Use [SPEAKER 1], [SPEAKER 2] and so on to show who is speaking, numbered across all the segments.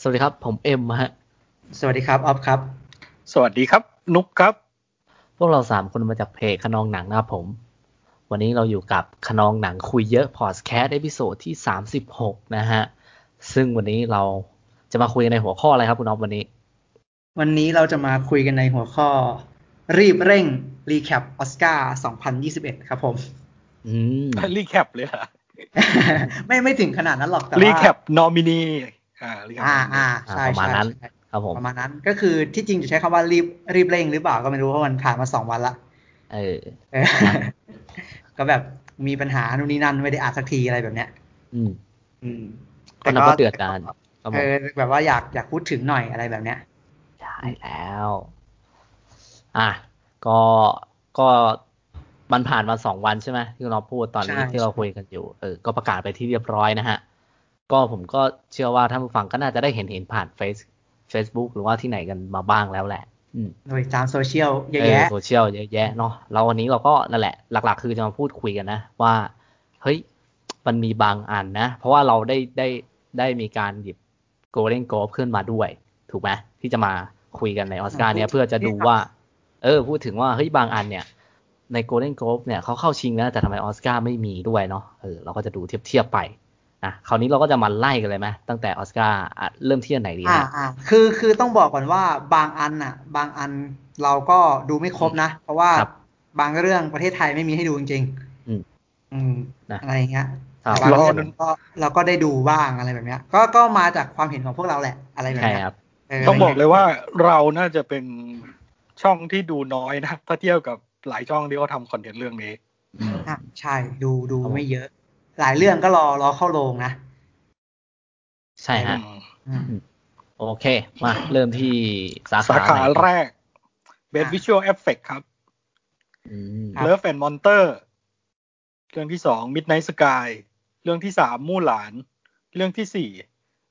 [SPEAKER 1] สวัสดีครับ ผมเอ็มฮะ
[SPEAKER 2] สวัสดีครับออฟครับ
[SPEAKER 3] สวัสดีครับ นุกครับ
[SPEAKER 1] พวกเราสามคนมาจากเพจขนองหนังนะครับผม วันนี้เราอยู่กับขนองหนังคุยเยอะพอดแคสต์เอพิโซดที่ 36 นะฮะ ซึ่งวันนี้เราจะมาคุยกันในหัวข้ออะไรครับคุณอ๊อฟวันนี้
[SPEAKER 2] วันนี้เราจะมาคุยกันในหัวข้อ รีบเร่งรีแคปออสการ์2021 ครับผม
[SPEAKER 1] อืม
[SPEAKER 3] รีแคปเลยเหรอ
[SPEAKER 2] ไม่ไม่ถึงขนาดนั้นหรอกแต่ว่า
[SPEAKER 3] รีแคปนอมินีอ่า recap
[SPEAKER 2] อ่าอ่า
[SPEAKER 1] อ่า
[SPEAKER 2] ใช่
[SPEAKER 1] ประมาณ
[SPEAKER 2] ใช่
[SPEAKER 1] นั้น ครับผม
[SPEAKER 2] ประมาณนั้นก็คือที่จริงจะใช้คำว่ารีบรีบเร่งหรือเปล่าก็ไม่รู้เพราะมันผ่านมาสองวันละ
[SPEAKER 1] เออ
[SPEAKER 2] เออก็แบบมีปัญหานู่นนี่นั่นไม่ได้อ่านสักทีอะไรแบบเนี้ย
[SPEAKER 1] อืม
[SPEAKER 2] อืม
[SPEAKER 1] ก็นับว่าเดือดดานครับผ
[SPEAKER 2] เอ
[SPEAKER 1] ม
[SPEAKER 2] อแบบว่าอยากอยากพูดถึงหน่อยอะไรแบบเนี้ย
[SPEAKER 1] ใช่แล้ว อ่ะ ก็ ก็มันผ่านมาสองวันใช่ไหมที่คุณอ๊อฟพูดตอนนี้
[SPEAKER 2] ใช่
[SPEAKER 1] ที่เราคุยกันอยู่ เออ ก็ประกาศไปที่เรียบร้อยนะฮะ ก็ผมก็เชื่อว่าท่านผู้ฟังก็น่าจะได้เห็นเห็นผ่านเฟซ Facebook หรือว่าที่ไหนกันมาบ้างแล้วแหละ อืม
[SPEAKER 2] โดยตามโซเชียลเยอะ
[SPEAKER 1] เออ
[SPEAKER 2] แยะ
[SPEAKER 1] โซเชียลเยอะแยะเนาะเราวันนี้เราก็นั่นแหละ หลัก ๆ คือจะมาพูดคุยกันนะ ว่าเฮ้ยมันมีบางอันนะ เพราะว่าเราได้ได้ได้มีการหยิบโกลเด้นโกลฟขึ้นมาด้วย ถูกไหมที่จะมาคุยกันในออสการ์
[SPEAKER 2] อ่า
[SPEAKER 1] เนี่ยเพื่อจะดู
[SPEAKER 2] พูดถึง
[SPEAKER 1] ว่า เออ พูดถึงว่าเฮ้ยบางอันเนี่ย ในโกลเด้นโกลฟเนี่ยเขาเข้าชิงนะแต่ทำไมออสการ์ไม่มีด้วยเนาะเออเราก็จะดูเทียบเทียบๆไปนะคราวนี้เราก็จะมาไล่กันเลยไหมตั้งแต่ออสการ์อ่ะเริ่มที่อันไหนดี
[SPEAKER 2] อ่า
[SPEAKER 1] นะ
[SPEAKER 2] อ่าคือคือต้องบอกก่อนว่าบางอันน่ะ บางอันเราก็ดูไม่ครบนะ เพราะว่า
[SPEAKER 1] ครับ
[SPEAKER 2] บางเรื่องประเทศไทยไม่มีให้ดูจริงๆ
[SPEAKER 1] อืม
[SPEAKER 2] อืม
[SPEAKER 1] นะ
[SPEAKER 2] อะไรอย่างเงี้ย
[SPEAKER 1] ครั
[SPEAKER 2] แต่บาง
[SPEAKER 1] บ
[SPEAKER 2] เรื่องก็เราก็ได้ดูบ้างอะไรแบบเนี้ย ก็ก็มาจากความเห็นของพวกเราแหละอะไรแบบ
[SPEAKER 1] ใช่
[SPEAKER 2] เนี้ย
[SPEAKER 1] ครับ
[SPEAKER 2] เออ
[SPEAKER 3] ต้องบอกเลยว่าเราน่าจะเป็นช่องที่ดูน้อยนะถ้าเทียบกับหลายช่องที่เขาทำคอนเทนต์เรื่องนี้
[SPEAKER 2] อ่ะใช่ดูดู
[SPEAKER 1] ครับผม
[SPEAKER 2] ไม่เยอะ หลายเรื่องก็รอรอเข้าโรงนะ
[SPEAKER 1] ใช่ฮะ
[SPEAKER 2] อืม
[SPEAKER 1] โอเค มา เริ่มที่สาขา
[SPEAKER 3] สาขา
[SPEAKER 1] ไหนอน
[SPEAKER 3] แรก Best
[SPEAKER 2] อ่ะ
[SPEAKER 3] Visual Effect ครับ
[SPEAKER 1] อืม
[SPEAKER 2] ครับ
[SPEAKER 3] Love and Monster เรื่องที่สอง Midnight Sky เรื่องที่สามมู่หลาน เรื่องที่สี่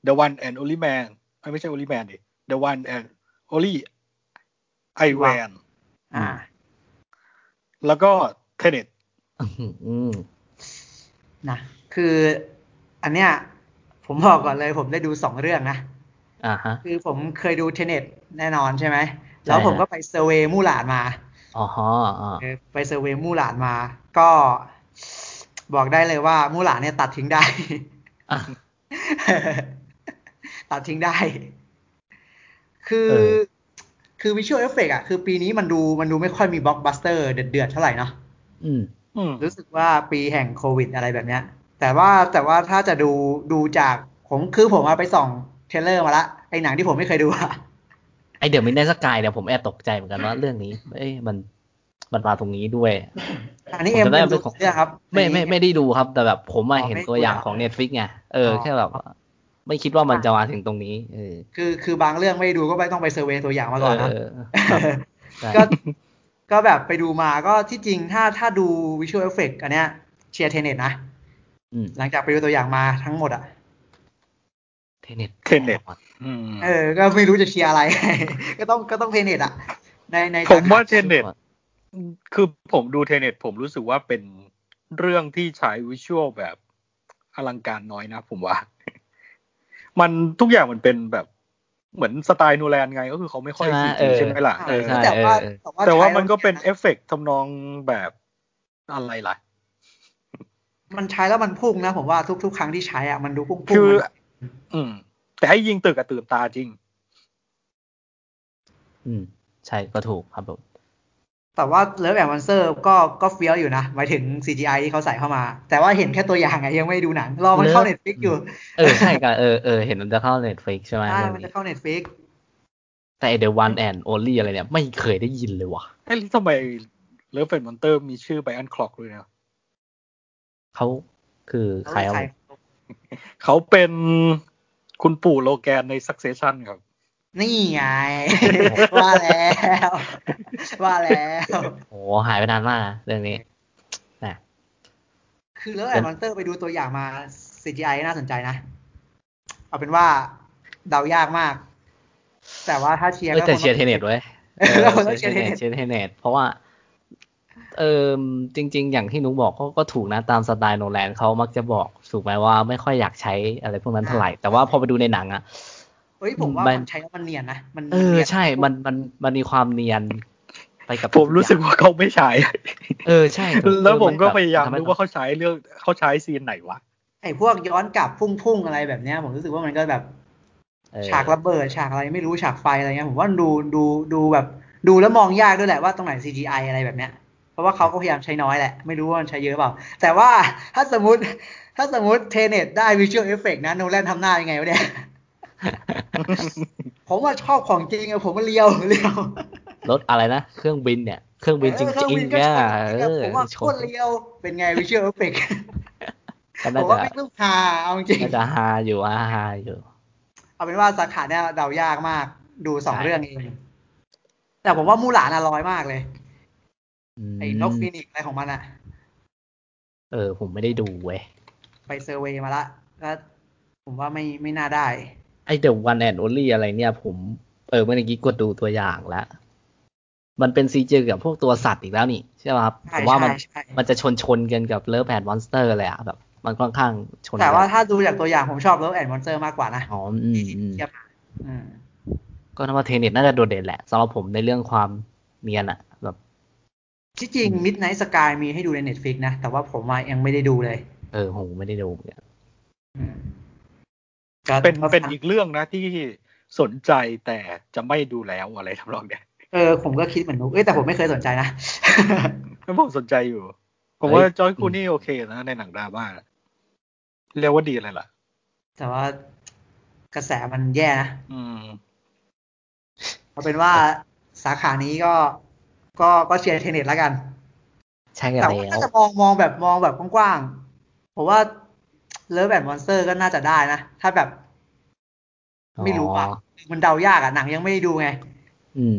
[SPEAKER 3] The One and Only Man เอ้ยไม่ใช่ Only Man ดิ The One and Only Ivan
[SPEAKER 2] อ่า
[SPEAKER 3] แล้วก็ Tenet
[SPEAKER 1] อืม
[SPEAKER 2] นะคืออันเนี้ยผมบอกก่อนเลยผมได้ดูสองเรื่องนะ
[SPEAKER 1] อ่าฮะ
[SPEAKER 2] คือผมเคยดูเทเน็ตแน่นอนใช่ไหม แล้วผม
[SPEAKER 1] ฮะ
[SPEAKER 2] ก็ไปเซอร์เวย์มู่หลานมา
[SPEAKER 1] อ๋อฮะอ่า
[SPEAKER 2] เออไปเซอร์เวย์มู่หลานมา ก็บอกได้เลยว่ามู่หลานเนี่ยตัดทิ้งได้
[SPEAKER 1] อ่ะ
[SPEAKER 2] ตัดทิ้งได้ คือ
[SPEAKER 1] เออ
[SPEAKER 2] คือวิชวลเอฟเฟกอะคือปีนี้มันดูมันดูไม่ค่อยมีบล็อกบัสเตอร์เดือดๆเท่าไหร่เนาะ
[SPEAKER 1] อืม
[SPEAKER 3] อืม
[SPEAKER 2] รู้สึกว่าปีแห่งโควิดอะไรแบบเนี้ย แต่ว่าแต่ว่าถ้าจะดูดูจากผมคือผมอะไปส่องเทรลเลอร์มาละไอหนังที่ผมไม่เคยดูอะ
[SPEAKER 1] ไอเดี๋ยวมินได้สกายเนี่ยผมแอบตกใจเหมือนกันว่าเรื่องนี้ เอ้ยมันมันมาตรงนี้ด้วย
[SPEAKER 2] อันนี้
[SPEAKER 1] ผม
[SPEAKER 2] เอ็ม
[SPEAKER 1] จำได้
[SPEAKER 2] เอ็ม
[SPEAKER 1] ว่าเป็
[SPEAKER 2] ดู
[SPEAKER 1] นของ
[SPEAKER 2] เรื่องครับ
[SPEAKER 1] ไม่ไม่ไม่ได้ดูครับ แต่แบบผมมา
[SPEAKER 2] อ๋อ
[SPEAKER 1] เห็น
[SPEAKER 2] ไม่
[SPEAKER 1] ตัว
[SPEAKER 2] ดู
[SPEAKER 1] อย่าง
[SPEAKER 2] เหรอ
[SPEAKER 1] ของเน็ตฟิกไง เออ
[SPEAKER 2] อ๋อ
[SPEAKER 1] แค่แบบ ไม่คิดว่ามันจะมาถึงตรงนี้ เออ
[SPEAKER 2] คือคือบางเรื่องไม่ได้ดูก็ไม่ต้องไปเซอร์เวย์ตัวอย่างมาก่อนนะ
[SPEAKER 1] เอ อครับใช่
[SPEAKER 2] ก็ก็แบบไปดูมาก็ที่จริงถ้าถ้าดูวิชวลเอฟเฟกอันเนี้ยเชียร์เทเน็ตนะ
[SPEAKER 1] อืม
[SPEAKER 2] หลังจากไปดูตัวอย่างมาทั้งหมดอ่ะ
[SPEAKER 1] เทเน็ต
[SPEAKER 3] Tenet อืม
[SPEAKER 2] เออ ก็ไม่รู้จะเชียร์อะไร ก็ต้องก็ต้องเทเน็ตอ่ะ ในใน
[SPEAKER 3] ผมว่า
[SPEAKER 1] เท
[SPEAKER 3] Tenet คือผมดูเทเน็ตผมรู้สึกว่าเป็นเรื่องที่ใช้วิชวลแบบอลังการน้อยนะผมว่า มันทุกอย่างมันเป็นแบบเหมือนสไตล์นูแลนด์ไง ก็คือเขาไม่ค่อย
[SPEAKER 1] ใช่
[SPEAKER 3] ซี
[SPEAKER 1] ไหม
[SPEAKER 3] จี
[SPEAKER 1] เออ
[SPEAKER 3] ใช่ไหมล่ะ
[SPEAKER 1] ใช่
[SPEAKER 3] เออ
[SPEAKER 1] ใช่
[SPEAKER 2] แต่ว่า
[SPEAKER 1] เออ
[SPEAKER 2] แต่ว่า
[SPEAKER 3] แต่ว่า
[SPEAKER 2] ใช้
[SPEAKER 3] มันก็เป็น
[SPEAKER 2] แล้ว
[SPEAKER 3] เอฟเฟกต์ทำนองแบบอะไรล่ะ
[SPEAKER 2] มันใช้แล้วมันพุ่งนะ ผมว่าทุกๆ ครั้งที่ใช้อ่ะมันดูพุ่งๆ
[SPEAKER 3] คือ
[SPEAKER 2] มัน
[SPEAKER 3] อืม แต่ให้ยิงตึกอะตื่นตาจริง
[SPEAKER 1] อืม ใช่ก็ถูกครับผม
[SPEAKER 2] แต่ว่าเลิฟแอนวันเซอร์ก็ก็เฟี้ยวอยู่นะหมายถึง CGI ที่เขาใส่เข้ามา แต่ว่าเห็นแค่ตัวอย่างไงยังไม่ได้ดูหนัง รอมันเข้า
[SPEAKER 1] Love
[SPEAKER 2] Netflix อยู่
[SPEAKER 1] เออใช่กันเออเออเห็นมันจะเข้าเน็ตฟิกใช่ไหม
[SPEAKER 2] ใช่
[SPEAKER 1] เรื่อง
[SPEAKER 2] มัน
[SPEAKER 1] นี้
[SPEAKER 2] จะเข้า Netflix
[SPEAKER 1] แต่ The One and Only อะไรเนี่ย ไม่เคยได้ยินเลยว่ะ
[SPEAKER 3] เอ้ยแล้วทำไมเลิฟเฟนมอนเตอร์มีชื่อไบอันคล็อกด้วยนะ
[SPEAKER 1] เขาคือใครเอา
[SPEAKER 3] เขาเป็นคุณปู่โลแกนใน Succession ครับ
[SPEAKER 2] นี่ไง ว่าแล้ว ว่าแล้ว
[SPEAKER 1] โอ้โหหายไปนานมากนะเรื่องนี้นะ
[SPEAKER 2] คือเลิฟแอนวันเซอร์ไปดูตัวอย่างมา CGI น่าสนใจนะ เอาเป็นว่าเดายากมาก แต่ว่าถ้าเชียร์
[SPEAKER 1] เอ้ย
[SPEAKER 2] ก็
[SPEAKER 1] แต่
[SPEAKER 2] คง
[SPEAKER 1] เชียร์เท
[SPEAKER 2] ต้อง
[SPEAKER 1] เน็ตเว้ย
[SPEAKER 2] เออ เราต้องเชี
[SPEAKER 1] เชี
[SPEAKER 2] ย
[SPEAKER 1] ย
[SPEAKER 2] ร์
[SPEAKER 1] ร์เทเน็ต
[SPEAKER 2] เทเน็ต
[SPEAKER 1] เชียร์เทเน็ตเพราะว่า เออจริง ๆ อย่างที่นุ๊กบอกก็ก็ถูกนะตามสไตล์โนแลนเขามักจะบอกถูกไหมว่าไม่ค่อยอยากใช้อะไรพวกนั้นเท่าไหร่ แต่ว่าพอไปดูในหนังอะ
[SPEAKER 2] เอ้ยผมว่า
[SPEAKER 1] มัน
[SPEAKER 2] มันใช้แล้วมันเนียนนะมัน
[SPEAKER 1] เออ
[SPEAKER 2] นียน
[SPEAKER 1] ใช่มันมันมันมีความเนียนไปกับ
[SPEAKER 3] ผมรู้สึก
[SPEAKER 1] ทุอย่า
[SPEAKER 3] ว่าเขาไม่ใช้
[SPEAKER 1] งเออใช่
[SPEAKER 3] แล้วผมก็
[SPEAKER 1] เออนแบบ
[SPEAKER 3] พยายาม
[SPEAKER 1] ทำให้
[SPEAKER 3] รู้ว่าเขาใช้เรื่องเขาใช้ซีนไหนวะ
[SPEAKER 2] ไอ้พวกย้อนกลับพุ่งๆอะไรแบบเนี้ย ผมรู้สึกว่ามันก็แบบ
[SPEAKER 1] เออ
[SPEAKER 2] ฉากระเบิดฉากอะไรไม่รู้ฉากไฟอะไรเงี้ยผมว่าดูดูดูแบบ ดูแล้วมองยากด้วยแหละว่าตรงไหน CGI อะไรแบบเนี้ย เพราะว่าเขาก็พยายามใช้น้อยแหละ ไม่รู้ว่ามันใช้เยอะเปล่า แต่ว่าถ้าสมมติถ้าสมมติเทเน็ตได้วิชวลเอฟเฟกนะโนแลนทำหน้ายังไง วะเนี่ย ผมว่าชอบของจริงอะผมว่าเลียวเลียว
[SPEAKER 1] รถอะไรนะ เครื่องบินเนี่ย เครื่องบินจริ
[SPEAKER 2] เออเคอง บิน
[SPEAKER 1] ๆ
[SPEAKER 2] ก็
[SPEAKER 1] เนี่ย
[SPEAKER 2] ชอบ
[SPEAKER 1] เออ
[SPEAKER 2] ผมว่า
[SPEAKER 1] ช
[SPEAKER 2] โคน ตรเลียวเป็นไงวิชวลเอฟเฟก
[SPEAKER 1] ก็
[SPEAKER 2] ผ
[SPEAKER 1] น่าม จะ
[SPEAKER 2] ว่าไม่ต้องหาเอาจริง
[SPEAKER 1] น่าจะฮาอยู่ฮาฮาอยู่
[SPEAKER 2] เอาเป็นว่าสาขาเนี่ยเดายากมากดูสอง
[SPEAKER 1] ใช่
[SPEAKER 2] เรื่องเอง แต่ผมว่ามูหลานอร่อยมากเลย
[SPEAKER 1] ม
[SPEAKER 2] ไอ้นกฟีนิกซ์อะไรของมันอะ
[SPEAKER 1] เออ ผมไม่ได้ดูเว้ย
[SPEAKER 2] ไปเซอร์เวย์มาละแล้วผมว่าไม่ไม่น่าได้
[SPEAKER 1] ไอ้ The One and Only อะไรเนี่ยผม เออเมื่อกี้กดดูตัวอย่างแล้ว มันเป็นซีเจกับพวกตัวสัตว์อีกแล้วนี่ ใช่ไหมครับ
[SPEAKER 2] ใช่
[SPEAKER 1] ผมว่ามัน
[SPEAKER 2] ใช่ใช่
[SPEAKER 1] มันจะชนชนๆกันกับ Love and Monster เลยอะแบบ มันค่อนข้างชน
[SPEAKER 2] แต่ว่า
[SPEAKER 1] กัน
[SPEAKER 2] ถ้าดูจากตัวอย่างผมชอบเลิฟแอนด์มอนเตอร์มากกว่านะ
[SPEAKER 1] อ๋ออืมอืม
[SPEAKER 2] เทียบอืม
[SPEAKER 1] ก็นับว่าเทเน็ตน่าจะโดดเด่นแหละสำหรับผมในเรื่องความเนียนอะแบบ
[SPEAKER 2] ที่จริง Midnight Sky มีให้ดูใน Netflix นะ แต่ว่าผมอะยังไม่ได้ดูเลย
[SPEAKER 1] เออผมไม่ได้ดูเหมือนกัน
[SPEAKER 2] อืมก็
[SPEAKER 3] เป็นเป็นอีกเรื่องนะที่สนใจแต่จะไม่ดูแล้วอะไรทำนองเนี้ย
[SPEAKER 2] เออผมก็คิดเหมือนนุกเอ้ยแต่ผมไม่เคยสนใจนะ
[SPEAKER 3] ก็ผมสนใจอยู่ ผม
[SPEAKER 1] เฮ้ย
[SPEAKER 3] ว่าจอร์จคลูนี่โอเคนะในหนังดราม่าเรียกว่าดีเลยล่ะ
[SPEAKER 2] แต่ว่ากระแสมันแย่นะ
[SPEAKER 3] อืม
[SPEAKER 2] เอาเป็นว่าสาขานี้ก็ก็ก็เชียร์เทนเน็ตแล้วกัน
[SPEAKER 1] ใช่กัน
[SPEAKER 2] แต่ว่า
[SPEAKER 1] แล้
[SPEAKER 2] ถ้าว จะมองมองแบบมองแบบกว้างๆผมว่าเลิฟแอนมอนสเตอร์ก็น่าจะได้นะ ถ้าแบบไม่รู้อ่ะ
[SPEAKER 1] อ๋อ
[SPEAKER 2] มันเดายากอ่ะหนังยังไม่ได้ดูไง
[SPEAKER 1] อืม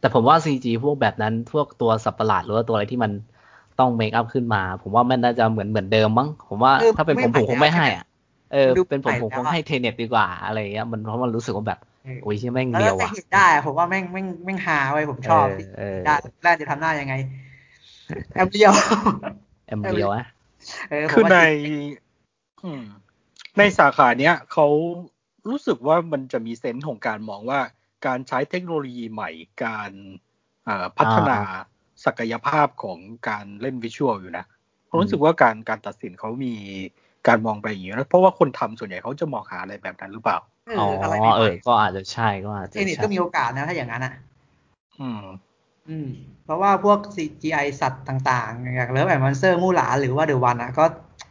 [SPEAKER 1] แต่ผมว่าซีจีพวกแบบนั้นพวกตัวสับประหลาดหรือว่าตัวอะไรที่มันต้องเมคอัพขึ้นมา ผมว่ามันน่าจะเหมือนเหมือนเดิมมั้งผมว่า
[SPEAKER 2] เออ
[SPEAKER 1] ถ้าเป็นผม
[SPEAKER 2] ไม่
[SPEAKER 1] ผมคง
[SPEAKER 2] ใหม่
[SPEAKER 1] ไม่
[SPEAKER 2] แล้ว
[SPEAKER 1] ให้อ่ะเออ
[SPEAKER 2] มันดู
[SPEAKER 1] เป็นผม
[SPEAKER 2] ใหม่
[SPEAKER 1] ผมค
[SPEAKER 2] แล้
[SPEAKER 1] ว ง
[SPEAKER 2] อะ
[SPEAKER 1] ให้เทเน็ตดีกว่าอะไรอย่างเงี้ยมันเพราะมันรู้สึกว่าแบบโอ้ยใช่ยแม่ง
[SPEAKER 2] แล้ว
[SPEAKER 1] เดียว
[SPEAKER 2] จะ
[SPEAKER 1] อ่ะ
[SPEAKER 2] เห็นได้ผมว่าแม่งแม่งแม่งฮาไว้ยผมชอบ
[SPEAKER 1] เออ
[SPEAKER 2] ได้แรกจะทำหน้ายังไงแอมเดียว
[SPEAKER 1] เอ็มเดียวอะ
[SPEAKER 2] เออผม
[SPEAKER 3] คือ
[SPEAKER 2] ว่า
[SPEAKER 3] ในอืมในสาขาเนี้ยเขารู้สึกว่ามันจะมีเซนส์ของการมองว่า การใช้เทคโนโลยีใหม่การเอ่อพัฒนาศักยภาพของการเล่นวิชวลอยู่นะผมรู้สึกว่าการการตัดสินเขามีการมองไปอย่างนี้นะเพราะว่าคนทำส่วนใหญ่เขาจะมองหาอะไรแบบนั้นหรือเปล่า
[SPEAKER 2] เออ
[SPEAKER 1] อ๋อ
[SPEAKER 2] อะไรใหม่ๆ
[SPEAKER 1] เออ ก็อาจจะใช่ก็อาจ
[SPEAKER 2] เท
[SPEAKER 1] จะ
[SPEAKER 2] นเน็ต
[SPEAKER 1] ใช่
[SPEAKER 2] ก็มีโอกาสนะถ้าอย่างนั้นอ่ะ
[SPEAKER 3] อืม
[SPEAKER 2] อืมเพราะว่าพวก CGI สัตว์ต่างๆ อย่างเลิฟแอนด์มอนสเตอร์มูหลานหรือว่าเดอะวันอ่ะก็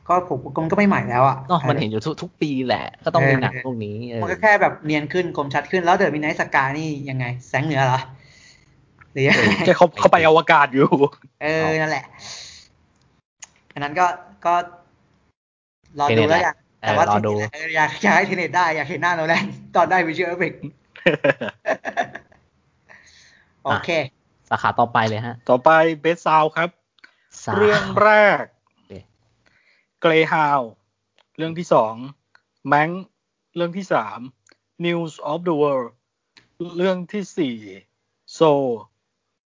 [SPEAKER 2] ก็ผมก็มันก็ไม่ใหม่แล้วอ่ะ
[SPEAKER 1] ก็มันเห็นอยู่ทุกทุกปีแหละ ก็ต้องมีหนังพวกนี้เออ
[SPEAKER 2] มันก็แค่แบบเนียนขึ้นคมชัดขึ้นแล้วเดอะมินไนท์สกานี่ยังไง แสงเหนือเหรอหรือยังไง
[SPEAKER 3] แค่เขาเขาไปอวกาศอยู่
[SPEAKER 2] เออ นั่นแหละ อันนั้นก็ก็รอดูแล้วอยาก
[SPEAKER 1] เอ
[SPEAKER 2] แต่
[SPEAKER 1] อ
[SPEAKER 2] ว่าร
[SPEAKER 1] อดู
[SPEAKER 2] เอออยากอยากให้เทเน็ตได้อยากเห็นหน้าโนแลนตอนได้วิชวลเอฟเฟกโอเค
[SPEAKER 1] สาขาต่อไปเลยฮะ
[SPEAKER 3] ต่อไปเบสซาวครับ
[SPEAKER 1] สา
[SPEAKER 3] เรื่องแรก
[SPEAKER 1] โอเค
[SPEAKER 3] เกรฮาวเรื่องที่สองแมงเรื่องที่สาม News of the World เรื่องที่สี่โซ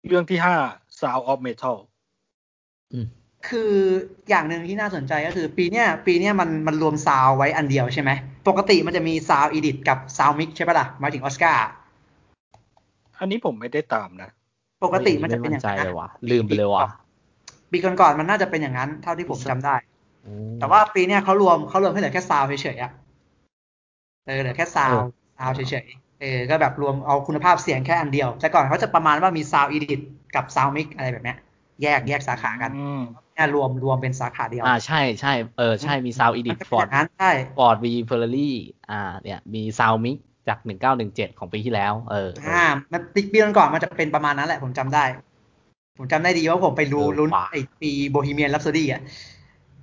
[SPEAKER 3] เรื่องที่ห้า Sound of Metal
[SPEAKER 1] อืม
[SPEAKER 2] คืออย่างหนึ่งที่น่าสนใจก็คือ ปีเนี้ยปีเนี้ยมันมันรวมซาวไว้อันเดียวใช่ไหม ปกติมันจะมีซาวอีดิทกับซาวมิกใช่ปะล่ะหมายถึงออสการ์
[SPEAKER 3] อันนี้ผมไม่ได้ตามนะ
[SPEAKER 2] ปกติมันจะเป็นอย่าง
[SPEAKER 1] ไมั่ใจ
[SPEAKER 2] นั้น
[SPEAKER 1] เลย
[SPEAKER 2] นะ
[SPEAKER 1] ว่ะลืมไปเลยว่ะ
[SPEAKER 2] ปีก่อนๆมันน่าจะเป็นอย่างนั้นเท่าที่ผมจำได้
[SPEAKER 1] อืม
[SPEAKER 2] แต่ว่าปีเนี้ยเขารวมเขารวมให้เหลือแค่ซาวเฉยๆอะเออเหลือแค่ซาว
[SPEAKER 1] เออ
[SPEAKER 2] ซาวเฉยๆเออก็แบบรวมเอาคุณภาพเสียงแค่อันเดียว แต่ก่อนเขาจะประมาณว่ามีซาวอีดิทกับซาวมิกอะไรแบบเนี้ยแยกแยกสาขากัน
[SPEAKER 3] อืม
[SPEAKER 2] เนี่ยรวมรวมเป็นสาขาเดียว
[SPEAKER 1] อ่าใช่ใช่เออใช่มีซาวอีดิ
[SPEAKER 2] มัน
[SPEAKER 1] ท
[SPEAKER 2] จะ
[SPEAKER 1] ฟอร์
[SPEAKER 2] เป็นอ
[SPEAKER 1] ด
[SPEAKER 2] ย่างนั้นใช่
[SPEAKER 1] ฟอร์ดวีเฟอร์รารี่อ่า เนี่ย มีซาวมิกจาก 1917 ของปีที่แล้ว เออเอ
[SPEAKER 2] อ่า
[SPEAKER 1] อ
[SPEAKER 2] มันติกปีก่อนๆมันจะเป็นประมาณนั้นแหละผมจำได้ ผมจำได้ดีว่าผมไปรู้
[SPEAKER 1] เออ
[SPEAKER 2] ลุ้น
[SPEAKER 1] ว่ะ
[SPEAKER 2] ไอปีโบฮีเมียน h ั p โซดี้อ่ะ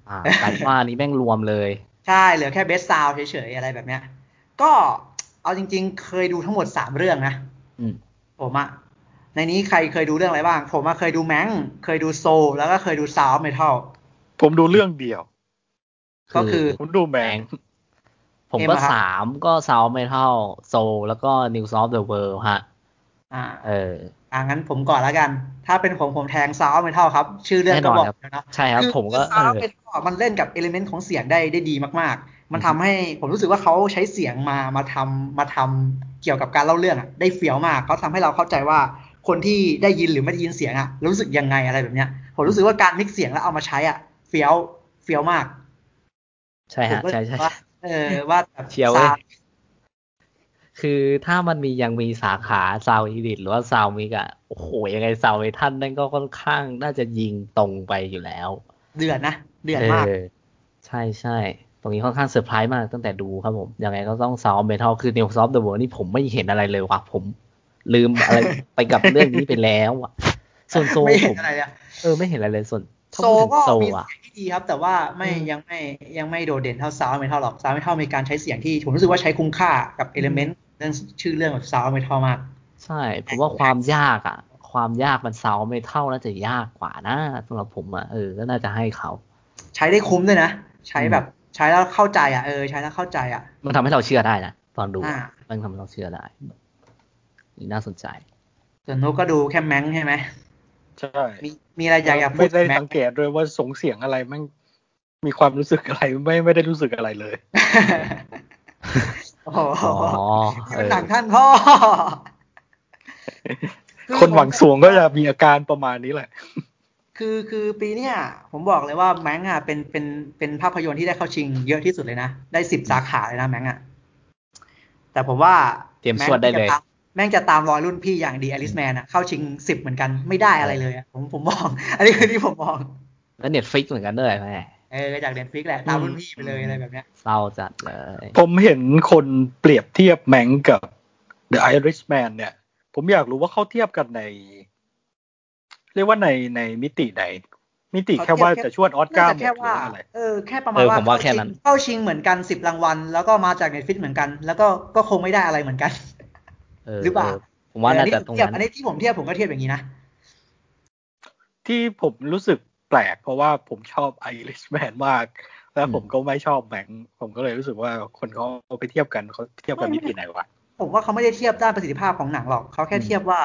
[SPEAKER 1] อ่าแต่ว่าอันนี้แม่งรวมเลย
[SPEAKER 2] ใช่ เหลือแค่เบสซาวเฉยๆ อะไรแบบเนี้ย ก็เอาจริงๆ เคยดูทั้งหมดสามเรื่องนะ
[SPEAKER 1] อืม
[SPEAKER 2] ผมอะในนี้ใครเคยดูเรื่องอะไรบ้าง ผมอะเคยดูแมงเคยดูโซแล้วก็เคยดูซาวเมทัล
[SPEAKER 3] ผมดูเรื่องเดียว
[SPEAKER 2] ก็คือ
[SPEAKER 3] ผมดูแมง
[SPEAKER 1] ผมก็
[SPEAKER 2] เอ็มอะครับ
[SPEAKER 1] สามก็ซาวเมทัลโซแล้วก็ News of the World ฮะ
[SPEAKER 2] อ่า
[SPEAKER 1] เออ
[SPEAKER 2] อ่างั้นผมก่อนแล้วกัน ถ้าเป็นผมผมแทงซาวเมทัลครับ ชื่อเรื่องก็บอก
[SPEAKER 1] แน่นอนครับ
[SPEAKER 2] แล้วเนาะ
[SPEAKER 1] ใช่ครับ
[SPEAKER 2] อ
[SPEAKER 1] ผมก็
[SPEAKER 2] คือ
[SPEAKER 1] เอ
[SPEAKER 2] ซาว
[SPEAKER 1] อ
[SPEAKER 2] เป็นมันเล่นกับเอลิเมนต์ของเสียงได้ได้ดีมากๆ มันทำให้ผมรู้สึกว่าเขาใช้เสียงมามาทำมาทำเกี่ยวกับการเล่าเรื่องอะได้เฟี้ยวมากเขาทำให้เราเข้าใจว่าคนที่ได้ยินหรือไม่ได้ยินเสียงอะรู้สึกยังไงอะไรแบบเนี้ย ผมรู้สึกว่าการมิกเสียงแล้วเอามาใช้อะเฟี้ยวเฟี้ยวมาก
[SPEAKER 1] ใช่ฮะ
[SPEAKER 2] ผมก็เลย
[SPEAKER 1] ใช่ใช่
[SPEAKER 2] ว่าเออว่าแบบ
[SPEAKER 1] เฟี้ยวเว้ย
[SPEAKER 2] ซาวด์
[SPEAKER 1] คือถ้ามันมียังมีสาขาซาวอีดิทหรือว่าซาวมิกอะโอ้โหยังไงซาวไอท่านนั่นก็ค่อนข้างน่าจะยิงตรงไปอยู่แล้ว
[SPEAKER 2] เดือดนะเดือดมาก
[SPEAKER 1] เออใช่ใช่ตรงนี้ค่อนข้างเซอร์ไพรส์มากตั้งแต่ดูครับผมยังไงก็ต้องซาวเมทัลคือ New Soft the World นี่ผมไม่เห็นอะไรเลยว่ะผมลืมอะไร ไปกับเรื่องนี้ไปแล้ว อะส่วนโซ
[SPEAKER 2] ไม่เห็
[SPEAKER 1] ผ
[SPEAKER 2] น
[SPEAKER 1] ม
[SPEAKER 2] อะไรเลยอะ
[SPEAKER 1] เออไม่เห็นอะไรเลยส่วนถ้า
[SPEAKER 2] โซ
[SPEAKER 1] พูดถึง
[SPEAKER 2] ก็
[SPEAKER 1] โซ
[SPEAKER 2] มี
[SPEAKER 1] อะ
[SPEAKER 2] เสียงที่ดีครับ แต่ว่าไม่
[SPEAKER 1] อืม
[SPEAKER 2] ยังไม่ยังไม่โดดเด่นเท่าซาวไม่เท่าหรอกซาวไม่เท่ามีการใช้เสียงที่ผมรู้สึกว่าใช้คุ้มค่ากับเอลเมนต์เรื่องชื่อเรื่องแบบซาวไม่เท่ามาก
[SPEAKER 1] ใช่ผมว่าความยากอะความยากมันซาวเมทัลน่าจะยากกว่านะสำหรับผมอะเออก็น่าจะให้เขา
[SPEAKER 2] ใช้ได้คุ้มด้วยนะ ใช้
[SPEAKER 1] อืม
[SPEAKER 2] แบบใช้แล้วเข้าใจอ่ะเออใช้แล้วเข้าใจอ่ะ
[SPEAKER 1] มันทำให้เราเชื่อได้นะตอนดู
[SPEAKER 2] อ่า
[SPEAKER 1] มันทำให้เราเชื่อได้นี่น่าสนใจ
[SPEAKER 2] ส่วนนุกก็ดูแค่แมงใช่ไหม
[SPEAKER 3] ใช่
[SPEAKER 2] มีมีอะไรอยากอยากพู
[SPEAKER 3] ไม่
[SPEAKER 2] ด
[SPEAKER 3] ได้
[SPEAKER 2] แมง
[SPEAKER 3] สังเกตด้วยว่าสงเสียงอะไรแมันมีความรู้สึกอะไรไม่ไม่ได้รู้สึกอะไรเลย
[SPEAKER 2] โอ้
[SPEAKER 1] อ
[SPEAKER 2] โห
[SPEAKER 1] ๋อเอ
[SPEAKER 2] นี่มัน
[SPEAKER 1] อ
[SPEAKER 2] หนังท่านพ่ออ
[SPEAKER 3] คนหวังสูงก็จะมีอาการประมาณนี้แหละ
[SPEAKER 2] คือคือปีเนี้ยผมบอกเลยว่าแมงอ่ะเป็นเป็นเป็นภาพยนตร์ที่ได้เข้าชิงเยอะที่สุดเลยนะ ได้สิบสาขาเลยนะแมงอ่ะ แต่ผมว่า
[SPEAKER 1] เตรียมสวดได้เลย
[SPEAKER 2] แม่งจะตามแม่งจะตามรอยรุ่นพี่อย่างดีอลิสแมนอ่ะเข้าชิงสิบเหมือนกันไม่ได้อะไรเลยอะผมผมมอง อันนี้คือที่ผมมอง
[SPEAKER 1] แล้วเน็ตฟิกเหมือนกันด้วยแม่
[SPEAKER 2] เออจากเน็ตฟิกแหละตามรุ่นพี่ไปเลยอะไรแบบเนี้ย
[SPEAKER 1] เศร้าจัดเลย
[SPEAKER 3] ผมเห็นคนเปรียบเทียบแมงกับ The Irishman เนี่ย ผมอยากรู้ว่าเขาเทียบกันใน เรียกว่าในในมิติไหน มิติแค่ว่าจะชวดออสกา
[SPEAKER 2] น่า
[SPEAKER 3] ร์
[SPEAKER 2] จะแค่
[SPEAKER 3] หมดหรือ
[SPEAKER 2] ว่า
[SPEAKER 3] ว่าอะไร
[SPEAKER 2] เออแค่ประมา
[SPEAKER 1] เอ
[SPEAKER 2] ณ
[SPEAKER 1] อ
[SPEAKER 2] ว่า
[SPEAKER 1] ผมว่าแค่นั้น
[SPEAKER 2] เข้าชิงเหมือนกันสิบรางวัล แล้วก็มาจากเน็ตฟิกเหมือนกัน แล้วก็ก็คงไม่ได้อะไรเหมือนกัน
[SPEAKER 1] เออ
[SPEAKER 2] หรือเปล่า
[SPEAKER 1] เออผมว่าน่าจะตรง
[SPEAKER 2] เทียบ
[SPEAKER 1] นั้
[SPEAKER 2] อัน
[SPEAKER 1] น
[SPEAKER 2] นี้ที่ผมเทียบผมก็เทียบอย่างนี้นะ
[SPEAKER 3] ที่ผมรู้สึกแปลก เพราะว่าผมชอบ Irishman มาก แล้วผมก็ไม่ชอบแมงผมก็เลยรู้สึกว่าคนเขาเอาไปเทียบกันเขาเทียบกันมิติไหนวะ
[SPEAKER 2] ผมว่าเขาไม่ได้เทียบด้านประสิทธิภาพของหนังหรอกเขาแค่เทียบว่า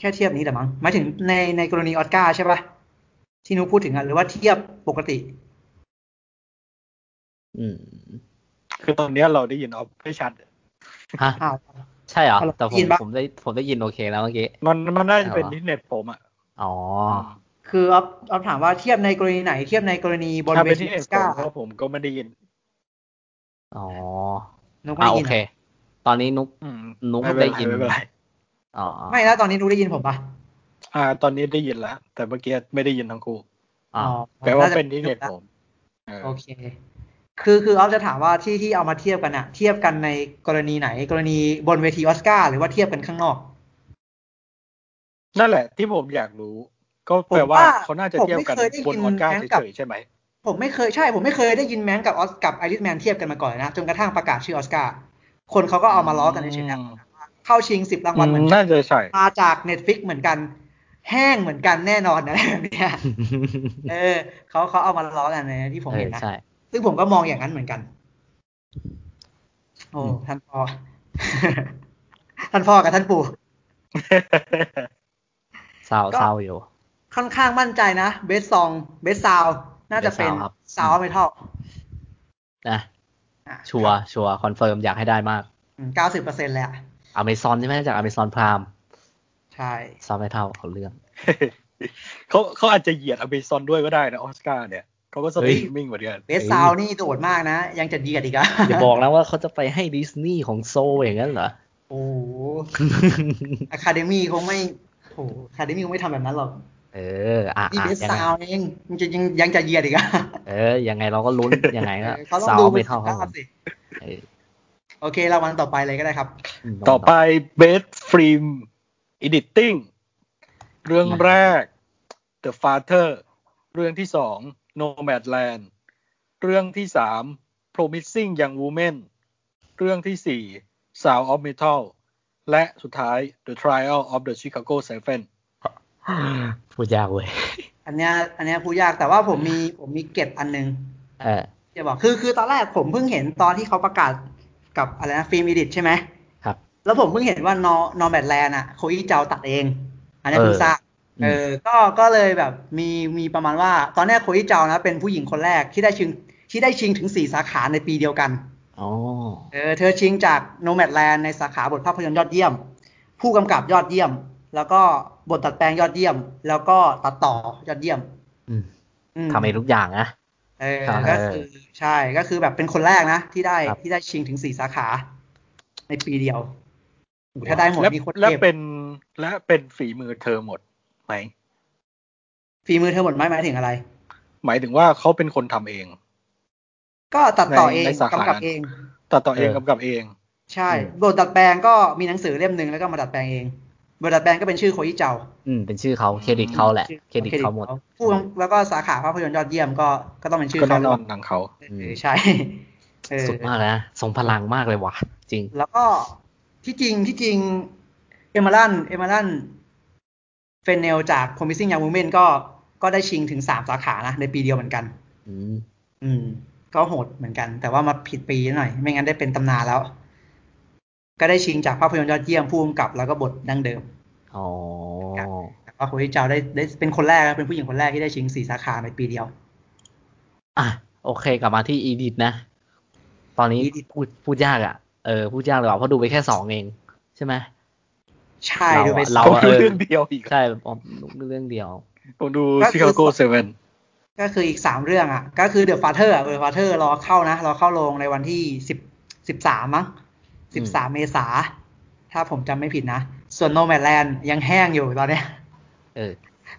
[SPEAKER 2] แค่เทียบนี้แต่มั้งหมายถึงในในกรณีออสการ์ใช่ปะที่นุกพูดถึงอะหรือว่าเทียบปกติ
[SPEAKER 1] อืม
[SPEAKER 3] คือตอนเนี้ยเราได้ยินออฟไม่ชัด
[SPEAKER 1] ฮะ
[SPEAKER 2] อ้าว
[SPEAKER 1] ใช่เหรอ
[SPEAKER 2] เอาล่ะ
[SPEAKER 1] แต่ผ
[SPEAKER 2] ได้ยิ
[SPEAKER 1] ม
[SPEAKER 2] นปะ
[SPEAKER 1] ผมได้ผมได้ยินโอเคแล้วเมื่อกี้
[SPEAKER 3] มันมันน่าจะเป็น
[SPEAKER 1] เอาเหรอ
[SPEAKER 3] นิดเน็ตผมอ่ะ
[SPEAKER 1] อ๋อ
[SPEAKER 2] คือออฟออฟถามว่าเทียบในกรณีไหน เทียบในกรณีบน
[SPEAKER 3] ถ้า
[SPEAKER 2] เว
[SPEAKER 3] เป็น
[SPEAKER 2] ทีอ
[SPEAKER 3] นิดเน็
[SPEAKER 2] อสกา
[SPEAKER 3] ตผม
[SPEAKER 2] ร์
[SPEAKER 3] เพราะผมก็ไม่ได้ยิน
[SPEAKER 1] อ๋อ
[SPEAKER 2] นุกไม่
[SPEAKER 1] อ่า
[SPEAKER 2] ได้
[SPEAKER 1] โอ
[SPEAKER 2] ยิน
[SPEAKER 1] เค
[SPEAKER 2] อะ
[SPEAKER 1] ตอนนี้นุก
[SPEAKER 3] อืม
[SPEAKER 1] นุ๊ก
[SPEAKER 3] ไม่เป็
[SPEAKER 1] ได้
[SPEAKER 3] นไร
[SPEAKER 1] ยิน
[SPEAKER 3] ไม่เป็นไร
[SPEAKER 1] อ๋อ
[SPEAKER 2] ไม่แล้วตอนนี้นุกได้ยินผมปะ
[SPEAKER 3] อ่า ตอนนี้ได้ยินแล้ว แต่เมื่อกี้ไม่ได้ยินทั้งคู่
[SPEAKER 1] อ๋อ
[SPEAKER 3] แปลว่า
[SPEAKER 2] จะ
[SPEAKER 3] เป็นนิดเน็ต
[SPEAKER 2] ละ
[SPEAKER 3] ผมเออ
[SPEAKER 2] โอเค คือคือออฟจะถามว่าที่ที่เอามาเทียบกันอะเทียบกันในกรณีไหน กรณีบนเวทีออสการ์หรือว่าเทียบกันข้างนอก
[SPEAKER 3] นั่นแหละที่ผมอยากรู้ ก็แปลว่าเขาน่าจะเทียบกั
[SPEAKER 2] ผมไม่
[SPEAKER 3] น
[SPEAKER 2] เคยได้ยิน
[SPEAKER 3] บนออสการ์
[SPEAKER 2] แม้กับ
[SPEAKER 3] เฉยๆใช่ไหม
[SPEAKER 2] ผมไม่เคยใช่ ผมไม่เคยได้ยินแมงกับออสกับไอริสแมนเทียบกันมาก่อนเลยนะ จนกระทั่งประกาศชื่อออสการ์คนเขาก็เอามาล้อกันเฉยๆนะเข้าชิงสิบรางวัลเหมือน
[SPEAKER 3] อืม
[SPEAKER 2] กัน
[SPEAKER 3] น่าจะใช่
[SPEAKER 2] มาจากเน็ตฟิกเหมือนกัน แห้งเหมือนกันแน่นอนอะไรแบบเนี้ย เออเขาเขาเอามาล้อกันในที่ผม
[SPEAKER 1] เอ
[SPEAKER 2] เห็
[SPEAKER 1] อน
[SPEAKER 2] นะ
[SPEAKER 1] ใช่
[SPEAKER 2] ซึ่งผมก็มองอย่างนั้นเหมือนกัน โอ้
[SPEAKER 1] อืม
[SPEAKER 2] ท่านพ่อ ท่านพ่อกับท่านปู่
[SPEAKER 1] เศร้า
[SPEAKER 2] ก็
[SPEAKER 1] เศร้าอยู่
[SPEAKER 2] ค่อนข้างมั่นใจนะ เบสซองเบสซาว น่าจะเป็น
[SPEAKER 1] Best Sound ครับ
[SPEAKER 2] ซาวเมทัล
[SPEAKER 1] นะชัวร์ชัวร์คอนเฟิร์มอยากให้ได้มาก
[SPEAKER 2] เก้าสิบเปอร์เซ็นต์เลยอะ
[SPEAKER 1] อเมซอนใช่ไหมจากอเมซอนพราม
[SPEAKER 2] ใช่
[SPEAKER 1] ซาวไม่เท่าเอาเรื่อง
[SPEAKER 3] เขาเขาอาจจะเหยียดอเมซอนด้วยก็ได้นะออสการ์เนี่ยเขาก็สตรีมมิ่งเหมือนกัน
[SPEAKER 2] เบสซาวนี่โดดมากนะ ยังจะดีกันอีกอะ
[SPEAKER 1] อย่าบอกนะว่าเขาจะไปให้ดิสนีย์ของโซลอย่างนั้นเหรอ
[SPEAKER 2] โอ้อะคาเดมี่คงไม่โอ้อะคาเดมี่คงไม่ทำแบบนั้นหรอก
[SPEAKER 1] เออ อ่ะ
[SPEAKER 2] นี่
[SPEAKER 1] อ่ะ
[SPEAKER 2] เบส
[SPEAKER 1] ยัง
[SPEAKER 2] ซา
[SPEAKER 1] ไง
[SPEAKER 2] วเองมันจะยังยังจะเหยียดอีกอะ
[SPEAKER 1] เออ ยังไงเราก็ลุ้น ยังไงก็
[SPEAKER 2] เออเขาต้อง
[SPEAKER 1] ซาว
[SPEAKER 2] ดู
[SPEAKER 1] ไม่เท่าค
[SPEAKER 2] คุ
[SPEAKER 1] รับ
[SPEAKER 2] ณ
[SPEAKER 1] ผ
[SPEAKER 2] ภาพ
[SPEAKER 1] ม
[SPEAKER 2] สิ
[SPEAKER 1] เออ
[SPEAKER 2] โอเครางวัลต่อไปเลยก็ได้ครับ
[SPEAKER 1] ม
[SPEAKER 3] ต่อไปเบสฟิล์มอิดิติ้งเรื่องแรก The Father เรื่องที่สอง Nomadland เรื่องที่สาม Promising Young Woman เรื่องที่สี่ Sound of Metal และสุดท้าย The Trial of the Chicago Seven
[SPEAKER 1] พูดยากเว้ย
[SPEAKER 2] อันเนี้ยอันเนี้ยพูดยากแต่ว่าผมมีผมมีเก็บอันหนึง
[SPEAKER 1] เออ
[SPEAKER 2] จะบอกคือคือตอนแรกผมเพิ่งเห็นตอนที่เขาประกาศกับอะไรนะฟิล์มอีดิทใช่ไหม
[SPEAKER 1] ครับ
[SPEAKER 2] แล้วผมเพิ่งเห็นว่านอนอแบดแลนด์อ่ะโคอี้เจ้าตัดเอง อันเนี้ยเพิ่ง
[SPEAKER 1] เออ
[SPEAKER 2] ทราบ
[SPEAKER 1] อืม
[SPEAKER 2] เออก็ก็เลยแบบมีมีประมาณว่า ตอนแรกโคอี้เจ้านะเป็นผู้หญิงคนแรกที่ได้ชิง ที่ได้ชิงถึง 4 สาขาในปีเดียวกัน
[SPEAKER 1] อ๋อ
[SPEAKER 2] เออเธอชิงจาก Nomadland ในสาขาบทภาพยนตร์ยอดเยี่ยม ผู้กำกับยอดเยี่ยม แล้วก็บทตัดแปลงยอดเยี่ยม แล้วก็ตัดต่อยอดเยี่ยม
[SPEAKER 1] อืม
[SPEAKER 2] อืม
[SPEAKER 1] ทำเองทุกอย่างนะ
[SPEAKER 2] เออ
[SPEAKER 1] ครับ
[SPEAKER 2] ก็คือใช่ก็คือแบบเป็นคนแรกนะ ที่ได้
[SPEAKER 1] ครับ
[SPEAKER 2] ที่ได้ชิงถึงสี่สาขา ในปีเดียวโอ้โหถ้าได้หมด
[SPEAKER 3] และ
[SPEAKER 2] นี่โคน
[SPEAKER 3] และ
[SPEAKER 2] เก็บ
[SPEAKER 3] เป็นและเป็นฝีมือเธอหมดไหม
[SPEAKER 2] ฝีมือเธอหมดไหมหมายถึงอะไร
[SPEAKER 3] หมายถึงว่าเขาเป็นคนทำเอง
[SPEAKER 2] ก็ตัดต่อเอง
[SPEAKER 3] ในสาขาก
[SPEAKER 2] ำกับ
[SPEAKER 3] นั้น
[SPEAKER 2] เอง
[SPEAKER 3] ตัดต่อเอง
[SPEAKER 1] เออ
[SPEAKER 3] กำกับเอง
[SPEAKER 2] ใช่
[SPEAKER 1] อืม
[SPEAKER 2] บทดัดแปลงก็มีหนังสือเล่มหนึ่งแล้วก็มาดัดแปลงเองบทดัดแปลงก็เป็นชื่อโคยิเจ้า
[SPEAKER 1] อืม เป็นชื่อเขาเครดิตเขาแหละ เครดิตเขาหมด
[SPEAKER 2] ผู้กำแล้วก็สาขาภาพยนตร์ยอดเยี่ยมก็ก็ต้องเป็นชื่อ
[SPEAKER 3] ก็
[SPEAKER 2] เขา
[SPEAKER 3] แน่นอน
[SPEAKER 2] ด้วย
[SPEAKER 3] หนังเขา
[SPEAKER 2] เออใช่เออ
[SPEAKER 1] สุดมากเลยนะทรงพลังมากเลยว่ะ จริง
[SPEAKER 2] แล้วก็ที่จริงที่จริง เอมารันเอมารันเฟนเนลจาก Promising Young Women ก็ก็ได้ชิงถึงสามสาขานะในปีเดียวเหมือนกัน
[SPEAKER 1] อืม
[SPEAKER 2] อืม ก็โหดเหมือนกัน แต่ว่ามาผิดปีหน่อย ไม่งั้นได้เป็นตำนานแล้ว ก็ได้ชิงจากภาพยนตร์ยอดเยี่ยมผู้กำกับแล้วก็บทดั้งเดิม
[SPEAKER 1] อ๋อ
[SPEAKER 2] แต่ว่าโคฮิเจ้าได้ได้เป็นคนแรกนะเป็นผู้หญิงคนแรกที่ได้ชิงสี่สาขาในปีเดียว
[SPEAKER 1] อ่ะ โอเค กลับมาที่อีดิทนะ ตอนนี้
[SPEAKER 2] Edith
[SPEAKER 1] พูดพูดยากอ่ะ เออ พูดยากเลยว่ะ เพราะดูไปแค่สองเอง ใช่ไหม
[SPEAKER 2] ใช่
[SPEAKER 1] เราอะ
[SPEAKER 2] ดูไป
[SPEAKER 1] เรา
[SPEAKER 2] ส
[SPEAKER 3] ผ
[SPEAKER 2] อ
[SPEAKER 3] ม
[SPEAKER 2] ง
[SPEAKER 1] อะ
[SPEAKER 3] ดูเรื่องเดียวอีก
[SPEAKER 1] ใช่อ๋อเรื่องเดียว
[SPEAKER 3] ผมดูชิคาโกเซเว่น
[SPEAKER 2] ก็คืออีกสามเรื่องอ่ะ ก็คือเดอะฟาเธอร์เดอะฟาเธอร์รอเข้านะ รอเข้าโรงในวันที่สิบสิบสามมั้งสิบสามเมษา ถ้าผมจำไม่ผิดนะ ส่วนโนแม d แลนด์ยังแห้งอยู่ตอนเนี้ย
[SPEAKER 1] เออ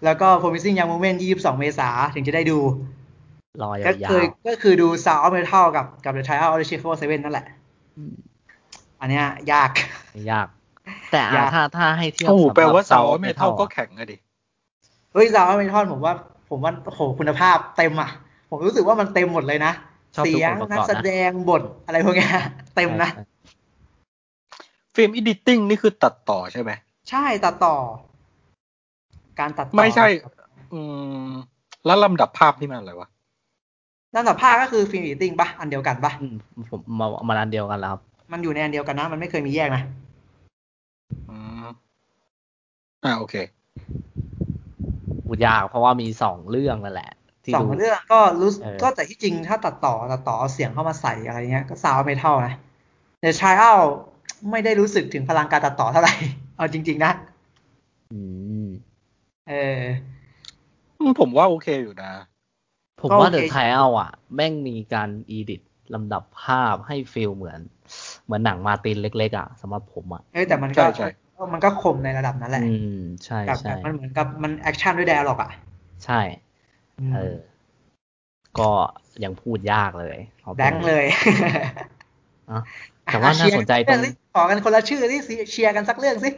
[SPEAKER 2] แล้วก็ Promising Young Woman 22 เมษาถึงจะได้ดู
[SPEAKER 1] รอย
[SPEAKER 2] ก็
[SPEAKER 1] ยา
[SPEAKER 2] คื
[SPEAKER 1] ว
[SPEAKER 2] อก็คือดู Sound of Metal กับกับ The Trial of the Chicago 7นั่นแหละ อันเนี้ยยาก
[SPEAKER 1] ๆไม่ยาก แต่อ่ะ
[SPEAKER 2] ยาก
[SPEAKER 1] ถ้าถ้าให้เทียบ
[SPEAKER 3] โอ้โห
[SPEAKER 1] สำหรับ
[SPEAKER 3] แปลว่าสาว
[SPEAKER 1] ซวด์
[SPEAKER 3] เมทัล
[SPEAKER 1] อะ
[SPEAKER 3] ก็แข็งอะดิ
[SPEAKER 2] เฮ้ย Sound of Metal ผมว่าผมว่าโอ้โหคุณภาพเต็มอ่ะ ผมรู้สึกว่ามันเต็มหมดเลยนะ
[SPEAKER 1] ชอบ
[SPEAKER 2] เสี
[SPEAKER 1] ดู
[SPEAKER 2] ย
[SPEAKER 1] อง ค์ประ
[SPEAKER 2] นั
[SPEAKER 1] ก
[SPEAKER 2] ก
[SPEAKER 1] อบ
[SPEAKER 2] แส
[SPEAKER 1] น
[SPEAKER 2] ด
[SPEAKER 1] ะ
[SPEAKER 2] งบทอะไรพวกเนี้ยเต็มนะ
[SPEAKER 3] ฟิล์มอิดิติ้งนี่คือตัดต่อใช่ไหม
[SPEAKER 2] ใช่ตัดต่อ การตัดต่อ
[SPEAKER 3] ไม่ใช่ อืม แล้วลำดับภาพที่มันอะไรวะ
[SPEAKER 2] นั่นแต่ภาคก็คือฟิล์มอีติ้งปะอันเดียวกันปะ
[SPEAKER 1] อืมผมมามาอันเดียวกันแล้วครับ
[SPEAKER 2] มันอยู่ในอันเดียวกันนะ มันไม่เคยมีแยกนะ
[SPEAKER 3] อืม อ่าโอเค
[SPEAKER 1] พูดยากเพราะว่ามีสองเรื่องนั่นแหละ ที่
[SPEAKER 2] สอง
[SPEAKER 1] ดู
[SPEAKER 2] เรื่องก็รู้สึก
[SPEAKER 1] เออ
[SPEAKER 2] ก็แต่ที่จริงถ้าตัดต่อตัดต่อเอาเสียงเข้ามาใส่อะไรเงี้ยก็ซาวด์ไม่เท่านะแต่ชายเอาไม่ได้รู้สึกถึงพลังการตัดต่อเท่า ไหร่ เอาจริง ๆ นะ
[SPEAKER 1] อืม
[SPEAKER 2] เออ
[SPEAKER 3] ผมว่าโอเคอยู่นะ
[SPEAKER 1] ผม
[SPEAKER 2] ก็
[SPEAKER 1] ว่า
[SPEAKER 2] โอ
[SPEAKER 1] เด
[SPEAKER 2] เค
[SPEAKER 1] อะไทเอลอ่ะ แม่งมีการอีดิตลำดับภาพให้ฟีลเหมือน เหมือนหนังมาร์ตินเล็กๆอ่ะสำหรับผมอ่ะ
[SPEAKER 2] เออแต่มันก็
[SPEAKER 3] ใช่ใช่
[SPEAKER 2] มันก็คมในระดับนั้นแหละ
[SPEAKER 1] อืม ใช่
[SPEAKER 2] แบบ
[SPEAKER 1] ใช่
[SPEAKER 2] มันเหมือนกับมันแอคชั่นด้วย d ด a l หรอกอ่ะ
[SPEAKER 1] ใช่ เออ ก็ยังพูดยากเลยเอา
[SPEAKER 2] แบ
[SPEAKER 1] ป็น
[SPEAKER 2] งค์เลย
[SPEAKER 1] อ่ะแต่ว่า
[SPEAKER 2] อ่ะ
[SPEAKER 1] น่าสนใจต
[SPEAKER 2] เชี
[SPEAKER 1] ร
[SPEAKER 2] ย
[SPEAKER 1] ง
[SPEAKER 2] เอสิขอกันคนละชื่อสิเชียร์กันสักเรื่องสิ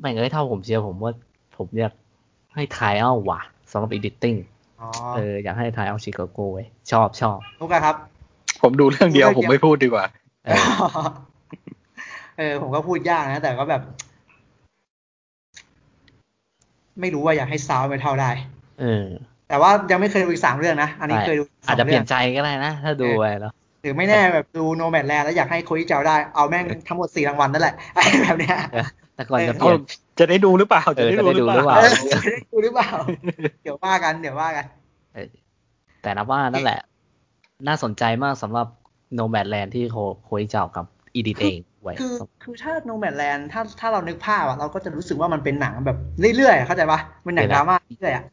[SPEAKER 1] แม่งเอ้ยเท่าผมเชียร์ผมว่าผมอยากให้ไทเอลว่ะสำหรับอีดิตติ้ง
[SPEAKER 2] อ๋อ
[SPEAKER 1] เอออยากให้ไทเอลชิคาโกเว้ยชอบชอบ
[SPEAKER 2] นุกอะครับ
[SPEAKER 3] ผมดูเรื่องเดียว ผมไม่พูดดีกว่า
[SPEAKER 1] เออ
[SPEAKER 2] เออ ผมก็พูดยากนะ แต่ก็แบบ ไม่รู้ว่าอยากให้ซาวด์ไปเท่าได้
[SPEAKER 1] เออ
[SPEAKER 2] แต่ว่ายังไม่เคยดูอีกสามเรื่องนะ อันนี้
[SPEAKER 1] ใช่
[SPEAKER 2] เคยดูส
[SPEAKER 1] อาจ
[SPEAKER 2] ม
[SPEAKER 1] จะเป
[SPEAKER 2] รื่
[SPEAKER 1] ลี่
[SPEAKER 2] ง
[SPEAKER 1] ยนใจก็ได้นะ ถ้าดูไปแล้ว
[SPEAKER 2] หรือไม่แน่แบบดูโนแมดแลนแล้วอยากให้โคยิเจ้าได้ เอาแม่งทั้งหมดสี่รางวัลนั่นแหละ อะไรแบบเนี้ย
[SPEAKER 1] เออแต่ก่อน
[SPEAKER 2] เอ
[SPEAKER 1] จะเป
[SPEAKER 2] อ
[SPEAKER 3] เอา
[SPEAKER 1] ลี่ยน
[SPEAKER 3] จะได้ดูหรือเปล่า
[SPEAKER 1] เออจะได้ดูหรือเปล่า
[SPEAKER 2] เออ จะได้ดูหรือเปล่า เดี๋ยวว่ากัน เดี๋ยวว่ากัน
[SPEAKER 1] เออแต่นับว่านั่นแหละ น่าสนใจมากสำหรับ Nomadland ที่โคโคยเจ้ากับอีดิเองไว้
[SPEAKER 2] คือคือถ้าโนแมดแลนถ้าถ้าเรานึกภาพอะเราก็จะรู้สึกว่ามันเป็นหนังแบบเรื่อยๆอะเข้าใจปะเป็นหนังดราม่าเรื่อยๆอะ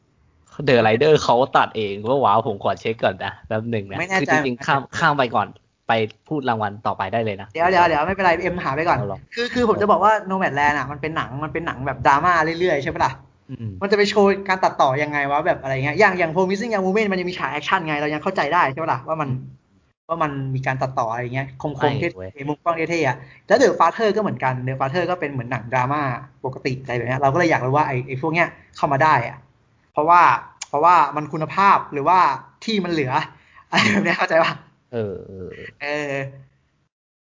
[SPEAKER 1] เดอะไรเดอร์เขาตัดเองว่าว้าวผมขอเช็คก่อนนะแป๊บหนึ่งนะ
[SPEAKER 2] ไม่แน่
[SPEAKER 1] คือ
[SPEAKER 2] ใจ
[SPEAKER 1] จริง
[SPEAKER 2] เหมือ
[SPEAKER 1] ๆ
[SPEAKER 2] นกัน
[SPEAKER 1] ข้ามข้ามไปก่อนไปพูดรางวัลต่อไปได้เลยนะ
[SPEAKER 2] เดี๋ยวเดี๋ยวเดี๋ยวไม่เป็นไรเอ็มหาไปก่อน
[SPEAKER 1] เอาหรอ
[SPEAKER 2] คือคือผมจะบอกว่า Nomadland อ่ะมันเป็นหนังมันเป็นหนังแบบดราม่าเรื่อยๆ ใช่ปะล่ะ
[SPEAKER 1] อืม
[SPEAKER 2] มันจะไปโชว์การตัดต่อยังไงวะแบบอะไรเงี้ยอย่างอย่าง Promising Young Woman มันยังมีฉากแอคชั่นไงเรายังเข้าใจได้ใช่ปะล่ะว่ามันว่ามันมีการตัดต่ออะไรเงี้ยคมคมๆเท่ๆมุมกล้องเท่ๆอ่ะแล้วเดอะฟาเธอร์ก็เหมือนกันเดอะฟาเธอร์ก็เป็นเหมือนหนังดราม่าปกติอะไรแบบเนี้ยเราก็เลยอยากรู้ว่าไอ้ไอ้พวกเนี้ยเข้ามาได้อ่ะเพราะว่าเพราะว่ามันคุณภาพหรือว่าที่มันเหลืออะไรแบบเนี้ยเข้าใจปะ
[SPEAKER 1] เออเออ
[SPEAKER 2] เออ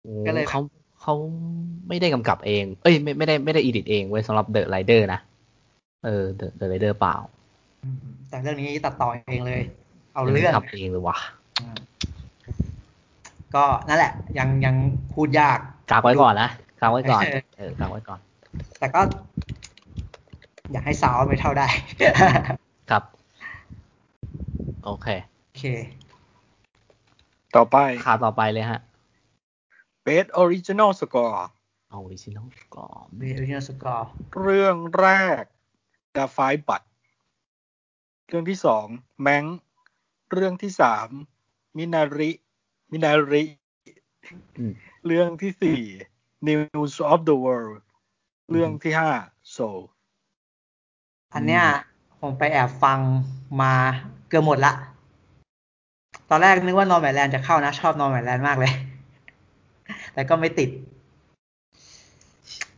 [SPEAKER 1] โอ้
[SPEAKER 2] ก็เลย
[SPEAKER 1] เขาเขาไม่ได้กำกับเอง เอ้ยไม่ไม่ได้ไม่ได้อีดิเองไว้ยสำหรับเดอะไรเดอร์นะ เออเดอะเดอะไรเดอร์เปล่า
[SPEAKER 2] อืมแต่เรื่องนี้ตัดต่อเองเลย เอาเรื่อง
[SPEAKER 1] ทำเองเลยว่ะ
[SPEAKER 2] อืมก็นั่นแหละ ยังยังพูดยาก
[SPEAKER 1] กากไว้ก่อนนะกากไว้ก่อน
[SPEAKER 2] เออ
[SPEAKER 1] เออกากไว้ก่อน
[SPEAKER 2] แต่ก็ อยากให้สาวไม่เท่าได้
[SPEAKER 1] ครับ โอเค
[SPEAKER 2] โอเค
[SPEAKER 3] ต่อไป
[SPEAKER 1] ข่าวต่อไปเลยฮะ
[SPEAKER 3] Best Original Score
[SPEAKER 1] เอาดิซิโนก่อน
[SPEAKER 2] เบลเยียสกอร์
[SPEAKER 3] เรื่องแรก The Five b u t เรื่องที่สอง แมงเรื่องที่สามมินาริ มินาริ
[SPEAKER 1] อืม
[SPEAKER 3] เรื่องที่สี่ News of the World เรื่องที่ห้า Soul
[SPEAKER 2] อันเนี้ยผมไปแอบฟังมาเกือบหมดละ ตอนแรกนึกว่านอร์แมนแลนด์จะเข้านะ ชอบนอร์แมนแลนด์มากเลย แต่ก็ไม่ติด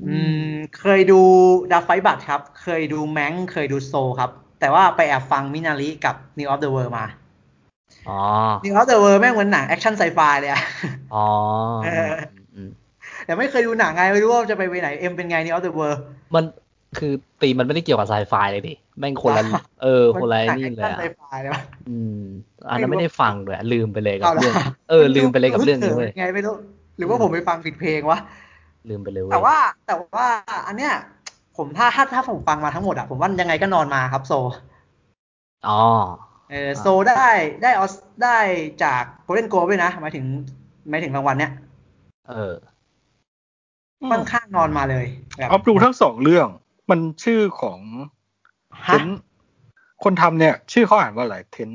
[SPEAKER 2] อืม เคยดูดาไฟบัตครับ เคยดูแมงเคยดูโซครับ แต่ว่าไปแอบฟังมินาริกับ New of the World มา
[SPEAKER 1] อ๋อ
[SPEAKER 2] New of the World แม่งเหมือนหนังแอคชั่นไซไฟเลยอะ
[SPEAKER 1] อ๋อ
[SPEAKER 2] เออ
[SPEAKER 1] อืม
[SPEAKER 2] แต่ไม่เคยดูหนังไงไม่รู้ว่าจะไปไปไหนเอ็มเป็นไง New of the World
[SPEAKER 1] มันคือตีมมันไม่ได้เกี่ยวกับไซไฟเลยดิ แม่งคนละ
[SPEAKER 2] อ่ะ
[SPEAKER 1] เออ คนละไอ้นี่เลย
[SPEAKER 2] หง
[SPEAKER 1] อะ
[SPEAKER 2] แอคชั่นไซไฟเลยวะ
[SPEAKER 1] อืม อันนั้นไม่ได้ฟังด้วยอะลืมไปเลยกับ
[SPEAKER 2] เอาละ
[SPEAKER 1] เรื่อง เออ ลืมไปเลยกับเรื่องนี้เว้ย
[SPEAKER 2] ไงไม่รู้ หรือว่าผมไปฟังผิดเพลงวะ
[SPEAKER 1] ลืมไปเลยเว้ย
[SPEAKER 2] แต่ว่าแต่ว่าอันเนี้ย ผมถ้าถ้าถ้าผมฟังมาทั้งหมดอะผมว่ายังไงก็นอนมาครับโซ
[SPEAKER 1] อ๋อ
[SPEAKER 2] เออโซได้ได้ออสได้จากโคเ e นโกด้วยนะหมายถึงหมายถึงรางวัลเนี้ย
[SPEAKER 1] เออ
[SPEAKER 2] ค่อนข้างนอนมาเลยแบบ
[SPEAKER 3] ออฟดูทั้งสองเรื่อง มันชื่อของเท
[SPEAKER 2] ฮะ
[SPEAKER 3] นคนทำเนี่ย ชื่อเขาอ่านว่าอะไรเทน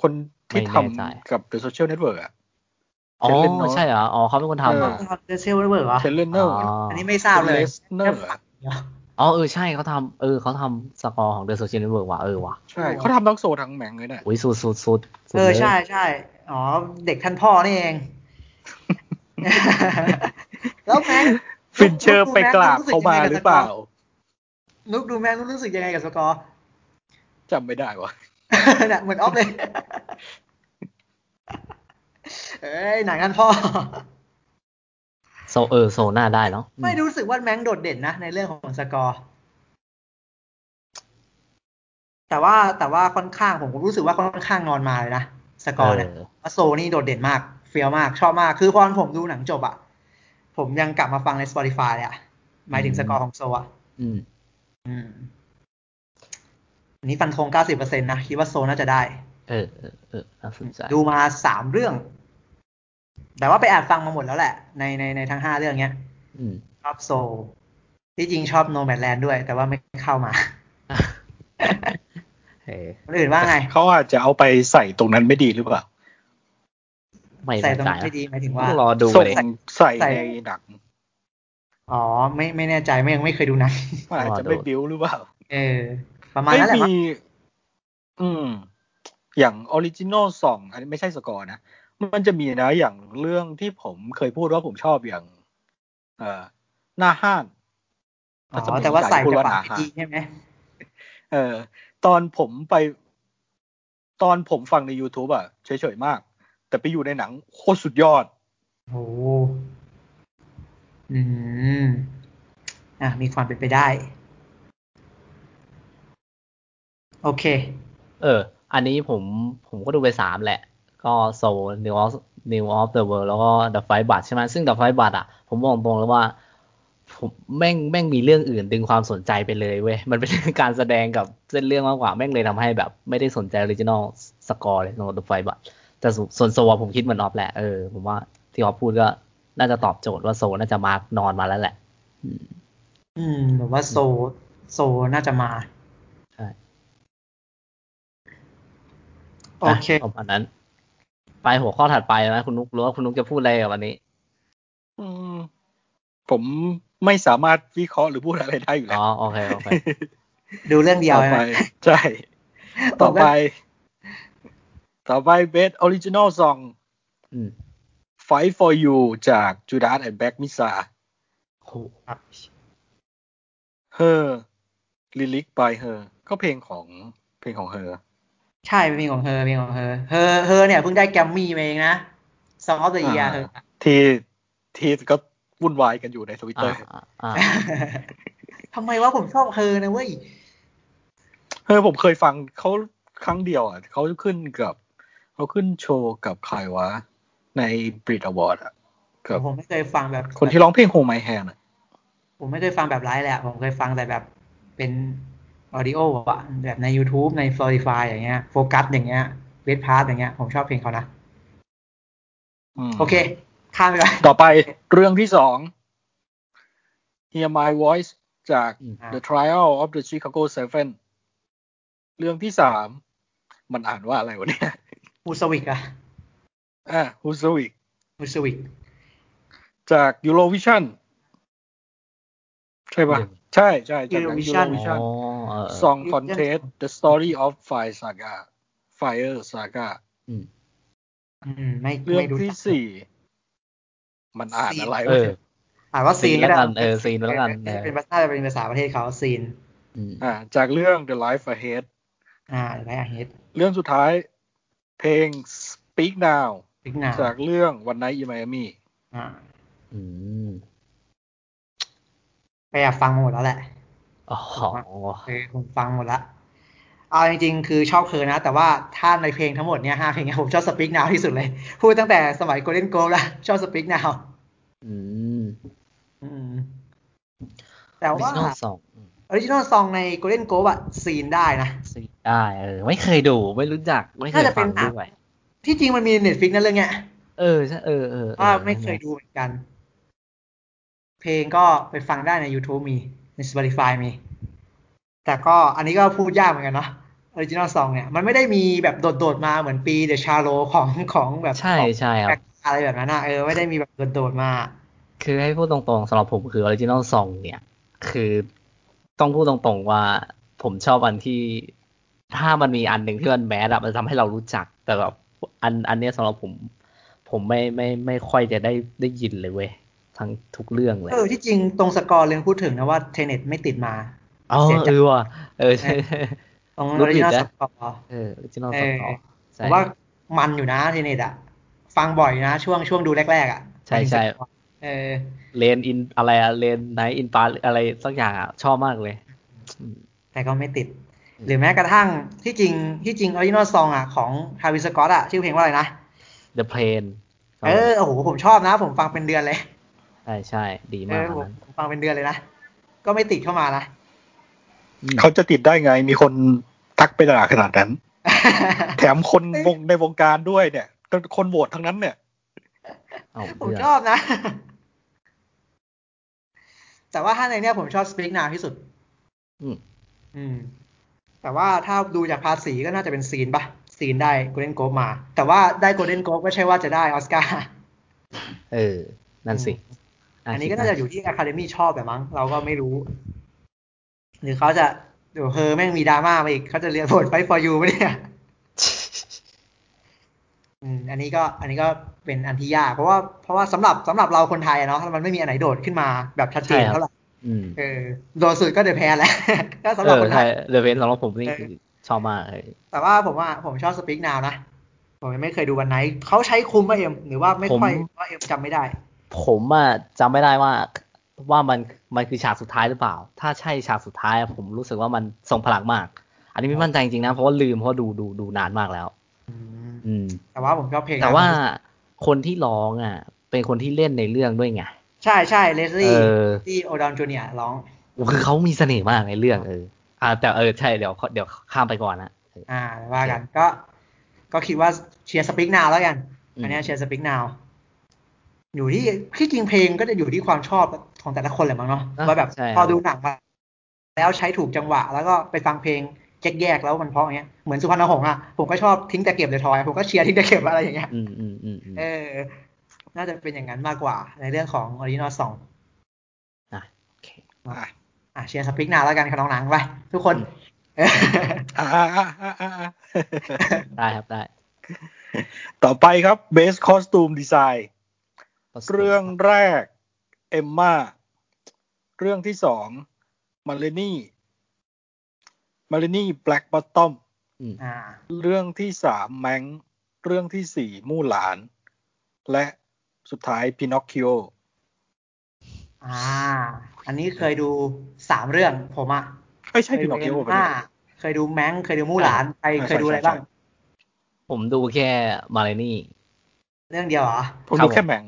[SPEAKER 3] คนที่ท
[SPEAKER 1] ไม่แน่ใจ
[SPEAKER 3] ำกับ The Social Network อะ
[SPEAKER 1] อ๋อ
[SPEAKER 3] เล่นเนอะ
[SPEAKER 1] ใช่เหรอ อ๋อเขาเป็นคนทำเหรอ
[SPEAKER 3] เอ
[SPEAKER 2] เดซเซลเวอร์เหรอ
[SPEAKER 3] เทนเลนเนอร์
[SPEAKER 2] อันนี้ไม่ทราบเลย
[SPEAKER 3] เลสเนอร์อะ
[SPEAKER 1] อ๋อ เออ ใช่เขาทำเออเขาทำสกอร์ของเดอะโซเชียลเน็ตเวิร์กว่ะ เออว่ะ
[SPEAKER 3] ใช่เขาทำทั้งโซทั้งแมงเลยนะ
[SPEAKER 1] อุ้ยสุดสุดสุดสุด
[SPEAKER 2] เออ
[SPEAKER 1] ลย
[SPEAKER 2] ใช่ใช่อ๋อเด็กท่านพ่อนี่เอง แล้วแม็ก
[SPEAKER 3] ฟินเชอร์ไปกราบเขามาหรือเปล่า
[SPEAKER 2] นุกดูแม็กนุกรู้สึกยังไงกับสกอร์
[SPEAKER 3] จำไม่ได้วะ
[SPEAKER 2] น่ะเหมือนออฟเลย เอ้ยหนังนั้นพ่อ
[SPEAKER 1] โซเออโซน่าได้เนาะ
[SPEAKER 2] ไม่รู้สึกว่าแมงโดดเด่นนะ ในเรื่องของสกอร์ แต่ว่าแต่ว่าค่อนข้างผมก็รู้สึกว่าค่อนข้างนอนมาเลยนะสกอร์เนี่ย
[SPEAKER 1] เออ
[SPEAKER 2] ว่าโซนี่โดดเด่นมากเฟี้ยวมาก ชอบมาก คือพอผมดูหนังจบอะผมยังกลับมาฟังใน Spotify เลยอะหมายถึงสกอร์ของโซอะ
[SPEAKER 1] อืม
[SPEAKER 2] อืมอันนี้ฟันธง90%นะคิดว่าโซน่าจะได้
[SPEAKER 1] เออเออเออน่าสนใจ
[SPEAKER 2] ดูมาสามเรื่อง แต่ว่าไปแอบฟังมาหมดแล้วแหละ ในในในทั้งห้าเรื่องเนี้ย
[SPEAKER 1] อืม
[SPEAKER 2] ชอบโซลที่จริงชอบโนแมดแลนด์ด้วย แต่ว่าไม่เข้ามา
[SPEAKER 1] เออ
[SPEAKER 2] คนอื่นว่าไง
[SPEAKER 3] เขาอาจจะเอาไปใส่ตรงนั้นไม่ดีหรือเปล่า
[SPEAKER 1] ไม่
[SPEAKER 2] ใส่
[SPEAKER 1] แน่
[SPEAKER 2] ตรง
[SPEAKER 1] ใจ
[SPEAKER 2] นั้นไม่ดีหมายถึงว่า
[SPEAKER 1] ต้องรอดู
[SPEAKER 3] ส่ง
[SPEAKER 1] เลย
[SPEAKER 3] ใส่
[SPEAKER 2] ใส่
[SPEAKER 3] ในหนัง
[SPEAKER 2] อ๋อ ไม่ไม่แน่ใจไม่ยังไม่เคยดูหนัง
[SPEAKER 3] มันอาจจะ
[SPEAKER 1] รอดู
[SPEAKER 3] ไม่บิ้วหรือเปล่า
[SPEAKER 2] เออ ประมาณนั้นแหละมั้ง
[SPEAKER 3] ไอืม อย่างออริจินอลสองอันนี้ไม่ใช่สกอร์นะ มันจะมีนะอย่างเรื่องที่ผมเคยพูดว่าผมชอบอย่าง เอ่อหน้าห้าน
[SPEAKER 2] อ๋อแต่ว่าใส่กระเป๋า
[SPEAKER 3] พูดว่าหนา
[SPEAKER 2] ดีใช่ไหม
[SPEAKER 3] เออ ตอนผมไป ตอนผมฟังใน YouTube อ่ะเฉยๆมาก แต่ไปอยู่ในหนังโคตรสุดยอด
[SPEAKER 2] โอ้โหอืมอ่ะมีความเป็นไปได้ โอเค
[SPEAKER 1] เออ อันนี้ผมผมก็ดูไปสามแหละ ก็โซ New of New of the World แล้วก็ The Fight b u t ใช่ไหมซึ่ง The Fight b u t อ่ะ ผมบอกตรงเลยว่า ผมแม่งแม่งมีเรื่องอื่นดึงความสนใจไปเลยเว้ย มันเป็น การแสดงกับเส้นเรื่องมากกว่า แม่งเลยทำให้แบบไม่ได้สนใจ original score เลยของ The Fight b u t แต่ส่วนส่วนโซอะผมคิดเหมือนออฟแหละ เออ ผมว่าที่ออฟพูดก็น่าจะตอบโจทย์ว่าโซน่าจะมาร์กนอนมาแล้วแหละ
[SPEAKER 2] อืมผมว่าโซโซน่าจะมา
[SPEAKER 1] ใช่
[SPEAKER 2] โอเค
[SPEAKER 1] ะประมาณนั้น ไปหัวข้อถัดไปนะคุณนุกรู้ว่าคุณนุกจะพูดอะไรกับวันนี้
[SPEAKER 3] อืม ผมไม่สามารถวิเคราะห์หรือพูดอะไรได้อยู่
[SPEAKER 1] อ๋
[SPEAKER 3] แล้
[SPEAKER 1] อ
[SPEAKER 3] ว
[SPEAKER 1] โอเคโอเค
[SPEAKER 2] ดูเรื่องเดียว
[SPEAKER 3] ต่อ
[SPEAKER 2] ใช่ไห
[SPEAKER 3] ไป
[SPEAKER 2] ม
[SPEAKER 3] ใช่ ต่อ
[SPEAKER 2] ผม
[SPEAKER 3] ไป
[SPEAKER 2] ก็
[SPEAKER 3] ต่อไปเบสออริจินอลซอง
[SPEAKER 1] อืม
[SPEAKER 3] Fight for You จาก Judas and Black Mesa
[SPEAKER 1] โห
[SPEAKER 3] เฮอร์ลิลิก by เฮอร์ก็เพลงของเพลงของเฮอร์
[SPEAKER 2] ใช่เป็นเพลงของเธอเพลงของเธอเธอเธอเนี่ยเพิ่งได้แกรมมี่มาเองนะ Song of the Year เธอ
[SPEAKER 3] ที่ที่ก็วุ่นวายกันอยู่ในทวิตเตอ
[SPEAKER 1] อ่า
[SPEAKER 3] ร์
[SPEAKER 1] อ่าอ่า
[SPEAKER 2] ทำไมวะผมชอบเธอนะเว้ย
[SPEAKER 3] เฮอร์ผมเคยฟังเขาครั้งเดียวอ่ะเขาขึ้นกับเขาขึ้นโชว์กับใครวะ ในบริตอวอร์ดอ่ะกับ
[SPEAKER 2] ผมไม่เคยฟังแบบ
[SPEAKER 3] คนที่ร้องเพลงโฮมไมแฮนอ่ะ
[SPEAKER 2] ผมไม่เคยฟังแบบไลฟ์แหลยอะผมเคยฟังแต่แบบเป็นออดิโออะแบบใน YouTube ใน Spotify อย่างเงี้ยโฟกัสอย่างเงี้ยเวทพาร์ทอย่างเงี้ยผมชอบเพลงเขานะ
[SPEAKER 3] ม
[SPEAKER 2] โอเค ข้ามไปก่อน
[SPEAKER 3] ต่อไปเรื่องที่สอง Hear My Voice จาก
[SPEAKER 1] อืม
[SPEAKER 3] The Trial of the Chicago Seven เรื่องที่สามมันอ่านว่าอะไรวะเนี่ย
[SPEAKER 2] มูสวิกอะ
[SPEAKER 3] อ่ะฮูซวิก
[SPEAKER 2] มูสวิก
[SPEAKER 3] จาก Eurovision ใช่ปะใช่ใช่จากหนัง Eurovision
[SPEAKER 1] อ๋อเออเออ
[SPEAKER 3] Song Contest The Story of Fire Saga Fire Saga
[SPEAKER 2] อืมไม่
[SPEAKER 3] เรื่อง
[SPEAKER 2] ไม่รู้
[SPEAKER 3] ที่
[SPEAKER 2] จัก
[SPEAKER 3] สี่มันอ่านอะไร
[SPEAKER 1] เอ
[SPEAKER 3] วะ
[SPEAKER 1] อ
[SPEAKER 3] เนี่ย
[SPEAKER 2] อ่านว่าซีนก็ได้
[SPEAKER 1] ซีนละกันเออซีนละกันเออ
[SPEAKER 2] เป็นภาษาเป็นภาษาประเทศเขาซีน
[SPEAKER 1] อืม
[SPEAKER 3] อ่ะจากเรื่อง The Life Ahead
[SPEAKER 2] อ่าไรอะเฮด
[SPEAKER 3] เรื่องสุดท้ายเพลง Speak Now
[SPEAKER 2] พิกนา
[SPEAKER 3] จากเรื่อง One Night in Miami
[SPEAKER 2] อ่า
[SPEAKER 1] อืม
[SPEAKER 2] ไปอยากฟังมาหมดแล้วแหละ
[SPEAKER 1] อ๋อ
[SPEAKER 2] เออผมฟังหมดละเอาจริงๆ คือชอบเคิร์นนะ แต่ว่าถ้าในเพลงทั้งหมดเนี่ยห้าเพลงเนี่ยผมชอบสปิกนาวที่สุดเลย พูดตั้งแต่สมัยโกลเด้นโกลแล้ว ชอบสปิกนาว
[SPEAKER 1] อืม
[SPEAKER 2] แต่ว่า
[SPEAKER 1] ดิจิทัลสองอืม
[SPEAKER 2] ออริจินอลซองในโกลเด้นโกลอะซีนได้นะ
[SPEAKER 1] ซีนได้เออ ไม่เคยดู ไม่รู้จัก ไม่เคย
[SPEAKER 2] น่าจะเป็
[SPEAKER 1] ฟั
[SPEAKER 2] น
[SPEAKER 1] ง
[SPEAKER 2] หนัง
[SPEAKER 1] ด้วย
[SPEAKER 2] ที่จริงมันมีเน็ตฟิกนั่นเรื่องเนี้ย
[SPEAKER 1] เออใช่เออเออออ
[SPEAKER 2] ก็ไม่เคยดูเหมือนกัน เพลงก็ไปฟังได้ใน YouTube มี ใน Spotify มี แต่ก็อันนี้ก็พูดยากเหมือนกันเนาะออริจินอลซองเนี่ย มันไม่ได้มีแบบโดดๆมาเหมือนปีเด e s ชาโลของของแบบ
[SPEAKER 1] ใช่
[SPEAKER 2] ของ
[SPEAKER 1] ใช่ครับ
[SPEAKER 2] อะไรแบบนั้นนะเออไม่ได้มีแบบโดดๆมา
[SPEAKER 1] คือให้พูดตรงๆสำหรับผมคือออริจินอลซองเนี่ย คือต้องพูดตรงๆว่าผมชอบอันที่ ถ้ามันมีอันหนึ่งที่มันแมสอะมันทำให้เรารู้จัก แต่แบบอันอันเนี้ยสำหรับผม ผมไม่ไม่ไม่ค่อยจะได้ได้ยินเลยเว้ยทั้งทุกเรื่องเลย
[SPEAKER 2] เออที่จริงตรงสกอร์เรื่องพูดถึงนะว่าเทเน็ตไม่ติดมา
[SPEAKER 1] อ๋อ
[SPEAKER 2] เสียใจ
[SPEAKER 1] เออว่ะเออใช่
[SPEAKER 2] ตรงอ
[SPEAKER 1] รู้
[SPEAKER 2] อริ
[SPEAKER 1] ผิด
[SPEAKER 2] จินอล
[SPEAKER 1] นะ
[SPEAKER 2] สกอร์
[SPEAKER 1] เออออริจินอล
[SPEAKER 2] เอ
[SPEAKER 1] ซอง
[SPEAKER 2] อ ผ
[SPEAKER 1] ใช่
[SPEAKER 2] มว่ามันอยู่นะเทเน็ตอะฟังบ่อยนะ ช่วงช่วงดูแรกๆอะ
[SPEAKER 1] ใช่ใช่
[SPEAKER 2] เออ
[SPEAKER 1] เลนอินอะไรอะเลนไนอินปาอะไรสักอย่างอะชอบมากเลย
[SPEAKER 2] แต่ก็ไม่ติด
[SPEAKER 1] อืม
[SPEAKER 2] หรือแม้กระทั่งที่จริงที่จริงออริจินอลซองอ่ะของฮาวิสกอตอ่ะ ชื่อเพลงว่าอะไรนะ
[SPEAKER 1] The Plane
[SPEAKER 2] เออโอ้โหผมชอบนะ ผมฟังเป็นเดือนเลย
[SPEAKER 1] ใช่ใช่ดี
[SPEAKER 2] เอ
[SPEAKER 1] มาก
[SPEAKER 2] อ
[SPEAKER 1] อัน
[SPEAKER 2] ผม
[SPEAKER 1] นั้น
[SPEAKER 2] ผมฟังเป็นเดือนเลยนะ ก็ไม่ติดเข้ามานะ
[SPEAKER 1] อืม
[SPEAKER 3] เขาจะติดได้ไงมีคนทักไปด่าขนาดนั้น แถมคนวงในวงการด้วยเนี่ยคนโหวตทั้งนั้นเนี่ย
[SPEAKER 1] เอา
[SPEAKER 2] ผม
[SPEAKER 1] เพื่อ
[SPEAKER 2] ชอบนะ แต่ว่าถ้าในเนี้ยผมชอบ Speak Now ที่สุด
[SPEAKER 1] อืม
[SPEAKER 2] อืม แต่ว่าถ้าดูจากภาษีก็น่าจะเป็นซีนปะซีนได้ Golden Globe มา แต่ว่าได้ Golden Globe ไม่ใช่ว่าจะได้ออสการ์
[SPEAKER 1] เออ นั่นสิ
[SPEAKER 2] อันนี้
[SPEAKER 1] คิ
[SPEAKER 2] ก็
[SPEAKER 1] ด
[SPEAKER 2] น่าจะอยู่ที่ Academy ชอบแต่มั้ง เราก็ไม่รู้ หรือเขาจะเดี๋ยวเฮอแม่งมีดราม่ามาอีก เขาจะเรียนบทไฟ for you ไหมเนี่ย อืมอันนี้ก็ อันนี้ก็เป็นอันที่ยาก เพราะว่าเพราะว่าสำหรับสำหรับเราคนไทยอะเนาะมันไม่มีอันไหนโดดขึ้นมาแบบชัดเจนเท่าไหร่
[SPEAKER 1] อืม
[SPEAKER 2] เออโดดสุดก็เดอะแพ นแหล้ว ก็สำห
[SPEAKER 1] เอ
[SPEAKER 2] รับ
[SPEAKER 1] อ
[SPEAKER 2] คนไท
[SPEAKER 1] ใช่
[SPEAKER 2] ย
[SPEAKER 1] เดอะเวนสำหรับผมนี่
[SPEAKER 2] เออ
[SPEAKER 1] คือชอบมากเลย
[SPEAKER 2] แต่ว่าผมว่าผมชอบสปีกนาวนะ ผมยังไม่เคยดูวันไหน เขาใช้คุมป่ะเอ็มหรือว่าไม่ค่อยว่าเอ็มจำไม่ได้
[SPEAKER 1] ผมอะจำไม่ได้ว่าว่ามันมันคือฉากสุดท้ายหรือเปล่า ถ้าใช่ฉากสุดท้ายอะผมรู้สึกว่ามันทรงพลังมาก อันนี้ไม่มั่นใจจริงๆนะ เพราะว่าลืมเพราะดูดูดูนานมากแล้ว
[SPEAKER 2] อืม
[SPEAKER 1] อืม
[SPEAKER 2] แต่ว่าผมชอบเพลงนะ
[SPEAKER 1] แต่ว่าคนที่ร้องอ่ะ เป็นคนที่เล่นในเรื่องด้วยไง
[SPEAKER 2] ใช่ใช่เลส
[SPEAKER 1] เอ
[SPEAKER 2] ลี่
[SPEAKER 1] อ
[SPEAKER 2] ที่โอดอนจูเนียร้อง
[SPEAKER 1] คือเขามีเสน่ห์มากในเรื่องเออ อ่า แต่เออใช่เดี๋ยวเดี๋ยวข้ามไปก่อนนะ
[SPEAKER 2] อ่าว่ากันก็ก็คิดว่าเชียร์สปิกนาวแล้วกัน
[SPEAKER 1] อืม
[SPEAKER 2] อันเนี้ยเชียร์สปิกนาวอยู่ที่ที่จริงเพลงก็จะอยู่ที่ความชอบของแต่ละคนแหละมั้งเนาะ
[SPEAKER 1] อ่ะ
[SPEAKER 2] ว่าแบบ
[SPEAKER 1] ใช่
[SPEAKER 2] พอดูหนังมาแล้วใช้ถูกจังหวะ แล้วก็ไปฟังเพลงแยกๆแล้วมันเพราะอย่างเงี้ยเหมือนสุพรรณหงษ์อ่ะผมก็ชอบทิ้งแต่เก็บเลยทอยผมก็เชียร์ทิ้งแต่เก็บอะไรอย่างเงี้ย
[SPEAKER 1] อืมอืมอืมอืม
[SPEAKER 2] เออ น่าจะเป็นอย่างนั้นมากกว่า ในเรื่องของออริจินอลสอง
[SPEAKER 1] อ่ะโอเค
[SPEAKER 2] อ่ะเชียร์สปิกนาวแล้วกันค่ะน้องหนังไปทุกคน
[SPEAKER 3] อ่าอ่าอ่าอ่าอ่า
[SPEAKER 1] ได้ครับได้
[SPEAKER 3] ต่อไปครับ Best Costume Design เรื่องแรกเอมมาเรื่องที่สองมาเลนี่มาเลนี่แบล็กบอตตอม
[SPEAKER 2] อ่า
[SPEAKER 3] เรื่องที่สามแมงเรื่องที่สี่มู่หลาน และสุดท้ายพินอคคิโอ
[SPEAKER 2] อ่า อันนี้เคยดูสามเรื่องผมอะ
[SPEAKER 3] ไม่ใช่
[SPEAKER 2] เค
[SPEAKER 3] พิ
[SPEAKER 2] ย
[SPEAKER 3] น
[SPEAKER 2] ดู
[SPEAKER 3] อคคิโอปะ
[SPEAKER 2] เอ็ม
[SPEAKER 3] เนี่ย
[SPEAKER 2] ม่าเคยดูแมงค์เคยดูมู่หลานใคร
[SPEAKER 3] ใช่
[SPEAKER 2] เคยดูอะไร
[SPEAKER 3] ใช่ใช่
[SPEAKER 2] บ้าง
[SPEAKER 1] ผมดูแค่มาเลนี่
[SPEAKER 2] เรื่องเดียวเหรอ
[SPEAKER 3] ผม
[SPEAKER 1] ครั
[SPEAKER 3] ดู
[SPEAKER 1] บ
[SPEAKER 3] แค่แมง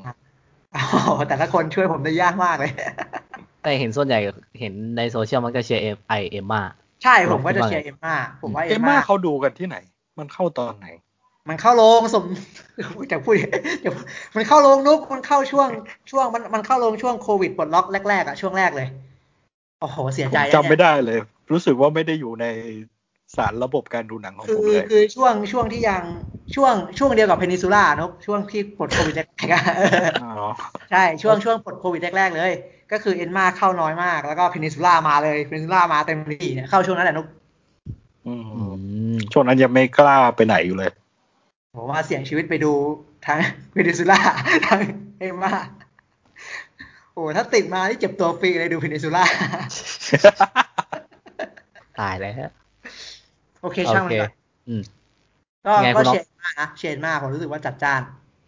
[SPEAKER 2] โอ้โหแต่ละคนช่วยผมได้ยากมากเลย
[SPEAKER 1] แต่เห็นส่วนใหญ่เห็นในโซเชียลมันก็เชียร์เอฟไอเอ็มมา
[SPEAKER 2] ใช่ผมก็จะเชียร์เอ็มม่าผมว่า
[SPEAKER 3] เอ
[SPEAKER 2] เอ็
[SPEAKER 3] ม
[SPEAKER 2] ม
[SPEAKER 3] มา
[SPEAKER 2] ม่า
[SPEAKER 3] เขาดูกันที่ไหน มันเข้าตอนไหน
[SPEAKER 2] มันเข้าโรงสม จะพูด จะพูดมันเข้าโรงนุกมันเข้าช่วงช่วงมันมันเข้าโรงช่วงโควิดปลดล็อกแรกๆอะช่วงแรกเลยโอ้โหเสีย
[SPEAKER 3] ผม
[SPEAKER 2] ใจ
[SPEAKER 3] จำไม่
[SPEAKER 2] นะ
[SPEAKER 3] ได้เลย รู้สึกว่าไม่ได้อยู่ในสารระบบการดูหนังของ
[SPEAKER 2] เนี่ยคื
[SPEAKER 3] ผม
[SPEAKER 2] อ
[SPEAKER 3] เลย
[SPEAKER 2] คือช่วงช่วงที่ยังช่วงช่วงเดียวกับเพนิซูล่านกช่วงที่ปลดโควิดแรกๆอะ
[SPEAKER 3] อ๋อ
[SPEAKER 2] ใช่ช่วงช่วงปลดโควิดแรกๆเลย ก็คือเอ็นมาเข้าน้อยมาก แล้วก็เพนินซูล่ามาเลยเพนินซูล่ามาเต็มที่เนี่ยเข้าช่วงนั้นแหละนุก
[SPEAKER 3] อืม
[SPEAKER 1] อืม
[SPEAKER 3] ช่วงนั้นยังไม่กล้าไปไหนอยู่เลย
[SPEAKER 2] ผมว่าเสี่ยงชีวิตไปดูทั้ง เพนินซูล่าทั้งเอ็นมาโอ้ถ้าติดมานี่เจ็บตัวฟรีเลยดูเพนินซูล่า
[SPEAKER 1] ตายแล้ว
[SPEAKER 2] โอเค
[SPEAKER 1] โอ
[SPEAKER 2] ช่างมัน
[SPEAKER 1] เค
[SPEAKER 2] ก่อน
[SPEAKER 1] อืม
[SPEAKER 2] ก็
[SPEAKER 1] ไงคุ
[SPEAKER 2] ก็
[SPEAKER 1] ณน็อต
[SPEAKER 2] เชนมากนะเชนมากผมรู้สึกว่าจัดจ้าน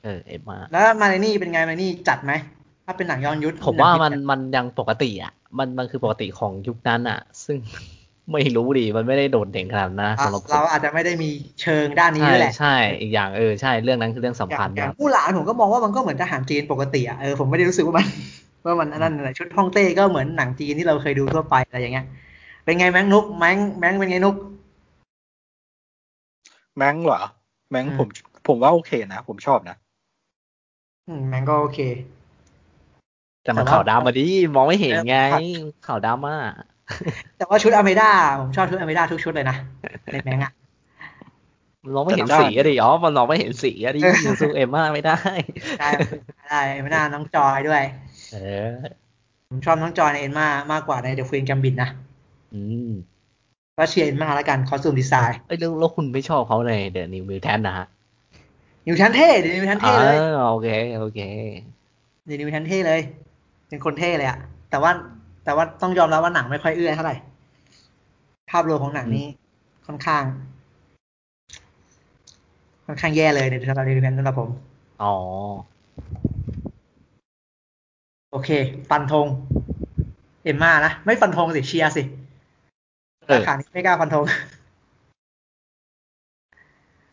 [SPEAKER 1] เออเอ็มมา
[SPEAKER 2] แล้วมาเลนี่เป็นไงมาเลนี่จัดไหมถ้าเป็นหนังย้อนยุทธ
[SPEAKER 1] ผมว่ามัน
[SPEAKER 2] หง
[SPEAKER 1] มันยังปกติอ่ะ มันมันคือปกติของยุคนั้นอ่ะ ซึ่ง ไม่รู้ดิมันไม่ได้โดดเด่นขนาดนั้นนะ
[SPEAKER 2] อ่ะ
[SPEAKER 1] สำหรับผม
[SPEAKER 2] เราอาจจะไม่ได้มีเชิงด้านนี้
[SPEAKER 1] ใช่
[SPEAKER 2] ด้วยแหละ
[SPEAKER 1] ใช่อีกอย่างเออใช่เรื่องนั้นคือเรื่องสำ
[SPEAKER 2] อย่า
[SPEAKER 1] คัญ
[SPEAKER 2] งอย่าง
[SPEAKER 1] นะ
[SPEAKER 2] ผู้หลานผมก็มองว่ามันก็เหมือนทหารจีนปกติอ่ะเออผมไม่ได้รู้สึกว่ามัน ว่ามันอันนั่นอะไรชุดฮ่องเต้ก็เหมือนหนังจีนที่เราเคยดูทั่วไปอะไรอย่างเงี้ยเป็นไงแมงนุกแมงแมงเป็นไงนุก
[SPEAKER 3] แมงเหรอ แมง
[SPEAKER 2] อืม
[SPEAKER 3] ผม ผมว่าโอเคนะ ผมชอบนะ
[SPEAKER 2] อืมแมงก็โอเค
[SPEAKER 1] แต่มัน
[SPEAKER 2] แต่ว่า
[SPEAKER 1] ขาวดำมาดิมองไม่เห็นไง
[SPEAKER 2] เออครับ
[SPEAKER 1] ขาวดำมาก
[SPEAKER 2] แต่ว่าชุดอเมด้าผมชอบชุดอเมด้าทุกชุดเลยนะในแมงอ่ะ
[SPEAKER 1] มันมองไม่เห็น
[SPEAKER 3] แต่ด้าน
[SPEAKER 1] สีอะดิอ๋อมันมองไม่เห็นสีอะดิ
[SPEAKER 2] เออ
[SPEAKER 1] ซูเอ็มมากไม่ได้
[SPEAKER 2] ได้ได้อเมด้าน้องจอยด้วย
[SPEAKER 1] เออ
[SPEAKER 2] ผมชอบน้องจอยในเอ็นมามากกว่าในเดอะควีนแกมบิดนะ
[SPEAKER 1] อืม
[SPEAKER 2] ก็เชียร์เอ็นมาแล้วกันคอสตูมดีไซน์
[SPEAKER 1] เอ้ยแล้วแล้วคุณไม่ชอบเขาเลยเด e n นิวมิวแทนนะฮะ
[SPEAKER 2] นิวทันเท่เดี๋ยวนิวทัน
[SPEAKER 1] อ๋
[SPEAKER 2] เท่เลย
[SPEAKER 1] อโอเคโอเค
[SPEAKER 2] เดี๋ยวนี้มีทันเท่เลย เป็นคนเท่เลยอะ แต่ว่าแต่ว่าต้องยอมรับว่าหนังไม่ค่อยเอื้อเท่าไหร่ ภาพรวมของหนังนี้ค่อนข้าง ค่อนข้างแย่เลยในสำหรับเรื่องนี้สำหรับผม
[SPEAKER 1] อ๋อ
[SPEAKER 2] โอเค ฟันธง เอ็มมานะ ไม่ฟันธงสิ เชียร์สิ
[SPEAKER 1] เออ
[SPEAKER 2] ขานี้ไม่กล้าฟันธง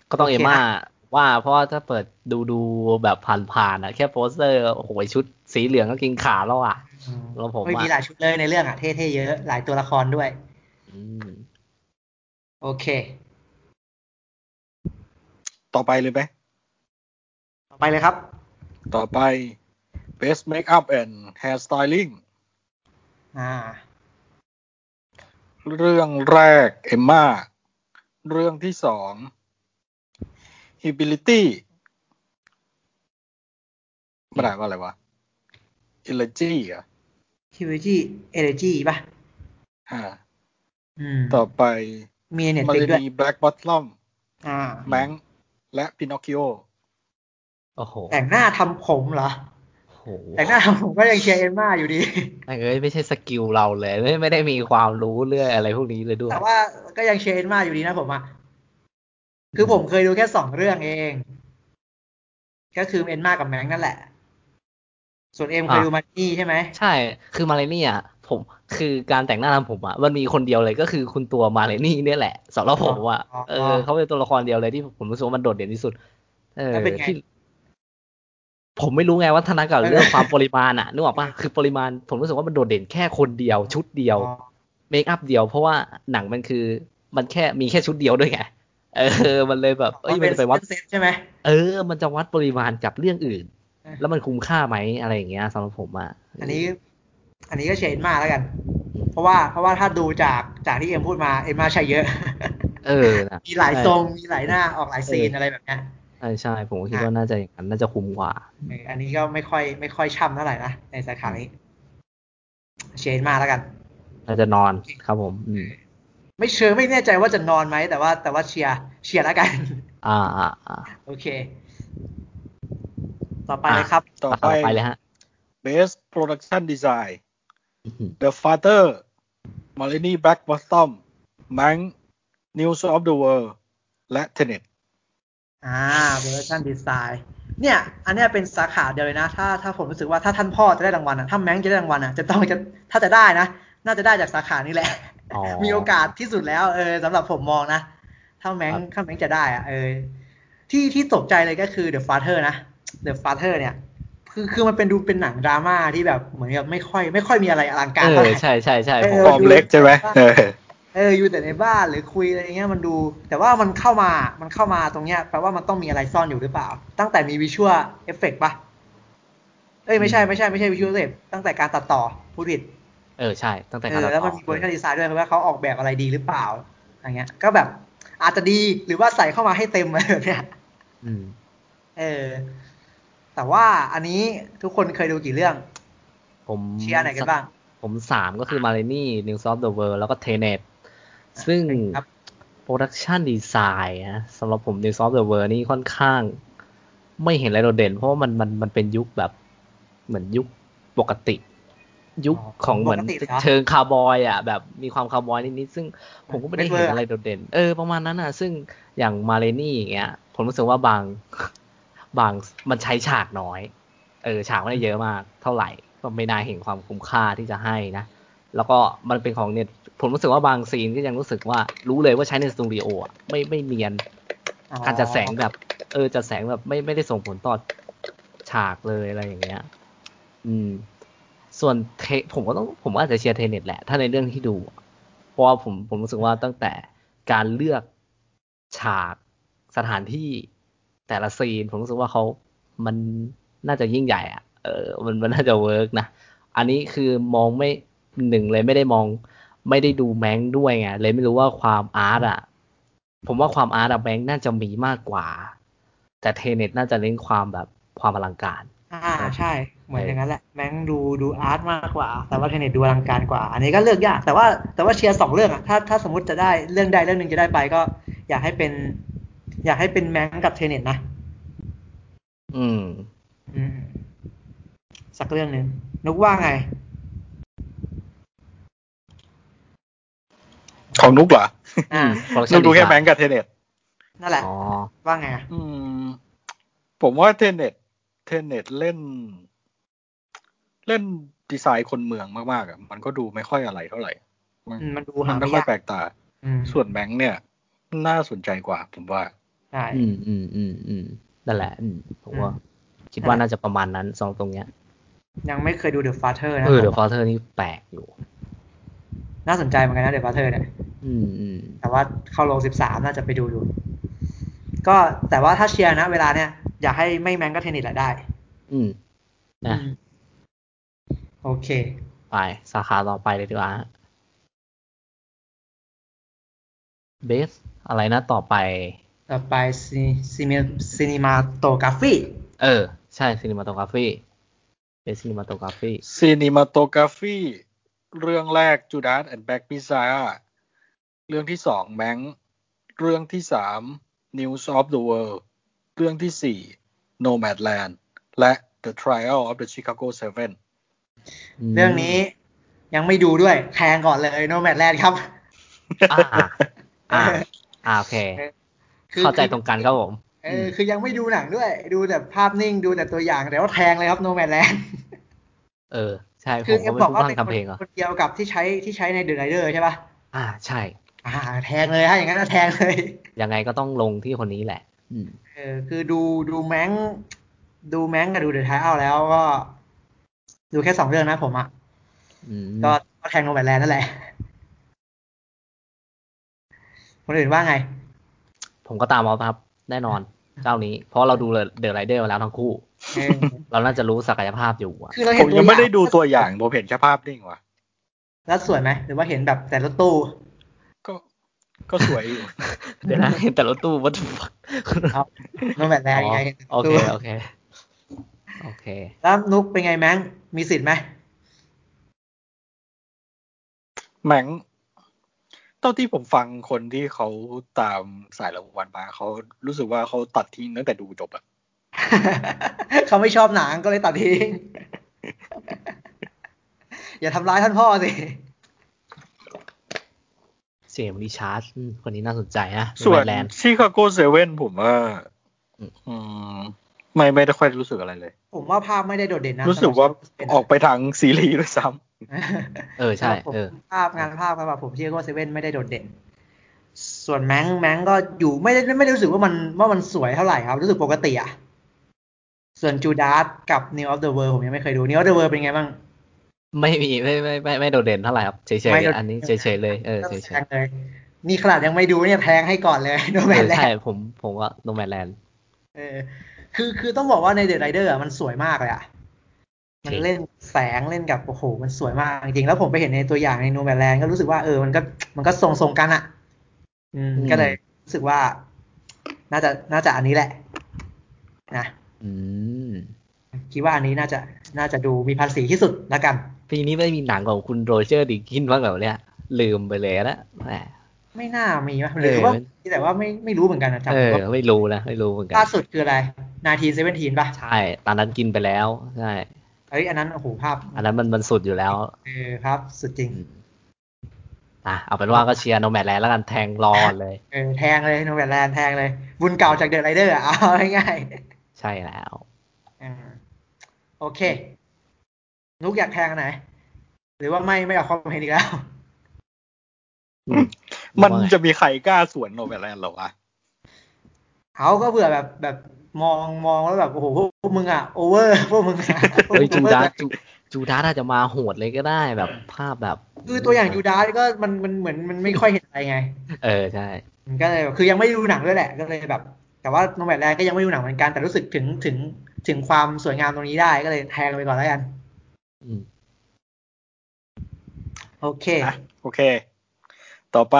[SPEAKER 1] ก็ต้อง
[SPEAKER 2] โอ
[SPEAKER 1] เอ
[SPEAKER 2] เค
[SPEAKER 1] ม่า
[SPEAKER 2] อ่ะ
[SPEAKER 1] ว่าเพราะว่าถ้าเปิดดูดูแบบผ่านๆนะแค่โปสเตอร์โอ้โหชุดสีเหลืองก็กินขาแล้วอ่ะ แล้วผม
[SPEAKER 2] ไม่มี
[SPEAKER 1] อะ
[SPEAKER 2] หลายชุดเลยในเรื่องอะเท่ๆเยอะ หลายตัวละครด้วย
[SPEAKER 1] อืม
[SPEAKER 2] โอเค
[SPEAKER 3] ต่อไปเลยไหม
[SPEAKER 2] ต่อไปเลยครับ
[SPEAKER 3] ต่อไป Best Makeup and Hair Styling
[SPEAKER 2] อ่า
[SPEAKER 3] เรื่องแรกเอมมาเรื่องที่สอง Ability มันอ่านว่าอะไรวะ Elegy เหรอ่ะ
[SPEAKER 2] Humanity Energy ป่ะ
[SPEAKER 3] อ่า
[SPEAKER 2] อืม
[SPEAKER 3] ต่อไป
[SPEAKER 2] มีเน็ต
[SPEAKER 3] มา
[SPEAKER 2] ฟิก
[SPEAKER 3] เล
[SPEAKER 2] ด้วย
[SPEAKER 3] นีแบล็กบอทลอม
[SPEAKER 2] อ่า
[SPEAKER 3] แมงและพินอคคิโอ
[SPEAKER 1] โอ้โห
[SPEAKER 2] แต่งหน้าทำผมเหรอ
[SPEAKER 1] โอ้โห
[SPEAKER 2] แต่งหน้าทำผมก็ยังเชียร์เอ็มม่าอยู่ดี
[SPEAKER 1] แม่งเอ้ยไม่ใช่สกิลเราเลยไม่ไม่ได้มีความรู้เรื่องอะไรพวกนี้เลยด้วย
[SPEAKER 2] แต่ว่าก็ยังเชียร์เอ็มม่าอยู่ดีนะผมอะคือผมเคยดูแค่สองเรื่องเอง ก็คือเอ็มม่ากับแมงนั่นแหละ ส่วนเอ็มเคยดูมันนี่ใช่ไหม
[SPEAKER 1] ใช่ คือมาเลนี่อ่ะผมคือการแต่งหน้าทำผมอ่ะมันมีคนเดียวเลยก็คือคุณตัวมาเลนี่เนี่ยแหละสำหรับผมอ่ะเออเขาเป็นตัวละครเดียวเลยที่ผมรู้สึกว่ามันโดดเด่นที่สุด เออ
[SPEAKER 2] แล้วเป็นไง
[SPEAKER 1] ที่ ผมไม่รู้ไงว่าธนากับ
[SPEAKER 2] เออ
[SPEAKER 1] เรื่องความปริมาณอะนึกออกปะคือปริมาณผมรู้สึกว่ามันโดดเด่นแค่คนเดียว ชุดเดียว
[SPEAKER 2] อ๋อ
[SPEAKER 1] เมคอัพเดียว เพราะว่าหนังมันคือมันแค่มีแค่ชุดเดียวด้วยไงเออ มันเลยแบบเอ้ยมันจะไปวัด
[SPEAKER 2] เซตใช่ไหม
[SPEAKER 1] เออ มันจะวัดปริมาณกับเรื่องอื่น
[SPEAKER 2] เออ
[SPEAKER 1] แล้วมันคุ้มค่าไหมอะไรอย่างเงี้ยสำหรับผมอะ
[SPEAKER 2] อันนี้ อันนี้ก็เชียร์เอ็มม่าแล้วกัน เพราะว่า เพราะว่าถ้าดูจากจากที่เอ็มพูดมาเอ็มม่าใช้เยอะ
[SPEAKER 1] เออนะ
[SPEAKER 2] มีหลายทรงมีหลายหน้าออกหลายซีนอะไรแบบเนี้ย
[SPEAKER 1] ใช่ใช่ผมก็คิดว่าน่าจะอย่างนั้นน่าจะคุ้มกว่า
[SPEAKER 2] เอออันนี้ก็ไม่ค่อยไม่ค่อยช่ำเท่าไหร่นะในสาขานี้เชนมาแล้วกัน
[SPEAKER 1] น่าจะนอนครับผมอืม
[SPEAKER 2] ไม่เชิงไม่แน่ใจว่าจะนอนไหมแต่ว่าแต่ว่าเชียร์เชียร์แล้วกัน
[SPEAKER 1] อ่าอ่าอ่า
[SPEAKER 2] โอเค ต่อไปเลยครับ
[SPEAKER 3] ต่อไป
[SPEAKER 1] ต่อไปเลย ฮะ
[SPEAKER 3] Best Production Design
[SPEAKER 1] อื้อหือ
[SPEAKER 3] The Father m a l e n y Black Bottom Mank News of the World และ Tenet
[SPEAKER 2] อ่าเวอร์ชันดีไซน์เนี่ย อันเนี้ยเป็นสาขาเดียวเลยนะ ถ้าถ้าผมรู้สึกว่าถ้าท่านพ่อจะได้รางวัลอ่ะถ้าแมงจะได้รางวัลอ่ะจะต้องจะถ้าจะได้นะ น่าจะได้จากสาขานี้แหละ
[SPEAKER 1] อ๋อ
[SPEAKER 2] มีโอกาสที่สุดแล้วเออสำหรับผมมองนะ ถ้าแมง
[SPEAKER 1] ครับ
[SPEAKER 2] ถ้าแมงจะได้อ่ะเออที่ที่ตกใจเลยก็คือ The Father นะ The Father เนี่ย คือคือมันเป็นดูเป็นหนังดราม่าที่แบบเหมือนกับไม่ค่อย ไม่ค่อยมีอะไรอลังการ
[SPEAKER 1] เอ
[SPEAKER 2] เท่า
[SPEAKER 1] อ
[SPEAKER 2] ไหร่
[SPEAKER 1] ใช่ใช่ใช่ผม
[SPEAKER 2] เออ
[SPEAKER 3] ฟอร์มเล็กใช่ไหมเออ
[SPEAKER 2] เอออยู่แต่ในบ้านหรือคุยอะไรเงี้ยมันดู แต่ว่ามันเข้ามามันเข้ามาตรงเนี้ยแปลว่ามันต้องมีอะไรซ่อนอยู่หรือเปล่า ตั้งแต่มีวิชวลเอฟเฟกปะเอ้ยไม่ใช่ไม่ใช่ไม่ใช่วิชวลเอฟตั้งแต่การตัดต่อพูดผิด
[SPEAKER 1] เออใช่ ตั้งแต่
[SPEAKER 2] เอ
[SPEAKER 1] การ
[SPEAKER 2] อ
[SPEAKER 1] ตัด
[SPEAKER 2] แล้ว
[SPEAKER 1] ต่
[SPEAKER 2] มั
[SPEAKER 1] อน
[SPEAKER 2] มีเวอร์ชันดีไซน์ด้วยว่าเขาออกแบบอะไรดีหรือเปล่าอย่างเงี้ย ก็แบบอาจจะดีหรือว่าใส่เข้ามาให้เต็มอะไรแบบเนี้ย
[SPEAKER 1] อืม
[SPEAKER 2] เออ แต่ว่าอันนี้ทุกคนเคยดูกี่เรื่อง
[SPEAKER 1] ผม
[SPEAKER 2] เชียร์ไหนกันบ้าง
[SPEAKER 1] ผมสามก็คือมาเ n นี่ News of the World แล้วก็เทเน t ซึ่ง
[SPEAKER 2] ครับ
[SPEAKER 1] โปรดักชันดีไซน์นะสำหรับผม News of the World นี่ค่อนข้าง ไม่เห็นอะไรโดดเด่น เพราะว่ามันมันมันเป็นยุคแบบ เหมือนยุคปกติ ยุคของเหมือน
[SPEAKER 2] ปกติเหรอ
[SPEAKER 1] เชิงคาร์บอยอ่ะแบบมีความคาร์บอยนิดๆซึ่ง ผมก็ไม่ได้เห็นอะไรโดดเด่น เออ ประมาณนั้นอ่ะ ซึ่งอย่างมาเลนี่อย่างเงี้ย ผมรู้สึกว่าบาง บางมันใช้ฉากน้อย เออ ฉากไม่ได้เยอะมาก เท่าไหร่ ก็ไม่น่าเห็นความคุ้มค่าที่จะให้นะ แล้วก็มันเป็นของเน็ต ผมรู้สึกว่าบางซีนก็ยังรู้สึกว่า รู้เลยว่าใช้ในสตูดิโออะไม่ไม่เนียน
[SPEAKER 2] อ๋อ
[SPEAKER 1] การจัดแสงแบบ เออ จัดแสงแบบไม่ไม่ได้ส่งผลต่อฉากเลยอะไรอย่างเงี้ย อืม ส่วนเทผมก็ต้องผมก็อาจจะเชียร์เทเน็ตแหละ ถ้าในเรื่องที่ดูอะเพราะว่าผมผมรู้สึกว่าตั้งแต่การเลือกฉากสถานที่แต่ละซีน ผมรู้สึกว่าเขามันน่าจะยิ่งใหญ่อะเออ มันมันน่าจะเวิร์กนะ อันนี้คือมองไม่หนึ่งเลยไม่ได้มอง ไม่ได้ดูแมงค์ด้วยไงเลยไม่รู้ว่าความอาร์ตอ่ะ ผมว่าความอาร์ตอะแบงค์น่าจะมีมากกว่า แต่เทเน็ตน่าจะเน้นความแบบความอลังการ
[SPEAKER 2] อ่าใช่ เหมือนอย่างนั้นแหละแมงดูดูอาร์ตมากกว่า แต่ว่าเทเน็ตดูอลังการกว่า อันนี้ก็เลือกยาก แต่ว่าแต่ว่าเชียร์สองเรื่องอะถ้าถ้าสมมติจะได้เรื่องใดเรื่องหนึ่งจะได้ไปก็ อยากให้เป็น อยากให้เป็นแมงกับเทเน็ตนะ
[SPEAKER 1] อืม
[SPEAKER 2] อืมสักเรื่องหนึ่งนุกว่าไง
[SPEAKER 3] ของนุกเหรอ
[SPEAKER 2] อ่า
[SPEAKER 3] นุก
[SPEAKER 1] production
[SPEAKER 3] ดูแค่
[SPEAKER 1] design
[SPEAKER 3] แบงก์กับเทเน็ต
[SPEAKER 2] นั่นแหละ
[SPEAKER 1] อ๋อ
[SPEAKER 2] ว่าไงอะ
[SPEAKER 3] อืม ผมว่าเทเน็ตเทเน็ตเล่น เล่นดีไซน์คนเมืองมากๆอ่ะมันก็ดูไม่ค่อยอะไรเท่าไหร่ มัน
[SPEAKER 2] อืมมันดู
[SPEAKER 3] มั
[SPEAKER 2] หาน
[SPEAKER 3] ไม่
[SPEAKER 2] ไม่
[SPEAKER 3] ค่อย
[SPEAKER 2] ยาก
[SPEAKER 3] แปลกตา
[SPEAKER 2] อืม
[SPEAKER 3] ส่วนแบงค์เนี่ย น่าสนใจกว่า ผมว่า
[SPEAKER 2] ใช่
[SPEAKER 1] อืมอืมอืมอืมนั่นแหละอืมผมว่า คิดว่าน่าจะประมาณนั้นสองตรงเนี้ย
[SPEAKER 2] ยังไม่เคยดูเดอะฟาเธอร์นะ
[SPEAKER 1] เออเดอะฟาเธอร์นี่แปลกอยู่
[SPEAKER 2] น่าสนใจเหมือนกันนะเดอะฟาเธอร์เนี่ย
[SPEAKER 1] อืมอืม
[SPEAKER 2] แต่ว่าเข้าโรง 13 น่าจะไปดูดู ก็แต่ว่าถ้าเชียร์นะเวลาเนี่ยอยากให้ไม่แมงก็เทนนิสแหละได้
[SPEAKER 1] อืมนะ
[SPEAKER 2] อืมโอเค
[SPEAKER 1] ไปสาขาต่อไปเลยดีกว่าเบสอะไรนะต่อไป
[SPEAKER 2] ต่อไปซีซีเมซีนิมาโตกราฟี
[SPEAKER 1] เออ ใช่ซีนิมาโตกราฟีเบสซีนิมาโตกราฟี
[SPEAKER 3] ซีนิมาโตกราฟีเรื่องแรกจูดาสแอนด์แบ็กพิซซ่าเรื่องที่สองแบงค์เรื่องที่สาม News of the World เรื่องที่สี่ Nomadland และ The Trial of the Chicago Seven
[SPEAKER 2] เรื่องนี้ยังไม่ดูด้วยแทงก่อนเลยโนแมดแลนด์ครับ
[SPEAKER 1] อ่า อ่า อ่า โอเค เข้าใจตรงกันครับผม
[SPEAKER 2] เออคือยังไม่ดูหนังด้วย ดูแต่ภาพนิ่งดูแต่ตัวอย่างแต่ว่าแทงเลยครับโนแมดแลนด์
[SPEAKER 1] เออ ใช่ ผ
[SPEAKER 2] คื
[SPEAKER 1] ม
[SPEAKER 2] อเอ็
[SPEAKER 1] ก็
[SPEAKER 2] ม
[SPEAKER 1] ไม่
[SPEAKER 2] บอก
[SPEAKER 1] รู้
[SPEAKER 2] ว่า
[SPEAKER 1] ร่าง
[SPEAKER 2] เป็น
[SPEAKER 1] ทำเพลงเหรอ
[SPEAKER 2] คนเดียวกับที่ใช้ที่ใช้ในเดอะไรเดอร์ใช่ปะ
[SPEAKER 1] อ่า ใช่
[SPEAKER 2] อ่า แทงเลยฮะอย่างนั้นนะแทงเลย
[SPEAKER 1] ยังไงก็ต้องลงที่คนนี้แหละ อืม
[SPEAKER 2] เออคือดูดูแมงดูแมงกับดูเดอะไทเอาแล้วก็ ดูแค่สองเรื่องนะผมอะ่ะ
[SPEAKER 1] อืม
[SPEAKER 2] ก็ก็แทงโนแมดแลนด์นั่นแหละ คนอื่นว่าไง
[SPEAKER 1] ผมก็ตามเอาครับ แน่นอน เจ้านี้ เพราะเราดูเดอะไรเดอร์มาแล้วทั้งคู่
[SPEAKER 2] เอ อ
[SPEAKER 1] เราน่าจะรู้ศักยภาพอยู่อะ
[SPEAKER 2] คือเรา
[SPEAKER 3] ผ
[SPEAKER 2] เห็น
[SPEAKER 3] ม
[SPEAKER 2] ตัวอ
[SPEAKER 3] ยังไม่ได้ดูตัวอย่าง ผมเห็นแค่ภาพนิ่งว่ะ
[SPEAKER 2] แล้วสวยไหมหรือว่าเห็นแบบแต่รถตู้
[SPEAKER 3] ก็ก็สวยอยู่
[SPEAKER 1] เดี๋ยวนะ เห็นแต่รถตู้วัตถุฟัก
[SPEAKER 2] ครับโนแมดแลนด์ไง
[SPEAKER 1] โอเค โอเค โอเค
[SPEAKER 2] แล้วนุกเป็นไงแมงมีสิทธิ์ไหม
[SPEAKER 3] แหมงเท่าที่ผมฟังคนที่เขาตามสายรางวัลมาเขารู้สึกว่าเขาตัดทิ้งตั้งแต่ดูจบอะ
[SPEAKER 2] เขาไม่ชอบหนังก็เลยตัดทิ้ง อย่าทำร้ายท่านพ่อสิ
[SPEAKER 1] เสียงริชาร์ดอืมคนนี้น่าสนใจนะ
[SPEAKER 3] ส่วน
[SPEAKER 1] แลนด์
[SPEAKER 3] ชิคาโกเซเว่นผมว่า
[SPEAKER 1] อืม
[SPEAKER 3] อืมไม่ไม่ได้ค่อยรู้สึกอะไรเลย
[SPEAKER 2] ผมว่าภาพไม่ได้โดดเด่นนะ
[SPEAKER 3] รู้สึกว่า
[SPEAKER 2] สำหรับ
[SPEAKER 3] ออกไปทางซีรีส์ด้วยซ้
[SPEAKER 1] เออ ใช่
[SPEAKER 2] ผม
[SPEAKER 1] เออ
[SPEAKER 2] ภาพงานภาพครับผมเชื่อว่าเซเว่นไม่ได้โดดเด่น ส่วนแมงแมงก็อยู่ไม่ได้ไม่ได้รู้สึกว่ามันว่ามันสวยเท่าไหร่ครับ รู้สึกปกติอะส่วนจูดาสกับ New of the World ผมยังไม่เคยดู New of the World เป็นไงบ้าง
[SPEAKER 3] ำ
[SPEAKER 1] ไม่มีไม่ไม่ไม่ไม่โดดเด่นเท่าไหร่ครับเฉย
[SPEAKER 2] ไม่โด
[SPEAKER 1] ๆ
[SPEAKER 2] ดเด่น
[SPEAKER 1] อันนี้เฉยๆเลยเออเฉย
[SPEAKER 2] แพงเลยนี่ขนาดยังไม่ดูเนี่ยแพงให้ก่อนเลย โน
[SPEAKER 1] ๆ
[SPEAKER 2] แม
[SPEAKER 1] เอน อ
[SPEAKER 2] แล
[SPEAKER 1] ใช่
[SPEAKER 2] น
[SPEAKER 1] ผมผมว่าโนแมนแลนด์
[SPEAKER 2] เออ คือคือต้องบอกว่าในเดอะไรเดอร์มันสวยมากเลยอ่ะ มัน
[SPEAKER 1] จริง
[SPEAKER 2] เล่นแสงเล่นกับโอ้โหมันสวยมากจริงๆแล้วผมไปเห็นในตัวอย่างในโนแมนแลนก็รู้สึกว่าเออมันก็มันก็ทรงๆกันอ่ะ อืมก็เลยรู้สึกว่า น่าจะน่าจะอันนี้แหละนะ
[SPEAKER 1] อืม
[SPEAKER 2] คิดว่าอันนี้น่าจะน่าจะดูมีภาษีที่สุดละกัน
[SPEAKER 1] ปีนี้ไม่มีหนังของคุณโรเจอร์ดิกกินบ้างเหรอเนี่ย ลืมไปเลยนะแหม
[SPEAKER 2] ไม่น่ามีวะ
[SPEAKER 1] เออ
[SPEAKER 2] หรือว่า
[SPEAKER 1] มัน
[SPEAKER 2] แต่ว่าไม่ไม่รู้เหมือนกันนะจำ
[SPEAKER 1] เออ
[SPEAKER 2] ว่า
[SPEAKER 1] ไม่รู้นะ ไม่รู้เหมือนกัน
[SPEAKER 2] ล่าสุดคืออะไรนาทีเซเว่นทีนป่ะ
[SPEAKER 1] ใช่ ตอนนั้นกินไปแล้ว ใช่
[SPEAKER 2] เอ้ยอันนั้นโอ้โหภาพ
[SPEAKER 1] อันนั้นมันมันสุดอยู่แล้ว
[SPEAKER 2] เออครับ สุดจริง
[SPEAKER 1] อ่ะ เอาเป็นว่าก็เชียร์โนแมดแลนด์แล้วกันแทงรอก่อนเลย
[SPEAKER 2] เออแทงเลยโนเวลแลนแทงเลย บุญเก่าจากเดอะไรเดอร์อ่ะเอาง่าย
[SPEAKER 1] ใช่แล้ว
[SPEAKER 2] ๆอ่าโอเค นุกอยากแทงอันไหน หรือว่าไม่ไม่เอาความเห็นอีกแล้ว
[SPEAKER 1] อืม
[SPEAKER 3] มัน
[SPEAKER 1] ว่าไง
[SPEAKER 3] จะมีใครกล้าสวนโนแมนแลนด์เหรอวะ
[SPEAKER 2] เขาก็เผื่อแบบแบบมองมองแล้วแบบโอ้โหพวกมึงอ่ะโอเวอร์พวกมึงอะพวก
[SPEAKER 1] เฮ้ยจู
[SPEAKER 2] มึงโอเวอ
[SPEAKER 1] ดา
[SPEAKER 2] ร์
[SPEAKER 1] ส จูจูดาสอาจจะมาโหดเลยก็ได้แบบภาพแบบ
[SPEAKER 2] คือตัวอย่างยูดาสก็มันมันเหมือนมันไม่ค่อยเห็นอะไรไง
[SPEAKER 1] เออ ใช่
[SPEAKER 2] มันก็เลยแบบคือยังไม่ได้ดูหนังด้วยแหละก็เลยแบบ แต่ว่าโนแมดแลนก็ยังไม่ดูหนังเหมือนกันแต่รู้สึกถึงถึงถึงความสวยงามตรงนี้ได้ก็เลยแทงไปก่อนแล้วกัน
[SPEAKER 1] อืม
[SPEAKER 2] โอเค
[SPEAKER 3] อ่ะโอเค ต่อไป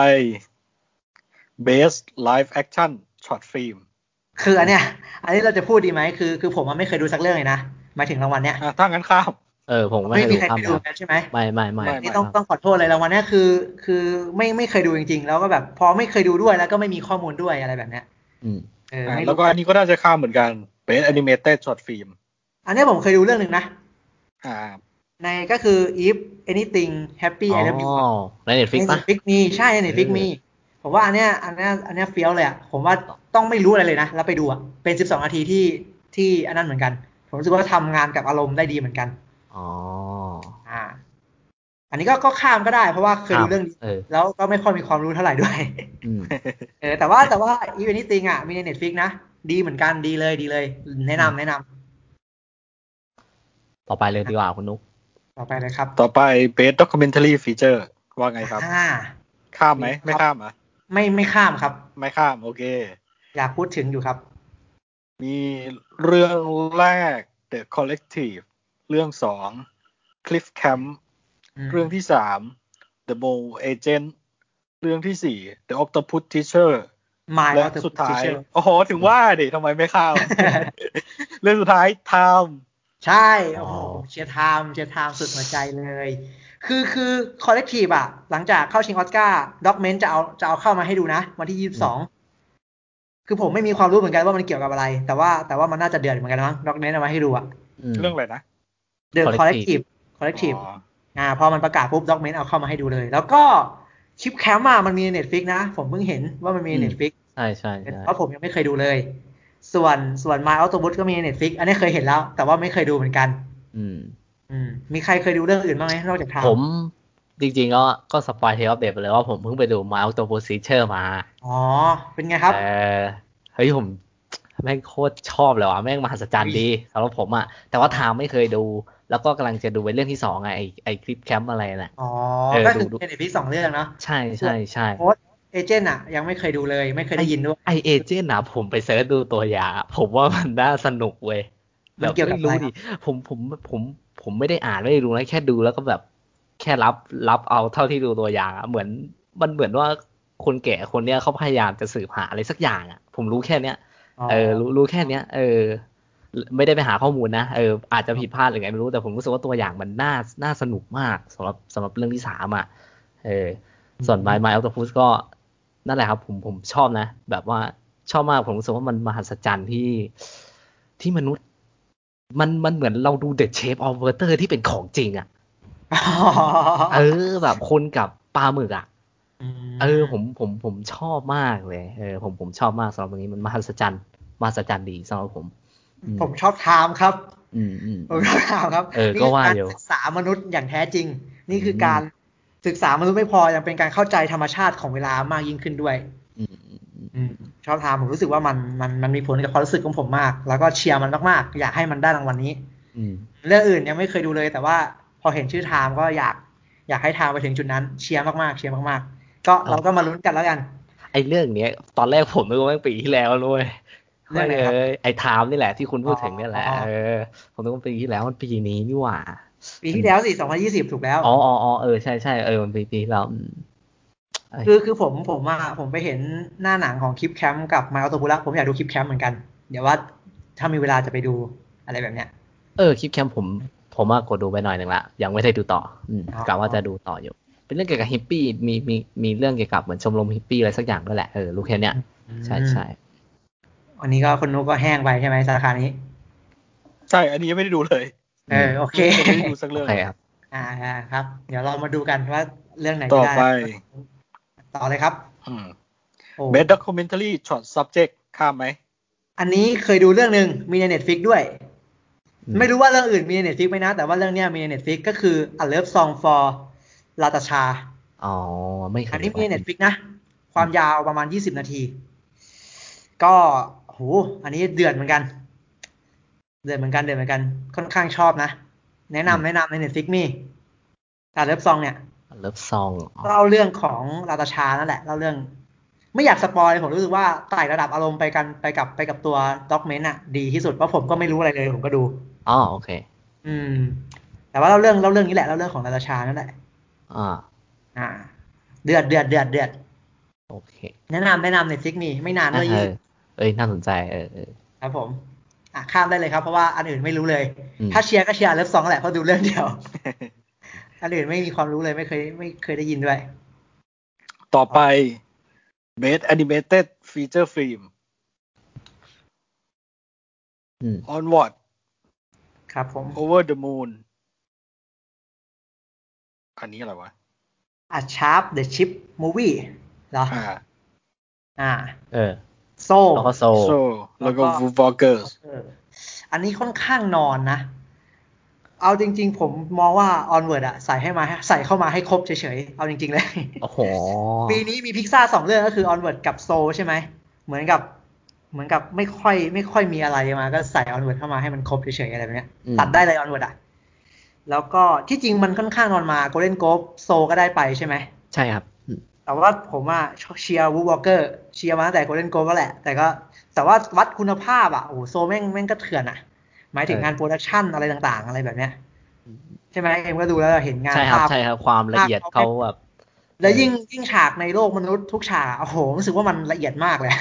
[SPEAKER 3] best live action short film
[SPEAKER 2] คืออันเนี้ย อันนี้เราจะพูดดีไหมคือคือผมอะไม่เคยดูสักเรื่องเลยนะหมายถึงรางวัลเนี้ย
[SPEAKER 3] อ่ะถ้างั้นข้าม
[SPEAKER 1] เออ ผมก็ไม่
[SPEAKER 2] ไม่
[SPEAKER 1] เคย
[SPEAKER 2] มี
[SPEAKER 1] ดูภาพแล้ว
[SPEAKER 2] ใครไปดูกันใช่ไหม
[SPEAKER 1] ไม่ไม่ไม่
[SPEAKER 3] ไม่
[SPEAKER 2] นี่ต้องต้องขอโทษเลยรางวัลเนี้ยคือ คือไม่ไม่เคยดูจริง ๆ แล้วก็แบบพอไม่เคยดูด้วยแล้วก็ไม่มีข้อมูลด้วยอะไรแบบเนี้ย
[SPEAKER 1] อืม
[SPEAKER 2] เออ
[SPEAKER 3] อ่ะ
[SPEAKER 2] ไม่รู้
[SPEAKER 3] แล้วก็อันนี้ก็น่าจะข้ามเหมือนกัน best animated short film
[SPEAKER 2] อันเนี้ยผมเคยดูเรื่องหนึ่งนะ
[SPEAKER 3] อ่า
[SPEAKER 2] ในก็คือ if anything happy
[SPEAKER 1] อ๋
[SPEAKER 2] I love you
[SPEAKER 1] อในเน็ตฟิก
[SPEAKER 2] ใน
[SPEAKER 1] ปะ
[SPEAKER 2] ฟิกมีใช่ในฟิก
[SPEAKER 1] เออ
[SPEAKER 2] มีผมว่าอันเนี้ยอันเนี้ยอันเนี้ยเฟี้ยวเลยอ่ะผมว่าต้องไม่รู้อะไรเลยนะ แล้วไปดูอ่ะเป็น 12 นาทีที่ที่อันนั้นเหมือนกัน ผมรู้สึกว่าทำงานกับอารมณ์ได้ดีเหมือนกัน
[SPEAKER 1] อ๋อ
[SPEAKER 2] อ่า อันนี้ก็ก็ข้ามก็ได้ เพราะว่าเคยดูเรื่องนี้
[SPEAKER 1] เออ
[SPEAKER 2] แล้วก็ไม่ค่อยมีความรู้เท่าไหร่ด้วย
[SPEAKER 1] อืม
[SPEAKER 2] เออแต่ว่าแต่ว่าอีเวนต์ติงอ่ะมีในเน็ตฟิกนะดีเหมือนกันดีเลยดีเลย แนะนำแนะนำ
[SPEAKER 1] ต่อไปเลยดีกว่าคุณนุ๊ก
[SPEAKER 2] ต่อไปเลยครับ
[SPEAKER 3] ต่อไป best documentary feature ว่าไงครับ
[SPEAKER 2] อ่า
[SPEAKER 3] ข้ามไหม
[SPEAKER 2] ครับ
[SPEAKER 3] ไม่ข้ามเหรอ่ะ
[SPEAKER 2] ไม่ไม่ข้ามครับ
[SPEAKER 3] ไม่ข้าม โอเค
[SPEAKER 2] อยากพูดถึงอยู่ครับ
[SPEAKER 3] มีเรื่องแรก The Collective เรื่องสอง Cliff Camp
[SPEAKER 2] อืม
[SPEAKER 3] เรื่องที่สาม The m o l Agent เรื่องที่สี่ The Octopus Teacher
[SPEAKER 2] My
[SPEAKER 3] และ
[SPEAKER 2] Octopus
[SPEAKER 3] สุดท้าย
[SPEAKER 2] Teacher
[SPEAKER 3] โอ้โห ถึงว่าดิทำไมไม่ ข้าม เรื่องสุดท้าย Time
[SPEAKER 2] ใช่
[SPEAKER 1] อ๋
[SPEAKER 2] โอ้
[SPEAKER 1] อ
[SPEAKER 2] โหเชียร์ไทม์เชียร์ไทม์สุดหัวใจเลย คือคือคอลเลกทีฟอะหลังจากเข้าชิงออสการ์ด็อกเมนต์จะเอาจะเอาเข้ามาให้ดูนะ วันที่ยี่สิบสองคือผมไม่มีความรู้เหมือนกันว่ามันเกี่ยวกับอะไร แต่ว่าแต่ว่ามันน่าจะเดือดเหมือนกันมั้งด็อกเมนต์เอามาให้ดูอะ
[SPEAKER 1] อืม
[SPEAKER 3] เรื่องอะไรนะ
[SPEAKER 2] เดือดคอลเลกทีฟคอลเลกทีฟ
[SPEAKER 3] อ๋อ
[SPEAKER 2] อ่าพอมันประกาศปุ๊บด็อกเมนต์เอาเข้ามาให้ดูเลย แล้วก็ชิปแคมป์อะมันมีเน็ตฟิกนะ ผมเพิ่งเห็นว่ามันมี
[SPEAKER 1] อืม
[SPEAKER 2] เน็ตฟิก
[SPEAKER 1] ใช่ใช่ใช่
[SPEAKER 2] เพราะผมยังไม่เคยดูเลย ส่วนส่วนมาอัลตบุสก็มีเน็ตฟิกอันนี้เคยเห็นแล้ว แต่ว่าไม่เคยดูเหมือนกัน
[SPEAKER 1] อืม
[SPEAKER 2] อืมมีใครเคยดูเรื่องอื่นบ้างไหมนอกจากทาง
[SPEAKER 1] ผมจริงๆก็ก็สปอยเทปอัปเดตไปเลยว่าผมเพิ่งไปดูมาอัลตโปซิเชอร์มา
[SPEAKER 2] อ๋อ เป็นไงครับ
[SPEAKER 1] เออเฮ้ยผมแม่งโคตรชอบเลยว่ะแม่งมหัศจรรย์ดีสำหรับผมอะแต่ว่าทางไม่เคยดู แล้วก็กำลังจะดูไว้เรื่องที่สองไงไอไอคลิปแคมป์อะไรน่ะ
[SPEAKER 2] อ๋อ
[SPEAKER 1] เออ
[SPEAKER 2] ก็คือ
[SPEAKER 1] ดูดู
[SPEAKER 2] เป็นเน็ตฟิกสองเรื่องเนาะ
[SPEAKER 1] ใช่ใช่ใช่
[SPEAKER 2] โค้ดเอเจนต์อะยังไม่เคยดูเลย ไม่เคยได้ยินด้วย
[SPEAKER 1] ไอเอเจนต์นะผมไปเสิร์ชดูตัวอย่างอะผมว่ามันน่าสนุกเว้ย
[SPEAKER 2] มันเกี่ยวกับ
[SPEAKER 1] แไม่
[SPEAKER 2] อะไร
[SPEAKER 1] ดิ
[SPEAKER 2] ค
[SPEAKER 1] ผมผมผมผมไม่ได้อ่านไม่ได้รู้นะแค่ดูแล้วก็แบบแค่รับรับเอาเท่าที่ดูตัวอย่างอะเหมือนมันเหมือนว่าคนแก่คนเนี้ยเขาพยายามจะสืบหาอะไรสักอย่างอะผมรู้แค่เนี้ย เออรู้รู้แค่เนี้ย เออ ไม่ได้ไปหาข้อมูลนะเอออาจจะผิดพลาดหรือไงไม่รู้แต่ผมรู้สึกว่าตัวอย่างมันน่าน่าสนุกมากสำหรับสำหรับเรื่องที่สามอ่ะเออ ส่วนไมล์ไมล์อัลตพุสก็นั่นแหละครับ ผมผมชอบนะ แบบว่าชอบมากผมรู้สึกว่ามันมหัศจรรย์ที่ที่มนุษย์ มันมันเหมือนเราดูเด e เชฟออฟเวอร์เตอร์ที่เป็นของจริงอ่ะ
[SPEAKER 2] อ๋อ
[SPEAKER 1] เออ แบบคนกับปลาหมึกอ่ะ
[SPEAKER 2] ม
[SPEAKER 1] เออผมผมผมชอบมากเลยเออผมผมชอบมากสำหรับตรงนี้มันมหัศจรรย์มหัศจรรย์ดีสำหรับผม อืม
[SPEAKER 2] ผมชอบไทม์ครับ
[SPEAKER 1] อืมอืม
[SPEAKER 2] ผมก็ถามครับ
[SPEAKER 1] เออ
[SPEAKER 2] นี่
[SPEAKER 1] ก็ว่า
[SPEAKER 2] คื
[SPEAKER 1] อยู่
[SPEAKER 2] ศึกษามนุษย์อย่างแท้จริง นี่คืออ
[SPEAKER 1] ม
[SPEAKER 2] การศึกษามนุษย์ไม่พอยังเป็นการเข้าใจธรรมชาติของเวลามากยิ่งขึ้นด้วย
[SPEAKER 1] อืมอืมอืม
[SPEAKER 2] ชอบทามผมรู้สึกว่ามันมันมันมีผลกับความรู้สึกของผมมาก แล้วก็เชียร์มันมากๆ อยากให้มันได้รางวัลนี้
[SPEAKER 1] อืม
[SPEAKER 2] เรื่องอื่นยังไม่เคยดูเลย แต่ว่าพอ อเห็นชื่อไทม์ก็อยากอยากให้ไทม์ไปถึงจุดนั้นเชียร์มากๆเชียร์มากๆ ก็เราก็มาลุ้นกันแล้วกัน
[SPEAKER 1] ไอ้เรื่องเนี้ย ตอนแรกผมนึกว่าแม่งปีที่แล้วเลย
[SPEAKER 2] เรื่องไหนครับ
[SPEAKER 1] เอ้ยไอ้ไทม์นี่แหละที่คุณพูดถึงเนี่ยแหละ
[SPEAKER 2] อ๋อ
[SPEAKER 1] เออผมนึกว่าปีที่แล้วมันปีนี้นี่หว่า
[SPEAKER 2] ปีที่แล้วสิ2020 ถูกแล้ว
[SPEAKER 1] อ๋ออ๋ออ๋อเออใช่ใช่เออมันปีปีที่แล้วอืม ใช่
[SPEAKER 2] คือคือผมผมอะผมไปเห็นหน้าหนังของคลิปแคมป์กับมาอัลโตบุระผมอยากดูคลิปแคมป์เหมือนกัน เดี๋ยวว่าถ้ามีเวลาจะไปดูอะไรแบบเนี้ย
[SPEAKER 1] เออคลิปแคมผมผมว่ากดดูไปหน่อยหนึ่งละยังไม่ได้ดูต่ออืม
[SPEAKER 2] อ๋อ
[SPEAKER 1] กะว่าจะดูต่ออยู่ เป็นเรื่องเกี่ยวกับฮิปปี้มีมีมีเรื่องเกี่ยวกับเหมือนชมรมฮิปปี้อะไรสักอย่างด้วยแหละเออรู้แค่เนี้ยใช่ใช่
[SPEAKER 2] วันนี้ก็คนนุกก็แห้งไปใช่ไหมสาขานี้
[SPEAKER 3] ใช่อันนี้ยังไม่ได้ดูเลย
[SPEAKER 2] เออโอเค
[SPEAKER 3] ยังไม่ได้ดูสัก
[SPEAKER 1] โอ
[SPEAKER 3] เรื่อง
[SPEAKER 1] เคครับ
[SPEAKER 2] อ่าครับ เดี๋ยวเรามาดูกันว่าเรื่องไหน
[SPEAKER 3] ต่อไป
[SPEAKER 2] ต่อเลยครับ
[SPEAKER 3] อืม
[SPEAKER 2] โอ้
[SPEAKER 3] Best Documentary Short Subject ข้ามไหม
[SPEAKER 2] อันนี้เคยดูเรื่องหนึ่งมีในเน็ตฟิกด้วย
[SPEAKER 1] อืม
[SPEAKER 2] ไม่รู้ว่าเรื่องอื่นมีในเน็ตฟิกไหมนะ แต่ว่าเรื่องเนี้ยมีในเน็ตฟิกก็คือ A Love Song for ลาตาชา
[SPEAKER 1] อ๋อไม่เคย
[SPEAKER 2] อันนี้
[SPEAKER 1] ดู
[SPEAKER 2] มีในเน็ตฟิกนะ ความยาวประมาณ 20 นาที ก็โหอันนี้เดือดเหมือนกัน เดือดเหมือนกัน เดือดเหมือนกัน ค่อนข้างชอบนะ แนะนำแนะนำในเน็ตฟิกมีอาเลิฟซองเนี่ย
[SPEAKER 1] เลิฟซองอ๋อ
[SPEAKER 2] เล่าเรื่องของราตาชานั่นแหละเล่าเรื่อง ไม่อยากสปอยเลยผมรู้สึกว่าไต่ระดับอารมณ์ไปกันไปกับไปกับตัวด็อกเมนต์อะดีที่สุดเพราะผมก็ไม่รู้อะไรเลยผมก็ดู
[SPEAKER 1] อ๋อโอเค
[SPEAKER 2] อืม แต่ว่าเล่าเรื่องเล่าเรื่องนี้แหละเล่าเรื่องของราตาชานั่นแหละ
[SPEAKER 1] อ่า
[SPEAKER 2] อ่า เดือดเดือดเดือดเดือด
[SPEAKER 1] โอเค
[SPEAKER 2] แนะนำแนะนำในฟิกมีไม่นาน
[SPEAKER 1] อ่ะ
[SPEAKER 2] ด้วย
[SPEAKER 1] เอ
[SPEAKER 2] ยี่
[SPEAKER 1] อเอ้ยน่าสนใจเออเออ
[SPEAKER 2] ครับผม อ่ะข้ามได้เลยครับเพราะว่าอันอื่นไม่รู้เลย
[SPEAKER 1] อืม
[SPEAKER 2] ถ้าเชียร์ก็เชียร์เลิฟสองแหละเพราะดูเรื่องเดียว อันอื่นไม่มีความรู้เลยไม่เคยไม่เคยได้ยินด้วย
[SPEAKER 3] ต่อไป Best Animated Feature Film
[SPEAKER 1] อืม
[SPEAKER 3] Onward
[SPEAKER 2] ครับ ผม
[SPEAKER 3] Over the Moon อันนี้อะไรวะ
[SPEAKER 2] อ่ะชาร์ปเดอะชิปมูวี่เหรอ
[SPEAKER 3] อ่า
[SPEAKER 2] อ่า
[SPEAKER 1] เออ
[SPEAKER 2] โซ่
[SPEAKER 1] แล้วก็โซ
[SPEAKER 3] So แล้วก็ w o o w a l k e r s
[SPEAKER 2] เอออันนี้ค่อนข้างนอนนะ เอาจริง ๆ ผมมองว่า Onward อะใส่ให้มาใส่เข้ามาให้ครบเฉยๆ เอาจริง ๆ เลย
[SPEAKER 1] โอ้โห
[SPEAKER 2] ปีนี้มีพิกซ่าสองเรื่องก็คือ Onward กับ Soul ใช่ไหม เหมือนกับ เหมือนกับไม่ค่อย ไม่ค่อยมีอะไรมา ก็ใส่ Onward เข้ามาให้มันครบเฉยๆอะไรแบบเนี้ย
[SPEAKER 1] อืม
[SPEAKER 2] ตัดได้เลย Onward อะแล้วก็ที่จริงมันค่อนข้างนอนมา Golden Globe Soul ก็ได้ไปใช่ไหม
[SPEAKER 1] ใช่ครับอืม
[SPEAKER 2] แต่ว่าผมอะเชียร์วูวอลเกอร์เชียร์มาตั้งแต่โกลเด้นโกลก็แหละ แต่ก็แต่ว่าวัดคุณภาพอะโอ้โหโซแม่งแม่งก็เถื่อนอะหมายถึงงานโปรดักชันอะไรต่างๆ อะไรแบบเนี้ย ใช่ไหมเอ็มก็ดูแล้วเห็นงาน
[SPEAKER 1] ใช่ครับ
[SPEAKER 2] ภาพ
[SPEAKER 1] ใช่ครับความละเอียดเขาแบบ
[SPEAKER 2] แล้วยิ่งยิ่งฉากในโลกมนุษย์ทุกฉากอะโอ้โหรู้สึกว่ามันละเอียดมากเลย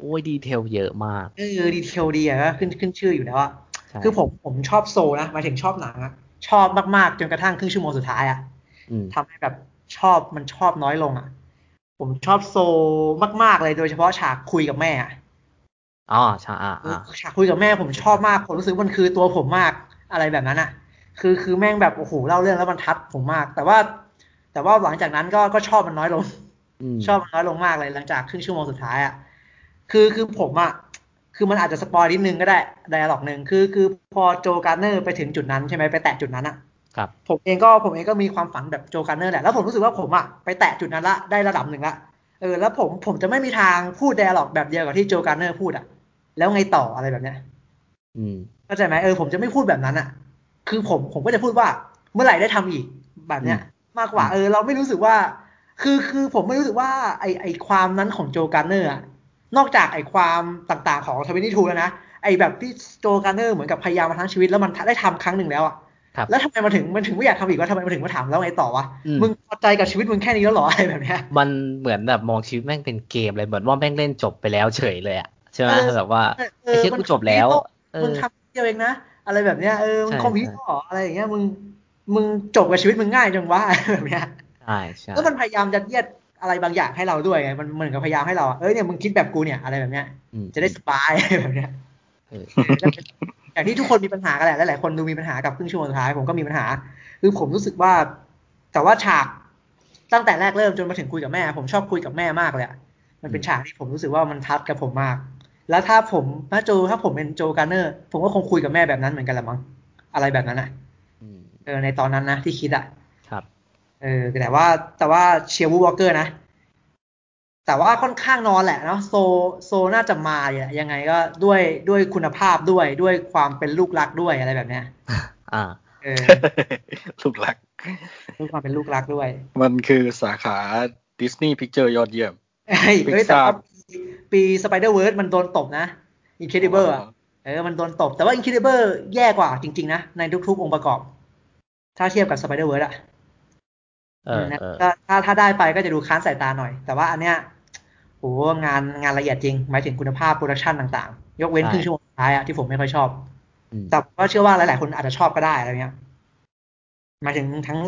[SPEAKER 1] โอ้ยดีเทลเยอะมาก
[SPEAKER 2] เออดีเทลดีอะก็ขึ้นขึ้นชื่ออยู่แล้วอะ
[SPEAKER 1] ใช่
[SPEAKER 2] คือผมผมชอบโซนะหมายถึงชอบหนังอะชอบมากๆจนกระทั่งครึ่งชั่วโมงสุดท้ายอะ
[SPEAKER 1] อืม
[SPEAKER 2] ทำให้แบบชอบมันชอบน้อยลงอ่ะ ผมชอบโซมากๆเลยโดยเฉพาะฉากคุยกับแม่อะ
[SPEAKER 1] อ๋อใช่อ่าอ่า
[SPEAKER 2] ฉากคุยกับแม่ผมชอบมาก ผมรู้สึกมันคือตัวผมมากอะไรแบบนั้นอ่ะ คือคือแม่งแบบโอ้โหเล่าเรื่องแล้วมันทัดผมมาก แต่ว่า แต่ว่าหลังจากนั้นก็ก็ชอบมันน้อยลง
[SPEAKER 1] ม
[SPEAKER 2] ชอบมันน้อยลงมากเลยหลังจากครึ่งชั่วโมงสุดท้ายอ่ะ คือคือผมอ่ะ คือมันอาจจะสปอยนิดนึงก็ได้ไดอะล็อกหนึ่งคือคือพอโจการ์เนอร์ไปถึงจุดนั้นใช่ไหมไปแตะจุดนั้นอ่ะ
[SPEAKER 1] ครับ
[SPEAKER 2] ผมเองก็ผมเองก็มีความฝันแบบโจการ์เนอร์แหละ แล้วผมรู้สึกว่าผมอะไปแตะจุดนั้นละได้ระดับหนึ่งละ เออ แล้วผมผมจะไม่มีทางพูดไดอะล็อกแบบเดียวกับที่โจการ์เนอร์พูดอะแล้วไงต่ออะไรแบบเนี้ย
[SPEAKER 1] อืม
[SPEAKER 2] เข้าใจไหมเออผมจะไม่พูดแบบนั้นอะคือผมผมก็จะพูดว่าเมื่อไหร่ได้ทำอีกแบบเนี้ย มากกว่าเออ เราไม่รู้สึกว่า คือคือผมไม่รู้สึกว่าไอไอความนั้นของโจการ์เนอร์อะนอกจากไอความต่างๆของทวินิทูแล้วนะไอแบบที่โจการ์เนอร์เหมือนกับพยายามมาทั้งชีวิตแล้วมันได้ทำครั้งหนึ่งแล้วอะ
[SPEAKER 1] ครับ
[SPEAKER 2] แล้วทำไมมันถึงมันถึงไม่อยากทำอีกว่าทำไมมันถึงมาถามแล้วไงต่อวะ
[SPEAKER 1] อืม
[SPEAKER 2] มึงพอใจกับชีวิตมึงแค่นี้แล้วเหรอ อะไรแบบเนี้ย
[SPEAKER 1] มันเหมือนแบบมองชีวิตแม่งเป็นเกมเลยเหมือนว่าแม่งเล่นจบไปแล้วเฉยเลยอะใช่ไหม
[SPEAKER 2] เออ
[SPEAKER 1] แบบว่าไอ้เชี่ย
[SPEAKER 2] มั
[SPEAKER 1] กูจบแล้วเอ
[SPEAKER 2] มึง
[SPEAKER 1] อ
[SPEAKER 2] ทำเดียวเองนะ อะไรแบบเนี้ย เออ มึง
[SPEAKER 1] ใช่
[SPEAKER 2] คอมพิว
[SPEAKER 1] ใช่
[SPEAKER 2] เตอร์อะไรอย่างเงี้ย มึง มึงจบกับชีวิตมึงง่ายจังวะ อะไรแบบเนี้ย
[SPEAKER 1] ใช่ใช่
[SPEAKER 2] แล้วมันพยายามยัดเยียดอะไรบางอย่างให้เราด้วยไง มันมันเหมือนกับพยายามให้เราอะเอ้ยเนี่ยมึงคิดแบบกูเนี่ย อะไรแบบเนี้ย
[SPEAKER 1] อืม
[SPEAKER 2] จะได้สบาย อะไรแบบเนี้ย
[SPEAKER 1] เออ
[SPEAKER 2] อย่างที่ทุกคนมีปัญหากันแหละหลายๆคนดูมีปัญหากับครึ่งชั่วโมงสุดท้ายผมก็มีปัญหา คือผมรู้สึกว่า แต่ว่าฉากตั้งแต่แรกเริ่มจนมาถึงคุยกับแม่ ผมชอบคุยกับแม่มากเลยอะมันเป็นฉากที่ผมรู้สึกว่ามันทัดกับผมมาก แล้วถ้าผมถ้าโจถ้าผมเป็นโจการ์เนอร์ ผมก็คงคุยกับแม่แบบนั้นเหมือนกันแหละมั้งอะไรแบบนั้นอะ
[SPEAKER 1] อืม
[SPEAKER 2] เออในตอนนั้นนะที่คิดอะ
[SPEAKER 1] ครับ
[SPEAKER 2] เออแต่ว่าแต่ว่าเชียร์วูวอลเกอร์นะ แต่ว่าค่อนข้างนอนแหละเนาะโซโซน่าจะมาอยู่แหละยังไงก็ด้วยด้วยคุณภาพด้วยด้วยความเป็นลูกรักด้วยอะไรแบบเนี้ย
[SPEAKER 1] อ่า
[SPEAKER 2] เ เอ อ
[SPEAKER 3] ลูกหลัก
[SPEAKER 2] ลูกมาเป็นลูกรักด้วย
[SPEAKER 3] มันคือสาขาดิสนีย์พิกเจอร์ยอดเยี่ยม
[SPEAKER 2] เฮ้ย
[SPEAKER 3] Pixar
[SPEAKER 2] เฮ้ยแต่ว่าปีสไปเดอร์เวิร์มันโดนตบนะอินเคดิเบอร์อะเออมันโดนตบ แต่ว่าอินเคดิเบอร์แย่กว่าจริง ๆ นะ ในทุก ๆ องค์ประกอบ ถ้าเทียบกับสไปเดอร์เวิร์อะ
[SPEAKER 1] เออเออ
[SPEAKER 2] ถ้าถ้าถ้าได้ไปก็จะดูค้านสายตาหน่อย แต่ว่าอันเนี้ยโอ้งานงานละเอียดจริง หมายถึงคุณภาพโปรดักชันต่างๆ ยกเว้นครึ่งชั่วโมงสุดท้ายอะที่ผมไม่ค่อยชอบ
[SPEAKER 1] อืม
[SPEAKER 2] แต่ก็เชื่อว่าหลายๆ คนอาจจะชอบก็ได้อะไรเงี้ย หมายถึงทั้ง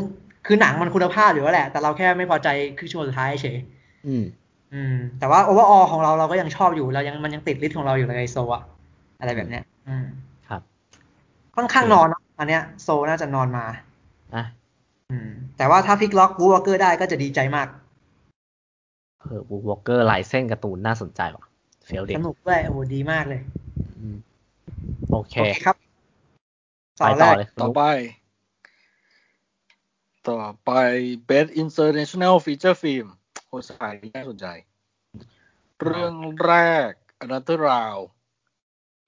[SPEAKER 2] คือหนังมันคุณภาพอยู่แล้วแหละ แต่เราแค่ไม่พอใจครึ่งชั่วโมงสุดท้ายเฉย
[SPEAKER 1] อืม
[SPEAKER 2] อืม แต่ว่าโอเวอร์ออของเราเราก็ยังชอบอยู่เรายังมันยังติดลิสต์ของเราอยู่เลยโซอะอะไรแบบเนี้ย อืม
[SPEAKER 1] ครับ
[SPEAKER 2] ค่อนข้างนอนเนอะอันเนี้ยโซน่าจะนอนมา
[SPEAKER 1] นะ
[SPEAKER 2] อืม แต่ว่าถ้าพลิกล็อกบูวอเกอร์ได้ก็จะดีใจมาก
[SPEAKER 1] เออบูวอลเกอร์ลายเส้นการ์ตูนน่าสนใจว่ะเฟลเด็ก
[SPEAKER 2] สนุกด้วยโอ้โหดีมากเลย
[SPEAKER 1] อืมโอเค
[SPEAKER 2] โอเคครับ
[SPEAKER 1] ไปต่อเลย
[SPEAKER 3] ต่อไป ต่อไป Best International Feature Film โอ้สายนี้น่าสนใจ เรื่องแรก Another Round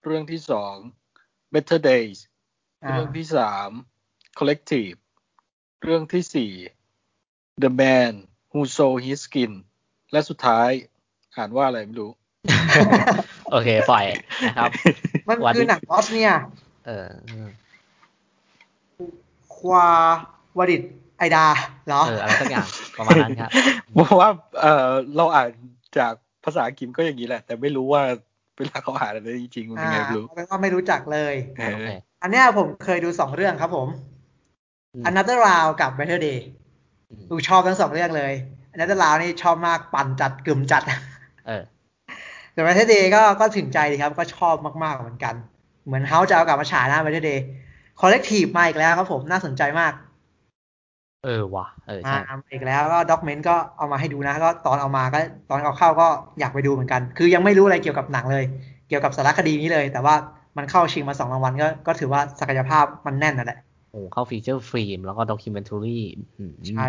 [SPEAKER 3] เรื่องที่สอง Better Days
[SPEAKER 2] อ่า
[SPEAKER 3] เรื่องที่สาม Collective เรื่องที่สี่ The Man Who Sold His Skin และสุดท้าย อ่านว่าอะไรไม่รู้
[SPEAKER 1] โอเคปล่อยนะครับ
[SPEAKER 2] มัน
[SPEAKER 1] วัน
[SPEAKER 2] คือ
[SPEAKER 1] นี้
[SPEAKER 2] หนังบอสเนีย
[SPEAKER 1] เออเออ
[SPEAKER 2] ควาวดิดไอดาเหรอ
[SPEAKER 1] เอออะไรสักอย่างประมาณนั้นครับ
[SPEAKER 3] บอกว่า เออเราอ่านจากภาษาอังกฤษก็อย่างนี้แหละ แต่ไม่รู้ว่าเวลาเขาอ่านอะไรจริงๆมันเป็นไงไม่รู้
[SPEAKER 2] เอาเป็นว่าไม่รู้จักเลย
[SPEAKER 3] เอ
[SPEAKER 1] โอ
[SPEAKER 3] อ
[SPEAKER 1] เค
[SPEAKER 2] อันเนี้ยผมเคยดูสองเรื่องครับผม
[SPEAKER 1] อืม
[SPEAKER 2] Another Round กับ Better Day
[SPEAKER 1] อืม
[SPEAKER 2] ดูชอบทั้งสองเรื่องเลย Another Round นี่ชอบมากปั่นจัดกึ่มจัด
[SPEAKER 1] เออ
[SPEAKER 2] แต่ Better Day ก็ก็ถึงใจดีครับ ก็ชอบมากๆเหมือนกัน เหมือนเฮาจะเอากลับมาฉายนะ Better Day Collective มาอีกแล้วครับผมน่าสนใจมาก
[SPEAKER 1] เออว่ะเออ
[SPEAKER 2] มา
[SPEAKER 1] ใช่
[SPEAKER 2] อีกแล้วก็ด็อกเมนต์ก็เอามาให้ดูนะก็ตอนเอามาก็ตอนเอาเข้าก็อยากไปดูเหมือนกัน คือยังไม่รู้อะไรเกี่ยวกับหนังเลย เกี่ยวกับสารคดีนี้เลย แต่ว่ามันเข้าชิงมาสองรางวัลก็ก็ถือว่าศักยภาพมันแน่นนั่นแหละ
[SPEAKER 1] โอ้เข้าฟีเจอร์ฟิล์มแล้วก็ด็อกิเมนท r รี
[SPEAKER 2] ใช่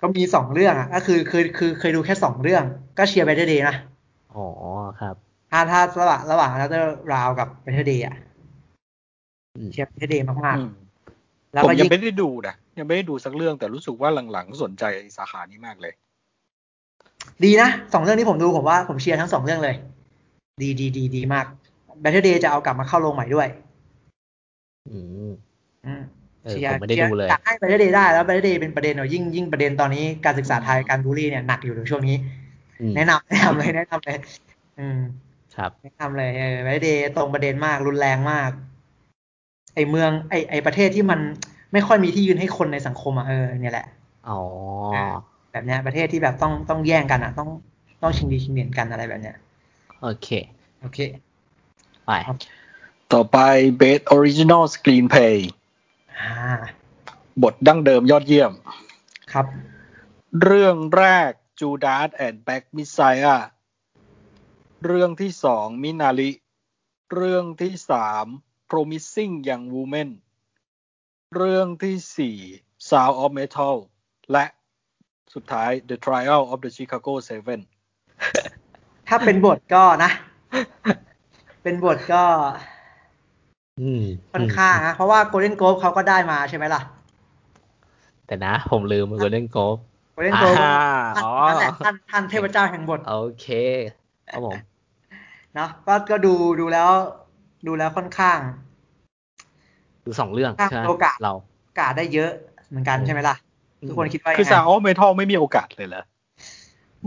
[SPEAKER 2] ก็มีสองเรื่องอ่ะก็คือคือคือเคยดูแค่สองเรื่อง ก็เชียร์ไปได้ดีนะ
[SPEAKER 1] อ๋อครับ
[SPEAKER 2] ถ้าถ้าระหว่างระหว่างแล้วก็ราวกับไปเทเดย์อ่ะ
[SPEAKER 1] อืม
[SPEAKER 2] เชียร์ไปเทเดย์มาก
[SPEAKER 3] อืม
[SPEAKER 2] ๆ แล้ว
[SPEAKER 3] ผม
[SPEAKER 2] ก็
[SPEAKER 3] ยัง
[SPEAKER 2] ยิ่ง
[SPEAKER 3] ไม่ได้ดูนะยังไม่ได้ดูสักเรื่องแต่รู้สึกว่าหลังๆสนใจสาขานี้มากเลย
[SPEAKER 2] ดีนะสองเรื่องที่ผมดูผมว่าผมเชียร์ทั้งสองเรื่องเลย ดีดีดีดีมากแบทเทเดย์จะเอากลับมาเข้าโรงใหม่ด้วย
[SPEAKER 1] อืม
[SPEAKER 2] อืม
[SPEAKER 1] เออ
[SPEAKER 2] ชียร์
[SPEAKER 1] ผมไม่ได้
[SPEAKER 2] ชียร์
[SPEAKER 1] ดูเลย
[SPEAKER 2] อยากให้ไปได้ได้แล้วไปได้เป็นประเด็นเนอะยิ่งยิ่งประเด็นตอนนี้การศึกษาไทยการบูลลี่เนี่ยหนักอยู่ในช่วงนี้
[SPEAKER 1] อืม
[SPEAKER 2] แนะนำแนะนำเลยแนะนำเลยอืม
[SPEAKER 1] ครับ
[SPEAKER 2] แนะนำเลยเออไปได้ตรงประเด็นมากรุนแรงมาก ไอเมืองไอไอประเทศที่มันไม่ค่อยมีที่ยืนให้คนในสังคมอ่ะเออเนี่ยแหละ
[SPEAKER 1] อ๋อ
[SPEAKER 2] แบบเนี้ยประเทศที่แบบต้องต้องแย่งกันอ่ะ ต้องต้องชิงดีชิงเด่นกันอะไรแบบเนี้ย
[SPEAKER 1] โอเค
[SPEAKER 2] โอเค
[SPEAKER 1] ไป
[SPEAKER 2] ครับ
[SPEAKER 3] ต่อไป Best Original Screenplay
[SPEAKER 2] อ่า
[SPEAKER 3] บทดั้งเดิมยอดเยี่ยม
[SPEAKER 2] ครับ
[SPEAKER 3] เรื่องแรก Judas and Black Messiah เรื่องที่สอง Minari เรื่องที่สาม Promising Young Woman เรื่องที่สี่ Sound of Metal และสุดท้าย The Trial of the Chicago Seven
[SPEAKER 2] ถ้าเป็นบทก็นะ เป็นบทก็
[SPEAKER 1] อืม
[SPEAKER 2] ค่อนข้างนะเพราะว่าโกลเด้นโกลบเขาก็ได้มาใช่ไหมล่ะ
[SPEAKER 1] แต่นะ ผมลืม Golden Globe
[SPEAKER 2] โกลเด้นโกลบ
[SPEAKER 1] อ่าอ๋อ
[SPEAKER 2] ท่านแหละท่านท่านเทพเจ้าแห่งบท
[SPEAKER 1] โอเค ครับผม
[SPEAKER 2] เนาะก็ก็ดูดูแล้ว ดูแล้วค่อนข้าง
[SPEAKER 1] ดูสองเรื่อง
[SPEAKER 2] อ่ะ
[SPEAKER 1] ใช่ไหม
[SPEAKER 2] โอกาส
[SPEAKER 1] เรา
[SPEAKER 2] กาดได้เยอะเหมือนกันใช่ไหมล่ะทุกคนคิดว่ายัง
[SPEAKER 3] คือ
[SPEAKER 2] ไง
[SPEAKER 3] Sound of Metal ไม่มีโอกาสเลยเหรอ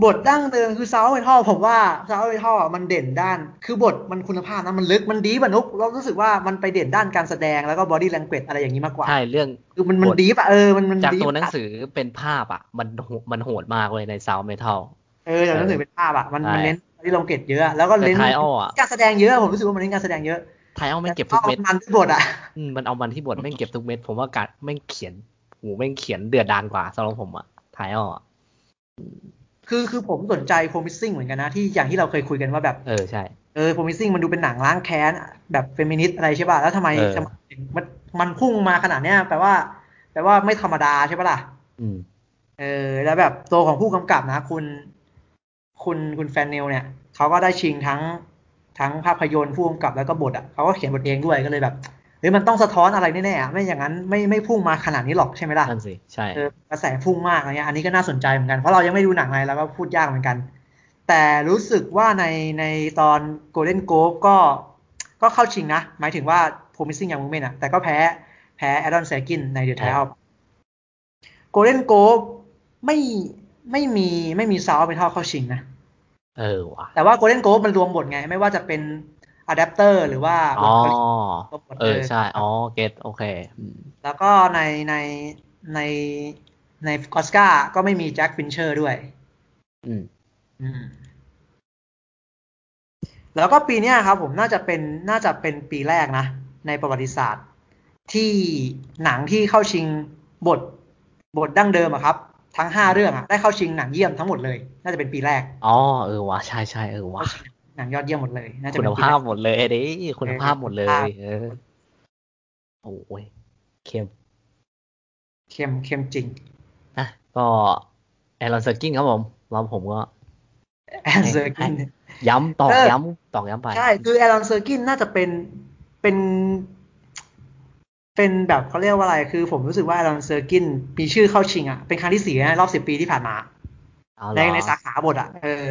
[SPEAKER 2] บทดั้งเดิมคือซาวเวทอผมว่าซาวเวทอมันเด่นด้าน คือบทมันคุณภาพนะมันลึกมันดีป่ะนุกเรารู้สึกว่ามันไปเด่นด้านการแสดงแล้วก็บอดี้แลงเกจอะไรอย่างนี้มากกว่า
[SPEAKER 1] ใช่ เรื่อง
[SPEAKER 2] คือมันมัน
[SPEAKER 1] บท
[SPEAKER 2] ดีป่ะเออมันมัน
[SPEAKER 1] จาก
[SPEAKER 2] ดี
[SPEAKER 1] ตัวหนังสือเป็นภาพอ่ะ มันโหมันโหดมากเลยในซาวเมทัล
[SPEAKER 2] เออจากหนังสือเป็นภาพอ่ะมันมัน
[SPEAKER 1] ใช่
[SPEAKER 2] เน้นบอดี้แลงเกจเยอะแล้วก็เน้น
[SPEAKER 1] แต่ trial อะ
[SPEAKER 2] การแสดงเยอะผมรู้สึกว่ามันเน้นการแสดงเยอะ
[SPEAKER 1] ไทยเอาแม่งเก็บทุกเม็ด
[SPEAKER 2] มันที่บทอ่ะ
[SPEAKER 1] อืมมันเอามันที่บทแม่งเก็บทุกเม็ด ผมว่าการแม่งเขียนโหแม่งเขียนเดือดดานกว่าสำหรับผมอ่ะไทยเอาอะ
[SPEAKER 2] คือคือผมสนใจ promising เหมือนกันนะ ที่อย่างที่เราเคยคุยกันว่าแบบ
[SPEAKER 1] เออ ใช่
[SPEAKER 2] เออ promising มันดูเป็นหนังล้างแค้น แบบเฟมินิสต์อะไรใช่ป่ะ แล้วทำไม
[SPEAKER 1] เออ
[SPEAKER 2] จะมาถึงมันมันพุ่งมาขนาดเนี้ยแปลว่าแปลว่าไม่ธรรมดาใช่ป่ะล่ะ
[SPEAKER 1] อืม
[SPEAKER 2] เออ แล้วแบบตัวของผู้กำกับนะ คุณ คุณคุณแฟนเนลเนี่ย เขาก็ได้ชิงทั้งทั้งภาพยนตร์ผู้กำกับแล้วก็บทอ่ะเขาก็เขียนบทเองด้วยก็เลยแบบ หรือมันต้องสะท้อนอะไรแน่ๆอะไม่อย่างนั้นไม่ไม่พุ่งมาขนาดนี้หรอกใช่ไหมล่ะ
[SPEAKER 1] นั่นสิใช่
[SPEAKER 2] เออกระแสพุ่งมากอะไรเงี้ยอันนี้ก็น่าสนใจเหมือนกันเพราะเรายังไม่ดูหนังอะไรแล้วก็พูดยากเหมือนกัน แต่รู้สึกว่าในในตอน Golden Globe ก็ก็เข้าชิงนะ หมายถึงว่า Promising Young Woman อะแต่ก็แพ้แพ้แอดอนแซกินใน The
[SPEAKER 1] ครับ
[SPEAKER 2] Trial Golden Globe ไม่ไม่มีไม่มีซาวเป็นเท่าเข้าชิงนะ
[SPEAKER 1] เออว่ะ
[SPEAKER 2] แต่ว่า Golden Globe มันรวมบทไง ไม่ว่าจะเป็นอะแดปเตอร์หรือว่าบ
[SPEAKER 1] อ๋
[SPEAKER 2] ท
[SPEAKER 1] อ
[SPEAKER 2] เกาหลี บท
[SPEAKER 1] เอ
[SPEAKER 2] เอ
[SPEAKER 1] อ
[SPEAKER 2] อ
[SPEAKER 1] ใช่อ๋อเก็ตโอเคอืม
[SPEAKER 2] แล้วก็ในในในในออสการ์ก็ไม่มีแจ็คฟินเชอร์ด้วย
[SPEAKER 1] อืม
[SPEAKER 2] แล้วก็ปีเนี้ยครับผมน่าจะเป็นน่าจะเป็นปีแรกนะ ในประวัติศาสตร์ ที่หนังที่เข้าชิงบทบทดั้งเดิมอะครับ ทั้งห้าเรื่องอะได้เข้าชิงหนังเยี่ยมทั้งหมดเลย น่าจะเป็นปีแรก
[SPEAKER 1] อ๋อเออว่ะใช่ใช่เออว่ะ
[SPEAKER 2] เข้าชิงหนังยอดเยี่ยมหมดเลยน่าจะ
[SPEAKER 1] คุ
[SPEAKER 2] เป็
[SPEAKER 1] ณ
[SPEAKER 2] นปี
[SPEAKER 1] ภา
[SPEAKER 2] แร
[SPEAKER 1] พ
[SPEAKER 2] ก
[SPEAKER 1] หมดเลยไอ้ดิคุณภาพหมดเลย
[SPEAKER 2] ภาพ
[SPEAKER 1] เออโอ้ยเข้ม
[SPEAKER 2] เข้มเข้มจริง
[SPEAKER 1] นะก็แอรอนสกินครับผมแล้วผมก็
[SPEAKER 2] แอน เซอร์กิน
[SPEAKER 1] ย้ำตอก
[SPEAKER 2] เออ
[SPEAKER 1] ย้ำตอกย้ำไป
[SPEAKER 2] ใช่ คือแอรอนเซอร์กินน่าจะเป็น เป็น เป็นแบบเขาเรียกว่าอะไร คือผมรู้สึกว่าแอรอนเซอร์กินมีชื่อเข้าชิงอ่ะ เป็นครั้งที่สี่ในรอบสิบ10 ปีที่ผ่านมา
[SPEAKER 1] เอาเหร
[SPEAKER 2] ใน
[SPEAKER 1] อ
[SPEAKER 2] ในสาขาบทอ่ะ เออ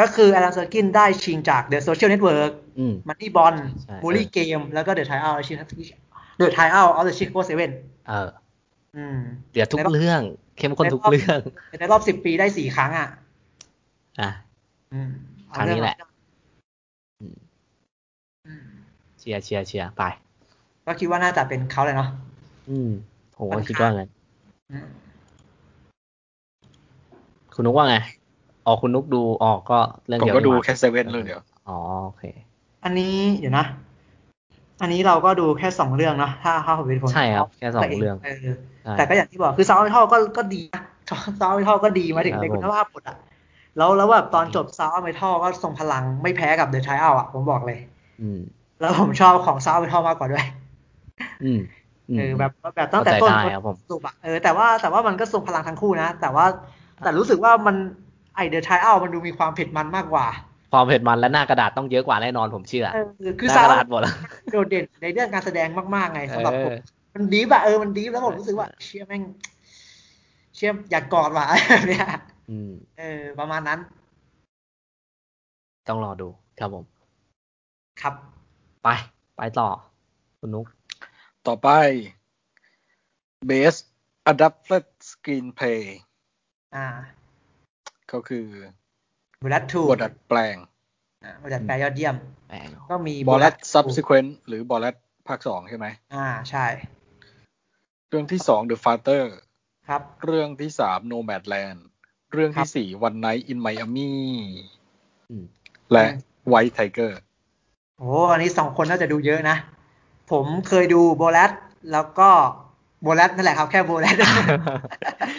[SPEAKER 2] ก็คือแอรอนเซอร์กินได้ชิงจาก The Social Network
[SPEAKER 1] อืม
[SPEAKER 2] Money Ball
[SPEAKER 1] ใช่
[SPEAKER 2] Bully Game แล้วก็ The Trial of Chicago The Trial of the Chicago Seven
[SPEAKER 1] เออ
[SPEAKER 2] อืม
[SPEAKER 1] เดี๋ยวทุก
[SPEAKER 2] ในรอบ
[SPEAKER 1] เรื่อง เข้มข้นทุกเรื่อง
[SPEAKER 2] ในรอบสิบ10 ปีได้สี่ครั้งอ่ะ
[SPEAKER 1] อ่ะ
[SPEAKER 2] อืมเอ
[SPEAKER 1] ครั้งนี้แหละ
[SPEAKER 2] อืมอืม
[SPEAKER 1] เชียร์เชียร์เชียร์ไป
[SPEAKER 2] ก็คิดว่าน่าจะเป็นเขาเลยเนาะ
[SPEAKER 1] อืมผม
[SPEAKER 2] มั
[SPEAKER 1] ก็
[SPEAKER 2] น
[SPEAKER 1] คิด
[SPEAKER 2] ขาด
[SPEAKER 1] ว่างั้น
[SPEAKER 2] อืม
[SPEAKER 1] คุณนุกว่าไงออกคุณนุกดูออกก็เรื่อง
[SPEAKER 3] ผม
[SPEAKER 1] เดียว
[SPEAKER 3] ก็ดู
[SPEAKER 1] นี่หว่า
[SPEAKER 3] แค่เซเว่นเลยเดียว
[SPEAKER 1] อ๋อโอเค
[SPEAKER 2] อันนี้เดี๋ยวนะ อันนี้เราก็ดูแค่สองเรื่องเนาะถ้าถ้าผมเป็นคน
[SPEAKER 1] ใช่ครับแค่สองเรื่อง ใช่
[SPEAKER 2] แต่ก็อย่างที่บอกคือซาวด์ไอทอก็ก็ดีนะ ซาวด์ไอทอก็ดีมาถึง
[SPEAKER 1] ครับ
[SPEAKER 2] ใน
[SPEAKER 1] ผ
[SPEAKER 2] คุ
[SPEAKER 1] ม
[SPEAKER 2] ณภาพบทอะแล้วแล้วแบบตอนจบซาวด์ไอทอก็ทรงพลังไม่แพ้กับเดอะชายเอาอะผมบอกเลย
[SPEAKER 1] อืม
[SPEAKER 2] แล้วผมชอบของซาวด์ไอทอมากกว่าด้วย
[SPEAKER 1] อืมม
[SPEAKER 2] เออแบบแบบตั้งแต่
[SPEAKER 1] เข้าใจ
[SPEAKER 2] ต้น
[SPEAKER 1] ได้ครับผม
[SPEAKER 2] จนจบอะเออแต่ว่าแต่ว่ามันก็ทรงพลังทั้งคู่นะ แต่ว่าแต่รู้สึกว่ามันไอเดอะชายเอามันดูมีความเผ็ดมันมากกว่า
[SPEAKER 1] ความเผ็ดมันและหน้ากระดาษต้องเยอะกว่าแน่นอนผมเชื่อ
[SPEAKER 2] เออคือ
[SPEAKER 1] ห
[SPEAKER 2] ซา
[SPEAKER 1] น้ากระ
[SPEAKER 2] ว
[SPEAKER 1] ดาษ
[SPEAKER 2] ด์
[SPEAKER 1] หมดแล้ว
[SPEAKER 2] โดดเด่นในเรื่องการแสดงมากๆไงสำหรับผม
[SPEAKER 1] เออ
[SPEAKER 2] มันดีฟอะเออมันดีฟแล้วผมรู้สึกว่าเชี่ยแม่งเชี่ยอยากกอดว่ะ แบบเนี้ย
[SPEAKER 1] อืม
[SPEAKER 2] เออ ประมาณนั้น
[SPEAKER 1] ต้องรอดูครับผม
[SPEAKER 2] ครับ
[SPEAKER 1] ไป ไปต่อ คุณนุก
[SPEAKER 3] ต่อไป Best Adapted Screenplay
[SPEAKER 2] อ่า
[SPEAKER 3] ก็คือ
[SPEAKER 2] บูรัตทู
[SPEAKER 3] บทดัดแปลง
[SPEAKER 2] บูรัตแปลยอดเยี่ยม
[SPEAKER 1] แปลงเหรอ
[SPEAKER 2] ก็มี
[SPEAKER 3] บอล
[SPEAKER 2] Borat
[SPEAKER 3] ลั
[SPEAKER 2] Two
[SPEAKER 3] subsequent หรือบอลลัภาคสองใช่ไหม
[SPEAKER 2] อ่าใช่
[SPEAKER 3] เรื่องที่สอง The Father
[SPEAKER 2] ครับ
[SPEAKER 3] เรื่องที่สาม Nomadland เรื่องที่สี่ One Night in Miami
[SPEAKER 1] อื ม
[SPEAKER 3] และ White Tiger
[SPEAKER 2] โอ้อันนี้สองคนน่าจะดูเยอะนะ ผมเคยดูโบรัตแล้วก็โบรัตนั่นแหละครับแค่โบ รัต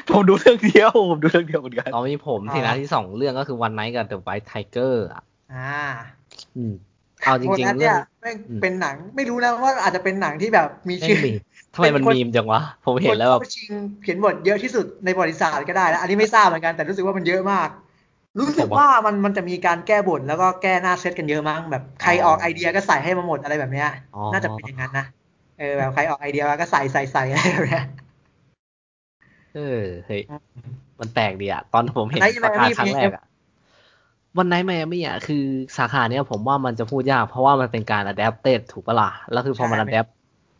[SPEAKER 3] ผมดูเรื่องเดียว ผมดูเรื่องเดียวเหมือนกัน
[SPEAKER 1] ตอนนี้ผม
[SPEAKER 2] อ่า
[SPEAKER 1] ที่นะที่สองเรื่องก็คือวันไนท์กับเดอะไวท์ไทเกอร์อ่ะ
[SPEAKER 2] อ่า
[SPEAKER 1] อืม เอาจ
[SPEAKER 2] โบ
[SPEAKER 1] ริง
[SPEAKER 2] รัต
[SPEAKER 1] ๆ เรื่
[SPEAKER 2] เนี่
[SPEAKER 1] อง
[SPEAKER 2] ยแม่ง
[SPEAKER 1] อืม
[SPEAKER 2] เป็นหนัง ไม่รู้นะว่าอาจจะเป็นหนังที่แบบมี
[SPEAKER 1] แม่
[SPEAKER 2] ชื่
[SPEAKER 1] ง
[SPEAKER 2] อ
[SPEAKER 1] มีทำไมมัน
[SPEAKER 2] เป็นคน
[SPEAKER 1] มีมจังวะ ผมเห็นแล้วแบบ
[SPEAKER 2] คเข้าชิงเขียนบทเยอะที่สุดในประวัติศาสตร์ก็ได้นะอันนี้ไม่ทราบเหมือนกันแต่รู้สึกว่ามันเยอะมาก รู้สึกว่ามันมันจะมีการแก้บทแล้วก็แก้หน้าเซตกันเยอะมั้งแบบใครออกไอเดียก็ใส่ให้มาหมดอะไรแบบเนี้ย
[SPEAKER 1] อ๋อ
[SPEAKER 2] น่าจะเป็นอย่างนั้นนะเออแบบใครออกไอเดียมาก็ใส่ใส่ใส่อะไรแบบเนี้ย
[SPEAKER 1] เออเฮ้ยมันแปลกดีอ่ะ ตอนผมเห็น
[SPEAKER 2] วันไน
[SPEAKER 1] ประกาศ
[SPEAKER 2] ท์ไมอามี่
[SPEAKER 1] ครั้งแรกอ่ะ วันไนท์ไมอามี่อ่ะ คือสาขาเนี้ยผมว่ามันจะพูดยาก เพราะว่ามันเป็นการอะแดปเตถูกปะล่ะแล้วคือพอมันอะแดป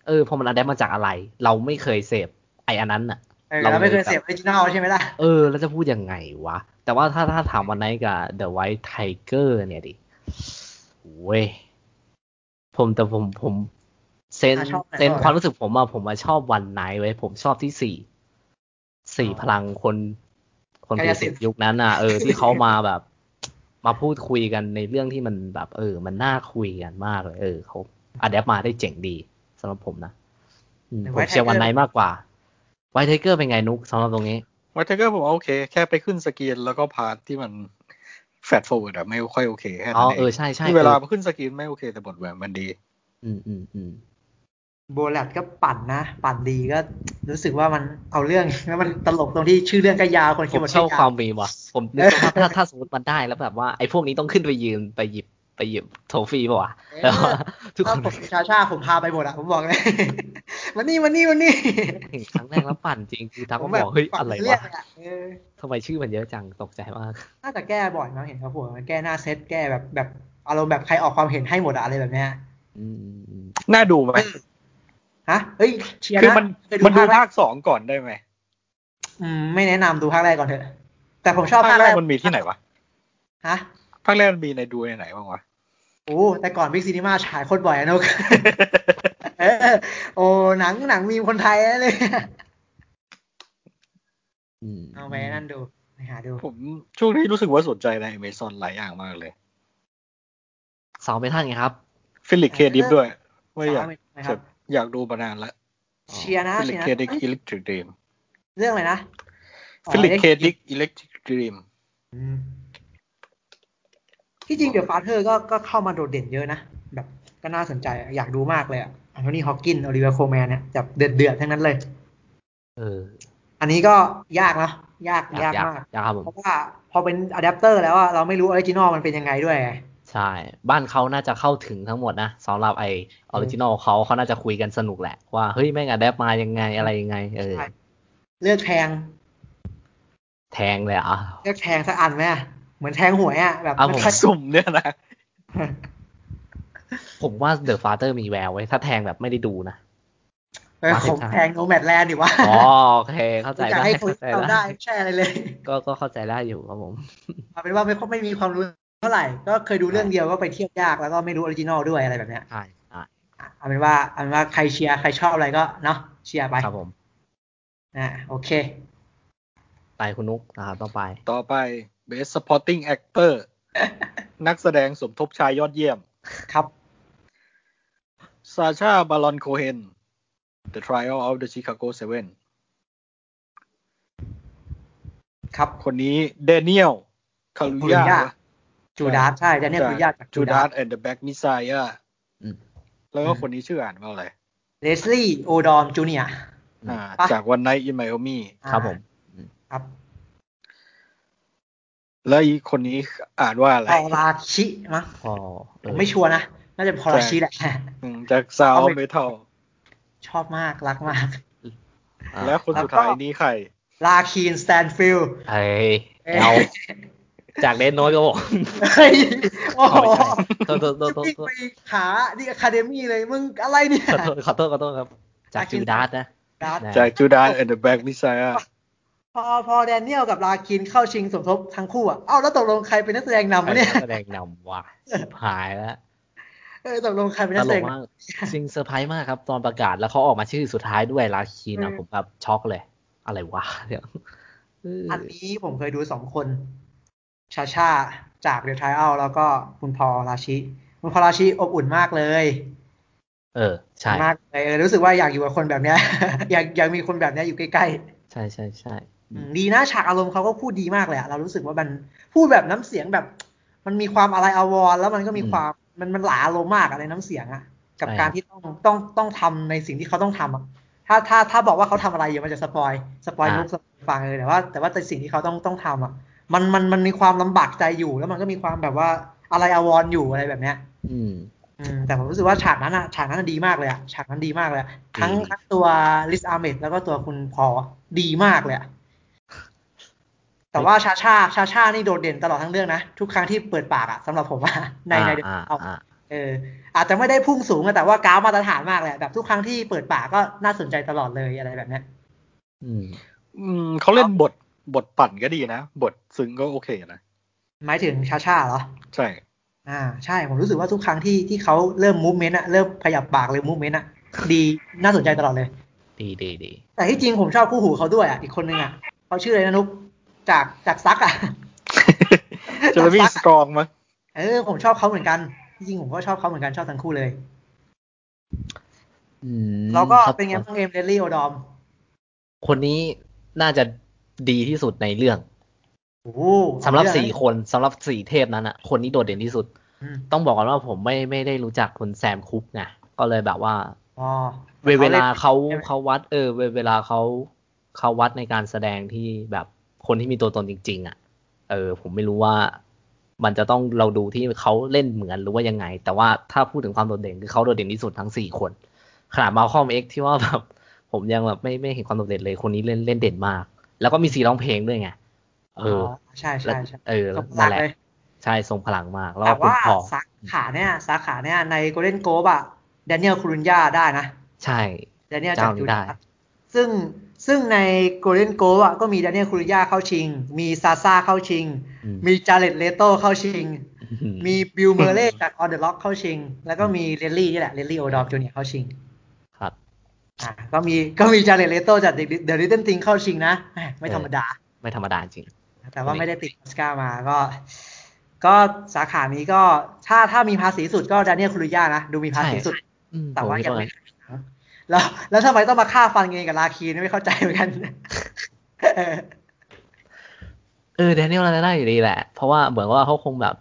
[SPEAKER 1] เออพอมันอะแดปมาจากอะไร เราไม่เคยเสพไออันนั้นอ่ะ
[SPEAKER 2] เออเราไม่เคยเสพออริจินอลใช่ไหมล่ะ
[SPEAKER 1] เออ แล้วจะพูดยังไงวะ แต่ว่าถ้าถ้าถามวันไหนกับ The White Tiger เนี่ยดิเว้ย ผมแต่ผมผมเซน
[SPEAKER 2] ชอบไหน
[SPEAKER 1] เซน
[SPEAKER 2] ก่อน
[SPEAKER 1] ความรู้สึกผมอะผมมาชอบวันไหนเว้ย ผมชอบที่สี่สี่พลังคน คน
[SPEAKER 2] กา
[SPEAKER 1] ผิ
[SPEAKER 2] ยว
[SPEAKER 1] สี
[SPEAKER 2] สิทธิ์
[SPEAKER 1] ยุคนั้นอ่ะ เออ ที่เขามาแบบ มาพูดคุยกันในเรื่องที่มันแบบ เออ มันน่าคุยกันมากเลย เออเขาอะแดปมาได้เจ๋งดีสำหรับผมนะอืม
[SPEAKER 2] The
[SPEAKER 1] ผม
[SPEAKER 2] White
[SPEAKER 1] เชียร์วันไหน
[SPEAKER 2] Tiger
[SPEAKER 1] มากกว่าไวท์ไทเกอร์เป็นไงนุกสำหรับตรงนี้
[SPEAKER 3] ไวท์ไทเกอร์ผมว่าโอเค แค่ไปขึ้นสกรีนแล้วก็พาร์ทที่มันแฟดโฟร์อะไม่ค่อยโอเคแค่
[SPEAKER 1] อ๋
[SPEAKER 3] นั้
[SPEAKER 1] อน
[SPEAKER 3] เอ
[SPEAKER 1] เออง ใช่ใช่
[SPEAKER 3] ที่เวลา
[SPEAKER 1] ออ
[SPEAKER 3] มาขึ้นสกรีนไม่โอเคแต่บทแบบมันดี
[SPEAKER 1] อืมอืมอืม
[SPEAKER 2] โบรัตก็ปั่นนะปั่นดีก็รู้สึกว่ามันเอาเรื่องแล้วมันตลกตรงที่ชื่อเรื่องก็ยาวคน
[SPEAKER 1] ผ
[SPEAKER 2] เขียน
[SPEAKER 1] ม
[SPEAKER 2] บท
[SPEAKER 1] ช
[SPEAKER 2] ก็
[SPEAKER 1] อบ
[SPEAKER 2] ยา
[SPEAKER 1] ควาว มมีว่ะ ผมนึกว่าถ้าถ้าสมมติมันได้แล้วแบบว่าไอ้พวกนี้ต้องขึ้นไปยืนไปหยิบ ไปหยิบโทฟี่ป่าวะแล้วก็ทุกค
[SPEAKER 2] ถ้านผมชาชาผมพาไปหมดอะผมบอกเลย มันนี่มันนี่มันนี่
[SPEAKER 1] เห็นครั้งแรกแล้วปั่นจริงคือทั
[SPEAKER 2] ผม
[SPEAKER 1] กาม บอกเฮ้ย
[SPEAKER 2] ฝัง
[SPEAKER 1] อะไร
[SPEAKER 2] เรียว
[SPEAKER 1] ะ
[SPEAKER 2] กเลยอเออ
[SPEAKER 1] ทำไมชื่อมันเยอะจังตกใจมาก
[SPEAKER 2] น่าจะแก้บ่อยมั้งเห็นเขาพูดแก้หน้าเซตแก้แบบแบบอารมณ์แบบใครออกความเห็นให้หมดอะอะไรแบบเนี้ย
[SPEAKER 1] อืม
[SPEAKER 3] น่าดูไหม
[SPEAKER 2] ฮะเฮ้ยเชียร์
[SPEAKER 3] คือ
[SPEAKER 2] นะ
[SPEAKER 3] มัน
[SPEAKER 2] ไป
[SPEAKER 3] มันดู
[SPEAKER 2] ภาคแร
[SPEAKER 3] ภาก คสองก่อนได้ไหม
[SPEAKER 2] อืมไม่แนะนำดูภาคแรกก่อนเถอะ แต่ผมชอบ
[SPEAKER 3] ภา
[SPEAKER 2] ภา
[SPEAKER 3] ค
[SPEAKER 2] ค
[SPEAKER 3] แร
[SPEAKER 2] แร
[SPEAKER 3] ก
[SPEAKER 2] ก
[SPEAKER 3] มันมีที่ไหนวะ
[SPEAKER 2] ฮะ
[SPEAKER 3] ภาคแรกมันมีในดูในไหนบ้างวะ
[SPEAKER 2] โอ้แต่ก่อนวิกซีนีมาฉายโคตรบ่อยอะนก เออโอ้หนังหนังมีคนไทยนะเลย
[SPEAKER 1] อืม
[SPEAKER 2] เอาไปนั่นดูไปหาดู
[SPEAKER 3] ผมช่วงนี้รู้สึกว่าสนใจในอเมซอนหลายอย่างมากเลย
[SPEAKER 1] สาวไม่ทันไงครับ
[SPEAKER 3] ฟิลิกเคดิฟด้วยไม่อยาก
[SPEAKER 2] สาวไม่ทันนะครับ
[SPEAKER 3] อยากดูมานานละ
[SPEAKER 1] อ๋อ
[SPEAKER 2] เชียร์นะ
[SPEAKER 3] ฟิลิ
[SPEAKER 2] เชี
[SPEAKER 3] ก
[SPEAKER 2] ยร์
[SPEAKER 3] เคดิก
[SPEAKER 2] นะ
[SPEAKER 3] อิเล็กทริกดรีม
[SPEAKER 2] เรื่องอะไรนะอ๋อ
[SPEAKER 3] ฟิลิกเค
[SPEAKER 2] เรื่อง
[SPEAKER 3] ดิกอิเล็กทริกดรีม
[SPEAKER 2] อืมที่จริงเดี๋ยวฟาเธอร์ก็ก็เข้ามาโดดเด่นเยอะนะ แบบก็น่าสนใจอะอยากดูมากเลยอ่ะแอนโทนีฮอว์กินโอลิเวอร์โคลแมนเนี่ยจับเดือดเดือดๆทั้งนั้นเลย
[SPEAKER 1] เออ
[SPEAKER 2] อันนี้ก็ยากเนาะยาก
[SPEAKER 1] อยาย
[SPEAKER 2] าก ก
[SPEAKER 1] อยาก
[SPEAKER 2] มาก
[SPEAKER 1] อยากครับผม
[SPEAKER 2] เพราะว่าพอเป็นอะแดปเตอร์แล้วอะเราไม่รู้ออริจินอลมันเป็นยังไงด้วยไง
[SPEAKER 1] ใช่ บ้านเขาน่าจะเข้าถึงทั้งหมดนะสำหรับไอออริจินอลเขาเขาน่าจะคุยกันสนุกแหละ ว่า เฮ้ย แม่งอะแดปมายังไงอะไรยังไง เออ
[SPEAKER 2] ใช่ เลือกแทง
[SPEAKER 1] แทงเลยเหรอ่ะ
[SPEAKER 2] เลือกแทงสักอันไหมอะเหมือนแทงหวยอ่ะแบบ
[SPEAKER 1] เอาผม
[SPEAKER 2] ไค่อย
[SPEAKER 3] สุ่มเนี่ยนะ
[SPEAKER 1] ผมว่าเดอะฟาเตอร์มีแววไว้ยถ้าแทงแบบไม่ได้ดูนะ
[SPEAKER 2] เออ
[SPEAKER 1] มาสิ
[SPEAKER 2] ผม
[SPEAKER 1] ครับ
[SPEAKER 2] แทงโนแมดแลนด์ดีว่า
[SPEAKER 1] อ๋อโอเค เข้าใจ
[SPEAKER 2] อยาก
[SPEAKER 1] ได้
[SPEAKER 2] ให้คุย
[SPEAKER 1] เข้าใจ
[SPEAKER 2] เรา
[SPEAKER 1] ได้
[SPEAKER 2] ได้ไม่ใช่อะไรเลย
[SPEAKER 1] ก็ก็เข้าใจได้อยู่ครับผม
[SPEAKER 2] เอาเป็นว่าไม่ไม่มีความรู้เท่าไหร่ ก็เคยดูเรื่องเดียวก็ไปเทียบยากแล้วก็ไม่รู้ออริจินอลด้วยอะไรแบบเนี้ย
[SPEAKER 1] ใช่ใช่
[SPEAKER 2] อ่ะเอาเป็นว่าเอาเป็นว่าใครเชียร์ใครชอบอะไรก็เนาะเชียร์ไป
[SPEAKER 1] ครับผม
[SPEAKER 2] อ่ะโอเค
[SPEAKER 1] ไปคุณนุกนะครับต้องไป
[SPEAKER 3] ต่อไป Best Supporting Actor นักแสดงสมทบชายยอดเยี่ยม
[SPEAKER 2] ครับ
[SPEAKER 3] ซาชาบารอนโคเฮน The Trial of the Chicago Seven
[SPEAKER 2] ครับ
[SPEAKER 3] คนนี้เดเนียลคารุยา
[SPEAKER 2] จูดาส จูดาสใช่แต่เนี่ย
[SPEAKER 3] ใช่
[SPEAKER 2] คุยากจากจู
[SPEAKER 3] จูดา
[SPEAKER 2] ดา
[SPEAKER 3] ส
[SPEAKER 2] ส
[SPEAKER 3] and the Black Messiah
[SPEAKER 1] อืม
[SPEAKER 3] แล้วก็
[SPEAKER 2] อืม
[SPEAKER 3] คนนี้ชื่ออ่านว่าอะไร
[SPEAKER 2] เลสลี่โอดอมจูเนีย
[SPEAKER 3] อ่า
[SPEAKER 2] ปะ
[SPEAKER 3] จากวันไนท์ in Miami
[SPEAKER 1] ครับผม
[SPEAKER 2] ครับ
[SPEAKER 3] แล้วอีกคนนี้อ่านว่าอะไร
[SPEAKER 2] พอลาชิมั้ง
[SPEAKER 1] พอเอ
[SPEAKER 2] ผ
[SPEAKER 1] อ
[SPEAKER 2] มไม่ชัวร์นะ น่าจะพอลาชิแหละ
[SPEAKER 3] อืมจาก Sound of
[SPEAKER 2] เอาไป
[SPEAKER 3] Metal
[SPEAKER 2] ชอบมากรักมาก
[SPEAKER 1] อ่ะ
[SPEAKER 3] และคน
[SPEAKER 2] แล้วก็
[SPEAKER 3] สุดท้ายนี้ใคร
[SPEAKER 2] ลาคีนสแตนฟิล
[SPEAKER 1] เฮ้ยเอาจากเดนโนตก็บอก
[SPEAKER 2] เฮ้ยโอ้โห
[SPEAKER 1] ไม่ใช่โทษโทษโทษโทษ
[SPEAKER 2] วิ่งไปขาดิอะคาเดมี่เลยมึงอะไรเนี่ย
[SPEAKER 1] ขอโทษขอโทษขอโทษครับ จากจูดาสนะ
[SPEAKER 2] ครับ
[SPEAKER 1] ได้
[SPEAKER 3] จากจูดาส and the Black Messiah
[SPEAKER 2] พอพอแดเนียลกับลาคินเข้าชิงสมทบทั้งคู่อ่ะ เอ้าแล้วตกลงใครเป็นนักแสดงนำ
[SPEAKER 1] ใคร
[SPEAKER 2] วะเนี่ย
[SPEAKER 1] แสดงนำว่ะชิบหายแล้ว
[SPEAKER 2] เออตกลงใครเป็น
[SPEAKER 1] ต
[SPEAKER 2] นั
[SPEAKER 1] ล
[SPEAKER 2] กแสด
[SPEAKER 1] ก
[SPEAKER 2] ง
[SPEAKER 1] มากซิงเซอร์ไพรส์มากครับ ตอนประกาศแล้วเขาออกมาชื่อสุดท้ายด้วยลาคีนะผมแบบช็อกเลย อะไรวะเนี่ยเอออ
[SPEAKER 2] อันนี้ผมเคยดูสองคน ชาชาจากเด e t ท i อ l แล้วก็คุณพอลาชิ คุณพอลาชิอบอุ่นมากเลย
[SPEAKER 1] เออ ใช่
[SPEAKER 2] มากเลยเออรู้สึกว่าอยากอยู่กับคนแบบเนี้ย อยากอยากมีคนแบบเนี้ยอยู่ใกล้ๆ
[SPEAKER 1] ใช่ใช่ใช่
[SPEAKER 2] อืมดีนะฉากอารมณ์เขาก็พูดดีมากเลยอะเรารู้สึกว่ามันพูดแบบน้ำเสียงแบบ มันมีความอะไรอาวรณ์แล้วมันก็มีความมันมันหลาอารมณ์มากอะไรน้ำเสียงอะกับการที่ต้องต้องต้องทำในสิ่งที่เขาต้องทำอะถ้าถ้าถ้าบอกว่าเขาทำอะไรอย่ามันจะสปอยสปอยลุกสปอยฟังเลยแต่ว่าแต่ว่าแต่สิ่งที่เขาต้องต้องทำอะมันมันมันมีความลำบากใจอยู่ แล้วมันก็มีความแบบว่าอะไรอาวรณ์อยู่อะไรแบบเนี้ย
[SPEAKER 1] อืม
[SPEAKER 2] อืมแต่ผมรู้สึกว่าฉากนั้นอะฉากนั้นอะดีมากเลยอะฉากนั้นดีมากเลยอะทั้ง
[SPEAKER 1] อืม
[SPEAKER 2] ทั้งตัวลิสอาเมดแล้วก็ตัวคุณพออะดีมากเลยอะแต่ว่าชาชาชาชานี่โดดเด่นตลอดทั้งเรื่องนะ ทุกครั้งที่เปิดปากอะสำหรับผมอะ ในใน
[SPEAKER 1] อ่า
[SPEAKER 2] เอา
[SPEAKER 1] อ่า
[SPEAKER 2] เออ อาจจะไม่ได้พุ่งสูงอะแต่ว่ากราวมาตรฐานมากเลยอะแบบทุกครั้งที่เปิดปากก็น่าสนใจตลอดเลยอะไรแบบเนี้ย
[SPEAKER 1] อืม
[SPEAKER 3] อืมเขาเล่นบทบทปั่นก็ดีนะ บทซึ้งก็โอเคนะ
[SPEAKER 2] หมายถึงชาชาเหรอ
[SPEAKER 3] ใช่
[SPEAKER 2] อ่าใช่ ผมรู้สึกว่าทุกครั้งที่ที่เขาเริ่มมูฟเมนต์อะเริ่มขยับปากเลยมูฟเมนต์อะดีน่าสนใจตลอดเลย
[SPEAKER 1] ดีดีดี
[SPEAKER 2] แต่ที่จริงผมชอบคู่หูเขาด้วยอ่ะ อีกคนนึงอ่ะเขาชื่ออะไรนะนุ๊กจากจากซักอ่ะ
[SPEAKER 3] เจอร์มี่สตรองมั้ง
[SPEAKER 2] เออผมชอบเขาเหมือนกันที่จริงผมก็ชอบเขาเหมือนกันชอบทั้งคู่เลย
[SPEAKER 1] อืม
[SPEAKER 2] แล้วก็
[SPEAKER 1] ครับ
[SPEAKER 2] เป็นไงบ้างเอมเดลลี่โอดอม
[SPEAKER 1] คนนี้น่าจะดีที่สุดในเรื่อง
[SPEAKER 2] โอ้โห
[SPEAKER 1] สำหรับ
[SPEAKER 2] เอเอง
[SPEAKER 1] สี่คนสำหรับสี่เทพนั้นอะคนนี้โดดเด่นที่สุด
[SPEAKER 2] อืม
[SPEAKER 1] ต้องบอกก่อนว่าผมไม่ไม่ได้รู้จักคุณแซมคุกไงก็เลยแบบว่า
[SPEAKER 2] อ๋อ
[SPEAKER 1] เวเวลาเขา
[SPEAKER 2] ใช่ไหม
[SPEAKER 1] เขาวัด เออเวเวลาเขาเขาวัดในการแสดงที่แบบคนที่มีตัวตนจริง ๆ อ่ะ เออ ผมไม่รู้ว่า มันจะต้องเราดูที่เขาเล่นเหมือนหรือว่ายังไง แต่ว่าถ้าพูดถึงความโดดเด่นคือเขาโดดเด่นที่สุดทั้งสี่คน ขนาดมาคอมเอ็กที่ว่าแบบ ผมยังแบบไม่ไม่เห็นความโดดเด่นเลยคนนี้เล่นเล่นเด่นมาก แล้วก็มีสีร้องเพลงด้วยไงเอออ
[SPEAKER 2] ใช่ใช่ใช่
[SPEAKER 1] เออ
[SPEAKER 2] สม
[SPEAKER 1] นั่
[SPEAKER 2] ศัก
[SPEAKER 1] นแห
[SPEAKER 2] ดิ์
[SPEAKER 1] ละ
[SPEAKER 2] เลย
[SPEAKER 1] ใช่ทรงพลังมาก แล้ว
[SPEAKER 2] แต่
[SPEAKER 1] ก็คุณ
[SPEAKER 2] ว่า
[SPEAKER 1] พ่อ
[SPEAKER 2] สาขาเนี่ยสาขาเนี่ยในโกลเด้นโกลบอะแดเนียลคูรุญญาได้นะ
[SPEAKER 1] ใช่
[SPEAKER 2] แดเนียล
[SPEAKER 1] เจ้า
[SPEAKER 2] จาก
[SPEAKER 1] นี้
[SPEAKER 2] ยู
[SPEAKER 1] ได้
[SPEAKER 2] ไนเต็ดซึ่งซึ่งในโกลเด้นโกลอ่ะก็มีแดเนียลคูรุญญาเข้าชิง มีซาซาเข้าชิง
[SPEAKER 1] อืม
[SPEAKER 2] มีจาเล็ตเลโต้เข้าชิง
[SPEAKER 1] อื
[SPEAKER 2] มีบิลเมอร์เล่จากออนเดอะล็อกเข้าชิง แล้วก็มีเรลลี่นี่แหละเรลลี่โอดอมจูเนียร์เข้าชิง
[SPEAKER 1] ครับ
[SPEAKER 2] อ่ะก็มีก็มีจาเล็ตเลโต้จากเดอะริทเทิลติงเข้าชิงนะแหม่ไม่
[SPEAKER 1] เออ
[SPEAKER 2] ธรรมดา
[SPEAKER 1] ไม่ธรรมดาจริง
[SPEAKER 2] แต่ว่าไม่ได้ติดออสการ์มาก็ ก็สาขานี้ก็ถ้าถ้ามีภาษีสุดก็แดเนียลคูรุญญานะดูมีภาษีสุด
[SPEAKER 1] อืม
[SPEAKER 2] แต่ว่า
[SPEAKER 1] ผมคิด
[SPEAKER 2] ยัง
[SPEAKER 1] ว่า
[SPEAKER 2] ไม่ขายนะแล้วแล้วทำไมต้องมาฆ่าฟันเองกับลาคีนไม่เข้าใจเหมือน กันเออ
[SPEAKER 1] เออแดเนียลน่าจะได้อยู่ดีแหละ เพราะว่าเหมือนว่าเขาคงแบบ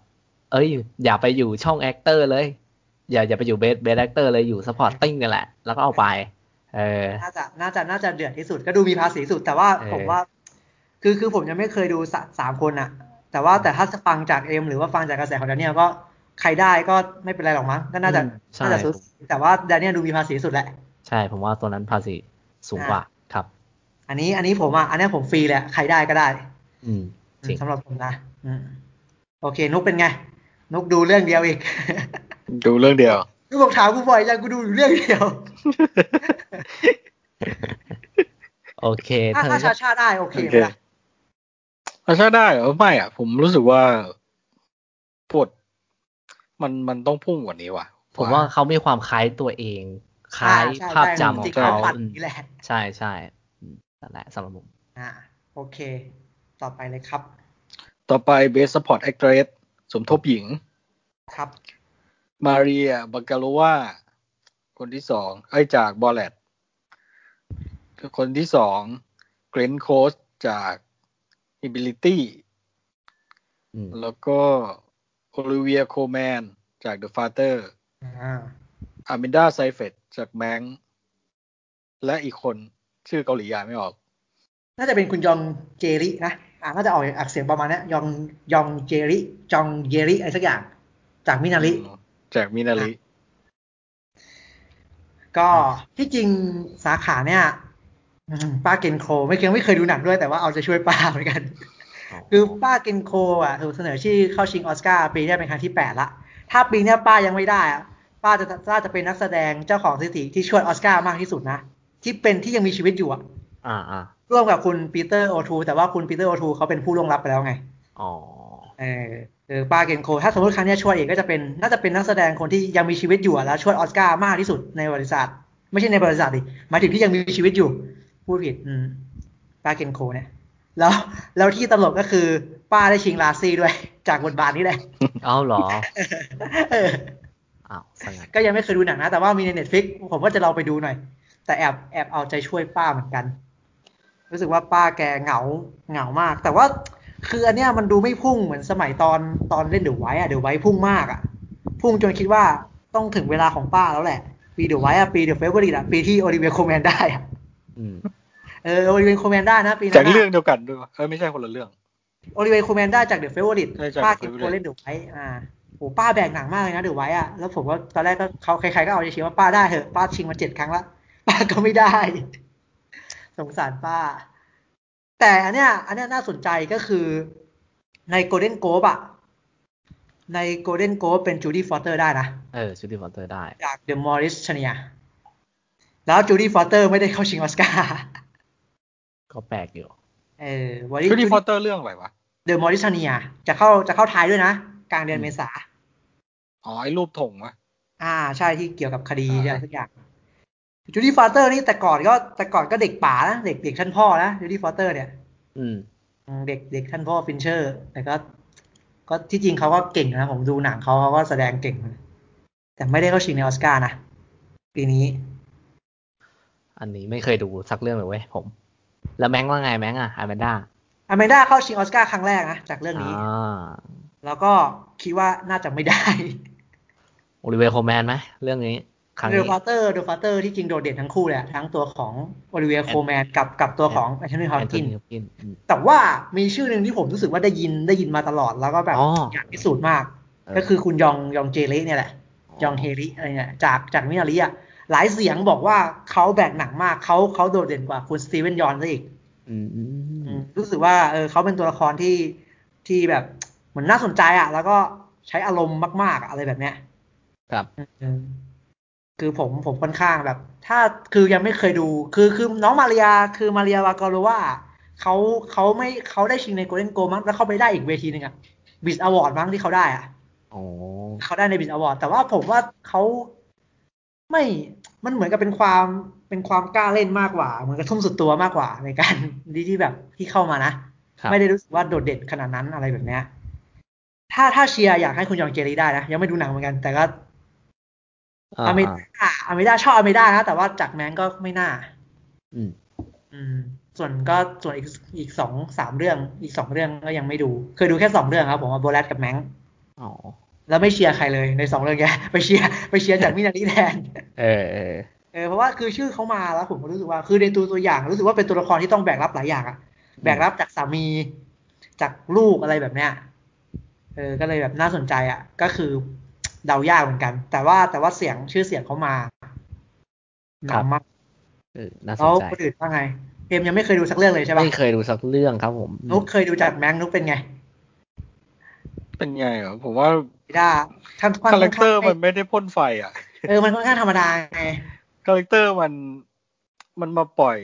[SPEAKER 1] เอ้ย อย่าไปอยู่ช่องแอคเตอร์เลย อย่าอย่าไปอยู่เบสเบสแอคเตอร์เลยอยู่สปอร์ตติ้งนี่แหละ แล้วก็เอาไป เออ
[SPEAKER 2] น่าจะน่าจะน่าจะเดือดที่สุดก็ดูมีภาษีสุด แต่ว่า
[SPEAKER 1] เออ
[SPEAKER 2] ผมว่า คือคือผมยังไม่เคยดูสะสามคนอะแต่ว่าแต่ถ้าจะฟังจากเอ็มหรือว่าฟังจากกระแสของแดเนียลก็ใครได้ก็ไม่เป็นไรหรอกมั้งก็น่าจะ
[SPEAKER 1] อืมใช่
[SPEAKER 2] น่าจะสุดแต่ว่าแดเนียลดูมีภาษีสุดแหละ
[SPEAKER 1] ใช่ ผมว่าตัวนั้นภาษีสูงกว่าครับ
[SPEAKER 2] อันนี้อันนี้ผมอะอันนี้ผมฟรีแหละใครได้ก็ได้
[SPEAKER 1] อืมจริง
[SPEAKER 2] สำหรับผมนะอืมโอเค นุกเป็นไง นุกดูเรื่องเดียวอีก
[SPEAKER 3] ดูเรื่องเดียว
[SPEAKER 2] กูบอกถามกูบ่อยยังกูดูอยู่เรื่องเดียว
[SPEAKER 1] โอเค
[SPEAKER 2] ถ้า
[SPEAKER 1] เธอ
[SPEAKER 2] ถ้า
[SPEAKER 1] ก็
[SPEAKER 2] ชาชาได้โอเค
[SPEAKER 3] โอ
[SPEAKER 2] ไหม
[SPEAKER 3] เค
[SPEAKER 2] ล่ะ
[SPEAKER 3] อาชาได้เหรอไม่อ่ะ ผมรู้สึกว่าปวดมันมันต้องพุ่งกว่านี้ว่ะ
[SPEAKER 1] ผมว่าเขามีความคล้ายตัวเอง คล้าย
[SPEAKER 2] อ่ใช่
[SPEAKER 1] ภาพ
[SPEAKER 2] ใช่
[SPEAKER 1] จำขอ
[SPEAKER 2] จริ
[SPEAKER 1] ง
[SPEAKER 2] ๆ
[SPEAKER 1] เขา
[SPEAKER 2] ปั่น
[SPEAKER 1] อืม
[SPEAKER 2] นี่แหละ
[SPEAKER 1] ใช่ใช่อืมนั่นแหละสำหรับผม
[SPEAKER 2] อ่าโอเค ต่อไปเลยครับ
[SPEAKER 3] ต่อไป Best Support Actress สมทบหญิง
[SPEAKER 2] ครับ
[SPEAKER 3] มาเรียบา a าโลวาคนที่สองไอ้ยจากบอลเลตคนที่สองเกรนโคสจาก Ability
[SPEAKER 1] อืม
[SPEAKER 3] แล้วก็โอลิเวียโคแมนจาก The Father
[SPEAKER 2] อ่า
[SPEAKER 3] อามินดาไซเฟตจากแมงและอีกคนชื่อเกาหลียานไม่ออก
[SPEAKER 2] น่าจะเป็นคุณยองเจรินะอ่าน่าจะออกอักเสียงประมาณเนี้ยยองยองเจริจองเยริอะไรสักอย่าง จากมินาริ
[SPEAKER 3] จากมินาริ
[SPEAKER 2] ก็ที่จริงสาขาเนี่ยอืมป้าเกนโคไม่เคยไม่เคยดูหนังด้วยแต่ว่าเอาใจะช่วยป้าเหมือนกัน คือป้าเกนโคอ่ะถูกเสนอชื่อเข้าชิงออสการ์ปีเนี้ยเป็นครั้งที่ 8 ละ ถ้าปีเนี้ยป้ายังไม่ได้อ่ะป้าจะป้าจะเป็นนักแสดงเจ้าของสถิติที่ช่วยออสการ์มากที่สุดนะ ที่เป็นที่ยังมีชีวิตอยู่อ่ะ
[SPEAKER 1] อ่าอ่า
[SPEAKER 2] ร่วมกับคุณปีเตอร์โอทูแต่ว่าคุณปีเตอร์โอทูเขาเป็นผู้ล่วงลับไปแล้วไง
[SPEAKER 1] อ๋อ
[SPEAKER 2] เออคือป้าเกนโค ถ้าสมมติครั้งเนี้ยช่วยเองก็จะเป็นน่าจะเป็นนักแสดงคนที่ยังมีชีวิตอยู่อะแล้วช่วยออสการ์มากที่สุดในบริษัท ไม่ใช่ในบริษัทดิหมายถึงที่ยังมีชีวิตอยู่ พูดผิดอืมป้าเกนโคเนี่ย แล้วแล้วที่ตลกก็คือ ป้าได้ชิงลาซี่ด้วย จากบทบาทนี้แหละ
[SPEAKER 1] เอาเหรอ
[SPEAKER 2] เออ
[SPEAKER 1] อ้าวสังน
[SPEAKER 2] ก็ยังไม่เคยดูหนังนะ แต่ว่ามีในเน็ตฟิกผมก็จะลองไปดูหน่อย แต่แอบแอบเอาใจช่วยป้าเหมือนกัน รู้สึกว่าป้าแกเหงาเหงามาก แต่ว่าคืออันเนี้ยมันดูไม่พุ่งเหมือนสมัยตอนตอนเล่นเดอะไวท์อะเดอะไวท์พุ่งมากอะพุ่งจนคิดว่าต้องถึงเวลาของป้าแล้วแหละ ปีเดอะไวท์อะปีเดอะเฟเวอรี่อะปีที่โอลิเวียโคแมนได้อะ
[SPEAKER 1] อืม
[SPEAKER 2] เออโอลิเวียโคแมนได้นะปีนั้
[SPEAKER 3] จาก
[SPEAKER 2] นอะ
[SPEAKER 3] เรื่องเดียวกันด้วยวะเออไม่ใช่คนละเรื่อง
[SPEAKER 2] โอลิเวียโคแมนได้จากเดอะเฟเวอรี่
[SPEAKER 3] ใช่จาก
[SPEAKER 2] ป้า
[SPEAKER 3] The
[SPEAKER 2] เก็บ
[SPEAKER 3] Favourite
[SPEAKER 2] ตัวเล่นเดอะไวท์อ่าโอ้ป้าแบกหนังมากเลยนะเดอะไวท์อะแล้วผมก็ตอนแรกก็เขาใครๆก็เอาใจเชียร์ว่าป้าได้เหอะป้าชิงมาเจ็ดครั้งละ ป้าก็ไม่ได้ สงสารป้า แต่อันเนี้ย อันเนี้ยน่าสนใจก็คือในโกลเด้นโกบอะในโกลเด้นโกบเป็นจูดี้ฟอสเตอร์ได้นะ
[SPEAKER 1] เออชุดที่ฟอนเตอร์ได้
[SPEAKER 2] จากเดอะมอริสชเนียแล้วจูดี้ฟอสเตอร์ไม่ได้เข้าชิงออสการ์
[SPEAKER 1] ก็แปลกอยู่
[SPEAKER 2] เออวันนี้
[SPEAKER 3] จูดี้พอตเตอร์เรื่องอะไรวะ
[SPEAKER 2] เดอะมอริสชเนียจะเข้าจะเข้าท้ายด้วยนะ กลางเดือนเมษา
[SPEAKER 3] อ๋อ ไอ้รูปถงวะ
[SPEAKER 2] อ่าใช่ที่เกี่ยวกับคดี
[SPEAKER 3] อ่า
[SPEAKER 2] อะไรสักอย่างจูดี้ฟอสเตอร์นี่แต่ก่อนก็แต่ก่อนก็เด็กป่านะเด็กเด็กชั้นพ่อนะจูดี้ฟอสเตอร์เนี่ย
[SPEAKER 1] อืม
[SPEAKER 2] อืมเด็กเด็กท่านพ่อฟินเชอร์ แต่ก็ ก็ที่จริงเขาก็เก่งนะผมดูหนังเขาเขาก็แสดงเก่ง แต่ไม่ได้เข้าชิงในออสการ์นะ ปีนี้
[SPEAKER 1] อันนี้ไม่เคยดูสักเรื่องเลยเว้ยผม แล้วแม็กว่าไงแม็กอะอาแมนด้า
[SPEAKER 2] อเมนด้าเข้าชิงออสการ์ครั้งแรกนะ จากเรื่อง
[SPEAKER 1] อ่
[SPEAKER 2] นี้
[SPEAKER 1] า
[SPEAKER 2] แล้วก็คิดว่าน่าจะไม่ได้
[SPEAKER 1] โอลิเวโคแมนไหมเรื่องนี้ ครั้ง
[SPEAKER 2] เด
[SPEAKER 1] นี้
[SPEAKER 2] อะควอเตอร์เดอะควอเตอร์ที่จริงโดดเด่นทั้งคู่เลยอะทั้งตัวของโอลิเวีย
[SPEAKER 1] แอน
[SPEAKER 2] โคลแมนกับกับตัวของแอนโทนีฮอป
[SPEAKER 1] แอนโท
[SPEAKER 2] กิน
[SPEAKER 1] นีฮอปกินอืม
[SPEAKER 2] แต่ว่ามีชื่อหนึ่งที่ผมรู้สึกว่าได้ยินได้ยินมาตลอดแล้วก็แบบ
[SPEAKER 1] อ๋อ
[SPEAKER 2] อยากพิสูจน์มาก
[SPEAKER 1] เออ
[SPEAKER 2] ก็คือคุณยองยองเจริเนี่ยแหละ ยองเฮริอะไรเนี่ยจากจากมินาริอะหลายเสียงบอกว่าเขาแบกหนักมากเขาเขาโดดเด่นกว่าคุณสตีเวนยอนซะอีก
[SPEAKER 1] อืมอืมอืม
[SPEAKER 2] รู้สึกว่าเออเขาเป็นตัวละครที่ที่แบบเหมือนน่าสนใจอะแล้วก็ใช้อารมณ์มากๆอะอะไรแบบเนี้ย
[SPEAKER 1] ครับ
[SPEAKER 2] อืมคือผมผมค่อนข้างแบบ ถ้าคือยังไม่เคยดู คือคือน้องมาเรียคือมาเรียวากอโรวาเขาเขาไม่เขาได้ชิงในโกลเด้นโกมั้งแล้วเขาไปได้อีกเวทีหนึ่งอะบิสอวอร์ดมั้งที่เขาได้อะ
[SPEAKER 1] อ๋อ
[SPEAKER 2] เขาได้ในบิสอวอร์ดแต่ว่าผมว่าเขาไม่มันเหมือนกับเป็นความเป็นความกล้าเล่นมากกว่า เหมือนกับทุ่มสุดตัวมากกว่าในการ ที่ที่แบบที่เข้ามานะ
[SPEAKER 1] ครับ
[SPEAKER 2] ไม่ได้รู้สึกว่าโดดเด่นขนาดนั้นอะไรแบบเนี้ย ถ้าถ้าเชียร์อยากให้คุณยองเจรีได้นะยังไม่ดูหนังเหมือนกัน แต่ก็
[SPEAKER 1] อ่า
[SPEAKER 2] อเมริ
[SPEAKER 1] อ่าก
[SPEAKER 2] าอเมริกาชอบอเมริกานะ แต่ว่าจากแมนก็ไม่น่า
[SPEAKER 1] อืม
[SPEAKER 2] อืม ส่วนก็ส่วนอีกอีกสองสามเรื่อง อีกสองเรื่องก็ยังไม่ดู เคยดูแค่สองเรื่องครับผมว่าโบลัสกับแมง
[SPEAKER 1] อ๋อ
[SPEAKER 2] แล้วไม่เชียร์ใครเลยในสองเรื่องแก ไปเชียร์ไปเชียร์จากมินารีแทน
[SPEAKER 1] เออเออ
[SPEAKER 2] เออเพราะว่าคือชื่อเขามาแล้วผมก็รู้สึกว่าคือในตัวตัวอย่าง รู้สึกว่าเป็นตัวละครที่ต้องแบกรับหลายอย่างอะแบกรับจากสามี จากลูกอะไรแบบเนี้ยเออก็เลยแบบน่าสนใจอะก็คือเดายากเหมือนกัน แต่ว่าแต่ว่าเสียงชื่อเสียงเขามา
[SPEAKER 1] ครับ
[SPEAKER 2] นำมาก
[SPEAKER 1] เออน่าส
[SPEAKER 2] แล้
[SPEAKER 1] น
[SPEAKER 2] ว
[SPEAKER 1] ใจ
[SPEAKER 2] คนอื่นว่าไงเอมยังไม่เคยดูสักเรื่องเลยใช่ปะ
[SPEAKER 1] ไม่เคยดูสักเรื่องครับผม
[SPEAKER 2] นุกเคยดูจากแมงนุกเป็นไง
[SPEAKER 3] เป็นไงอ่ะผมว่า
[SPEAKER 2] ไม่ได้ท่าน
[SPEAKER 3] คาแรคเตอร์มันไม่ได้พ่นไฟอ่ะ
[SPEAKER 2] เออมันค่อนข้างธรรมดาไง
[SPEAKER 3] คาแรคเตอร์มันมันมาปล่อย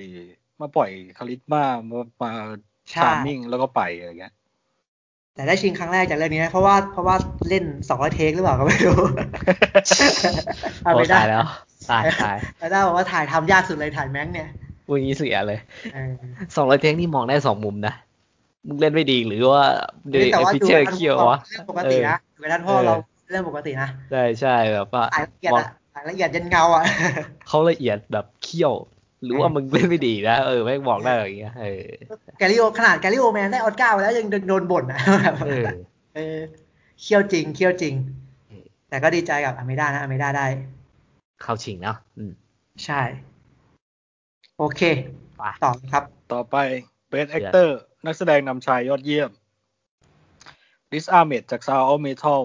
[SPEAKER 3] มาปล่อยคาริสมามามาชาร์มมิ่งแล้วก็ไปอะไรเงี้ย
[SPEAKER 2] แต่ได้ชิงครั้งแรกจากเรื่องนี้นะเพราะว่าเพราะว่าเล่นสองร้อยเทคหรือเปล่าก็ไม่รู้ เอา
[SPEAKER 1] โอ้
[SPEAKER 2] ไม่ได้
[SPEAKER 1] ตายแล้ว ตายตาย
[SPEAKER 2] ไม่ได้บอกว่าถ่ายทำยากสุดเลยถ่ายแมงเนี่ย
[SPEAKER 1] พูดอย่างนี้เสียเลย
[SPEAKER 2] เออ
[SPEAKER 1] สองร้อยเทคนี่มองได้สองมุมนะ มึงเล่นไม่ดีหรือว่าเดย์
[SPEAKER 2] ว่า
[SPEAKER 1] พิเชอร์
[SPEAKER 2] กั
[SPEAKER 1] เคียววะ
[SPEAKER 2] เรื่องปกตินะดูกับด้านพ่อ
[SPEAKER 1] เออ
[SPEAKER 2] เราเรื่องปกตินะ
[SPEAKER 1] ใช่ใช่แบบว่า
[SPEAKER 2] ถ่ายละเอียด
[SPEAKER 1] มอง
[SPEAKER 2] อะถ่ายละเอียดยันเงาอะ
[SPEAKER 1] เขาละเอียดแบบเคี่ยว หรือว่ามึงเล่นไม่ดีนะเออแม่งบอกได้อย่างเงี้ยเออ
[SPEAKER 2] แกลิโอขนาดแกลิโอแมนได้ออสการ์ไปแล้วยังโดนบ่นอะ
[SPEAKER 1] เออ
[SPEAKER 2] เออเคี่ยวจริงเคี่ยวจริง
[SPEAKER 1] เออ
[SPEAKER 2] แต่ก็ดีใจกับอเมด้านะอเมด้าได้
[SPEAKER 1] เข้าชิงเนาะอืม
[SPEAKER 2] ใช่ โอเค
[SPEAKER 1] ไป
[SPEAKER 2] ต่อครับ
[SPEAKER 3] ต่อไปเป็นแอคเตอร์นักแสดงนำชายยอดเยี่ยมริสอาเมดจากซาวออเมทัล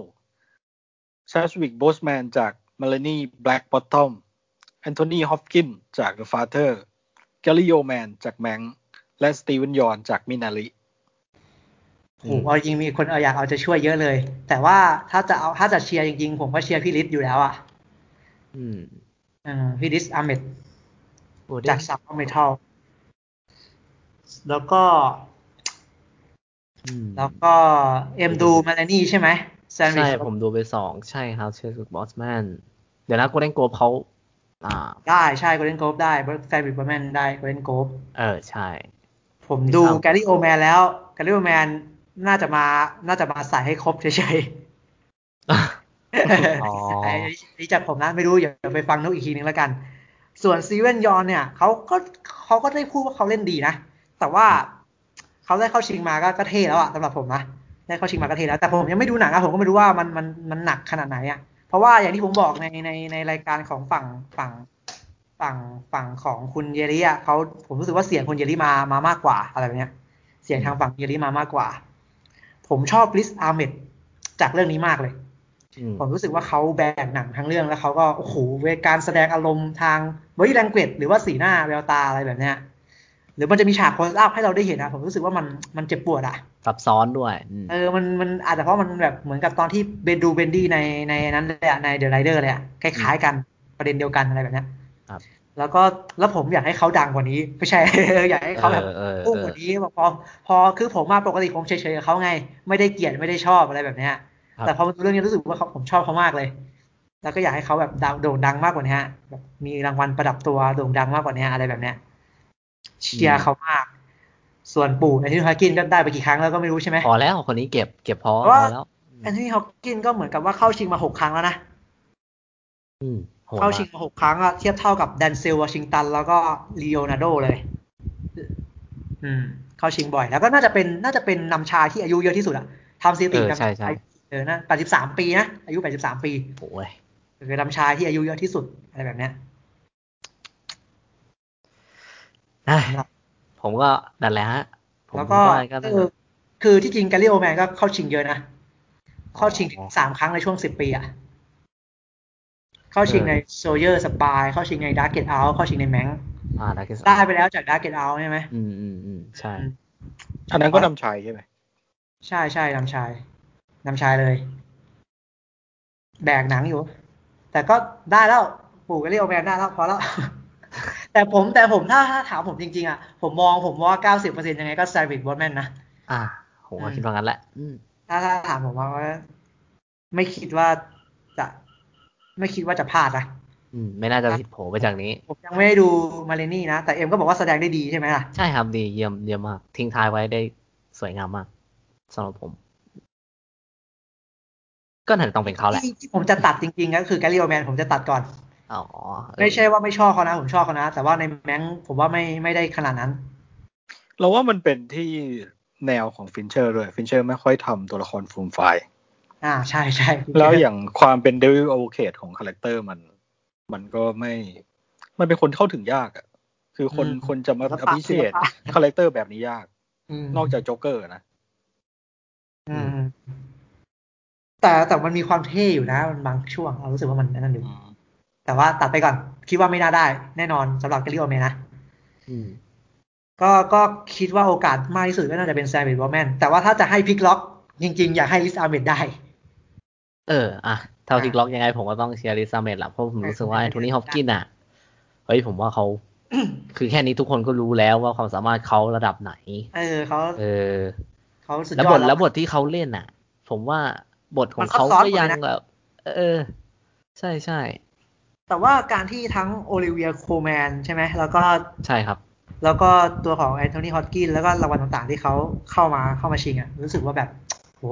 [SPEAKER 3] ชาชวิกโบสแมนจากเมลานีแบล็กบอททอมแอนโทนีฮอปกินจากเดอะฟาเธอร์แกลิโอแมนจากแมงและสตีเวนยอนจากมินาริ
[SPEAKER 2] โอ้โหเอาจริงมีคนเอาอยากเอาจะช่วยเยอะเลย แต่ว่าถ้าจะเอาถ้าจะเชียร์จริงๆ ผมก็เชียร์พี่ลิศอยู่แล้วอ่ะ
[SPEAKER 1] อืม
[SPEAKER 2] อืมพี่ลิศอาเมด
[SPEAKER 1] โอ้ได้
[SPEAKER 2] จากซาวเมทัลแล้วก็
[SPEAKER 1] อืม
[SPEAKER 2] แล้วก็เอ็มดูมาลานี่ใช่ไหมแซนวิ
[SPEAKER 1] ใช่
[SPEAKER 2] ช
[SPEAKER 1] ผมดูไปสองใช่ครับเชอร์สุกบอสแมนเดี๋ยวนะโกลเด้นโกลเขาอ่า
[SPEAKER 2] ได้ใช่โกลเด้นโกลบได้แซนวิชบอแมนได้โกลเด้นโกลบ
[SPEAKER 1] เออใช่
[SPEAKER 2] ผมดู
[SPEAKER 1] ครับ
[SPEAKER 2] แกล y โอแมนแล้วแกล y โอแมนน่าจะมาน่าจะมาใส่ให้ครบเฉยๆ
[SPEAKER 1] อ๋อ
[SPEAKER 2] ไอ้นี่จากผมนะไม่รู้อย่าไปฟังนุกอีกทีนึงแล้วกัน ส่วนซีเวนยอนเนี่ยเขาก็เขาก็ได้พูดว่าเขาเล่นดีนะ แต่ว่าเขาได้เข้าชิงมาก็ก็เท่แล้วอะสำหรับผมนะได้เข้าชิงมาก็เท่แล้วแต่ผมยังไม่ดูหนังอะผมก็ไม่รู้ว่ามันมันมันหนักขนาดไหนอะเพราะว่าอย่างที่ผมบอกในในในรายการของฝั่งฝั่ง ฝั่งฝั่งของคุณเยริอ่ะเขาผมรู้สึกว่าเสียงคุณเยริมามามากกว่าอะไรแบบเนี้ย เสียงทางฝั่งเยริมามากกว่า ผมชอบลิสอาเมดจากเรื่องนี้มากเลย
[SPEAKER 1] อืม
[SPEAKER 2] ผมรู้สึกว่าเขาแบกหนังทั้งเรื่องแล้วเขาก็โอ้โหเวการแสดงอารมณ์ทาง body language หรือว่าสีหน้าแววตาอะไรแบบเนี้ย หรือมันจะมีฉากโคสอัพให้เราได้เห็นอะผมรู้สึกว่ามันมันเจ็บปวดอะ
[SPEAKER 1] ซับซ้อนด้วยอืม
[SPEAKER 2] เออ มัน มันอาจจะเพราะมันแบบเหมือนกับตอนที่เบนดูเบนดี้ในในนั้นเลยอะในเดอะไรเดอร์เลยอะคล้ายๆกันประเด็นเดียวกันอะไรแบบเนี้ยแล้วก็แล้วผมอยากให้เขาดังกว่านี้ไม่ใช่ อยากให้เขาแบบ
[SPEAKER 1] เออเออ
[SPEAKER 2] พุ่ง
[SPEAKER 1] เอก อ
[SPEAKER 2] ว่านี้พอพอพอคือผมมาปกติผมเฉยๆกับเขาไง ไม่ได้เกลียดไม่ได้ชอบอะไรแบบเนี้ย แต่พอมาดูเรื่องนี้รู้สึกว่าเขาผมชอบเขามากเลย แล้วก็อยากให้เขาแบบดังโด่งดังมากกว่านี้ฮะแบบมีรางวัลประดับตัวโด่งดังมากกว่านี้อะไรแบบเนี้ยเชียร์เขามาก ส่วนปู่ไอ้ที่ฮากินก็ได้ไปกี่ครั้งแล้วก็ไม่รู้ใช่ไหม
[SPEAKER 1] พอแล้วคนนี้เก็บเก็บพอ
[SPEAKER 2] เพ
[SPEAKER 1] พ
[SPEAKER 2] ราะว่า
[SPEAKER 1] อแล้ว
[SPEAKER 2] แอนโทนีฮอปกินส์ก็เหมือนกับว่าเข้าชิงมาหกครั้งแล้วนะ
[SPEAKER 1] อืมโห
[SPEAKER 2] เข้าม
[SPEAKER 1] ดาก
[SPEAKER 2] ชิงมาหกครั้งอะเทียบเท่ากับแดนเซลวอชิงตัน แล้วก็ลีโอนาร์โดเลย อืม เข้าชิงบ่อย แล้วก็น่าจะเป็นน่าจะเป็นนำชายที่อายุเยอะที่สุดอะทำสถิ
[SPEAKER 1] เออน
[SPEAKER 2] ติำ
[SPEAKER 1] ใช่ใช่
[SPEAKER 2] เออนะแปดสิบสามปีนะ อายุแปดสิบสามปี
[SPEAKER 1] โอ้ย
[SPEAKER 2] คือลำชายที่อายุเยอะที่สุดอะไรแบบเนี้ย
[SPEAKER 1] ได้ผมก็นั่นแหละฮะผม
[SPEAKER 2] แล้วก็
[SPEAKER 1] ก็
[SPEAKER 2] คือคือที่จริงกาลิโอแมนก็เข้าชิงเยอะนะ เข้าชิงถึงสามครั้งในช่วงสิบปีอะเข้าชิงในโซเยอร์สปายเข้าชิงในดาร์เก็ตเอาเข้าชิงในแมง
[SPEAKER 1] อ่าได้ก็
[SPEAKER 2] ได้ไปแล้วจากดาร์เก็ตเอาใช่ไหม
[SPEAKER 1] อืมอืมอืมใช่
[SPEAKER 3] อันนั้นก็นำชายใช่ไหม
[SPEAKER 2] ใช่ใช่นำชายนำชายเลย แบกหนังอยู่ แต่ก็ได้แล้ว ปู่ก็เรียกเอาแบรนด์ได้แล้วพอแล้ว แต่ผมแต่ผมถ้าถ้าถามผมจริงๆอ่ะ ผมมองผมว่าเก้าสิบเปอร์เซ็นยังไงก็ไซริกวอตแมนนะ
[SPEAKER 1] อ่าผมก็คิดว่างั้นแหละ อืม
[SPEAKER 2] ถ้าถ้าถามผมว่า ไม่คิดว่าจะ ไม่คิดว่าจะพลาดนะ
[SPEAKER 1] อืม ไม่น่าจะผิดโผไปจากนี้
[SPEAKER 2] ผมยังไม่ได้ดูมาเลนี่นะ แต่เอ็มก็บอกว่าแสดงได้ดีใช่ไหมล่ะ
[SPEAKER 1] ใช่ครับดีเยี่ยมเยี่ยมมาก ทิ้งท้ายไว้ได้สวยงามมากสำหรับผม ก็น่าจะต้องเป็นเขาแหละ
[SPEAKER 2] ที่ที่ผมจะตัดจริงๆก็คือกาลิโอแมนผมจะตัดก่อน
[SPEAKER 1] อ๋อเออ
[SPEAKER 2] ไม่ใช่ว่าไม่ชอบเขานะ ผมชอบเขานะ แต่ว่าในแมงผมว่าไม่ไม่ได้ขนาดนั้น
[SPEAKER 3] เราว่ามันเป็นที่แนวของฟินเชอร์ด้วยฟินเชอร์ไม่ค่อยทำตัวละครฟูมไฟล์
[SPEAKER 2] อ่าใช่ใช่
[SPEAKER 3] แล้วอย่างความเป็นเดวิลโอเคทของคาแรคเตอร์มัน มันก็ไม่ มันเป็นคนเข้าถึงยากอะคือคนคนจะมาอภิเชษคาแรคเตอร์แบบนี้ยาก
[SPEAKER 2] ม
[SPEAKER 3] นอกจากโจ๊กเกอร์นะ
[SPEAKER 2] อืมแต่แต่มันมีความเท่อยู่นะมันบางช่วงเรารู้สึกว่ามันนั่นอยู่ แต่ว่าตัดไปก่อน คิดว่าไม่น่าได้ แน่นอนสำหรับกาลิโอแมนนะ
[SPEAKER 1] อืม
[SPEAKER 2] ก็ก็คิดว่าโอกาสมากที่สุดก็น่าจะเป็นแซมเบตวอลแมนแต่ว่าถ้าจะให้พลิกล็อก จริงๆ อยากให้ลิซอาเมดได้
[SPEAKER 1] เออ อ่ะ เท่าที่ล็อกยังไงผมก็ต้องเชียร์ลิซาเมดละเพราะผมรู้สึกว่าแอนโทนีฮอปกินอ่ะ เฮ้ยผมว่า เขา คือแค่นี้ทุกคนก็รู้แล้วว่าความสามารถเขาระดับไหน
[SPEAKER 2] เออเขา
[SPEAKER 1] เออ
[SPEAKER 2] เขาสุดย
[SPEAKER 1] แล้ว
[SPEAKER 2] อด
[SPEAKER 1] บทแล้วบทที่เขาเล่นอ่ะ ผมว่าบทของเขาก็ยังแบบเออ ใช่ใช่
[SPEAKER 2] แต่ว่าการที่ทั้งโอลิเวียโคลแมนใช่ไหม แล้วก็
[SPEAKER 1] ใช่ครับ
[SPEAKER 2] แล้วก็ตัวของแอนโทนีฮอตกิน แล้วก็รางวัลต่างๆ ที่เขาเข้ามาเข้ามาชิงอ่ะ รู้สึกว่าแบบ โห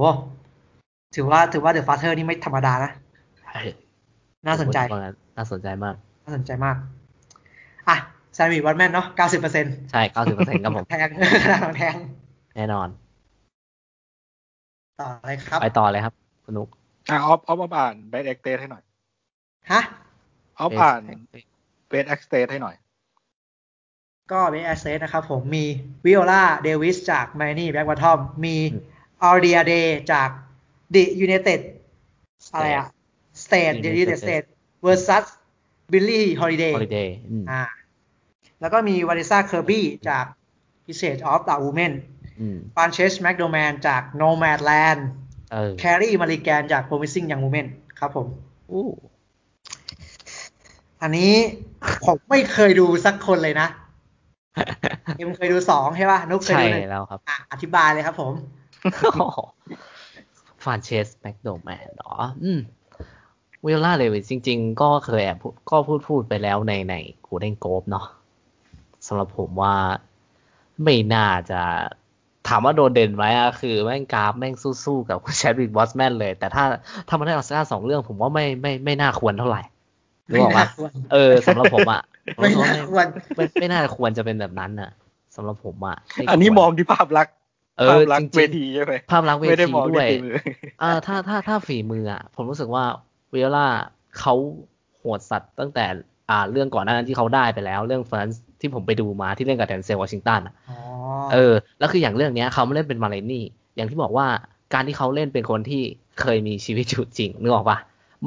[SPEAKER 2] ถือว่าถือว่าเดอะฟาเธอร์นี่ไม่ธรรมดานะ น่าสนใจ
[SPEAKER 1] น่าสนใจมาก
[SPEAKER 2] น่าสนใจมาก อ่ะแซมมี่วัตแมนเนาะ 90%เปอร์เซ็นต์
[SPEAKER 1] ใช่เก้าสิบเปอร์เซ็นต์ครับผม
[SPEAKER 2] แพง แพง
[SPEAKER 1] แน่นอน
[SPEAKER 2] ต่อเลยครับ
[SPEAKER 1] ไปต่อเลยครับ คุณนุก
[SPEAKER 3] อ่ะออฟออฟออฟอ่านเบสเอ็กเตให้หน่อย
[SPEAKER 2] ฮะ
[SPEAKER 3] ออฟอ่านเบสเอ็กเตให้หน่อย
[SPEAKER 2] ก็เบสแอสเซสนะครับผมมีวิโอลาเดวิสจากไมนี่แบ็กวัตทอมมีออเดียเดจากดิยูเนเต็ดอะไรอะสเตทเดยูเนเต็ดสเตทเวอร์ซัสบิลลี่ฮอลิเดย์
[SPEAKER 1] ฮอลิเดย์
[SPEAKER 2] อ่าแล้วก็มีวาริซาเคอร์บี้จากพิเศษออฟดาวูเมน
[SPEAKER 1] อืม
[SPEAKER 2] ฟานเชสแมคโดแมนจากโนแมดแลนด์
[SPEAKER 1] เออ
[SPEAKER 2] แครีมาริแกนจาก Promising Young Women ครับผม
[SPEAKER 1] อู้
[SPEAKER 2] อันนี้ผมไม่เคยดูสักคนเลย นะเอ็มเคยดูสองใช่ป่ะนุกเคย
[SPEAKER 1] ใช่
[SPEAKER 2] ดูหนึ่ง
[SPEAKER 1] แล้วครับ
[SPEAKER 2] อ่ะอธิบายเลยครับผม
[SPEAKER 1] ฟานเชสแม็กโดแมนเหรอ อืมวิลล่าเลวิสจริง ๆ ก็เคยแอบพูดก็พูดพูดไปแล้วในในกูเด้นโกบเนาะสำหรับผมว่า ไม่น่าจะ ถามว่าโดดเด่นไหมอะคือแม่งกราฟแม่งสู้ๆกับคุณแชดวิกบอสแมนเลย แต่ถ้าถ้ามันได้ออสการ์สองเรื่อง ผมว่าไม่ไม่ไม่น่าควรเท่าไหร่รู้
[SPEAKER 2] ไม่
[SPEAKER 1] ออก
[SPEAKER 2] น่า
[SPEAKER 1] ปะ
[SPEAKER 2] ควร
[SPEAKER 1] เออสำหรับ ผมอ่ะผม
[SPEAKER 2] ไม่
[SPEAKER 1] รู้สึกว่า
[SPEAKER 2] น่า
[SPEAKER 1] ไม่
[SPEAKER 2] ควร
[SPEAKER 1] ไม่ไม่น่าควรจะเป็นแบบนั้นน่ะสำหรับผมอ่ะไควร
[SPEAKER 3] อันนี้มองที่ภาพลักษณ์
[SPEAKER 1] เอ
[SPEAKER 3] ภา
[SPEAKER 1] อ
[SPEAKER 3] พลัก
[SPEAKER 1] จ
[SPEAKER 3] ษ
[SPEAKER 1] ริง
[SPEAKER 3] ณ์เวทีใช่ไหม
[SPEAKER 1] ๆภาพลักษณ์เว
[SPEAKER 3] ไม่ได้
[SPEAKER 1] ที
[SPEAKER 3] มอง
[SPEAKER 1] ด้
[SPEAKER 3] ที่
[SPEAKER 1] วย
[SPEAKER 3] ฝีมือ
[SPEAKER 1] เอ่าถ้าถ้าถ้าฝีมืออ่ะ ผมรู้สึกว่าวิโอลาเขาโหดสัตว์ตั้งแต่อ่าเรื่องก่อนหน้านั้นที่เขาได้ไปแล้ว เรื่องเฟิร์นที่ผมไปดูมาที่เล่นกับแดนเซลวอชิงตันอ่ะ
[SPEAKER 2] อ๋อ
[SPEAKER 1] เออ แล้วคืออย่างเรื่องเนี้ยเขาไม่เล่นเป็นมาเลนี่ อย่างที่บอกว่าการที่เขาเล่นเป็นคนที่เคยมีชีวิตอยู่จริงนึกออกปะ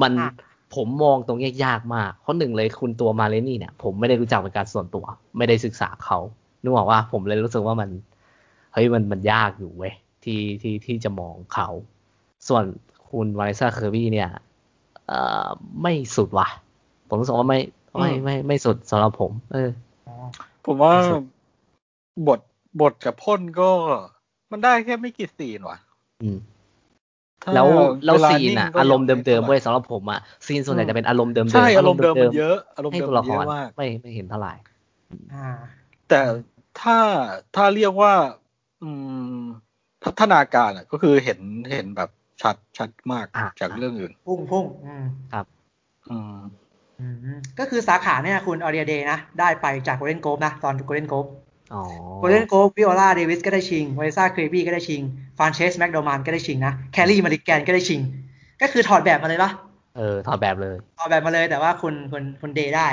[SPEAKER 1] มัน
[SPEAKER 2] อ่ะ
[SPEAKER 1] ผมมองตรงเนี้ยยากมากเพราะหนึ่งเลยคุณตัวมาเลนี่เนี่ย ผมไม่ได้รู้จักเป็นการส่วนตัว ไม่ได้ศึกษาเขานึกออกว่าผมเลยรู้สึกว่ามันเฮ้ยมันมันยากอยู่เว้ยที่ที่ที่จะมองเขา ส่วนคุณวาเลซ่าเคอร์บี้เนี่ย เอ่อไม่สุดว่ะ ผมรู้สึกว่าไม่ไม่ไม่ไม่สุดสำหรับผม เออ
[SPEAKER 3] ผมว่า
[SPEAKER 1] ที่สุด
[SPEAKER 3] บทบทกับพ่นก็ มันได้แค่ไม่กี่ซีนว่ะ
[SPEAKER 1] อืม
[SPEAKER 3] ถ้า
[SPEAKER 1] แล้วแล้ว
[SPEAKER 3] ลา
[SPEAKER 1] ซีนอ่ะ
[SPEAKER 3] งก็
[SPEAKER 1] อารมณ์เดิมๆเว้ย
[SPEAKER 3] ไท่า
[SPEAKER 1] สำ
[SPEAKER 3] ไห
[SPEAKER 1] หรับผมอ่ะซีนส่วนใหญ่จะเป็นอารมณ์เดิม
[SPEAKER 3] ร่
[SPEAKER 1] ๆ
[SPEAKER 3] ใช่อารมณ์เดิมมัน
[SPEAKER 1] ๆ
[SPEAKER 3] เยอะอารมณ์
[SPEAKER 1] ให้
[SPEAKER 3] เดิม
[SPEAKER 1] ตัว
[SPEAKER 3] มั
[SPEAKER 1] ละ
[SPEAKER 3] น
[SPEAKER 1] ค
[SPEAKER 3] เย
[SPEAKER 1] ร
[SPEAKER 3] อะมาก
[SPEAKER 1] ไม่ไม่เห็นเท่าไหร่
[SPEAKER 2] อ่า
[SPEAKER 3] แต่ถ้าถ้าเรียกว่า อืม พัฒนาการอ่ะ ก็คือเห็นเห็นแบบชัดชัดมาก
[SPEAKER 1] อ่ะ
[SPEAKER 3] จากเรื่องอื่น
[SPEAKER 2] พุ่งพุ่งอืม
[SPEAKER 3] อืม
[SPEAKER 2] อืมก็คือสาขาเนี่ยคุณออเรียเดย์นะ ได้ไปจากโกลเด้นโกลนะ ตอนโกลเด้นโกล
[SPEAKER 1] อ๋อ
[SPEAKER 2] โกลเด้นโกลวิโอลาเดวิสก็ได้ชิงวาริซาเครบี้ก็ได้ชิงฟานเชสแม็กโดมานก็ได้ชิงนะ แคลรี่มาริแกนก็ได้ชิง ก็คือถอดแบบมาเลยปะ
[SPEAKER 1] เออ ถอดแบบเลย
[SPEAKER 2] ออกแบบมาเลยแต่ว่าคุณคุณคุณเดย์ได้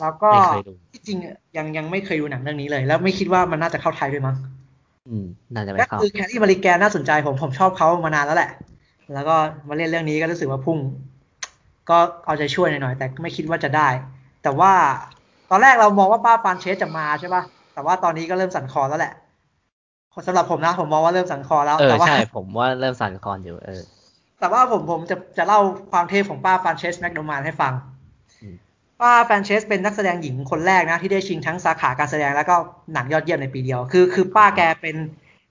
[SPEAKER 2] แล้วก็
[SPEAKER 1] ไม่เคยดู
[SPEAKER 2] ที่จริงยังยังไม่เคยดูหนังเรื่องนี้เลย แล้วไม่คิดว่ามันน่าจะเข้าไทยด้วยมั้ง
[SPEAKER 1] อืม น่าจะไม่
[SPEAKER 2] ก็
[SPEAKER 1] เข้า
[SPEAKER 2] คือแคทรี่มาริแกนน่าสนใจผมผมชอบเขามานานแล้วแหละ แล้วก็มาเล่นเรื่องนี้ก็รู้สึกว่าพุ่ง ก็เอาใจช่วยหน่อยๆแต่ไม่คิดว่าจะได้ แต่ว่าตอนแรกเรามองว่าป้าปานเชสจะมาใช่ป่ะแต่ว่าตอนนี้ก็เริ่มสั่นคลอนแล้วแหละสำหรับผมนะ ผมมองว่าเริ่มสั่นคลอนแล้ว
[SPEAKER 1] เออ
[SPEAKER 2] แต่ว่า
[SPEAKER 1] ใช่ ผมว่าเริ่มสั่นคลอนอยู่ เออ
[SPEAKER 2] แต่ว่าผมผมจะจะเล่าความเทพของป้าฟรานเชสแมคโดมานให้ฟัง
[SPEAKER 1] อืม
[SPEAKER 2] ป้าฟรานเชสเป็นนักแสดงหญิงคนแรกนะ ที่ได้ชิงทั้งสาขาการแสดงแล้วก็หนังยอดเยี่ยมในปีเดียว คือ คือป้าแกเป็น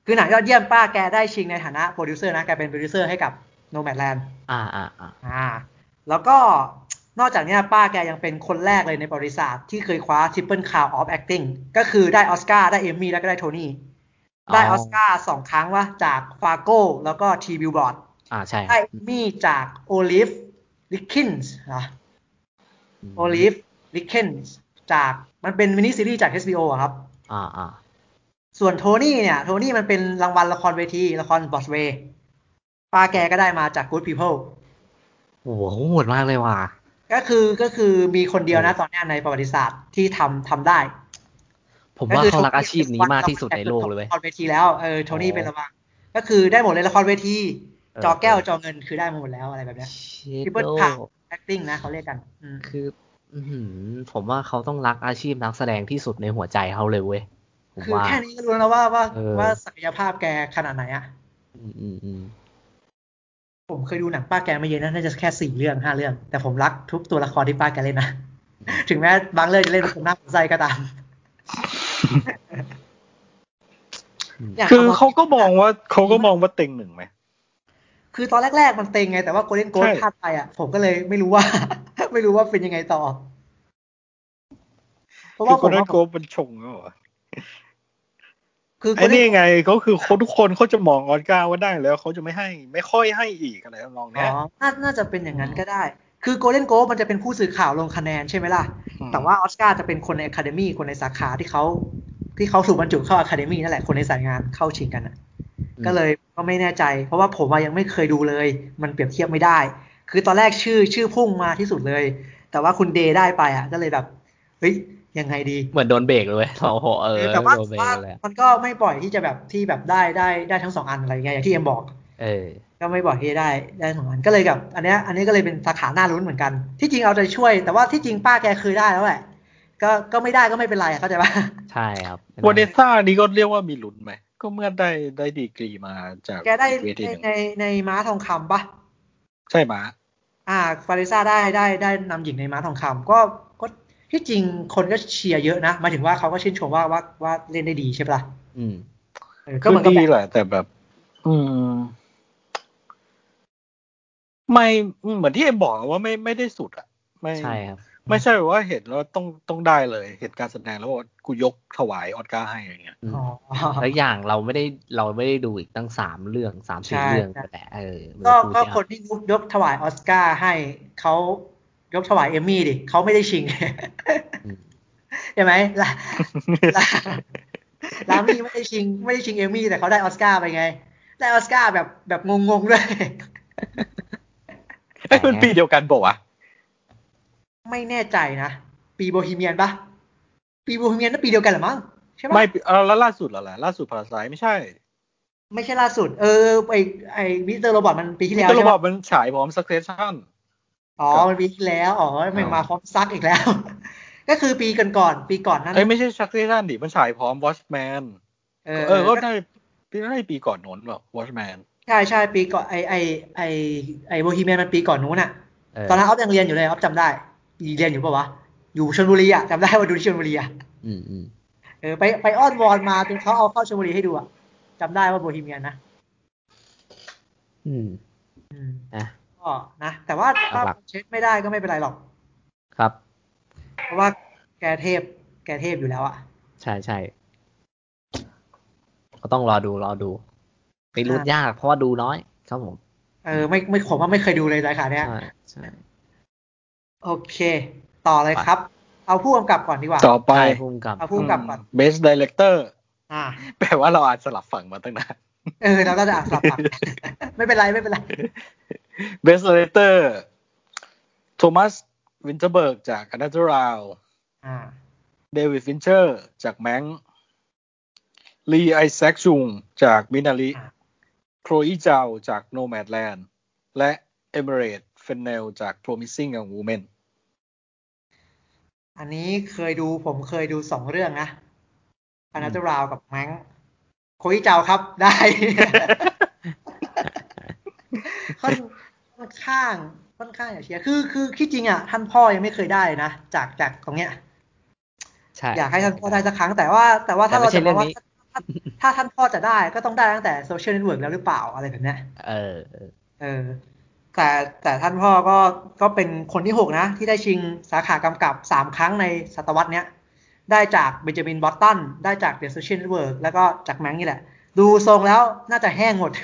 [SPEAKER 2] คือหนังยอดเยี่ยมป้าแกได้ชิงในฐานะโปรดิวเซอร์นะ แกเป็นโปรดิวเซอร์ให้กับโนแมดแลนด์
[SPEAKER 1] อ่าอ่าอ่า
[SPEAKER 2] อ่าแล้วก็นอกจากเนี้ยป้าแกยังเป็นคนแรกเลยในบริษัทที่เคยคว้า Triple Crown of Acting ก็คือได้ออสการ์ได้เอมมี่แล้วก็ได้โทนี่ได้ออสการ์สองครั้งว่าจากฟาโก้แล้วก็ทีบิวบอร์ด
[SPEAKER 1] อ่า ใช่ครั
[SPEAKER 2] ได้
[SPEAKER 1] บ
[SPEAKER 2] มีจากโอลิฟลิค i นส์นะโอลิฟลิค i นส์จากมันเป็นมินิซีรีส์จาก HBO อะครับ
[SPEAKER 1] อ่าอ่า
[SPEAKER 2] ส่วนโทนี่เนี่ย โทนี่มันเป็นรางวัลละครเวที ละครบอสเวย์ป้าแกก็ได้มาจาก Good People
[SPEAKER 1] โอ้โหโหดมากเลยว่ะ
[SPEAKER 2] ก็คือก็คือมีคนเดียวนะตอนเนี้ยในประวัติศาสตร์ที่ทำทำได้
[SPEAKER 1] ผมว่า
[SPEAKER 2] คื
[SPEAKER 1] เขารักอาชีพนี้มากที่สุดในโลกเลยเว้ย
[SPEAKER 2] ละครเวทีแล้วเออโทนี่
[SPEAKER 1] โอ้
[SPEAKER 2] เป็นรางวัลก็คือได้หมดเลยละครเวที
[SPEAKER 1] เออ
[SPEAKER 2] จอแก้ว
[SPEAKER 1] เออ
[SPEAKER 2] จอเงินคือได้มาหมดแล้วอะไรแบบเนี้ย
[SPEAKER 1] เชิ
[SPEAKER 2] ที่
[SPEAKER 1] ด
[SPEAKER 2] เพิ่น
[SPEAKER 1] โล
[SPEAKER 2] ผ่าน
[SPEAKER 1] ก
[SPEAKER 2] acting นะเขาเรียกกันอืม
[SPEAKER 1] คือ อื้อหือผมว่าเขาต้องรักอาชีพนักแสดงที่สุดในหัวใจเขาเลยเว้ยผม
[SPEAKER 2] คือ
[SPEAKER 1] ว่า
[SPEAKER 2] แค่นี้ก็รู้แล้วว่าว่า
[SPEAKER 1] เออ
[SPEAKER 2] ว่าศักยภาพแกขนาดไหนอะ
[SPEAKER 1] อืมอืมอืม
[SPEAKER 2] ผมเคยดูหนังป้าแกไม่เยอะนะน่าจะแค่สี่เรื่องห้าเรื่อง แต่ผมรักทุกตัวละครที่ป้าแกเล่นนะ ถึงแม้บางเรื่องจะเล่นเป็นคนหน้าผมไส้ก็ตามย่ง
[SPEAKER 3] คือเขาก็มองว่าเขาก็มองว่าเต็งหนึ่งไหม
[SPEAKER 2] คือตอนแรก ๆ มันเต็งไงแต่ว่าโกลเด้นโกล
[SPEAKER 3] ใช่
[SPEAKER 2] พลาดไปอะผมก็เลยไม่รู้ว่า ไม่รู้ว่าเป็นยังไงต่อ เพราะ
[SPEAKER 3] คื
[SPEAKER 2] ว่า
[SPEAKER 3] อค
[SPEAKER 2] ผม
[SPEAKER 3] นนั้น
[SPEAKER 2] ว่า
[SPEAKER 3] โกเป็นชงแล้วเหรอ
[SPEAKER 2] คือ
[SPEAKER 3] ไอ้
[SPEAKER 2] โก้
[SPEAKER 3] นี่ไงเขาคือคนทุกคนเขาจะมองออสการ์ว่าได้แล้วเขาจะไม่ให้ ไม่ค่อยให้อีกอะไรทำนอง
[SPEAKER 2] อ๋
[SPEAKER 3] เนี้ย
[SPEAKER 2] อน่าน่าจะเป็นอย่างนั้นก็ได้ คือโกลเด้นโกมันจะเป็นผู้สื่อข่าวลงคะแนนใช่ไหมล่ะ
[SPEAKER 3] ม
[SPEAKER 2] แต่ว่าออสการ์จะเป็นคนในอะคาเดมีคนในสาขาที่เขาที่เขาถูกบรรจุเข้าอะคาเดมีนั่นแหละคนในสายงานเข้าชิงกันน่ะก็เลยก็ไม่แน่ใจ เพราะว่าผมอะยังไม่เคยดูเลย มันเปรียบเทียบไม่ได้ คือตอนแรกชื่อชื่อพุ่งมาที่สุดเลย แต่ว่าคุณเดย์ได้ไปอ่ะก็เลยแบบเฮ้ยยังไงดี
[SPEAKER 1] เหมือนโดนเบรกเลยเว้ย โอ้โหเออ
[SPEAKER 2] แต่ว่า
[SPEAKER 1] โดนเบรก
[SPEAKER 2] ว่า
[SPEAKER 1] เลยอะ
[SPEAKER 2] มันก็ไม่บ่อยที่จะแบบที่แบบได้ได้ได้ทั้งสองอันอะไรเงี้ยอย่างที่เอ็มบอก
[SPEAKER 1] เออ
[SPEAKER 2] ก็ไม่บอกที่ได้ได้สองอันก็เลยกับอันเนี้ยอันนี้ก็เลยเป็นสาขาหน้ารุ้นเหมือนกัน ที่จริงเอาใจช่วย แต่ว่าที่จริงป้าแกเคยได้แล้วแหละก็ก็ไม่ได้ก็ไม่เป็นไรอะเข้าใจปะ
[SPEAKER 1] ใช่ครับ
[SPEAKER 3] วาเนสซ่านี่ก็เรียกว่ามีลุ้นไหม ก็เมื่อได้ได้ดีกรีมาจาก
[SPEAKER 2] แกได้
[SPEAKER 3] เวที
[SPEAKER 2] ใน
[SPEAKER 3] หนึ่ง
[SPEAKER 2] ในในม้าทองคำปะ
[SPEAKER 3] ใช่ไหมะ
[SPEAKER 2] อ่าฟาริซ่าได้ได้ได้นำหญิงในม้าทองคำก็ก็ที่จริงคนก็เชียร์เยอะนะหมายถึงว่าเขาก็ชื่นชมว่าว่าว่าเล่นได้ดีใช่ปะล่ะ
[SPEAKER 1] อืม
[SPEAKER 2] เออก็
[SPEAKER 3] ก็
[SPEAKER 2] เหมือนกับ
[SPEAKER 3] ดี
[SPEAKER 2] แบบ
[SPEAKER 3] แหละแต่แบบ อืม ไม่เหมือนที่เอ็มบอกว่าไม่ไม่ได้สุดอ่ะ ไม่
[SPEAKER 1] ใช่ครับ
[SPEAKER 3] ไม่ใช่แบบว่าเห็นแล้วต้องต้องได้เลย เห็นการแสดงแล้วบอกว่ากูยกถวายออสการ์ให้อะไรเงี้ย
[SPEAKER 2] อ๋อ
[SPEAKER 1] แล้วอย่างเราไม่ได้เราไม่ได้ดูอีกตั้งสามเรื่องสามสี่
[SPEAKER 2] ใช่
[SPEAKER 1] เรื่อง
[SPEAKER 2] ใช่
[SPEAKER 1] แต่เออ
[SPEAKER 2] ก็
[SPEAKER 1] ดู
[SPEAKER 2] ก็
[SPEAKER 1] สิ
[SPEAKER 2] คนที่ยกถวายออสการ์ให้เขายกถวายเอมมี่ดิเขาไม่ได้ชิง
[SPEAKER 1] อืม
[SPEAKER 2] ใช่ไหมลาลา ลามี่ไม่ได้ชิง ไม่ได้ชิงเอมมี่แต่เขาได้ออสการ์ไปไง ได้ออสการ์แบบแบบงงๆด้วย
[SPEAKER 3] เอ้ยมันปีเดียวกันบอกว่าวะ
[SPEAKER 2] ไม่แน่ใจนะ ปีโบฮีเมียนปะปีโบฮีเมียนนั่นปีเดียวกันเหรือมั้งใช่ปะ
[SPEAKER 3] ไม่ปีเอ่อแล้วล่าสุดเหรอล่ะล่าสุดพาราไซไม่ใช่
[SPEAKER 2] ไม่ใช่ล่าสุด เออไอไอมิสเตอร์โรบอทมันปีที่
[SPEAKER 3] มิ
[SPEAKER 2] แล้ว
[SPEAKER 3] สเตอร์โร
[SPEAKER 2] ใช่
[SPEAKER 3] บอ
[SPEAKER 2] ปะ
[SPEAKER 3] ทมันฉายพร้อมซักเซสชั่น
[SPEAKER 2] อ๋อมันปีที่แล้วอ๋อไม่มาพร้อมซักอีกแล้ว ก็คือปีก่อนๆปีก่อนนั่น
[SPEAKER 3] เอ้ยไม่ใช่ซักเซสชั่นดิมันฉายพร้อมวอชแมน
[SPEAKER 2] เอ
[SPEAKER 3] เอ
[SPEAKER 2] อ
[SPEAKER 3] อก็ได้ปีได้ปีก่อนโน้นแบบวอชแมน
[SPEAKER 2] ใช่ใช่ปีก่อนไอไอไอไอโบฮีเมียนมันปีก่อนนู้นอะ
[SPEAKER 1] เออ
[SPEAKER 2] ตอนนั้นออฟยังเรียนอยู่เลยออฟจำได้มีเรียนอยู่ปะวะ อยู่ชลบุรีอ่ะจำได้ว่าดูที่ชลบุรีอ่ะ
[SPEAKER 1] อืมอืม
[SPEAKER 2] เออไปไปอ้อนวอนมาจนเขาเอาเข้าชลบุรีให้ดูอ่ะจำได้ว่าโบฮีเมียนนะ
[SPEAKER 1] อืม
[SPEAKER 2] อืม
[SPEAKER 1] อ่ะ
[SPEAKER 2] ก็นะ แต่ว่าถ้า
[SPEAKER 1] หลัก
[SPEAKER 2] เช็ดไม่ได้ก็ไม่เป็นไรหรอก
[SPEAKER 1] ครับ
[SPEAKER 2] เพราะว่าแกเทพแกเทพอยู่แล้วอ่ะ
[SPEAKER 1] ใช่ใช่ก็ต้องรอดูรอดูไปรุ่นยากเพราะว่าดูน้อย ครับผม
[SPEAKER 2] เออไม่ไม่ผมว่าไม่เคยดูเลยสาขาเนี้ย
[SPEAKER 1] ใช่ใช่
[SPEAKER 2] โอเค ต่อเลยครับ เอาผู้กำกับก่อนดีกว่า
[SPEAKER 3] ต่อไป
[SPEAKER 1] ใช่พุ่มกับ
[SPEAKER 2] เอาผู้กำกับก่อน
[SPEAKER 3] เบสดีเลกเตอร์
[SPEAKER 2] อ่า
[SPEAKER 3] แปลว่าเราอาจสลับฝั่งมาตั้งนาน
[SPEAKER 2] เออเราก็จะอ่านสลับกัน ไม่เป็นไรไม่เป็นไร
[SPEAKER 3] เบสเลเตอร์โทมัสวินเทอร์เบิร์กจากอนาตราว
[SPEAKER 2] อ่า
[SPEAKER 3] เดวิดฟินเชอร์จากแมงลีไอแซคชุงจากมินาลิ
[SPEAKER 2] อ่ะ
[SPEAKER 3] โครอีเจาจากโนแมดแลนด์และเอเมเรดเฟนเนลจาก Promising Young Woman
[SPEAKER 2] อันนี้เคยดูผมเคยดูสองเรื่องนะอนาเตอราวกับแมงโคยเจ้าครับ ได้ ค่อนค่อนข้างค่อนข้างอย่างเชียร์คือคือที่จริงอ่ะท่านพ่อยังไม่เคยได้นะจากจากตรงเนี้ย
[SPEAKER 1] ใช่
[SPEAKER 2] อยากให้ท่านพ่อได้สักครั้งแต่ว่า แต่ว่าถ้าเรา
[SPEAKER 1] แต่
[SPEAKER 2] จะ
[SPEAKER 1] ไม่
[SPEAKER 2] มอ
[SPEAKER 1] ใช่
[SPEAKER 2] งว่า
[SPEAKER 1] เรื่องนี้
[SPEAKER 2] ถ้าถ้าท่านพ่อจะได้ก็ต้องได้ตั้งแต่โซเชียลเน็ตเวิร์กแล้วหรือเปล่าอะไรแบบเนี้ย
[SPEAKER 1] เออเออ
[SPEAKER 2] เออแต่แต่ท่านพ่อก็ก็เป็นคนที่หกนะ ที่ได้ชิงสาขากำกับสามครั้งในศตวรรษเนี้ย ได้จากเบนจามินบอตตัน ได้จากเดอะโซเชียลเน็ตเวิร์กแล้วก็จากแมงนี่แหละ ดูทรงแล้วน่าจะแห้งหมด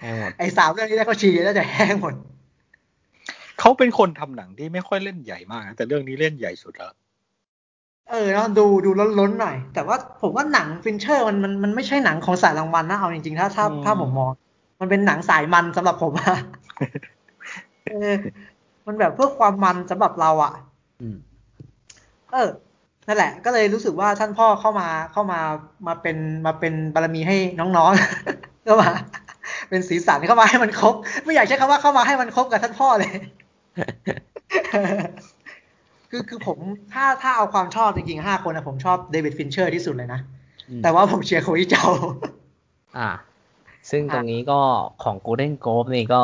[SPEAKER 1] ให้หมด
[SPEAKER 2] ไอ้สามเรื่องนี้ได้เขาชิงน่าจะแห้งหมด
[SPEAKER 3] เขาเป็นคนทำหนังที่ไม่ค่อยเล่นใหญ่มากนะแต่เรื่องนี้เล่นใหญ่สุดแล้ว
[SPEAKER 2] เออเนาะดูดูล้นๆหน่อย แต่ว่าผมว่าหนังฟินเชอร์มันมันมันไม่ใช่หนังของสายรางวัลนะเอาจริงๆถ้าถ้า
[SPEAKER 3] อืม
[SPEAKER 2] ถ้าผมมอง มันเป็นหนังสายมันสำหรับผมอะ เออมันแบบเพื่อความมันสำหรับเราอะ
[SPEAKER 1] อืม
[SPEAKER 2] เออ นั่นแหละ ก็เลยรู้สึกว่าท่านพ่อเข้ามาเข้ามามาเป็นมาเป็นบารมีให้น้องๆ เข้ามา เป็นสีสันเข้ามาให้มันครบ ไม่อยากใช้คำว่าเข้ามาให้มันครบกับท่านพ่อเลย คือคือผมถ้าถ้าเอาความชอบจริงๆห้าคนนะผมชอบเดวิดฟินเชอร์ที่สุดเลยนะ
[SPEAKER 1] อืม
[SPEAKER 2] แต่ว่าผมเชียร์โคอิเจ้า
[SPEAKER 1] อ่า ซึ่งตรงนี้ก็ของ Golden Globe นี่ก็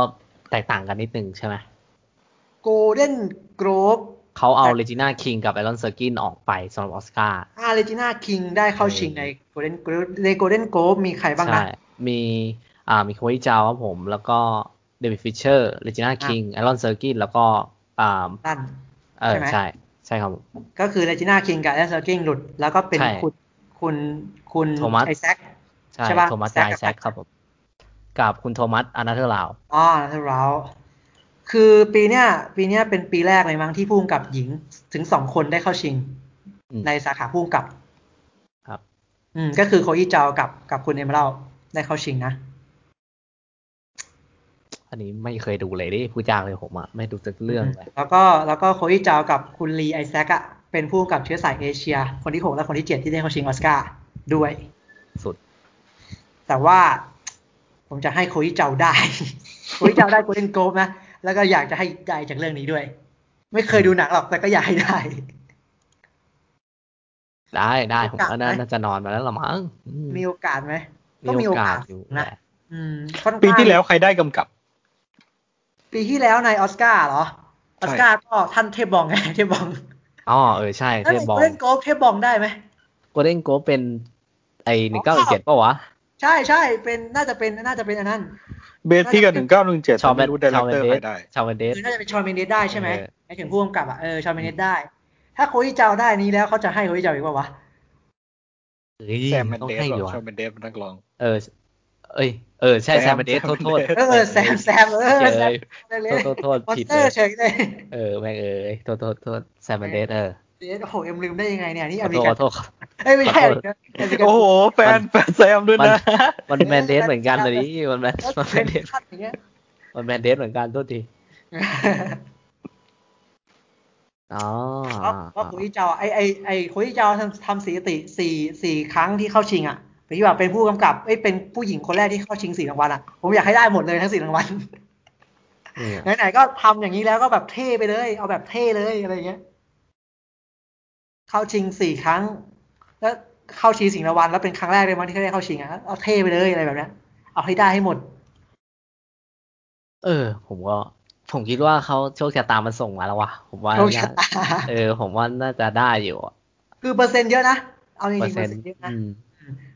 [SPEAKER 1] แตกต่างกันนิดนึงใช่ไหม
[SPEAKER 2] โกลเด้นโกรฟ
[SPEAKER 1] เขาเอา
[SPEAKER 2] แต่
[SPEAKER 1] เ e จิน่าคิงกับไอรอนเซอร์กินออกไปสำหรับออสการ์
[SPEAKER 2] อาร์เรจิน่าคิงได้เข้าชิงในโกลเด้นในโกลเด้นโกรฟมีใครบ้างนะ
[SPEAKER 1] ใช่ มีอ่ามีโควิจาวครับผม แล้วก็เดวิดฟิชเชอร์เ e จิน่า
[SPEAKER 2] อ่ะ
[SPEAKER 1] คิงไอรอนเซอร์กินแล้วก็อ่า
[SPEAKER 2] นั่น
[SPEAKER 1] เออ
[SPEAKER 2] ใช่ไหม
[SPEAKER 1] ใช่ ใช่ครับผม
[SPEAKER 2] ก็คือเรจิน่าคิงกับแอนเซอร์กิงหลุด แล้วก็เป็น
[SPEAKER 1] ใช่
[SPEAKER 2] คุณคุณคุณ
[SPEAKER 1] โทมัส
[SPEAKER 2] ไอแซค
[SPEAKER 1] ใช่
[SPEAKER 2] ใช่ปะ
[SPEAKER 1] โทมัส
[SPEAKER 2] แซ
[SPEAKER 1] ไก
[SPEAKER 2] คกับ
[SPEAKER 1] แซค
[SPEAKER 2] แซค
[SPEAKER 1] ครับผม กับคุณโทมัสอานาเธอร์ลาว
[SPEAKER 2] อ๋อนัทราวคือปีเนี้ยปีเนี้ยเป็นปีแรกเลยมั้งที่ผู้กำกับหญิงถึงสองคนได้เข้าชิง
[SPEAKER 1] อืม
[SPEAKER 2] ในสาขาผู้กำกับ
[SPEAKER 1] ครับ
[SPEAKER 2] อืม ก็คือโคอี้เจากับกับคุณเอมเบลได้เข้าชิงนะ
[SPEAKER 1] อันนี้ไม่เคยดูเลยดิผู้จ้างเลยผมอะไม่ดูสักเรื่องเลย
[SPEAKER 2] แล้วก็แล้วก็โคอี้เจากับคุณลีไอแซคอะเป็นผู้กำกับเชื้อสายเอเชีย คนที่หกและคนที่เจ็ดที่ได้เข้าชิงออสการ์ด้วย
[SPEAKER 1] สุด
[SPEAKER 2] แต่ว่าผมจะให้โคยิเจ้าได้ โคยิเจ้าได้โกลเด้นโกลนะ แล้วก็อยากจะให้ได้จากเรื่องนี้ด้วย ไม่เคยดูหนังหรอก แต่ก็อยากให้ได้
[SPEAKER 1] ได้ได้ผม
[SPEAKER 2] โอกาส
[SPEAKER 1] ก็น่า
[SPEAKER 2] ไหม
[SPEAKER 1] น่าจะนอนมาแล้วละมั้งอืม
[SPEAKER 2] มีโอกาสไหม
[SPEAKER 1] มีโอกาสอยู่
[SPEAKER 2] นะ
[SPEAKER 1] แหละ
[SPEAKER 2] อืมค่อนข้าง
[SPEAKER 3] ปีที่แล้วใครได้กำกับ
[SPEAKER 2] ปีที่แล้วในออสการ์เหรอ ออสการ์ก็ท่านเทพบอง ไง เทพบอง
[SPEAKER 1] อ๋อเออใช่
[SPEAKER 2] แล้ว
[SPEAKER 1] เทพบ
[SPEAKER 2] ในโก
[SPEAKER 1] อล
[SPEAKER 2] ลเด้นโกลเทพบองได้ไหม
[SPEAKER 1] โกลเด้นโกเป็นไอหนึ่งเก้าเจ็ดป่าวะ
[SPEAKER 2] ใช่ใช่เป็นน่าจะเป็นน่าจะเป็นอันนั้น
[SPEAKER 3] เบสที่กับหนึ่งเก้าหนึ่งเจ็ด
[SPEAKER 1] ชาวเม
[SPEAKER 3] ไม่รู้ได
[SPEAKER 1] ชาว
[SPEAKER 3] รัก
[SPEAKER 1] เม
[SPEAKER 3] เตอร์
[SPEAKER 1] เดส
[SPEAKER 3] ใครได้
[SPEAKER 1] ชาวเมเดส
[SPEAKER 2] คือน่าจะเป็นชอยเมนเดสได้ใช่ไหม
[SPEAKER 1] เออ
[SPEAKER 2] ไอ้ถึงผู้กำกับอ่ะเออชอยเมนเดสได้ ถ้าโคยิเจ้าได้นี้แล้วเขาจะให้โคยิเจ้าอีกป่าวะ
[SPEAKER 1] เฮ้ย
[SPEAKER 3] แซมเมน
[SPEAKER 1] ต้อง
[SPEAKER 3] เดส
[SPEAKER 1] ให้
[SPEAKER 3] หร
[SPEAKER 1] อยู่
[SPEAKER 3] อ
[SPEAKER 1] อะ
[SPEAKER 3] ชาวเมนเดสเป็นนักร้อง
[SPEAKER 1] เออ เอ้ย เออ ใช่แซมเมเดส
[SPEAKER 3] Sam
[SPEAKER 1] โทษโทษ
[SPEAKER 3] Mendes
[SPEAKER 2] เออแซมแซมเออแซมเลยเลย
[SPEAKER 1] โทษโทษ
[SPEAKER 2] มอน
[SPEAKER 1] ผิด
[SPEAKER 2] สเตอร์
[SPEAKER 1] เลย
[SPEAKER 2] เฉยเลย
[SPEAKER 1] เออแม่งเอ้ยโทษโทษโทษแซมเมเดสเออ
[SPEAKER 2] เดี๋ยวโอ้โหเอ็มลืมได้ยังไงเนี่ยนี่
[SPEAKER 1] ข
[SPEAKER 2] อ
[SPEAKER 1] อ
[SPEAKER 2] เม
[SPEAKER 1] โทษขอ
[SPEAKER 2] ริกัน
[SPEAKER 1] โทษครับ
[SPEAKER 2] เอ้ยไม่ใช่
[SPEAKER 1] ขอ
[SPEAKER 2] อ
[SPEAKER 1] โท
[SPEAKER 2] เม
[SPEAKER 1] ษ
[SPEAKER 2] ริกันอเมริกัน
[SPEAKER 3] โอ้โห แฟนแฟนแซมด้วย
[SPEAKER 1] มัน
[SPEAKER 3] นะ
[SPEAKER 1] มันแมนเดสเหมือนกันเลยมันแมน
[SPEAKER 2] เออ
[SPEAKER 1] มันแม
[SPEAKER 2] เป็น
[SPEAKER 1] นเดส
[SPEAKER 2] ขั้นอย่างเงี้ย
[SPEAKER 1] มันแมนเดสเหมือนกันโทษทีอ๋อ
[SPEAKER 2] เพราะเพราะโคุยเจ้าไอไอไอโคุยเจ้าทำทำสถิติสี่สี่ครั้งที่เข้าชิงอ่ะพี่ว่าเป็นผู้กำกับเอ้ยเป็นผู้หญิงคนแรกที่เข้าชิงสี่รางวัลอ่ะผมอยากให้ได้หมดเลยทั้งสี่รางวัล
[SPEAKER 1] เนี่ย
[SPEAKER 2] ไหนๆก็ทำอย่างนี้แล้วก็แบบเท่ไปเลย เอาแบบเท่เลยอะไรอย่างเงี้ย เข้าชิงสี่ครั้ง แล้วเข้าชิงสิงรางวัลแล้วเป็นครั้งแรกเลยมั้งที่ได้เข้าชิงอ่ะเอาเท่ไปเลยอะไรแบบเนี้ยเอาให้ได้ให้หมด
[SPEAKER 1] เออ ผมก็ ผมคิดว่าเขาโชคชะตามันส่งมาแล้ววะผมว่า
[SPEAKER 2] โชคชะ ตา
[SPEAKER 1] เออ ผมว่าน่าจะได้อยู่อะ
[SPEAKER 2] คือเปอร์เซ็นต์เยอะนะ เอาจริง
[SPEAKER 1] เปอ
[SPEAKER 2] ๆ
[SPEAKER 1] ร์
[SPEAKER 2] เปอ
[SPEAKER 1] เซ็น
[SPEAKER 2] ร์
[SPEAKER 1] ต์
[SPEAKER 2] เซ็นต์เยอะนะ
[SPEAKER 1] อืม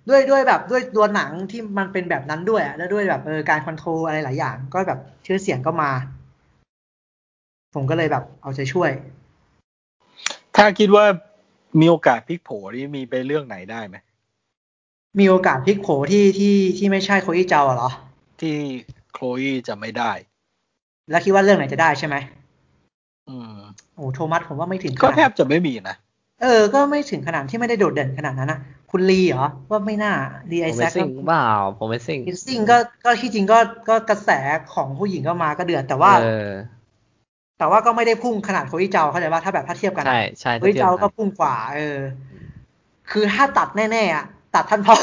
[SPEAKER 2] ด้วยด้วยแบบด้วยตัวหนังที่มันเป็นแบบนั้นด้วยอะแล้วด้วยแบบเออการคอนโทรลอะไรหลายอย่าง ก็แบบชื่อเสียงก็มา ผมก็เลยแบบเอาใจช่วย
[SPEAKER 3] ถ้าคิดว่ามีโอกาสพลิกโผนี่มีไปเรื่องไหนได้ไหม
[SPEAKER 2] มีโอกาสพลิกโผที่ที่ที่ไม่ใช่โคอี้เจ้าอะเหรอ
[SPEAKER 3] ที่โคลอีจะไม่ได้
[SPEAKER 2] แล้วคิดว่าเรื่องไหนจะได้ใช่ไหม
[SPEAKER 3] อืม
[SPEAKER 2] โอ้โทมัสผมว่าไม่ถึงข
[SPEAKER 3] ก็
[SPEAKER 2] นาด
[SPEAKER 3] แทบจะไม่มีนะ
[SPEAKER 2] เออก็ไม่ถึงขนาดที่ไม่ได้โดดเด่นขนาดนั้นนะ คุณลีเหรอ ว่าไม่น่าลีไอ
[SPEAKER 1] โพรเม
[SPEAKER 2] แซค
[SPEAKER 1] ซิ่งเปล่าโพรเมซิ่ง
[SPEAKER 2] คิสซิงก็ก็ที่จริงก็ก็กระแสของผู้หญิงก็มาก็เดือด แต่ว่า
[SPEAKER 1] เออ
[SPEAKER 2] แต่ว่าก็ไม่ได้พุ่งขนาดโคอี้เจ้าเข้าใจว่าถ้าแบบถ้าเทียบกันอะ
[SPEAKER 1] ใช่ใช่
[SPEAKER 2] โคอี้เจ้าก็พุ่งกว่า เออ คือถ้าตัดแน่ๆอะตัดท่านพ่อ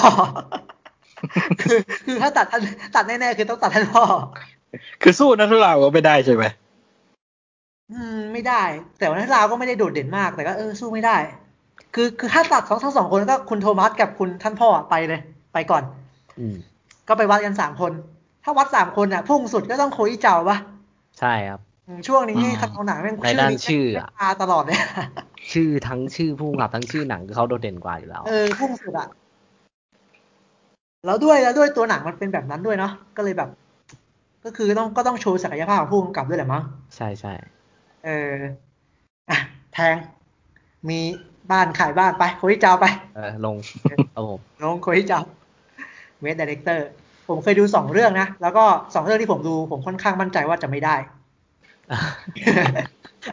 [SPEAKER 2] คือคือถ้าตัดท่านตัดแน่ๆคือต้องตัดท่านพ่อ
[SPEAKER 3] คือสู้นัทธุลาวก็ไม่ได้ใช่ไหม
[SPEAKER 2] อืมไม่ได้ แต่ว่านักลาวก็ไม่ได้โดดเด่นมากแต่ก็เออสู้ไม่ได้ คือคือถ้าตัดสองทั้งสองคนก็คุณโทมัสกับคุณท่านพ่ออะไปเลย ไปก่อน
[SPEAKER 1] อืม
[SPEAKER 2] ก็ไปวัดกันสามคน ถ้าวัดสามคนอ่ะ พุ่งสุดก็ต้องโคอี้เจ้าวะ
[SPEAKER 1] ใช่ครับ
[SPEAKER 2] อืมช่วงนี้นี่คณะหนังแม่ง
[SPEAKER 1] ในด้านชื่อ
[SPEAKER 2] แม่ง
[SPEAKER 1] อะ
[SPEAKER 2] มาตลอดเลย
[SPEAKER 1] ชื่อทั้งชื่อผู้กำกับทั้งชื่อหนังคือเขาโดดเด่นกว่าอยู่แล้ว
[SPEAKER 2] เออพุ่งสุดอ่ะแล้วด้วยแล้วด้วยตัวหนังมันเป็นแบบนั้นด้วยเนาะก็เลยแบบ ก็คือต้องก็ต้องโชว์ศักยภาพของผู้กำกับด้วยแหละมั้ง
[SPEAKER 1] ใช่ใช่
[SPEAKER 2] เอออ่ะแพง มีบ้านขายบ้านไปโคที่เจ้าไป
[SPEAKER 1] เออ ลงครับผม
[SPEAKER 2] น้องโคที่เจ้าเวทดีเลกเตอร์ ผมเคยดูสองเรื่องนะ แล้วก็สองเรื่องที่ผมดู ผมค่อนข้างมั่นใจว่าจะไม่ ได้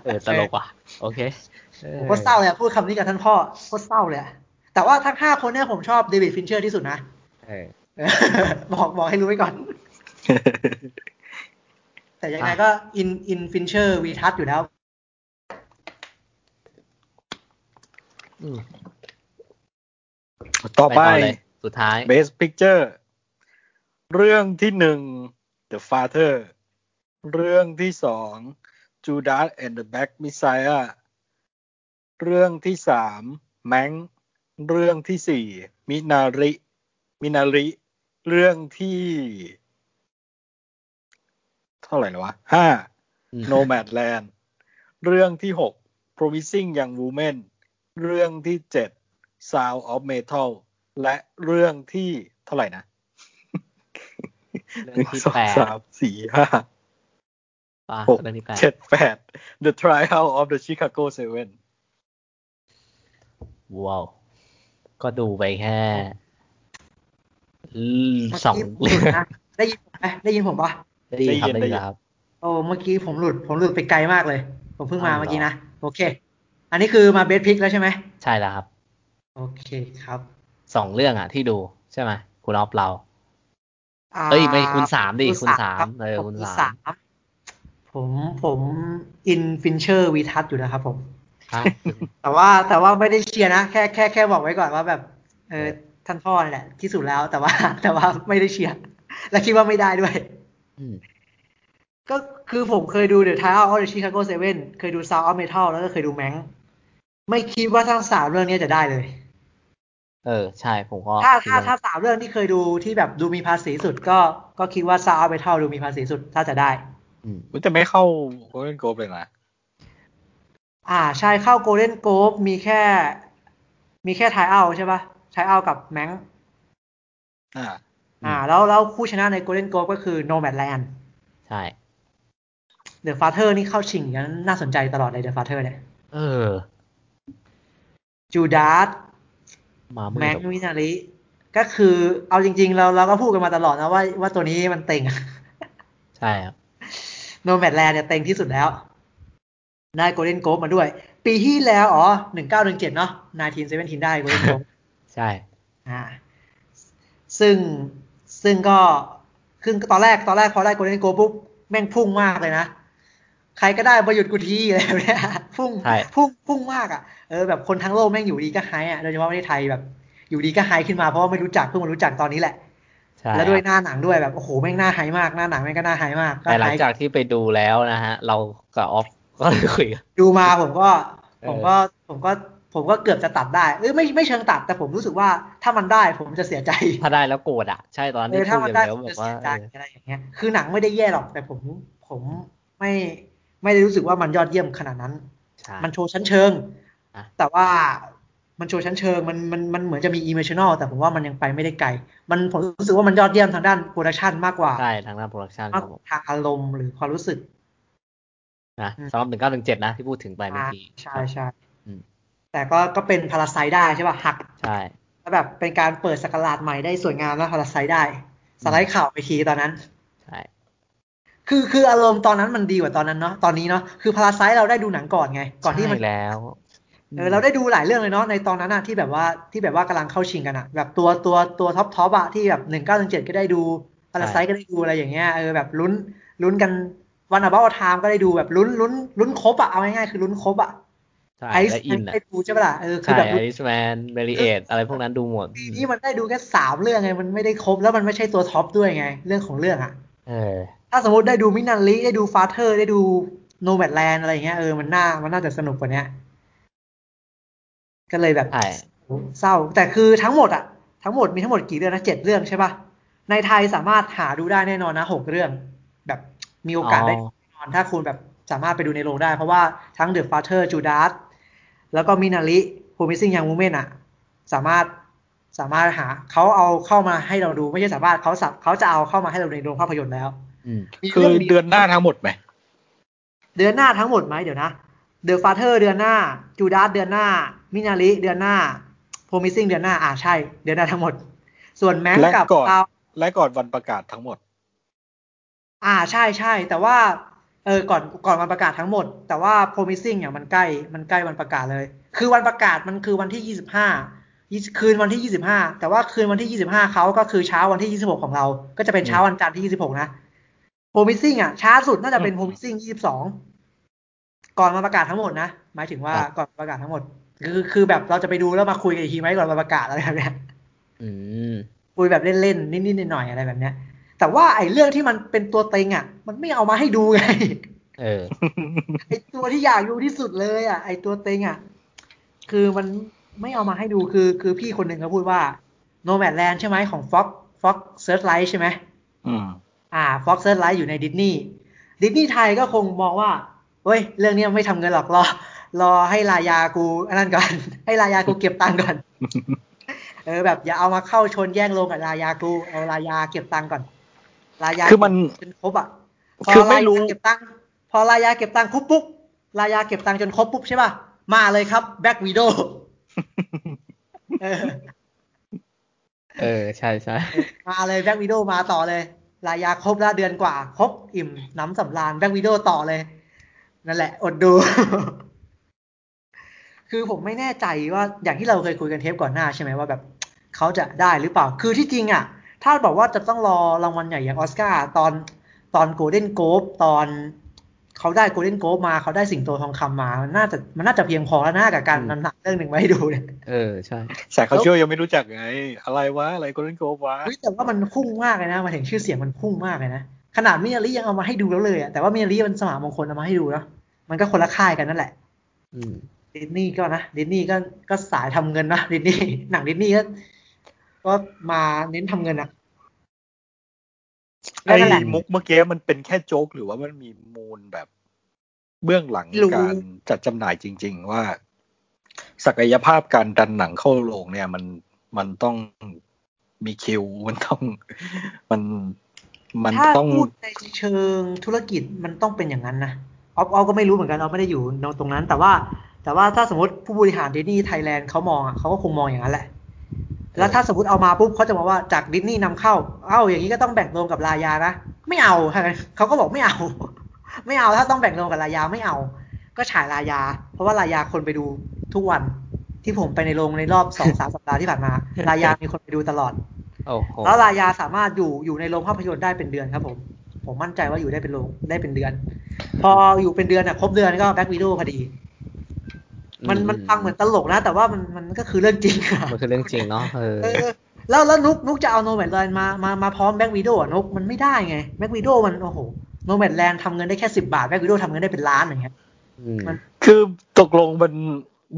[SPEAKER 1] เออตลกว่ะโอเคออ
[SPEAKER 2] โคตรเศร้าเลยอะพูดคำนี้กับท่านพ่อโคตรเศร้าเลยอะแต่ว่าทั้งห้าคนเนี่ยผมชอบเดวิดฟินเชอร์ที่สุดนะ
[SPEAKER 1] เออ
[SPEAKER 2] บอกบอกให้รู้ไว้ก่อน แต่ยังไงก็อินอินฟินเชอร์วีทัศอยู่แล้ว
[SPEAKER 1] อืม
[SPEAKER 3] ต่อไป
[SPEAKER 1] เลยสุดท้าย
[SPEAKER 3] Best Picture เรื่องที่หนึ่ง The Father เรื่องที่สอง Judas and the Black Messiah เรื่องที่สาม Mank เรื่องที่สี่ Minari Minari เรื่องที่ เท่าไหร่แล้ววะห้า
[SPEAKER 1] อืม
[SPEAKER 3] Nomadland เรื่องที่หก Promising Young Woman เรื่องที่เจ็ด Sound of Metal และเรื่องที่เท่าไหร่นะ
[SPEAKER 1] เรื่องที่
[SPEAKER 3] หนึ่สอง
[SPEAKER 1] แปด
[SPEAKER 3] สามสี่ห้า
[SPEAKER 1] ป่ะ
[SPEAKER 3] หก
[SPEAKER 1] เรื่องที่แปด
[SPEAKER 3] เจ็ดแปด The Trial of the Chicago Seven
[SPEAKER 1] ว้าวก็ดูไปแค่อืมสอง
[SPEAKER 2] เมื่
[SPEAKER 1] เรื่
[SPEAKER 2] กี้
[SPEAKER 1] อ
[SPEAKER 2] ผม
[SPEAKER 1] ง
[SPEAKER 2] หลุดนะได้ยินผมไหมได้ยินผ
[SPEAKER 1] ได้ยินค
[SPEAKER 2] มปะ
[SPEAKER 1] รับได้ยินครับ
[SPEAKER 2] โอ้เมื่อกี้ผมหลุด ผมหลุดไปไกลมากเลย ผมเพิ่งมา
[SPEAKER 1] อ้าวเหรอ
[SPEAKER 2] เมื่อกี้นะ โอเค อันนี้คือมาเบสพิกแล้วใช่ไหม
[SPEAKER 1] ใช่แล้วครับ
[SPEAKER 2] โอเคครับ
[SPEAKER 1] สองเรื่องอ่ะที่ดูใช่ไหมคุณออฟเรา
[SPEAKER 2] อ่า
[SPEAKER 1] เอ้ยไม่คุณสามดิคุณสาม
[SPEAKER 2] รับ
[SPEAKER 1] เออ
[SPEAKER 2] ผม
[SPEAKER 1] คุณสาม
[SPEAKER 2] ผมผมอินฟินเชอร์วีทัศอยู่นะครับผม
[SPEAKER 1] ฮะ
[SPEAKER 2] แต่ว่าแต่ว่าไม่ได้เชียร์นะแค่แค่แค่บอกไว้ก่อนว่าแบบเออท่านพ่อนี่แหละที่สุดแล้วแต่ว่า แต่ว่าไม่ได้เชียร์และคิดว่าไม่ได้ด้วย
[SPEAKER 1] อืม
[SPEAKER 2] ก็คือผมเคยดูเดอะทาวออฟเดอะชิคาโกเซเว่นเคยดูซาวออฟเมทัลแล้วก็เคยดูแมงไม่คิดว่าทั้งสามเรื่องเนี้ยจะได้เลย
[SPEAKER 1] เออ ใช่ผมก็
[SPEAKER 2] ถ้าถ้า
[SPEAKER 1] คิดว่
[SPEAKER 2] ถ้าสามเรื่องที่เคยดูที่แบบดูมีภาษีสุด ก็ก็คิดว่าซาวออฟเมทัลดูมีภาษีสุดถ้าจะได้
[SPEAKER 1] อืม
[SPEAKER 3] อุ๊ยแต่ไม่เข้า Golden Globe เลยนะ
[SPEAKER 2] อ่าใช่เข้าโกลเด้นโกลฟมีแค่ มีแค่ไทเอาใช่ปะไทเอากับแมง
[SPEAKER 3] อ่า
[SPEAKER 2] อ่าแล้วแล้วคู่ชนะใน Golden Globe ก็คือ Nomadland
[SPEAKER 1] ใช่
[SPEAKER 2] The Father นี่เข้าชิงกันน่าสนใจตลอดเลย The Father เนี่ย
[SPEAKER 1] เออ
[SPEAKER 2] Judas
[SPEAKER 1] มามืด
[SPEAKER 2] Mank m i n a r i ก็คือเอาจริง ๆ เราเราก็พูดกันมาตลอดนะว่าว่าตัวนี้มันเต็ง
[SPEAKER 1] ใช่ครับ
[SPEAKER 2] Nomadland เนี่ยเต็งที่สุดแล้ว ได้ Golden Globe มาด้วย ปีที่แล้วอ๋อ 1917 เนาะ1917 ได้ Golden Globe
[SPEAKER 1] ใช่
[SPEAKER 2] อ่าซึ่งซึ่งก็ซึ่งตอนแรกตอนแรกพอได้ Golden Globe ปุ๊บแม่งพุ่งมากเลยนะ ใครก็ได้ประยุทธ์กูที อะไรแบบเนี้ยพุ่ง
[SPEAKER 1] ใช่
[SPEAKER 2] พุ่งพุ่งมากอ่ะเออแบบคนทั้งโลกแม่งอยู่ดีก็ไฮอ่ะโดยเฉพาะประเทศไทยแบบ อยู่ดีก็ไฮขึ้นมาเพราะว่าไม่รู้จักเพิ่งมารู้จักตอนนี้แหละ
[SPEAKER 1] ใช่
[SPEAKER 2] แล้วด้ว
[SPEAKER 1] ค
[SPEAKER 2] ย
[SPEAKER 1] รับ
[SPEAKER 2] หน้าหนังด้วยแบบโอ้โหแม่งหน้าไฮมากหน้าหนังแม่งก็หน้าไฮมาก
[SPEAKER 1] แต่หลัง
[SPEAKER 2] ไฮ
[SPEAKER 1] จากที่ไปดูแล้วนะฮะ เรากับออฟ ก็เลยคุยกัน
[SPEAKER 2] ดูมาผมก็
[SPEAKER 1] เออ
[SPEAKER 2] ผมก็ผมก็ผมก็เกือบจะตัดได้เออไม่ไม่เชิงตัด แต่ผมรู้สึกว่าถ้ามันได้ผมจะเสียใจ
[SPEAKER 1] ถ้าได้แล้วโกรธอ่ะ ใช่ตอนนั้น
[SPEAKER 2] เอ
[SPEAKER 1] ที่
[SPEAKER 2] อถ้า
[SPEAKER 1] คุ
[SPEAKER 2] มั
[SPEAKER 1] ย
[SPEAKER 2] น
[SPEAKER 1] กั
[SPEAKER 2] ได้
[SPEAKER 1] นแล้ว
[SPEAKER 2] ผม
[SPEAKER 1] บอ
[SPEAKER 2] จะ
[SPEAKER 1] ก
[SPEAKER 2] เสี
[SPEAKER 1] ว่าย
[SPEAKER 2] ใจ
[SPEAKER 1] เออ
[SPEAKER 2] อะไรอย่างเงี้ย คือหนังไม่ได้แย่หรอก แต่ผมผมไม่ไม่ได้รู้สึกว่ามันยอดเยี่ยมขนาดนั้น
[SPEAKER 1] ใช่
[SPEAKER 2] มันโชว์ชั้นเชิง
[SPEAKER 1] อ่ะ
[SPEAKER 2] แต่ว่ามันโชว์ชั้นเชิงมันมันมันเหมือนจะมีอิมเมชั่นอลแต่ผมว่ามันยังไปไม่ได้ไกล มันผมรู้สึกว่ามันยอดเยี่ยมทางด้านโปรดักชันมากกว่า
[SPEAKER 1] ใช่ทางด้านโปรดักชันครั
[SPEAKER 2] มาก
[SPEAKER 1] บ
[SPEAKER 2] ก
[SPEAKER 1] ผ
[SPEAKER 2] ว่าม ทางอารมณ์หรือความรู้สึก
[SPEAKER 1] นะ
[SPEAKER 2] อืม
[SPEAKER 1] สำหรับหนึ่งเก้าหนึ่งเจ็ดนะ ที่พูดถึงไปเมื่อกี้
[SPEAKER 2] ใช่ใช่
[SPEAKER 1] อืม
[SPEAKER 2] แต่ก็ก็เป็นพาราไซได้ใช่ป่ะหัก
[SPEAKER 1] ใช่
[SPEAKER 2] แล้วแบบเป็นการเปิดสกราชใหม่ได้สวยงามแล้วพาราไซได้สไลด์ข่าวไปทีตอนนั้น
[SPEAKER 1] ใช่
[SPEAKER 2] คือคืออารมณ์ตอนนั้นมันดีกว่าตอนนั้นเนาะตอนนี้เนาะคือพาราไซเราได้ดูหนังก่อนไง ก่อนที่มัน
[SPEAKER 1] ใช่แล้ว
[SPEAKER 2] เออเราได้ดูหลายเรื่องเลยเนาะในตอนนั้นอะที่แบบว่าที่แบบว่ากำลังเข้าชิงกันอะแบบตัวตัวตัวท็อปท็อปอะที่แบบหนึ่งเก้าหนึ่งเจ็ดก็ได้ดูพาราไซก็ได้ดูอะไรอย่างเงี้ยเออแบบลุ้นลุ้นกันวันอับอัลไทม์ก็ได้ดูแบบลุ้นลุ้นลุ้นครบอะเอาง่ายๆคือลุ้นครบอะ
[SPEAKER 1] ใช่
[SPEAKER 2] ไอซ์
[SPEAKER 1] และอินอ่ะ
[SPEAKER 2] ได้ดูใช่ปะล่ะเออคือ
[SPEAKER 1] ใช่
[SPEAKER 2] แบบ
[SPEAKER 1] ไอริสแมนเบริเอตอะไรพวกนั้นดูหมด
[SPEAKER 2] ปีนี้มันได้ดูแค่สามเรื่องไงมันไม่ได้ครบแล้วมันไม่ใช่ตัวท็อปด้วยไงเรื่องของเรื่องอะ
[SPEAKER 1] เออ
[SPEAKER 2] ถ้าสมมติได้ดูมินาลีได้ดูฟาเธอร์ ได้ดูโนแมดแลนอะไรอย่างเงี้ยเออมันน่ามันน่าจะสนุกกว่าเนี้ยก็เลยแบบ
[SPEAKER 1] ใช่
[SPEAKER 2] เศร้า แต่คือทั้งหมดอะทั้งหมดมีทั้งหมดกี่เรื่องนะเจ็ดเรื่องใช่ปะในไทยสามารถหาดูได้แน่นอนนะหกเรื่อง แบบมีโอกาสได้ดูแน่นอน ถ้าคุณแบบสามารถไปดูในโรงได้ เพราะว่าทั้งเดอะฟาเธอร์จูดาสแล้วก็มินาลีโพมิซิ่งยังมูเมนอะสามารถสามารถหาเขาเอาเข้ามาให้เราดูไม่ใช่สามารถเขาสับเขาจะเอาเข้ามาให้เราดูในโรงภาพยนตร์แล้ว
[SPEAKER 1] อืม
[SPEAKER 2] มี
[SPEAKER 3] คือ
[SPEAKER 2] เรื่องเดียว
[SPEAKER 3] เดือนหน้าทั้งหมดไหม
[SPEAKER 2] เดือนหน้าทั้งหมดไหมเดี๋ยวนะเดอะฟาเธอร์เดือนหน้าจูดาสเดือนหน้า มินาลิเดือนหน้าโพมิซิ่งเดือนหน้าอ่าใช่ เดือนหน้าทั้งหมด ส่วนแม็ก
[SPEAKER 3] และ
[SPEAKER 2] กับ
[SPEAKER 3] ก่อน
[SPEAKER 2] ซาว
[SPEAKER 3] และก่อนวันประกาศทั้งหมด
[SPEAKER 2] อ่าใช่ใช่แต่ว่าเออก่อนก่อนวันประกาศทั้งหมด แต่ว่าโพมิซิ่งเนี่ยมันใกล้มันใกล้วันประกาศเลย คือวันประกาศมันคือวันที่ยี่สิบห้าคืนวันที่ยี่สิบห้าแต่ว่าคืนวันที่ยี่สิบห้าเขาก็คือเช้าวันที่ยี่สิบหกของเรา ก็จะเป็นเช้าวันจันทร์ที่ยี่สิบหกนะโพมิซิ่งอ่ะช้าสุดน่าจะเป็น
[SPEAKER 3] อืม
[SPEAKER 2] โพมิซิ่งยี่สิบสอง ก่อนมาประกาศทั้งหมดนะ หมายถึงว่าก่อนประกาศทั้งหมด คือคือแบบเราจะไปดูแล้วมาคุยกันอีกทีไหมก่อนมาประกาศอะไรแบบเนี้ย
[SPEAKER 1] อืม
[SPEAKER 2] คุยแบบเล่นๆนิดๆหน่อยๆอะไรแบบเนี้ย แต่ว่าไอ้เรื่องที่มันเป็นตัวเต็งอ่ะ มันไม่เอามาให้ดูไง
[SPEAKER 1] เออ
[SPEAKER 2] ไอ้ตัวที่อยากดูที่สุดเลยอ่ะไอ้ตัวเต็งอ่ะ คือมันไม่เอามาให้ดูคือ คือพี่คนหนึ่งเขาพูดว่าโนแมดแลนใช่ไหมของ Fox Fox Searchlight ใช่ไหม
[SPEAKER 3] อืม
[SPEAKER 2] อ่า Fox Searchlight อยู่ในดิสนีย์ดิสนีย์ไทยก็คงมองว่าเฮ้ย เรื่องเนี้ยไม่ทำเงินหรอกรอ รอให้ลายากูอันนั้นก่อน ให้ลายากูเก็บตังค์ ก่อน เออแบบอย่าเอามาเข้าชนแย่งลงกับลายากูเอาลายาเก็บตังค์ก่อน ลายา
[SPEAKER 3] คือมัน
[SPEAKER 2] จนครบอ่ะพ
[SPEAKER 3] คือไม่
[SPEAKER 2] ลายา
[SPEAKER 3] รู้
[SPEAKER 2] เก็บตังค์พอลายาเก็บตังค์ครบปุ๊บลายาเก็บตังค์จนครบปุ๊บใช่ป่ะมาเลยครับแบ็กวีโด
[SPEAKER 1] เออ ใช่ใช่
[SPEAKER 2] มาเลยแบ็กวีโดมาต่อเลยลายาครบแล้วเดือนกว่าครบอิ่มหน้ำสำราญแบ็กวีโดต่อเลย นั่นแหละ อดดู คือผมไม่แน่ใจว่าอย่างที่เราเคยคุยกันเทปก่อนหน้าใช่ไหมว่าแบบ เขาจะได้หรือเปล่า คือที่จริงอ่ะ ถ้าบอกว่าจะต้องรอรางวัลใหญ่อย่างออสการ์ตอนตอนโกลเด้นโกลบตอนเขาได้โกลเด้นโกลบมาเขาได้สิงโตทองคำมา มันน่าจะมันน่าจะเพียงพอแล้วนะกับการนำหนักเรื่องหนึ่งมาให้ดูเนี่ย
[SPEAKER 1] เออ ใช่
[SPEAKER 3] แต่เขาเชื่อยังไม่รู้จักไง อะไรวะ อะไรก็เล่นโกวะ
[SPEAKER 2] เฮ้ยแต่ว่ามันพุ่งมากเลยนะหมายถึงชื่อเสียงมันพุ่งมากเลยนะ ขนาดมินารียังเอามาให้ดูแล้วเลยอะแต่ว่ามินารีมันสมามงคลเอามาให้ดูเนาะมันก็คนละค่ายกันนั่นแหละ
[SPEAKER 1] อืม
[SPEAKER 2] ดิสนีย์ก็นะดิสนีย์ก็ก็สายทำเงินนะดิสนีย์หนังดิสนีย์ก็ก็มาเน้นทำเงินอะ
[SPEAKER 3] ไอ้
[SPEAKER 2] นั่นแหละ
[SPEAKER 3] มุกเมื่อกี้มันเป็นแค่โจ๊กหรือว่ามันมีมูลแบบ เบื้องหลังการจัดจำหน่ายจริง ๆ ว่า ศักยภาพการดันหนังเข้าโรงเนี่ย มันมันต้องมีคิว มันต้องมันมัน
[SPEAKER 2] ถ้า
[SPEAKER 3] ต้อง
[SPEAKER 2] พูดในเชิงธุรกิจมันต้องเป็นอย่างนั้นนะออฟออฟก็ไม่รู้เหมือนกันออฟไม่ได้อยู่ตรงนั้น แต่ว่า แต่ว่าถ้าสมมติผู้บริหารดิสนีย์ไทยแลนด์เขามองอ่ะเขาก็คงมองอย่างนั้นแหละ แล้วถ้าสมมติเอามาปุ๊บเขาจะบอกว่าจากดิสนีย์นำเข้า เอ้าอย่างนี้ก็ต้องแบ่งรวมกับลายานะไม่เอา เขาก็บอกไม่เอา ไม่เอาถ้าต้องแบ่งรวมกับลายาไม่เอา ก็ฉายลายา เพราะว่าลายาคนไปดูทุกวันที่ผมไปในโรงในรอบสองสามสัปดาห์ที่ ผ่านมาลายามีคนไปดูตลอด
[SPEAKER 1] โอ้โห
[SPEAKER 2] แล้วรายาสามารถอยู่อยู่ในโรงภาพยนตร์ได้เป็นเดือนครับผม ผมมั่นใจว่าอยู่ได้เป็นโรงได้เป็นเดือน พออยู่เป็นเดือนอ่ะครบเดือนก็แบ็กวีด o w พอดี มันมันฟังเหมือนตลกนะ แต่ว่ามันมันก็คือเรื่องจริงอะ
[SPEAKER 1] มันคือเรื่องจริงเนาะ เออ
[SPEAKER 2] เออ แล้วแล้วนุกนุกจะเอาโนแมดแลนด์มามามาพร้อมแบ็กวีด o w อ่ะนุกมันไม่ได้ไงแบ็กวีด o w มันโอ้โหโนแมดแลนด์ทำเงินได้แค่สิบาทแบ็กวีด o w ทำเงินได้เป็นล้านอย่างเงี้ย
[SPEAKER 1] อืม
[SPEAKER 2] มัน
[SPEAKER 3] คือตกลงมัน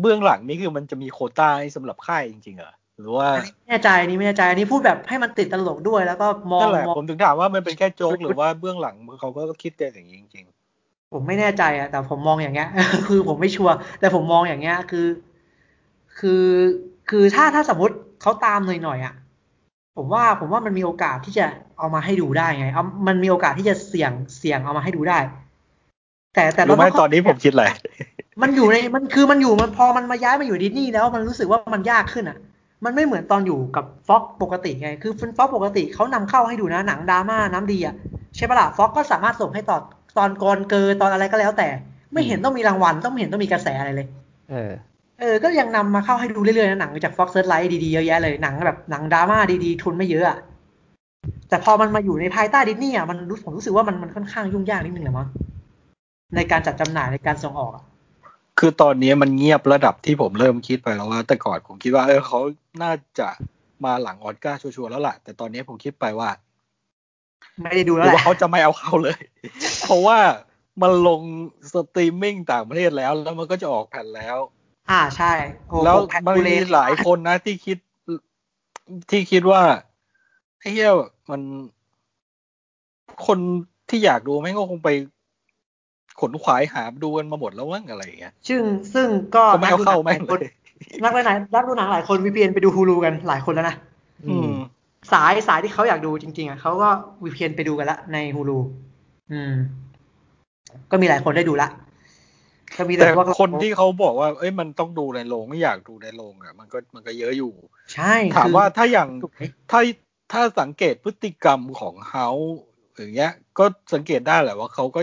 [SPEAKER 3] เบื้องหลังนี่คือมันจะมีโควต้าให้สำหรับค่ายจริงๆเหรอหรือว่า
[SPEAKER 2] อันนี้ไม่แน่ใจอันนี้ไม่แน่ใจอันนี้พูดแบบให้มันติดตลกด้วยแล้วก็มอง
[SPEAKER 3] นั่นแหละ
[SPEAKER 2] มอง
[SPEAKER 3] ผมถึงถามว่ามันเป็นแค่โจ๊กหรือว่าเบื้องหลังเขาก็คิดแต่อย่างนี้จริง
[SPEAKER 2] ผมไม่แน่ใจอะแต่ผมมองอย่างเงี้ย คือผมไม่ชัวร์แต่ผมมองอย่างเงี้ยคือ คือคือถ้าถ้าสมมติเขาตามหน่อยหน่อยๆอะผมว่าผมว่ามันมีโอกาสที่จะเอามาให้ดูได้ไงเอามันมีโอกาสที่จะเสี่ยงเสี่ยงเอามาให้ดูได้ แต่แต่
[SPEAKER 3] ๆ
[SPEAKER 2] เรา
[SPEAKER 3] รู้ไหม
[SPEAKER 2] เข้า
[SPEAKER 3] ตอนนี้ผมคิดอะไร
[SPEAKER 2] มันอยู่ในมันคือมันอยู่มันพอมันมาย้ายมาอยู่ดิสนีย์แล้วมันรู้สึกว่ามันยากขึ้นอะมันไม่เหมือนตอนอยู่กับฟ็อกปกติไง คือฟ็อกปกติเขานำเข้าให้ดูนะหนังดราม่าน้ำดีอะ ใช่ปะล่ะฟ็อกก็สามารถส่งให้ต่อตอนกรเกอตอนอะไรก็แล้วแต่ ไม่เห็นต้องมีรางวัล ต้องไม่เห็นต้องมีกระแสอะไรเลย
[SPEAKER 1] เออ
[SPEAKER 2] เอ เออ ก็ยังนำมาเข้าให้ดูเรื่อยๆนะหนังจาก Fox Searchlight ดีๆเยอะแยะเลยหนังแบบหนังดราม่าดีๆ ทุนไม่เยอะอะแต่พอมันมาอยู่ในภายใต้ดิสนีย์อะมันรู้ผมรู้สึกว่ามันมันค่อนข้างยุ่งยากนิดนึงเหรอมั้งในการจัดจำหน่ายในการส่งออกอะ
[SPEAKER 3] คือตอนนี้มันเงียบระดับที่ผมเริ่มคิดไปแล้วว่า แต่ก่อนผมคิดว่าเออเขาน่าจะมาหลังออสการ์ชัวร์ๆแล้วล่ะ แต่ตอนนี้ผมคิดไปว่า
[SPEAKER 2] ไม่ได้ดู
[SPEAKER 3] ห
[SPEAKER 2] แล้ว
[SPEAKER 3] รือ
[SPEAKER 2] แหละ
[SPEAKER 3] ว่าเขาจะไม่เอาเข้าเลย เพราะว่ามันลงสตรีมมิ่งต่างประเทศแล้ว แล้วมันก็จะออกแผ่นแล้ว
[SPEAKER 2] อ่าใช่โอ้โห
[SPEAKER 3] แล้ว
[SPEAKER 2] พ็ค
[SPEAKER 3] มัน
[SPEAKER 2] กูเล
[SPEAKER 3] มี
[SPEAKER 2] ย
[SPEAKER 3] หลายคนนะที่คิดที่คิดว่าไอ้เหี้ยมันคนที่อยากดูแม่งก็คงไปขนขวายหาดูกันมาหมดแล้วมั้งอะไรอย่างเงี้ย
[SPEAKER 2] ซึ่งซึ่งก็
[SPEAKER 3] ก็ไม่เอาเข้า
[SPEAKER 2] หนั
[SPEAKER 3] แม่ง
[SPEAKER 2] หลย
[SPEAKER 3] เล
[SPEAKER 2] คน
[SPEAKER 3] ย
[SPEAKER 2] นักหลายนักดูหนังหลายคน VPN ไปดูฮูลูกันหลายคนแล้วนะ
[SPEAKER 3] อืม
[SPEAKER 2] สายสายที่เขาอยากดูจริงๆอ่ะเขาก็ VPN ไปดูกันละในฮูลูอืม ก็มีหลายคนได้ดูละก็มี
[SPEAKER 3] แต่
[SPEAKER 2] พวก
[SPEAKER 3] คนที่เขาบอกว่า เอ้ยมันต้องดูในโรงไม่อยากดูในโรงอ่ะมันก็มันก็เยอะอยู่
[SPEAKER 2] ใช่
[SPEAKER 3] ถาม
[SPEAKER 2] คือ
[SPEAKER 3] ว่าถ้าอย่าง ถ้าถ้าสังเกตพฤติกรรมของเขาอย่างเงี้ย ก็สังเกตได้แหละว่าเขาก็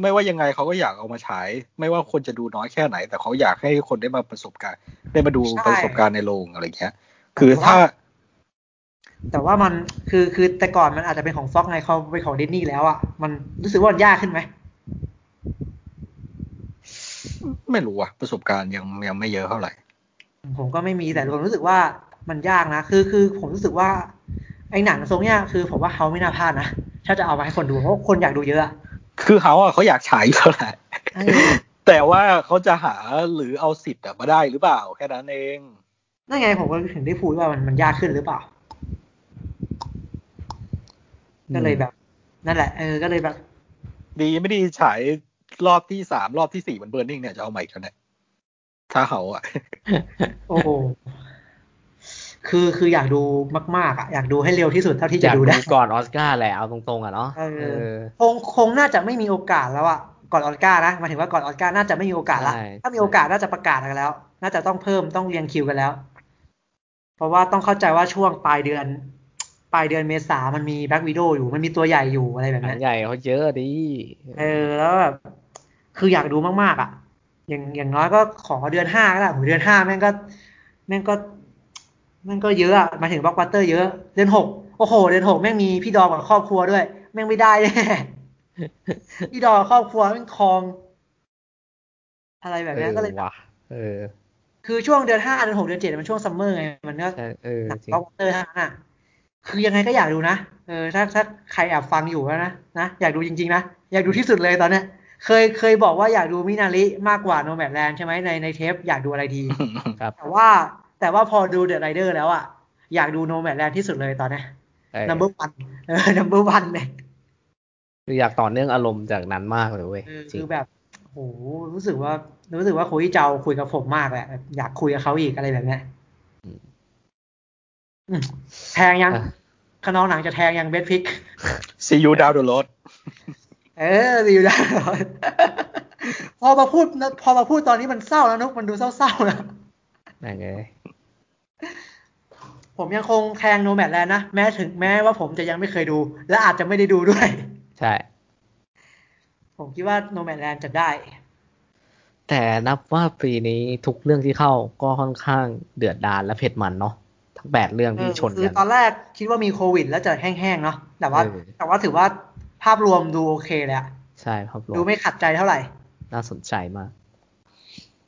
[SPEAKER 3] ไม่ว่ายังไงเขาก็อยากเอามาฉาย ไม่ว่าคนจะดูน้อยแค่ไหน แต่เขาอยากให้คนได้มาประสบการณ์ ได้มาดูประสบการณ์ในโรงอะไรเงี้ย คือถ้า
[SPEAKER 2] แต่ว่ามันคือคือแต่ก่อนมันอาจจะเป็นของฟ็อกไงเขาเป็นของดิสนีย์แล้วอ่ะมันรู้สึกว่ามันยากขึ้นไหม
[SPEAKER 3] ไม่รู้อะประสบการณ์ยังยังไม่เยอะเท่าไหร่
[SPEAKER 2] ผมก็ไม่มีแต่ผมรู้สึกว่ามันยากนะคือคือผมรู้สึกว่า ไอ้หนังทรงเนี้ยคือผมว่าเขาไม่น่าพลาดนะถ้าจะเอามาให้คนดูเพราะคนอยากดูเย อะอะ
[SPEAKER 3] คือเขาอะเขาอยากฉายอยู่แล้วแหละ
[SPEAKER 2] เออ
[SPEAKER 3] แต่ว่าเขาจะหาหรือเอาสิทธิ์อะมาได้หรือเปล่าแค่นั้นเอง
[SPEAKER 2] นั่นไงผมก็ถึงได้พูดว่ามันมันยากขึ้นหรือเปล่า
[SPEAKER 3] อืม
[SPEAKER 2] ก็เลยแบบ นั่นแหละเออก็เลยแบบ
[SPEAKER 3] ดีไม่ดีฉายรอบที่สามรอบที่สี่มันเบิร์นนิ่งเนี่ยจะเอาใหม่กันเนี่ยถ้าเขา อะ
[SPEAKER 2] โอ้โหคือคืออยากดูมากๆอ่ะอยากดูให้เร็วที่สุดเท่าที่
[SPEAKER 1] อ
[SPEAKER 2] จะ
[SPEAKER 1] ยาก
[SPEAKER 2] ดู
[SPEAKER 1] ดู
[SPEAKER 2] ได้
[SPEAKER 1] ก่อนออสการ์แหละเอาตรงๆอ่ะเนาะ
[SPEAKER 2] เออ
[SPEAKER 1] เออ
[SPEAKER 2] คงคงน่าจะไม่มีโอกาสแล้วอ่ะก่อนออสการ์นะหมายถึงว่าก่อนออสการ์น่าจะไม่มีโอกาสละ
[SPEAKER 1] ใช่
[SPEAKER 2] ถ้ามีโอกาสน่าจะประกาศกันแล้ว น่าจะต้องเพิ่มต้องเรียงคิวกันแล้ว เพราะว่าต้องเข้าใจว่าช่วงปลายเดือน ปลายเดือนเมษามันมีแบ็กวิดโออยู่มันมีตัวใหญ่อยู่อะไรแบบ
[SPEAKER 1] หนั
[SPEAKER 2] เนี้
[SPEAKER 1] ง
[SPEAKER 2] ย
[SPEAKER 1] ใหญ่เขาเยอะดี
[SPEAKER 2] เออแล้วแบบคืออยากดูมากๆอ่ะ อย่างอย่างน้อยก็ขอเดือนห้าก็ได้โหเดือนห้าแม่งก็แม่งก็แม่งก็เยอะอ่ะหมายถึงบล็อกบัตเตอร์เยอะ เดือนหกโอ้โห เดือนหกแม่งมีพี่ดอมกับครอบครัวด้วย แม่งไม่ได้แน่ พี่ดอมกับครอบครัวแม่งคลอง อะไรแบบเนี้ยก็เลย
[SPEAKER 1] ออว่ะเออ
[SPEAKER 2] คือช่วงเดือนห้าเดือนหกเดือนเจ็ดมันช่วงซัมเมอร์ไงมันก็
[SPEAKER 1] ใช่เออ
[SPEAKER 2] หนัง
[SPEAKER 1] จริง
[SPEAKER 2] บล็อกบัสเตอร์ทั้งนั้นอ่ะ คือยังไงก็อยากดูนะ เออ ถ้าถ้าใครแอบฟังอยู่นะ นะ อยากดูจริง ๆ นะ อยากดูที่สุดเลยตอนเนี้ย เคยเคยบอกว่าอยากดูมินาริมากกว่าโนแมดแลนด์ใช่ไหมในในเทปอยากดูอะไรดี แต่ว่าแต่ว่าพอดูเดอะไรเดอร์แล้วอ่ะ อยากดูโนแมดแลนด์ที่สุดเลยตอนเนี้ย
[SPEAKER 1] เออ
[SPEAKER 2] number one เออ number one เลย
[SPEAKER 1] คืออยากต่อเนื่องอารมณ์จากนั้นมากเลยเว้ย
[SPEAKER 2] เออ
[SPEAKER 1] จริ
[SPEAKER 2] คื
[SPEAKER 1] ง
[SPEAKER 2] อแบบโหรู้สึกว่า รู้สึกว่าคุยเจ้าคุยกับผมมากแหละแบบอยากคุยกับเขาอีกอะไรแบบเนี้ย
[SPEAKER 1] อืม
[SPEAKER 2] อืมแทงยัง
[SPEAKER 1] อ่ะ
[SPEAKER 2] ขนองหนังจะแทงยังเบสพิก
[SPEAKER 3] see you down the road
[SPEAKER 2] เออดีอยู่ได้ พอมาพูดนะพอมาพูดตอนนี้มันเศร้าแล้วนุกมันดูเศร้าๆนะ
[SPEAKER 1] ไหนไง
[SPEAKER 2] ผมยังคงแทงโนแมดแลนด์นะ แม้ถึงแม้ว่าผมจะยังไม่เคยดู และอาจจะไม่ได้ดูด้วย
[SPEAKER 1] ใช่
[SPEAKER 2] ผมคิดว่าโนแมดแลนด์จะได้
[SPEAKER 1] แต่นับว่าปีนี้ทุกเรื่องที่เข้าก็ค่อนข้างเดือดดาลและเผ็ดมันเนาะทั้งแปดเรื่องที่ชน
[SPEAKER 2] คือ
[SPEAKER 1] กัน
[SPEAKER 2] ตอนแรกคิดว่ามีโควิด แล้วจะแห้งๆเนาะแต่ว่า
[SPEAKER 1] เออ
[SPEAKER 2] แต่ว่าถือว่าภาพรวมดูโอเคเลยอะ
[SPEAKER 1] ใช่ครับรว
[SPEAKER 2] ดู
[SPEAKER 1] ม
[SPEAKER 2] ไม่ขัดใจเท่าไหร่
[SPEAKER 1] น่าสนใจมาก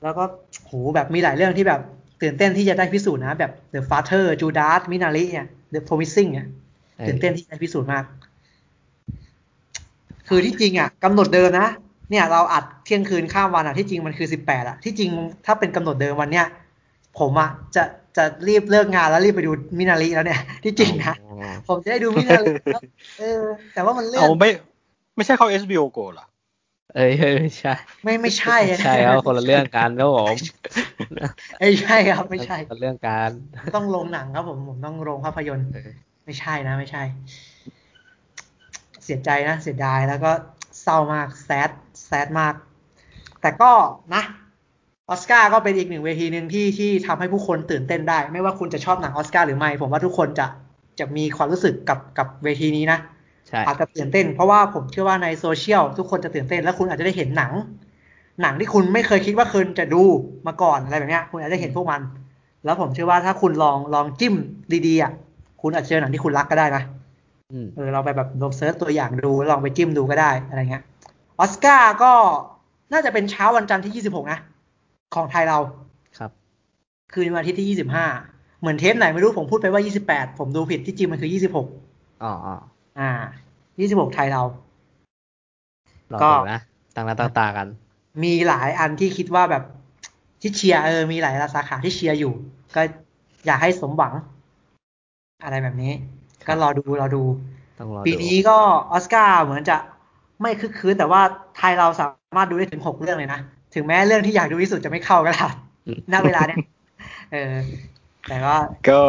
[SPEAKER 2] แล้วก็โหแบบมีหลายเรื่องที่แบบตื่นเต้นที่จะได้พิสูจน์นะ แบบ The Father Judas Minari เนี่ย The Promising เนี่ย
[SPEAKER 1] เออ
[SPEAKER 2] ตื่นเต้นที่จะได้พิสูจน์มาก คือที่จริงอ่ะกำหนดเดิมนะเนี่ย เราอัดเที่ยงคืนข้ามวันอ่ะที่จริงมันคือสิบแปดอ่ะที่จริงถ้าเป็นกำหนดเดิมวันเนี้ยผมอ่ะจะจะรีบเลิกงานแล้วรีบไปดูมินาริแล้วเนี่ย ที่จริงนะ
[SPEAKER 1] อ๋อ
[SPEAKER 2] ผมจะได้ดูมินา ริแล้วเออ แต่ว่ามันเลื่อ
[SPEAKER 3] เอา
[SPEAKER 2] น
[SPEAKER 3] ไม่ไม่ใช่เข้า HBO Go เหรอ
[SPEAKER 1] เอ้ยเอ้ยไม่ใช่
[SPEAKER 2] ไม่ไม่ใช่
[SPEAKER 1] ไม่
[SPEAKER 2] อะ
[SPEAKER 1] ใช่ครับคนละเรื่องกันครับผม
[SPEAKER 2] ไม่ใช่ครับ ไม่ใช่
[SPEAKER 1] คนละเรื่องกัน
[SPEAKER 2] ต้องลงหนังครับผมผมต้องลงภาพยนตร์
[SPEAKER 1] เออ
[SPEAKER 2] ไม่ใช่นะ ไม่ใช่ เสียใจนะ เสียดายแล้วก็เศร้ามากแซดแซดมาก แต่ก็นะออสการ์ก็เป็นอีกหนึ่งเวทีหนึ่งที่ที่ทำให้ผู้คนตื่นเต้นได้ ไม่ว่าคุณจะชอบหนังออสการ์หรือไม่ ผมว่าทุกคนจะจะมีความรู้สึกกับกับเวทีนี้นะ
[SPEAKER 1] ใช่
[SPEAKER 2] อาจจะตื่นเต้น เพราะว่าผมเชื่อว่าในโซเชียลทุกคนจะตื่นเต้น และคุณอาจจะได้เห็นหนัง หนังที่คุณไม่เคยคิดว่าคุณจะดูมาก่อนอะไรแบบเนี้ย คุณอาจจะเห็นพวกมัน แล้วผมเชื่อว่าถ้าคุณลองลองจิ้มดีๆอ่ะคุณอาจจะเจอหนังที่คุณรักก็ได้นะ
[SPEAKER 1] อืม
[SPEAKER 2] เออเราไปแบบลองเซิร์ชตัวอย่างดูแล้วลองไปจิ้มดูก็ได้อะไรเงี้ยออสการ์ก็น่าจะเป็นเช้าวันจันทร์ที่ 26 นะ ของไทยเรา
[SPEAKER 1] ครับ
[SPEAKER 2] คืนวันอาทิตย์ที่ 25 เหมือนเทปไหนไม่รู้ผมพูดไปว่า 28 ผมดูผิดที่จริงมันคือ 26
[SPEAKER 1] อ๋ออ๋อ
[SPEAKER 2] อ่า 26 ไทยเรา
[SPEAKER 1] ลอง
[SPEAKER 2] ก็
[SPEAKER 1] ดูนะตั้งหน้าตั้งตากัน
[SPEAKER 2] มีหลายอันที่คิดว่าแบบที่เชียร์เออ มีหลายสาขาที่เชียร์อยู่ ก็อยากให้สมหวัง อะไรแบบนี้ ก็รอดูรอดู
[SPEAKER 1] ต้องรอ
[SPEAKER 2] ปี
[SPEAKER 1] ดู
[SPEAKER 2] นี้ก็ออสการ์เหมือนจะไม่คึกคืนแต่ว่าไทยเราสามารถดูได้ถึงหกเรื่องเลยนะ ถึงแม้เรื่องที่อยากดูที่สุดจะไม่เข้าก็ตาม
[SPEAKER 1] อืม
[SPEAKER 2] ณเวลาเนี่ยเออ แต่ว่า
[SPEAKER 3] ก็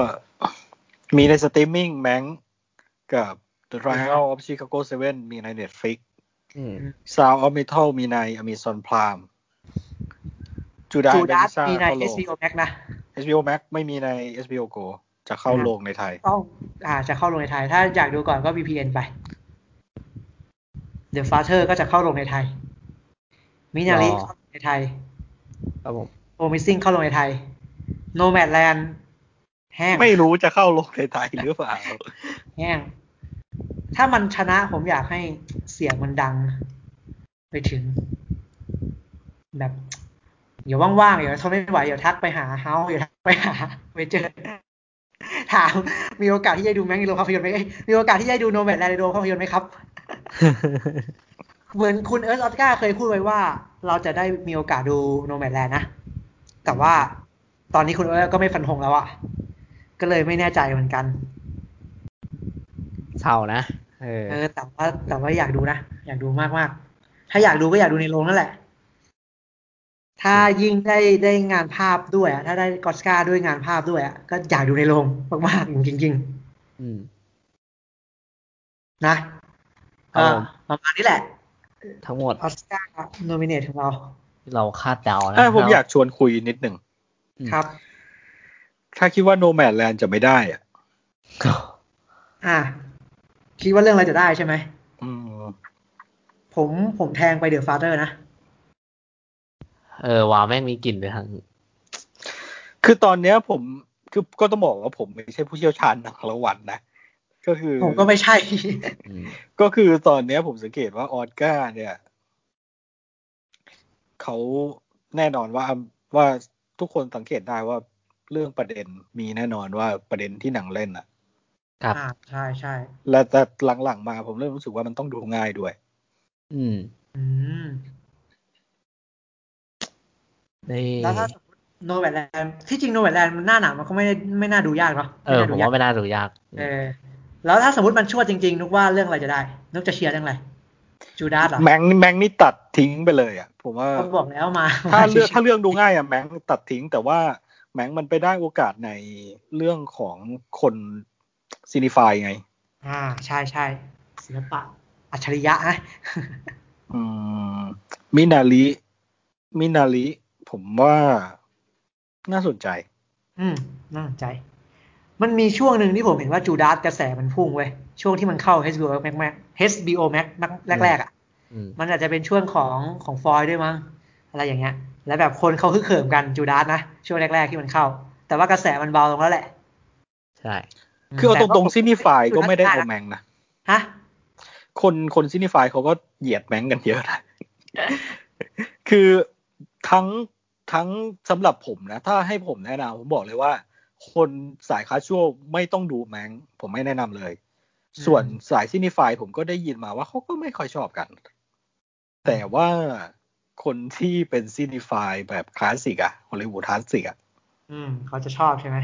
[SPEAKER 3] มีในสตรีมมิ่งแมงกับ The Trial of Chicago 7 มีใน Netflix
[SPEAKER 1] อืม
[SPEAKER 3] Sound of Metal มีใน Amazon Prime จูดา
[SPEAKER 2] จู
[SPEAKER 3] นเบ
[SPEAKER 2] ดา
[SPEAKER 3] นิ
[SPEAKER 2] ส
[SPEAKER 3] ซ่า
[SPEAKER 2] มีใน
[SPEAKER 3] เข้าโรง
[SPEAKER 2] HBO Max นะ
[SPEAKER 3] HBO Max ไม่มีใน HBO Go จะเข้าโรงในไทย
[SPEAKER 2] ต้องอาจะเข้าลงในไทย ถ้าอยากดูก่อนก็ VPN ไป The Father ก็จะเข้าลงในไทย มินาริ
[SPEAKER 1] หรอ
[SPEAKER 2] เข้าลงในไทย
[SPEAKER 1] ครับผม
[SPEAKER 2] Promising เข้าลงในไทย Nomadland แห้ง
[SPEAKER 3] ไม่รู้จะเข้าโรงในไทยหรือเปล่า
[SPEAKER 2] แห้ง ถ้ามันชนะผมอยากให้เสียงมันดัง ไปถึง แบบเดี๋ยวว่างๆเดี๋ยวทนไม่ไหวเดี๋ยวทักไปหาเฮาเดี๋ยวทักไปหาไปเจอ ถามมีโอกาสที่จะดูแม็กในโรงภาพยนตร์ไหมเอ้ยมีโอกาสที่จะดูโนแมดแลนด์ในโรงภาพยนตร์ไหมครับ เหมือนคุณเอิร์ธออสการ์เคยพูดไว้ว่า เราจะได้มีโอกาสดูโนแมดแลนด์นะ แต่ว่าตอนนี้คุณเอิร์ธก็ไม่ฟันธงแล้วอะก็เลยไม่แน่ใจเหมือนกัน
[SPEAKER 1] เศร้านะ เออ
[SPEAKER 2] เออแต่ว่าแต่ว่าอยากดูนะ อยากดูมากมากๆ ถ้าอยากดูก็อยากดูในโรงนั่นแหละ ถ้ายิ่งได้ได้งานภาพด้วยอะถ้าได้กอสการ์ด้วยงานภาพด้วยอะก็อยากดูในโรงมากๆจริง
[SPEAKER 1] อืม
[SPEAKER 2] ๆ นะครับ ก็
[SPEAKER 1] ผม
[SPEAKER 2] ประมาณนี้แหละ
[SPEAKER 1] ทั้งหมด
[SPEAKER 2] ออสการ์โนมิเนตของเรา
[SPEAKER 1] ที่เราคาดเดานะ
[SPEAKER 3] ถ้าผม
[SPEAKER 1] แล้ว
[SPEAKER 3] อยากชวนคุยนิดหนึ่ง
[SPEAKER 1] อืม
[SPEAKER 2] ครับ
[SPEAKER 3] ถ้าคิดว่า Nomadland จะไม่ได้อะ
[SPEAKER 2] อ่ะคิดว่าเรื่องอะไรจะได้ใช่ไหม
[SPEAKER 3] อืม
[SPEAKER 2] ผมผมแทงไปเดอะฟาเตอร์นะ
[SPEAKER 1] เออว่าแม่งมีกลิ่นไปทาง
[SPEAKER 3] คือตอนเนี้ยผมคือก็ต้องบอกว่าผมไม่ใช่ผู้เชี่ยวชาญหนังละวันนะ ก็คือ
[SPEAKER 2] ผมก็ไม่ใช่
[SPEAKER 1] อืม
[SPEAKER 3] ก็คือตอนเนี้ยผมสังเกตว่าออสการ์เนี่ยเขาแน่นอนว่าว่าทุกคนสังเกตได้ว่าเรื่องประเด็นมีแน่นอนว่าประเด็นที่หนังเล่นอะ
[SPEAKER 1] ครับ
[SPEAKER 2] อ่าใช่ใช่
[SPEAKER 3] และแต่หลังๆมาผมเริ่มรู้สึกว่ามันต้องดูง่ายด้วย
[SPEAKER 1] อืม
[SPEAKER 2] อืม
[SPEAKER 1] นี่
[SPEAKER 2] แล้วถ้าสมมติโนแวดแลนด์ที่จริงโนแวดแลนด์มันหน้าหนาวมันก็ไม่ได้ไม่น่าดูยากเนาะ
[SPEAKER 1] เออ
[SPEAKER 2] น่
[SPEAKER 1] ผ
[SPEAKER 2] ดู
[SPEAKER 1] ม
[SPEAKER 2] ยาก
[SPEAKER 1] ว่าไม่น่าดูยาก
[SPEAKER 2] เออ แล้วถ้าสมมติมันชั่วจริงๆ นุกว่าเรื่องอะไรจะได้ นุกจะเชียร์เรื่องอะไร จูดาสเหรอ
[SPEAKER 3] แมงแมงนี่ตัดทิ้งไปเลยอะผมว่า
[SPEAKER 2] ผมบอกแล้วมา
[SPEAKER 3] ถ้าเลือกถ้าเรื่องดูง่ายอะแมงตัดทิ้ง แต่ว่าแมงมันไปได้โอกาสในเรื่องของคนซีนิฟายไง
[SPEAKER 2] อ่า ใช่ใช่ศิลปะ อัจฉริยะนะ
[SPEAKER 3] อืมมินาลิมินาลิผมว่าน่าสนใจ
[SPEAKER 2] อืมน่าสนใจ มันมีช่วงหนึ่งที่ผมเห็นว่าจูดาสกระแสมันพุ่งเว้ย ช่วงที่มันเข้า HBO Max แม็ก HBO Max แรกๆอ่ะ
[SPEAKER 1] อืม
[SPEAKER 2] มันอาจจะเป็นช่วงของของฟอยด์ด้วยมั้งอะไรอย่างเงี้ย แล้วแบบคนเขาฮึกเหิมกันจูดาสนะช่วงแรกๆที่มันเข้า แต่ว่ากระแสมันเบาลงแล้วแหละ
[SPEAKER 1] ใช่
[SPEAKER 3] คือเอาตรงๆซีนิฟายก็ไม่ได้
[SPEAKER 2] แต่
[SPEAKER 3] เอา
[SPEAKER 2] ว่าผม
[SPEAKER 3] แมงนะ
[SPEAKER 2] ฮะ
[SPEAKER 3] คนคนซีนิฟายเขาก็เหยียดแมงกันเยอะนะ คือทั้งทั้งสำหรับผมนะ ถ้าให้ผมแนะนำผมบอกเลยว่า คนสายคาชัวไม่ต้องดูแมง ผมไม่แนะนำเลย ส่วนสายซีนิฟายผมก็ได้ยินมาว่าเขาก็ไม่ค่อยชอบกัน แต่ว่าคนที่เป็นซีนิฟายแบบคลาสสิกอะฮอลลีวูดคลาสสิกอะ
[SPEAKER 2] อืมเขาจะชอบใช่ไหม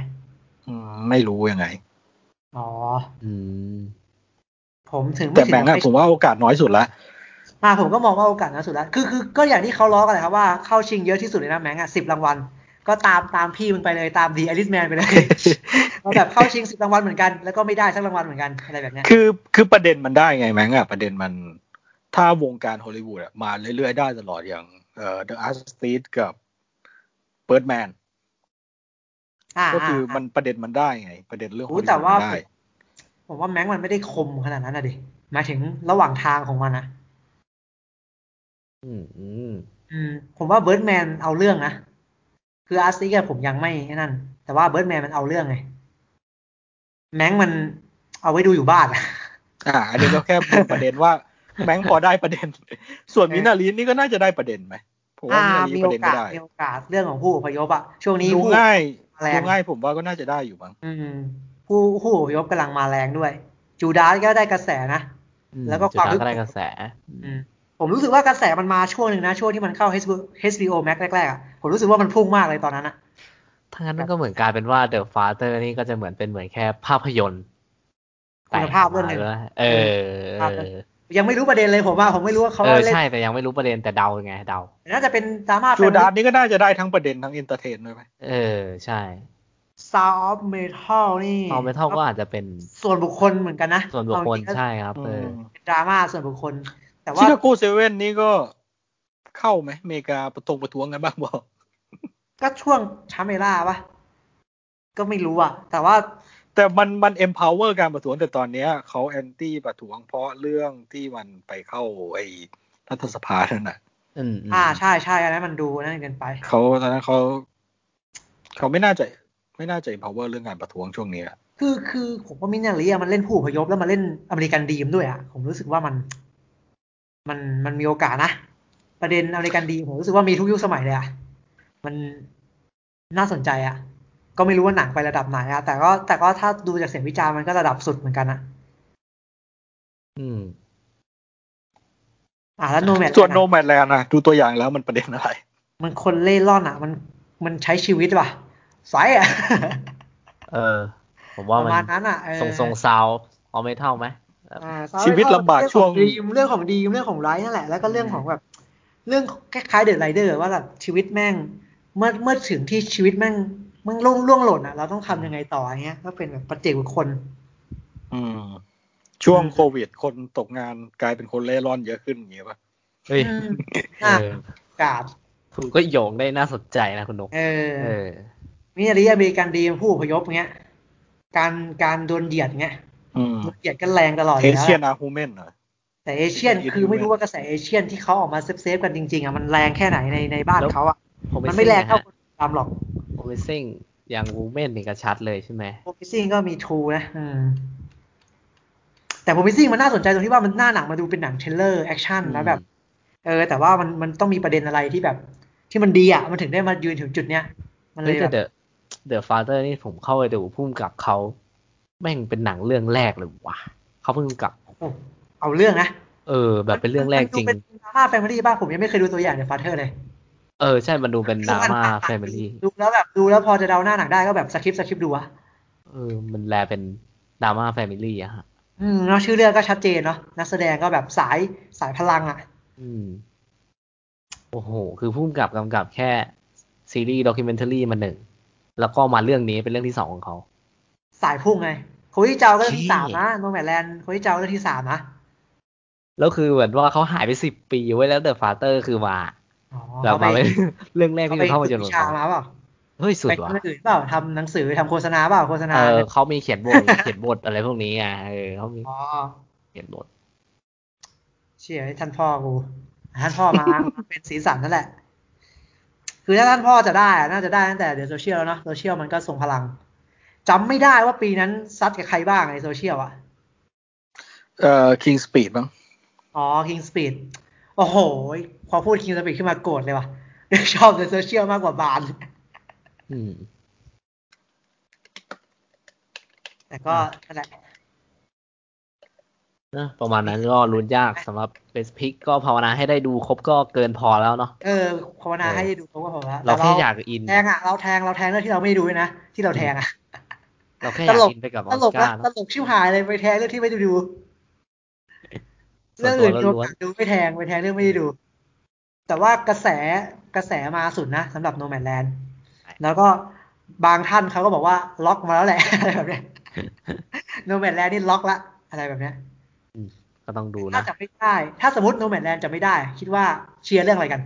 [SPEAKER 3] อืมไม่รู้ยังไง
[SPEAKER 2] อ๋อ
[SPEAKER 1] อืม
[SPEAKER 2] ผมถึง
[SPEAKER 3] แต่
[SPEAKER 2] ไม่ถึ
[SPEAKER 3] แมงอะผมว่าโอกาสน้อยสุดละ
[SPEAKER 2] อ่าผมก็มองว่าโอกาสนะสุดแล้วคือคือก็อย่างที่เขาล้อกันแหละครับว่าเข้าชิงเยอะที่สุดเลยนะแมงอ่ะสิบรางวัล ก็ตามตามพี่มันไปเลยตามดีอลิสแมนไปเลย ว่าแบบเข้าชิงสิบรางวัลเหมือนกันแล้วก็ไม่ได้สักรางวัลเหมือนกันอะไรแบบเนี้ย
[SPEAKER 3] คือคือประเด็นมันได้ไงแมงอะประเด็นมัน ถ้าวงการฮอลลีวูดอะมาเรื่อยๆได้ตลอดอย่างเอ่อ The Artist กับ Birdman
[SPEAKER 2] อ่า
[SPEAKER 3] ก็คืออา มันประเด็นมันได้ไง ประเด็นเรื่องฮอล
[SPEAKER 2] โอ้
[SPEAKER 3] ลีวูด
[SPEAKER 2] แต่ว่า
[SPEAKER 3] มันได้
[SPEAKER 2] ผมว่าแม็กมันไม่ได้คมขนาดนั้นนะดิหมายถึงระหว่างทางของมันนะ
[SPEAKER 1] อืมอืม
[SPEAKER 2] อืมผมว่าเบิร์ดแมนเอาเรื่องนะ คืออาร์ซิกผมยังไม่ไอ้นั่น แต่ว่าเบิร์ดแมนมันเอาเรื่องไง แม้งมันเอาไว้ดูอยู่บ้านอะ
[SPEAKER 3] อ่าอันนี้ก็แค่พูดประเด็นว่าแบงค์พอได้ประเด็น ส่วนมินาลีนี่ก็น่าจะได้ประเด็นไหมผมว่า
[SPEAKER 2] อ่า
[SPEAKER 3] มินา
[SPEAKER 2] มีโอ
[SPEAKER 3] ลีประเด็น
[SPEAKER 2] กา
[SPEAKER 3] ก็
[SPEAKER 2] ส
[SPEAKER 3] ได้
[SPEAKER 2] มีโอกาสเรื่องของผู้อพยพอะช่วงนี้
[SPEAKER 3] ดู
[SPEAKER 2] ผู้
[SPEAKER 3] ง่าย
[SPEAKER 2] แรง
[SPEAKER 3] ดูง่ายผมว่าก็น่าจะได้อยู่มั้ง
[SPEAKER 2] อืม ผู้ผู้อพยพกำลังมาแรงด้วย จูดาสก็ได้กระแสนะ
[SPEAKER 1] อืม
[SPEAKER 2] แล้วก็ความ
[SPEAKER 1] จุดตก็ได้
[SPEAKER 2] รู้
[SPEAKER 1] ก
[SPEAKER 2] สึก
[SPEAKER 1] ระแส
[SPEAKER 2] อืม ผมรู้สึกว่ากระแสมันมาช่วงหนึ่งนะ ช่วงที่มันเข้า HBO HBO Max แรกๆอะผมรู้สึกว่ามันพุ่งมากเลยตอนนั้นอะ
[SPEAKER 1] ทั้างนั้นมันก็เหมือนกลายเป็นว่า The Father นี่ก็จะเหมือนเป็นเหมือนแค่ภาพยนตร์
[SPEAKER 2] คุณภาพเรื่องหนึ่ง
[SPEAKER 1] แตกมาแล้วเออ
[SPEAKER 2] ภาพเรื่องหนึ่ง ยังไม่รู้ประเด็นเลยผมว่าผมไม่รู้ว่าเขา
[SPEAKER 1] เออ
[SPEAKER 2] เล่น
[SPEAKER 1] ใช่แต่ยังไม่รู้ประเด็นแต่เดาไงเดา
[SPEAKER 2] น่าจะเป็นดราม่า
[SPEAKER 3] จูดาสนี่ก็น่าจะได้ทั้งประเด็นทั้งเอนเตอร์เทนด้วยไหม
[SPEAKER 1] เออใช่
[SPEAKER 2] ซาวด์เมทัลนี่
[SPEAKER 1] เอาไปเท่าก็อาจจะเป็น
[SPEAKER 2] ส่วนบุคคลเหมือนกันนะ
[SPEAKER 1] ส่วนบุคคล
[SPEAKER 2] เอาจริงๆก็
[SPEAKER 1] ใช่ครับเออ
[SPEAKER 2] เป็นดราม่าส่วนบุคคล แต่ว่า
[SPEAKER 3] ชิคาโกเซเว่นนี่ก็เข้าไหมอเมริกาประทงประท้วงกันบ้าง บอก
[SPEAKER 2] ก็ช่วงชาเมล่าปะก็ไม่รู้อะแต่ว่า
[SPEAKER 3] แต่มันมัน empower การประท้วงแต่ตอนเนี้ยเขาแอนตี้ประท้วงเพราะเรื่องที่มันไปเข้าไอ้รัฐสภานั่นน่ะ
[SPEAKER 1] อืมม
[SPEAKER 2] อ่าใช่ใช่อันนั้นมันดูนั่นเกินไป
[SPEAKER 3] เขาตอนนั้นเขา เขาไม่น่าจะไม่น่าจะ empower เรื่องการประท้วงช่วงนี้อะ
[SPEAKER 2] คือคือผมว่ามินาลีอะมันเล่นผู้อพยพแล้วมันเล่นอเมริกันดีมด้วยอะผมรู้สึกว่ามัน มันมันมีโอกาสนะ ประเด็นอเมริกันดีมผมรู้สึกว่ามีทุกยุคสมัยเลยอะมันน่าสนใจอะก็ไม่รู้ว่าหนังไประดับไหนอะแต่ก็แต่ก็ถ้าดูจากเสียงวิจารณ์มันก็ระดับสุดเหมือนกันอะ
[SPEAKER 1] อืม
[SPEAKER 2] อ่าแล้วโนแมด
[SPEAKER 3] ส่วนโนแมดแลนนะดูตัวอย่างแล้วมันประเด็นอะไร
[SPEAKER 2] มันคนเล่ร่อนอ่ะ มันมันใช้ชีวิตว่ะสายอ่ะ
[SPEAKER 1] เออ ผม
[SPEAKER 2] ป
[SPEAKER 1] ว่า
[SPEAKER 2] ระ
[SPEAKER 1] มัน
[SPEAKER 2] มาณนั้นอ่ะเออ
[SPEAKER 1] ทรงทรงซาวเอาไม่เท่าไหม
[SPEAKER 2] อ่า Sound
[SPEAKER 3] ชีวิตลำบากช่วง
[SPEAKER 2] เรื่องของดีมเรื่องของดีมเรื่องของไร้ายนั่นแหละ แล้วก็เรื่องของแบบ เรื่องคล้ายๆเด e ะไรเดอร์ว่าแบบชีวิตแม่ง เมื่อเมื่อถึงที่ชีวิตแม่งแม่งล่วงล่วงหล่นอ่ะ เราต้องทำยังไงต่ออย่างเงี้ย ก็เป็นแบบปัจเจกบุคคล
[SPEAKER 3] อืม ช่วงโควิด คนตกงานกลายเป็นคนเล่ร่อนเยอะขึ้นอย่างเงี้ยป่ะ
[SPEAKER 1] เฮ้ย
[SPEAKER 2] อืม
[SPEAKER 1] เอ
[SPEAKER 2] น่า
[SPEAKER 1] อก
[SPEAKER 2] าด
[SPEAKER 1] คุณก็โยงได้น่าสนใจนะคุณนก
[SPEAKER 2] เออ
[SPEAKER 1] เออ
[SPEAKER 2] มีอะไรอเมริกันดีมผู้อพยพเงี้ย การการโดนเหยียดเงี้ย
[SPEAKER 3] อืม
[SPEAKER 2] โดนเหยียดก็แรงตลอดอ
[SPEAKER 3] เอยู่
[SPEAKER 2] แล้ว
[SPEAKER 3] เชียน
[SPEAKER 2] อะ
[SPEAKER 3] อาร์ฮูเมนเหรอ
[SPEAKER 2] แต่เอเชียน
[SPEAKER 3] เป็น
[SPEAKER 2] คือไม่รู้
[SPEAKER 3] event
[SPEAKER 2] ว่ากระแสเอเชียนที่เขาออกมาเซฟเซฟๆกันจริงๆอ่ะมันแรงแค่ไหนในในบ้าน
[SPEAKER 1] แล้ว
[SPEAKER 2] เขาอ่ะ
[SPEAKER 1] ผม
[SPEAKER 2] มันไม่แรงเท่า
[SPEAKER 1] ฮะ
[SPEAKER 2] คนตามหรอก
[SPEAKER 1] ผมเป็นซิ่งอย่างวูแมนนี่ก็ชัดเลยใช่ไหม
[SPEAKER 2] โพมิซิ่งก็มีทูนะอืมแต่โพมิซิ่งมันน่าสนใจตรงที่ว่ามันหน้าหนังมาดูเป็นหนังเทรลเลอร์แอคชั่นแล้วแบบ เออ แต่ว่ามันมันต้องมีประเด็นอะไรที่แบบ ที่มันดีอ่ะมันถึงได้มายืนถึงจุดเนี้ยมันเล
[SPEAKER 1] เฮ้ย
[SPEAKER 2] ย
[SPEAKER 1] แต่
[SPEAKER 2] แบบ
[SPEAKER 1] เดอะเดอะฟาเธอร์นี่ผมเข้าไปดูพุ่มกับเขาแม่งเป็นหนังเรื่องแรกเลยว่ะเขาเพิ่งกลับ
[SPEAKER 2] โอ้เอาเรื่องนะ
[SPEAKER 1] เออ แบบเป็นเรื่องแรกจริง
[SPEAKER 2] มันดูเป็นดราม่าแฟมิลี่บ้างผมยังไม่เคยดูตัวอย่างเดอะฟาเธอร์เลย
[SPEAKER 1] เออใช่มันดูเป็นดราม่าแฟมิลี่
[SPEAKER 2] ดูแล้วแบบดูแล้วพอจะเดาหน้าหนังได้ก็แบบสคริปต์สคริปต์ดูอะ
[SPEAKER 1] เออ มันแลเป็นดราม่าแฟมิลี่อะฮะ
[SPEAKER 2] อืมเนาะชื่อเรื่องก็ชัดเจนเนาะนักแสดงก็แบบสายสายพลังอ่ะ
[SPEAKER 1] อืม โอ้โห คือพุ่มกับกำกับแค่ ซีรีส์ด็อกิเมนท r y มาหนึ่ง แล้วก็มาเรื่องนี้เป็นเรื่องที่สองของเขา
[SPEAKER 2] สายพุ่งไงโคที่เจ้าก็เรื่อง
[SPEAKER 1] เชี่
[SPEAKER 2] ที่
[SPEAKER 1] ย
[SPEAKER 2] สามนะโนแมดแลนด์โคที่เจ้าเรื่องที่สามนะ
[SPEAKER 1] แล้วคือเหมือนว่าเขาหายไปสิบปีไว้ยแล้วเดอะฟาเตอร์คือมา
[SPEAKER 2] อ๋อ
[SPEAKER 1] แบบมา
[SPEAKER 2] ไป
[SPEAKER 1] เป็น เรื่องแรก
[SPEAKER 2] เขา
[SPEAKER 1] ที่
[SPEAKER 2] ไป
[SPEAKER 1] เป็นภาพยนต
[SPEAKER 2] ฝึ
[SPEAKER 1] ร์ขอ
[SPEAKER 2] ก
[SPEAKER 1] ง
[SPEAKER 2] วิชา
[SPEAKER 1] เขา
[SPEAKER 2] มาเปล่า
[SPEAKER 1] เฮ้ยสุด
[SPEAKER 2] ไป
[SPEAKER 1] ว่ะ
[SPEAKER 2] ทำอย่างอื่นเปล่าทำหนังสือทำโฆษณาเปล่าโฆษณา
[SPEAKER 1] เออเขามีเขียน บท เขียนบทอะไรพวกนี้อ่ะเออเขามี
[SPEAKER 2] อ๋อ
[SPEAKER 1] เขียนบท
[SPEAKER 2] เชี่ยท่านพ่อกูท่านพ่อมา มาเป็นสีสันนั่นแหละ คือถ้าท่านพ่อจะได้อะน่าจะได้ตั้งแต่เดี๋ยวโซเชียลแล้วเนาะโซเชียลมันก็ทรงพลังจำไม่ได้ว่าปีนั้นซัดกับใครบ้างในโซเชียลอ่ะ
[SPEAKER 3] เอ่อคิงสปีดมั้ง
[SPEAKER 2] อ๋อ King Speed โอ้โห พอพูด King Speed ขึ้นมาโกรธเลยว่ะ ชอบในโซเชียลมากกว่าบาน
[SPEAKER 1] อืม
[SPEAKER 2] แต่ก็
[SPEAKER 1] อ่ะ
[SPEAKER 2] นั่นแหละ
[SPEAKER 1] นะประมาณนั้นก็ลุ้นยากสำหรับเบสพิกก็ภาวนาให้ได้ดูครบก็เกินพอแล้วเนาะ
[SPEAKER 2] เออภาวนา
[SPEAKER 1] เออ
[SPEAKER 2] ให้ดูเขาก็พอแล้ว
[SPEAKER 1] เราแค่
[SPEAKER 2] แต่
[SPEAKER 1] อยากอิน
[SPEAKER 2] แทงอ่ะ เราแทงเราแทงเรื่องที่เราไม่ได้ดูด้วยนะ ที่เราแทงอ่ะ
[SPEAKER 1] เราแค่อยาก
[SPEAKER 2] ตลก
[SPEAKER 1] อินไปกับอ
[SPEAKER 2] ต
[SPEAKER 1] อ
[SPEAKER 2] ล
[SPEAKER 1] ส
[SPEAKER 2] ก
[SPEAKER 1] การ์เน
[SPEAKER 2] นะ
[SPEAKER 1] อะ
[SPEAKER 2] ตลกชิบหายเลยไปแทงเรื่องที่ไม่ได้ดู
[SPEAKER 1] ส่ว
[SPEAKER 2] เรื่อน ง
[SPEAKER 1] ตัวล้
[SPEAKER 2] อื่น
[SPEAKER 1] วนๆ
[SPEAKER 2] ดูกาสดูไม่แทงไปแทงเรื่องไม่ได้ดู แต่ว่ากระแสกระแสมาสุดนะสำหรับ Nomadland แล้วก็บางท่านเขาก็บอกว่าล็อกมาแล้วแหละ อะไรแบบเนี้ย Nomadland นี่ล็อกละอะไรแบบเนี้ย
[SPEAKER 1] ก็ต้องดู
[SPEAKER 2] ถ้า
[SPEAKER 1] นะ
[SPEAKER 2] จะไม่ได้ ถ้าสมมติโนแม d แลนด์จะไม่ได้ คิดว่าเชียร์เรื่องอะไรกัน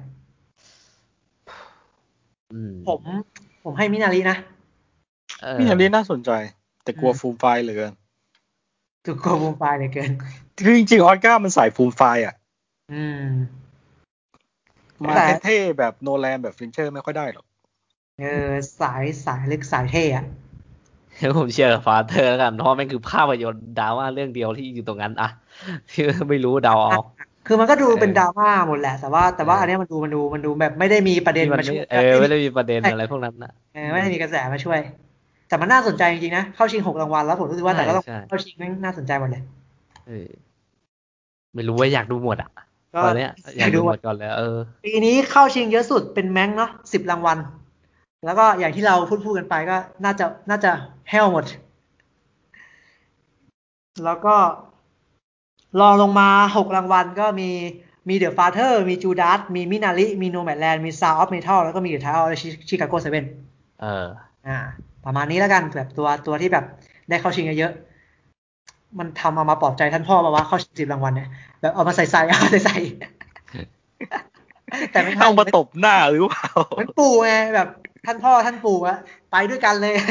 [SPEAKER 1] อืม
[SPEAKER 2] ผม ผมให้มินารีนะ
[SPEAKER 1] เออ
[SPEAKER 3] นี่อันนี้น่าสนใจ แต่กลัวฟูมไฟล์เหลือเกิน
[SPEAKER 2] ถูกโกบูมไฟเหลยเกิน
[SPEAKER 3] คือจริงๆออสการ์มันสายฟูมไฟล์อ่ะ
[SPEAKER 2] อืม
[SPEAKER 3] มา
[SPEAKER 2] แต่
[SPEAKER 3] เท่ๆแบบโนแลนแบบฟินเชอร์ไม่ค่อยได้หรอก
[SPEAKER 2] เออสายสายลึกสายเท่อะ
[SPEAKER 1] เดี๋ยวผมเชียร์กับฟาเธอร์แล้วกันเพราะว่าแมันคือภาพยนตร์ดราม่าเรื่องเดียวที่อยู่ตรงนั้นอะ ที่ไม่รู้เดาเอา
[SPEAKER 2] คือมันก็ดู
[SPEAKER 1] เออ
[SPEAKER 2] เป็นดราม่าหมดแหละ แต่ว่าแต่ว่าอันเนี้ยมันดูมันดูมันดูแบบไม่ได้มีประเด็น
[SPEAKER 1] ที่มัน
[SPEAKER 2] มาช่วย
[SPEAKER 1] ไม่เออไม่ได้มีประเด็นอะไรพวกนั้นนะ
[SPEAKER 2] เออไม่ได้มีกระแสมาช่วย แต่มันน่าสนใจจริงๆนะ เข้าชิงหกรางวัลแล้วผมรู้สึกว่า
[SPEAKER 1] ใช่
[SPEAKER 2] แต่ก็ต้อง
[SPEAKER 1] ใช่
[SPEAKER 2] เข้าชิงแม่งน่าสนใจหมดเลย
[SPEAKER 1] เออไม่รู้ว่าอยากดูหมดอะ
[SPEAKER 2] ก็
[SPEAKER 1] ตอนเนี้ยอา
[SPEAKER 2] อ
[SPEAKER 1] ย
[SPEAKER 2] ยาก กดู
[SPEAKER 1] ดูห
[SPEAKER 2] ห
[SPEAKER 1] ม
[SPEAKER 2] ม
[SPEAKER 1] ด
[SPEAKER 2] ด
[SPEAKER 1] ก่อนแล้วเออ
[SPEAKER 2] ปีนี้เข้าชิงเยอะสุดเป็นแมงเนาะสิบรางวัลแล้วก็อย่างที่เราพูดพูดกันไปก็น่าจะน่าจะแห้วหมด แล้วก็รองลงมาหกรางวัลก็มีมีเดอะฟาเธอร์มีจูด a s มีมินา r ิมีโนแม d แลนด์มีซาวออฟเมทัลแล้วก็มีเดอะทาวและชิคาโกเซเว่น
[SPEAKER 1] เอ อ
[SPEAKER 2] อ่า ประมาณนี้แล้วกันแบบตัวตัวที่แบบได้เข้าชิงเยอะๆมันทำเอามาปลอบใจท่านพ่อมาว่าเข้าชิงสิบรางวัลเนี่ยแบบเอามาใส่ใส่ๆ เอาใส่ใส่ๆ แต่ไม่
[SPEAKER 3] เอา
[SPEAKER 2] ใช่
[SPEAKER 3] มาตบหน้าหรือเปล่า
[SPEAKER 2] เหมือนปู่ไงแบบท่านพ่อท่านปู่อะไปด้วยกันเลย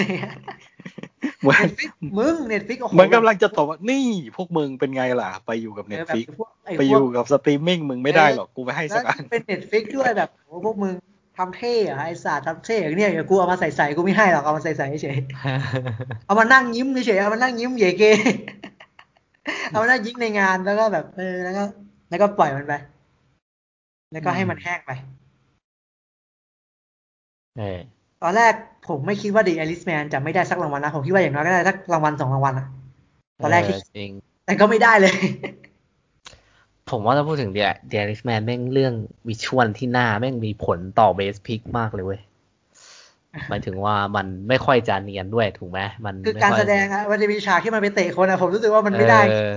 [SPEAKER 3] เหมือน
[SPEAKER 2] เน็ตฟิกมึงเน็ตฟิกโอ้โห
[SPEAKER 3] เหมือนกำลังจะตบว่านี่พวกมึงเป็นไงล่ะ ไปอยู่กับเน็ต
[SPEAKER 2] แบบ
[SPEAKER 3] ฟิก
[SPEAKER 2] พวกไอ้พ
[SPEAKER 3] ไปอ
[SPEAKER 2] วก
[SPEAKER 3] ยู่กับสตรีมมิ่งมึงไม่ได้หรอกกูไปให้สั
[SPEAKER 2] แล้ว
[SPEAKER 3] กอัน
[SPEAKER 2] เป็นเน็ตฟิกด้วยแบบโอ้พวกมึงทำเท่อะไอ้ศาสตร์ทำเท่อย่างเนี้ยเดี๋ยวกูเอามาใส่ใส่กูไม่ให้หรอกเอามาใส่ใส่เฉยเอามานั่งยิ้มเฉยเอามานั่งยิ้ม เยเกเอามานั่งยิ้มในงานแล้วก็แบบเออแล้วก็ แล้วก็ปล่อยมันไป แล้วก็ให้มันแห้งไป
[SPEAKER 1] เออ
[SPEAKER 2] ตอนแรกผมไม่คิดว่า The Irishman จะไม่ได้สักรางวัลนะผมคิดว่าอย่างน้อยก็ได้สักรางวัลสองรางวัลอะตอนแรกที่
[SPEAKER 1] เจริง
[SPEAKER 2] แต่ก็ไม่ได้ เลย
[SPEAKER 1] ผมว่าถ้าพูดถึงเดียเดียริสแมนแม่งเรื่องวิชวลที่หน้าแม่งมีผลต่อเบสพิกมากเลยเว้ยหมายถึงว่ามันไม่ค่อยจะเนียนด้วยถูกไหมมัน
[SPEAKER 2] คือ
[SPEAKER 1] ไม่
[SPEAKER 2] การ
[SPEAKER 1] ย
[SPEAKER 2] แสดงอะมันจะมีฉากที่มันไปเตะคนอะผมรู้สึกว่ามันไม่ได้
[SPEAKER 1] เออ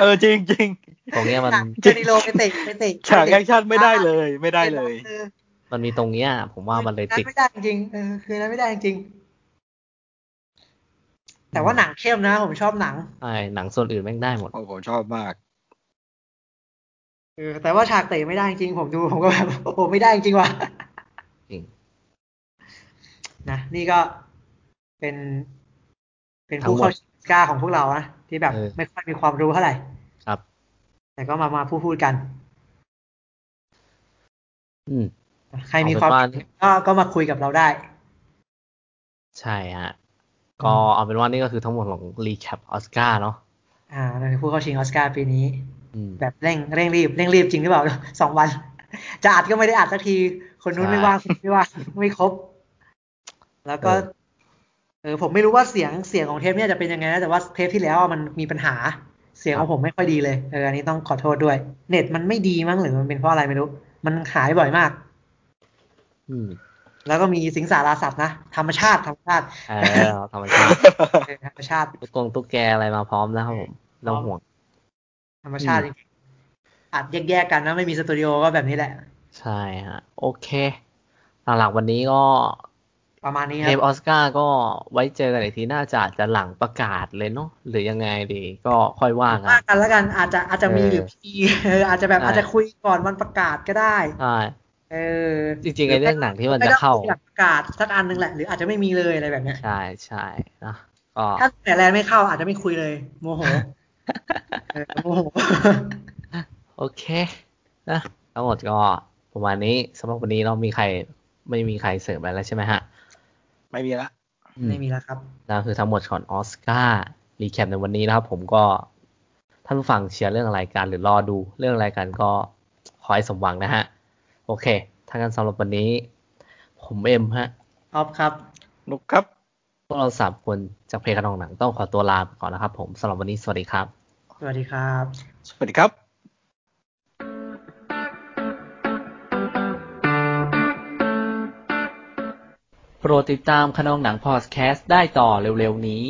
[SPEAKER 3] เออจริงจริง
[SPEAKER 1] ตรงเนี้ย มัน
[SPEAKER 2] ฉากเจนิโลไปเตะไปเตะ
[SPEAKER 3] ๆฉากแอคชั่นไม่ได้เลยไม่ได้เลย
[SPEAKER 2] ออ
[SPEAKER 1] มันมีตรงเนี้ย ผมว่ามันเลยติ ด
[SPEAKER 2] คือนไม่ได้จริงๆเออคือนั้นไม่ได้จริงๆแต่ว่าหนังเข้มนะ ผมชอบหนัง
[SPEAKER 1] ใช่หนังส่วนอื่นแม่งได้หมด
[SPEAKER 3] โอ้ผมชอบมาก
[SPEAKER 2] เออแต่ว่าฉากเตะไม่ได้จริงผมดูผมก็แบบโอ้โหไม่ได้จริงว่ะ
[SPEAKER 1] จริง
[SPEAKER 2] นะนี่ก็เป็น เป็น
[SPEAKER 1] ทั้งห
[SPEAKER 2] ผู้
[SPEAKER 1] มด
[SPEAKER 2] เข้าชิงออสการ์ของพวกเรานะที่แบบ
[SPEAKER 1] เออ
[SPEAKER 2] ไม่ค่อยมีความรู้เท่าไหร่
[SPEAKER 1] ครับ
[SPEAKER 2] แต่ก็มามาพูดพูดกัน
[SPEAKER 1] อืม
[SPEAKER 2] ใครมีความ
[SPEAKER 1] เอาเป็นว่า
[SPEAKER 2] เห็นก็ก็มาคุยกับเราได้
[SPEAKER 1] ใช่ฮะ ก็เอาเป็นว่านี่ก็คือทั้งหมดของรีแคปออสการ์เนาะ
[SPEAKER 2] อ่าเราเป็นผู้เข้าชิงออสการ์ปีนี้
[SPEAKER 1] อืม
[SPEAKER 2] แบบเร่งเร่งรีบเร่งรีบจริงหรือเปล่า สองวัน จะอัดก็ไม่ได้อัดสักที คนนู้น
[SPEAKER 1] ใช่
[SPEAKER 2] ไม่ว่างคนนี้ไม่ว่าง ไม่ครบ แล้วก็
[SPEAKER 1] เออ
[SPEAKER 2] เออผมไม่รู้ว่าเสียงเสียงของเทปเนี่ยจะเป็นยังไงนะแต่ว่าเทปที่แล้วอะมันมีปัญหา เสียงของผมไม่ค่อยดีเลยเอออันนี้ต้องขอโทษด้วย เน็ตมันไม่ดีมั้งหรือมันเป็นเพราะอะไรไม่รู้ มันหายบ่อยมาก
[SPEAKER 1] อืม
[SPEAKER 2] แล้วก็มีสิงสาราสัตว์นะธรรมชาติธรรมชาติ
[SPEAKER 1] เออธรรมชาติ
[SPEAKER 2] เออธรรมชาติ
[SPEAKER 1] ตุ๊กกงตุ๊กแกอะไรมาพร้อมนะครับผมเราห่วง
[SPEAKER 2] ธรรมชาติจริงๆอัดแยกๆกันนะไม่มีสตูดิโอก็แบบนี้แหละ
[SPEAKER 1] ใช่ฮะ โอเค หลักๆวันนี้ก็
[SPEAKER 2] ประมาณนี้ค
[SPEAKER 1] เท
[SPEAKER 2] รั
[SPEAKER 1] ป
[SPEAKER 2] บ
[SPEAKER 1] ออสการ์ก็ไว้เจอกันอีกทีน่าจะอาจจะหลังประกาศเลยเนาะหรือยังไงดี ก็ค่อยว่ากัน
[SPEAKER 2] ว่ากันแล้วกันอาจจะอาจจะมี
[SPEAKER 1] เออ
[SPEAKER 2] หรือพี เอออาจจะแบบ
[SPEAKER 1] ใช่
[SPEAKER 2] อาจจะคุยก่อนวันประกาศก็ได้
[SPEAKER 1] ใช่
[SPEAKER 2] เออ
[SPEAKER 1] จริงๆไอ้เรื่องหนังที่มันจะเข้า
[SPEAKER 2] ไม่ต้องคุยหลังประกาศสักอันหนึ่งแหละ หรืออาจจะไม่มีเลยอะไรแบบเนี้ย
[SPEAKER 1] ใช่ใช่นะก็
[SPEAKER 2] ถ้าแต่แลนด์ไม่เข้าอาจจะไม่คุยเลย โม โหเออโมโห
[SPEAKER 1] โอเคนะทั้งหมดก็ประมาณนี้สำหรับวันนี้เรามีใครไม่มีใครเสริมอะไรแล้วใช่ไหมฮะ
[SPEAKER 3] ไม่มีละ
[SPEAKER 2] ไม่มีแล้วครับ
[SPEAKER 1] นั่นคือทั้งหมดของออสการ์รีแคปในวันนี้นะครับ ผมก็ท่านผู้ฟังเชียร์เรื่องอะไรกันหรือรอดูเรื่องอะไรกันก็ขอให้สมหวังนะฮะ โอเคทางกันสำหรับวันนี้ ผมเอ็มฮะ
[SPEAKER 2] ออฟครับ
[SPEAKER 3] นุกครับ
[SPEAKER 1] พวกเราสามคนจากเพลงกระดองหนังต้องขอตัวลาไปก่อนนะครับ ผมสำหรับวันนี้สวัสดีครับ
[SPEAKER 2] สวัสดีครับ
[SPEAKER 3] สวัสดีครับ
[SPEAKER 1] โปรดติดตามขนองหนังพอดแคสต์ได้ต่อเร็วๆนี้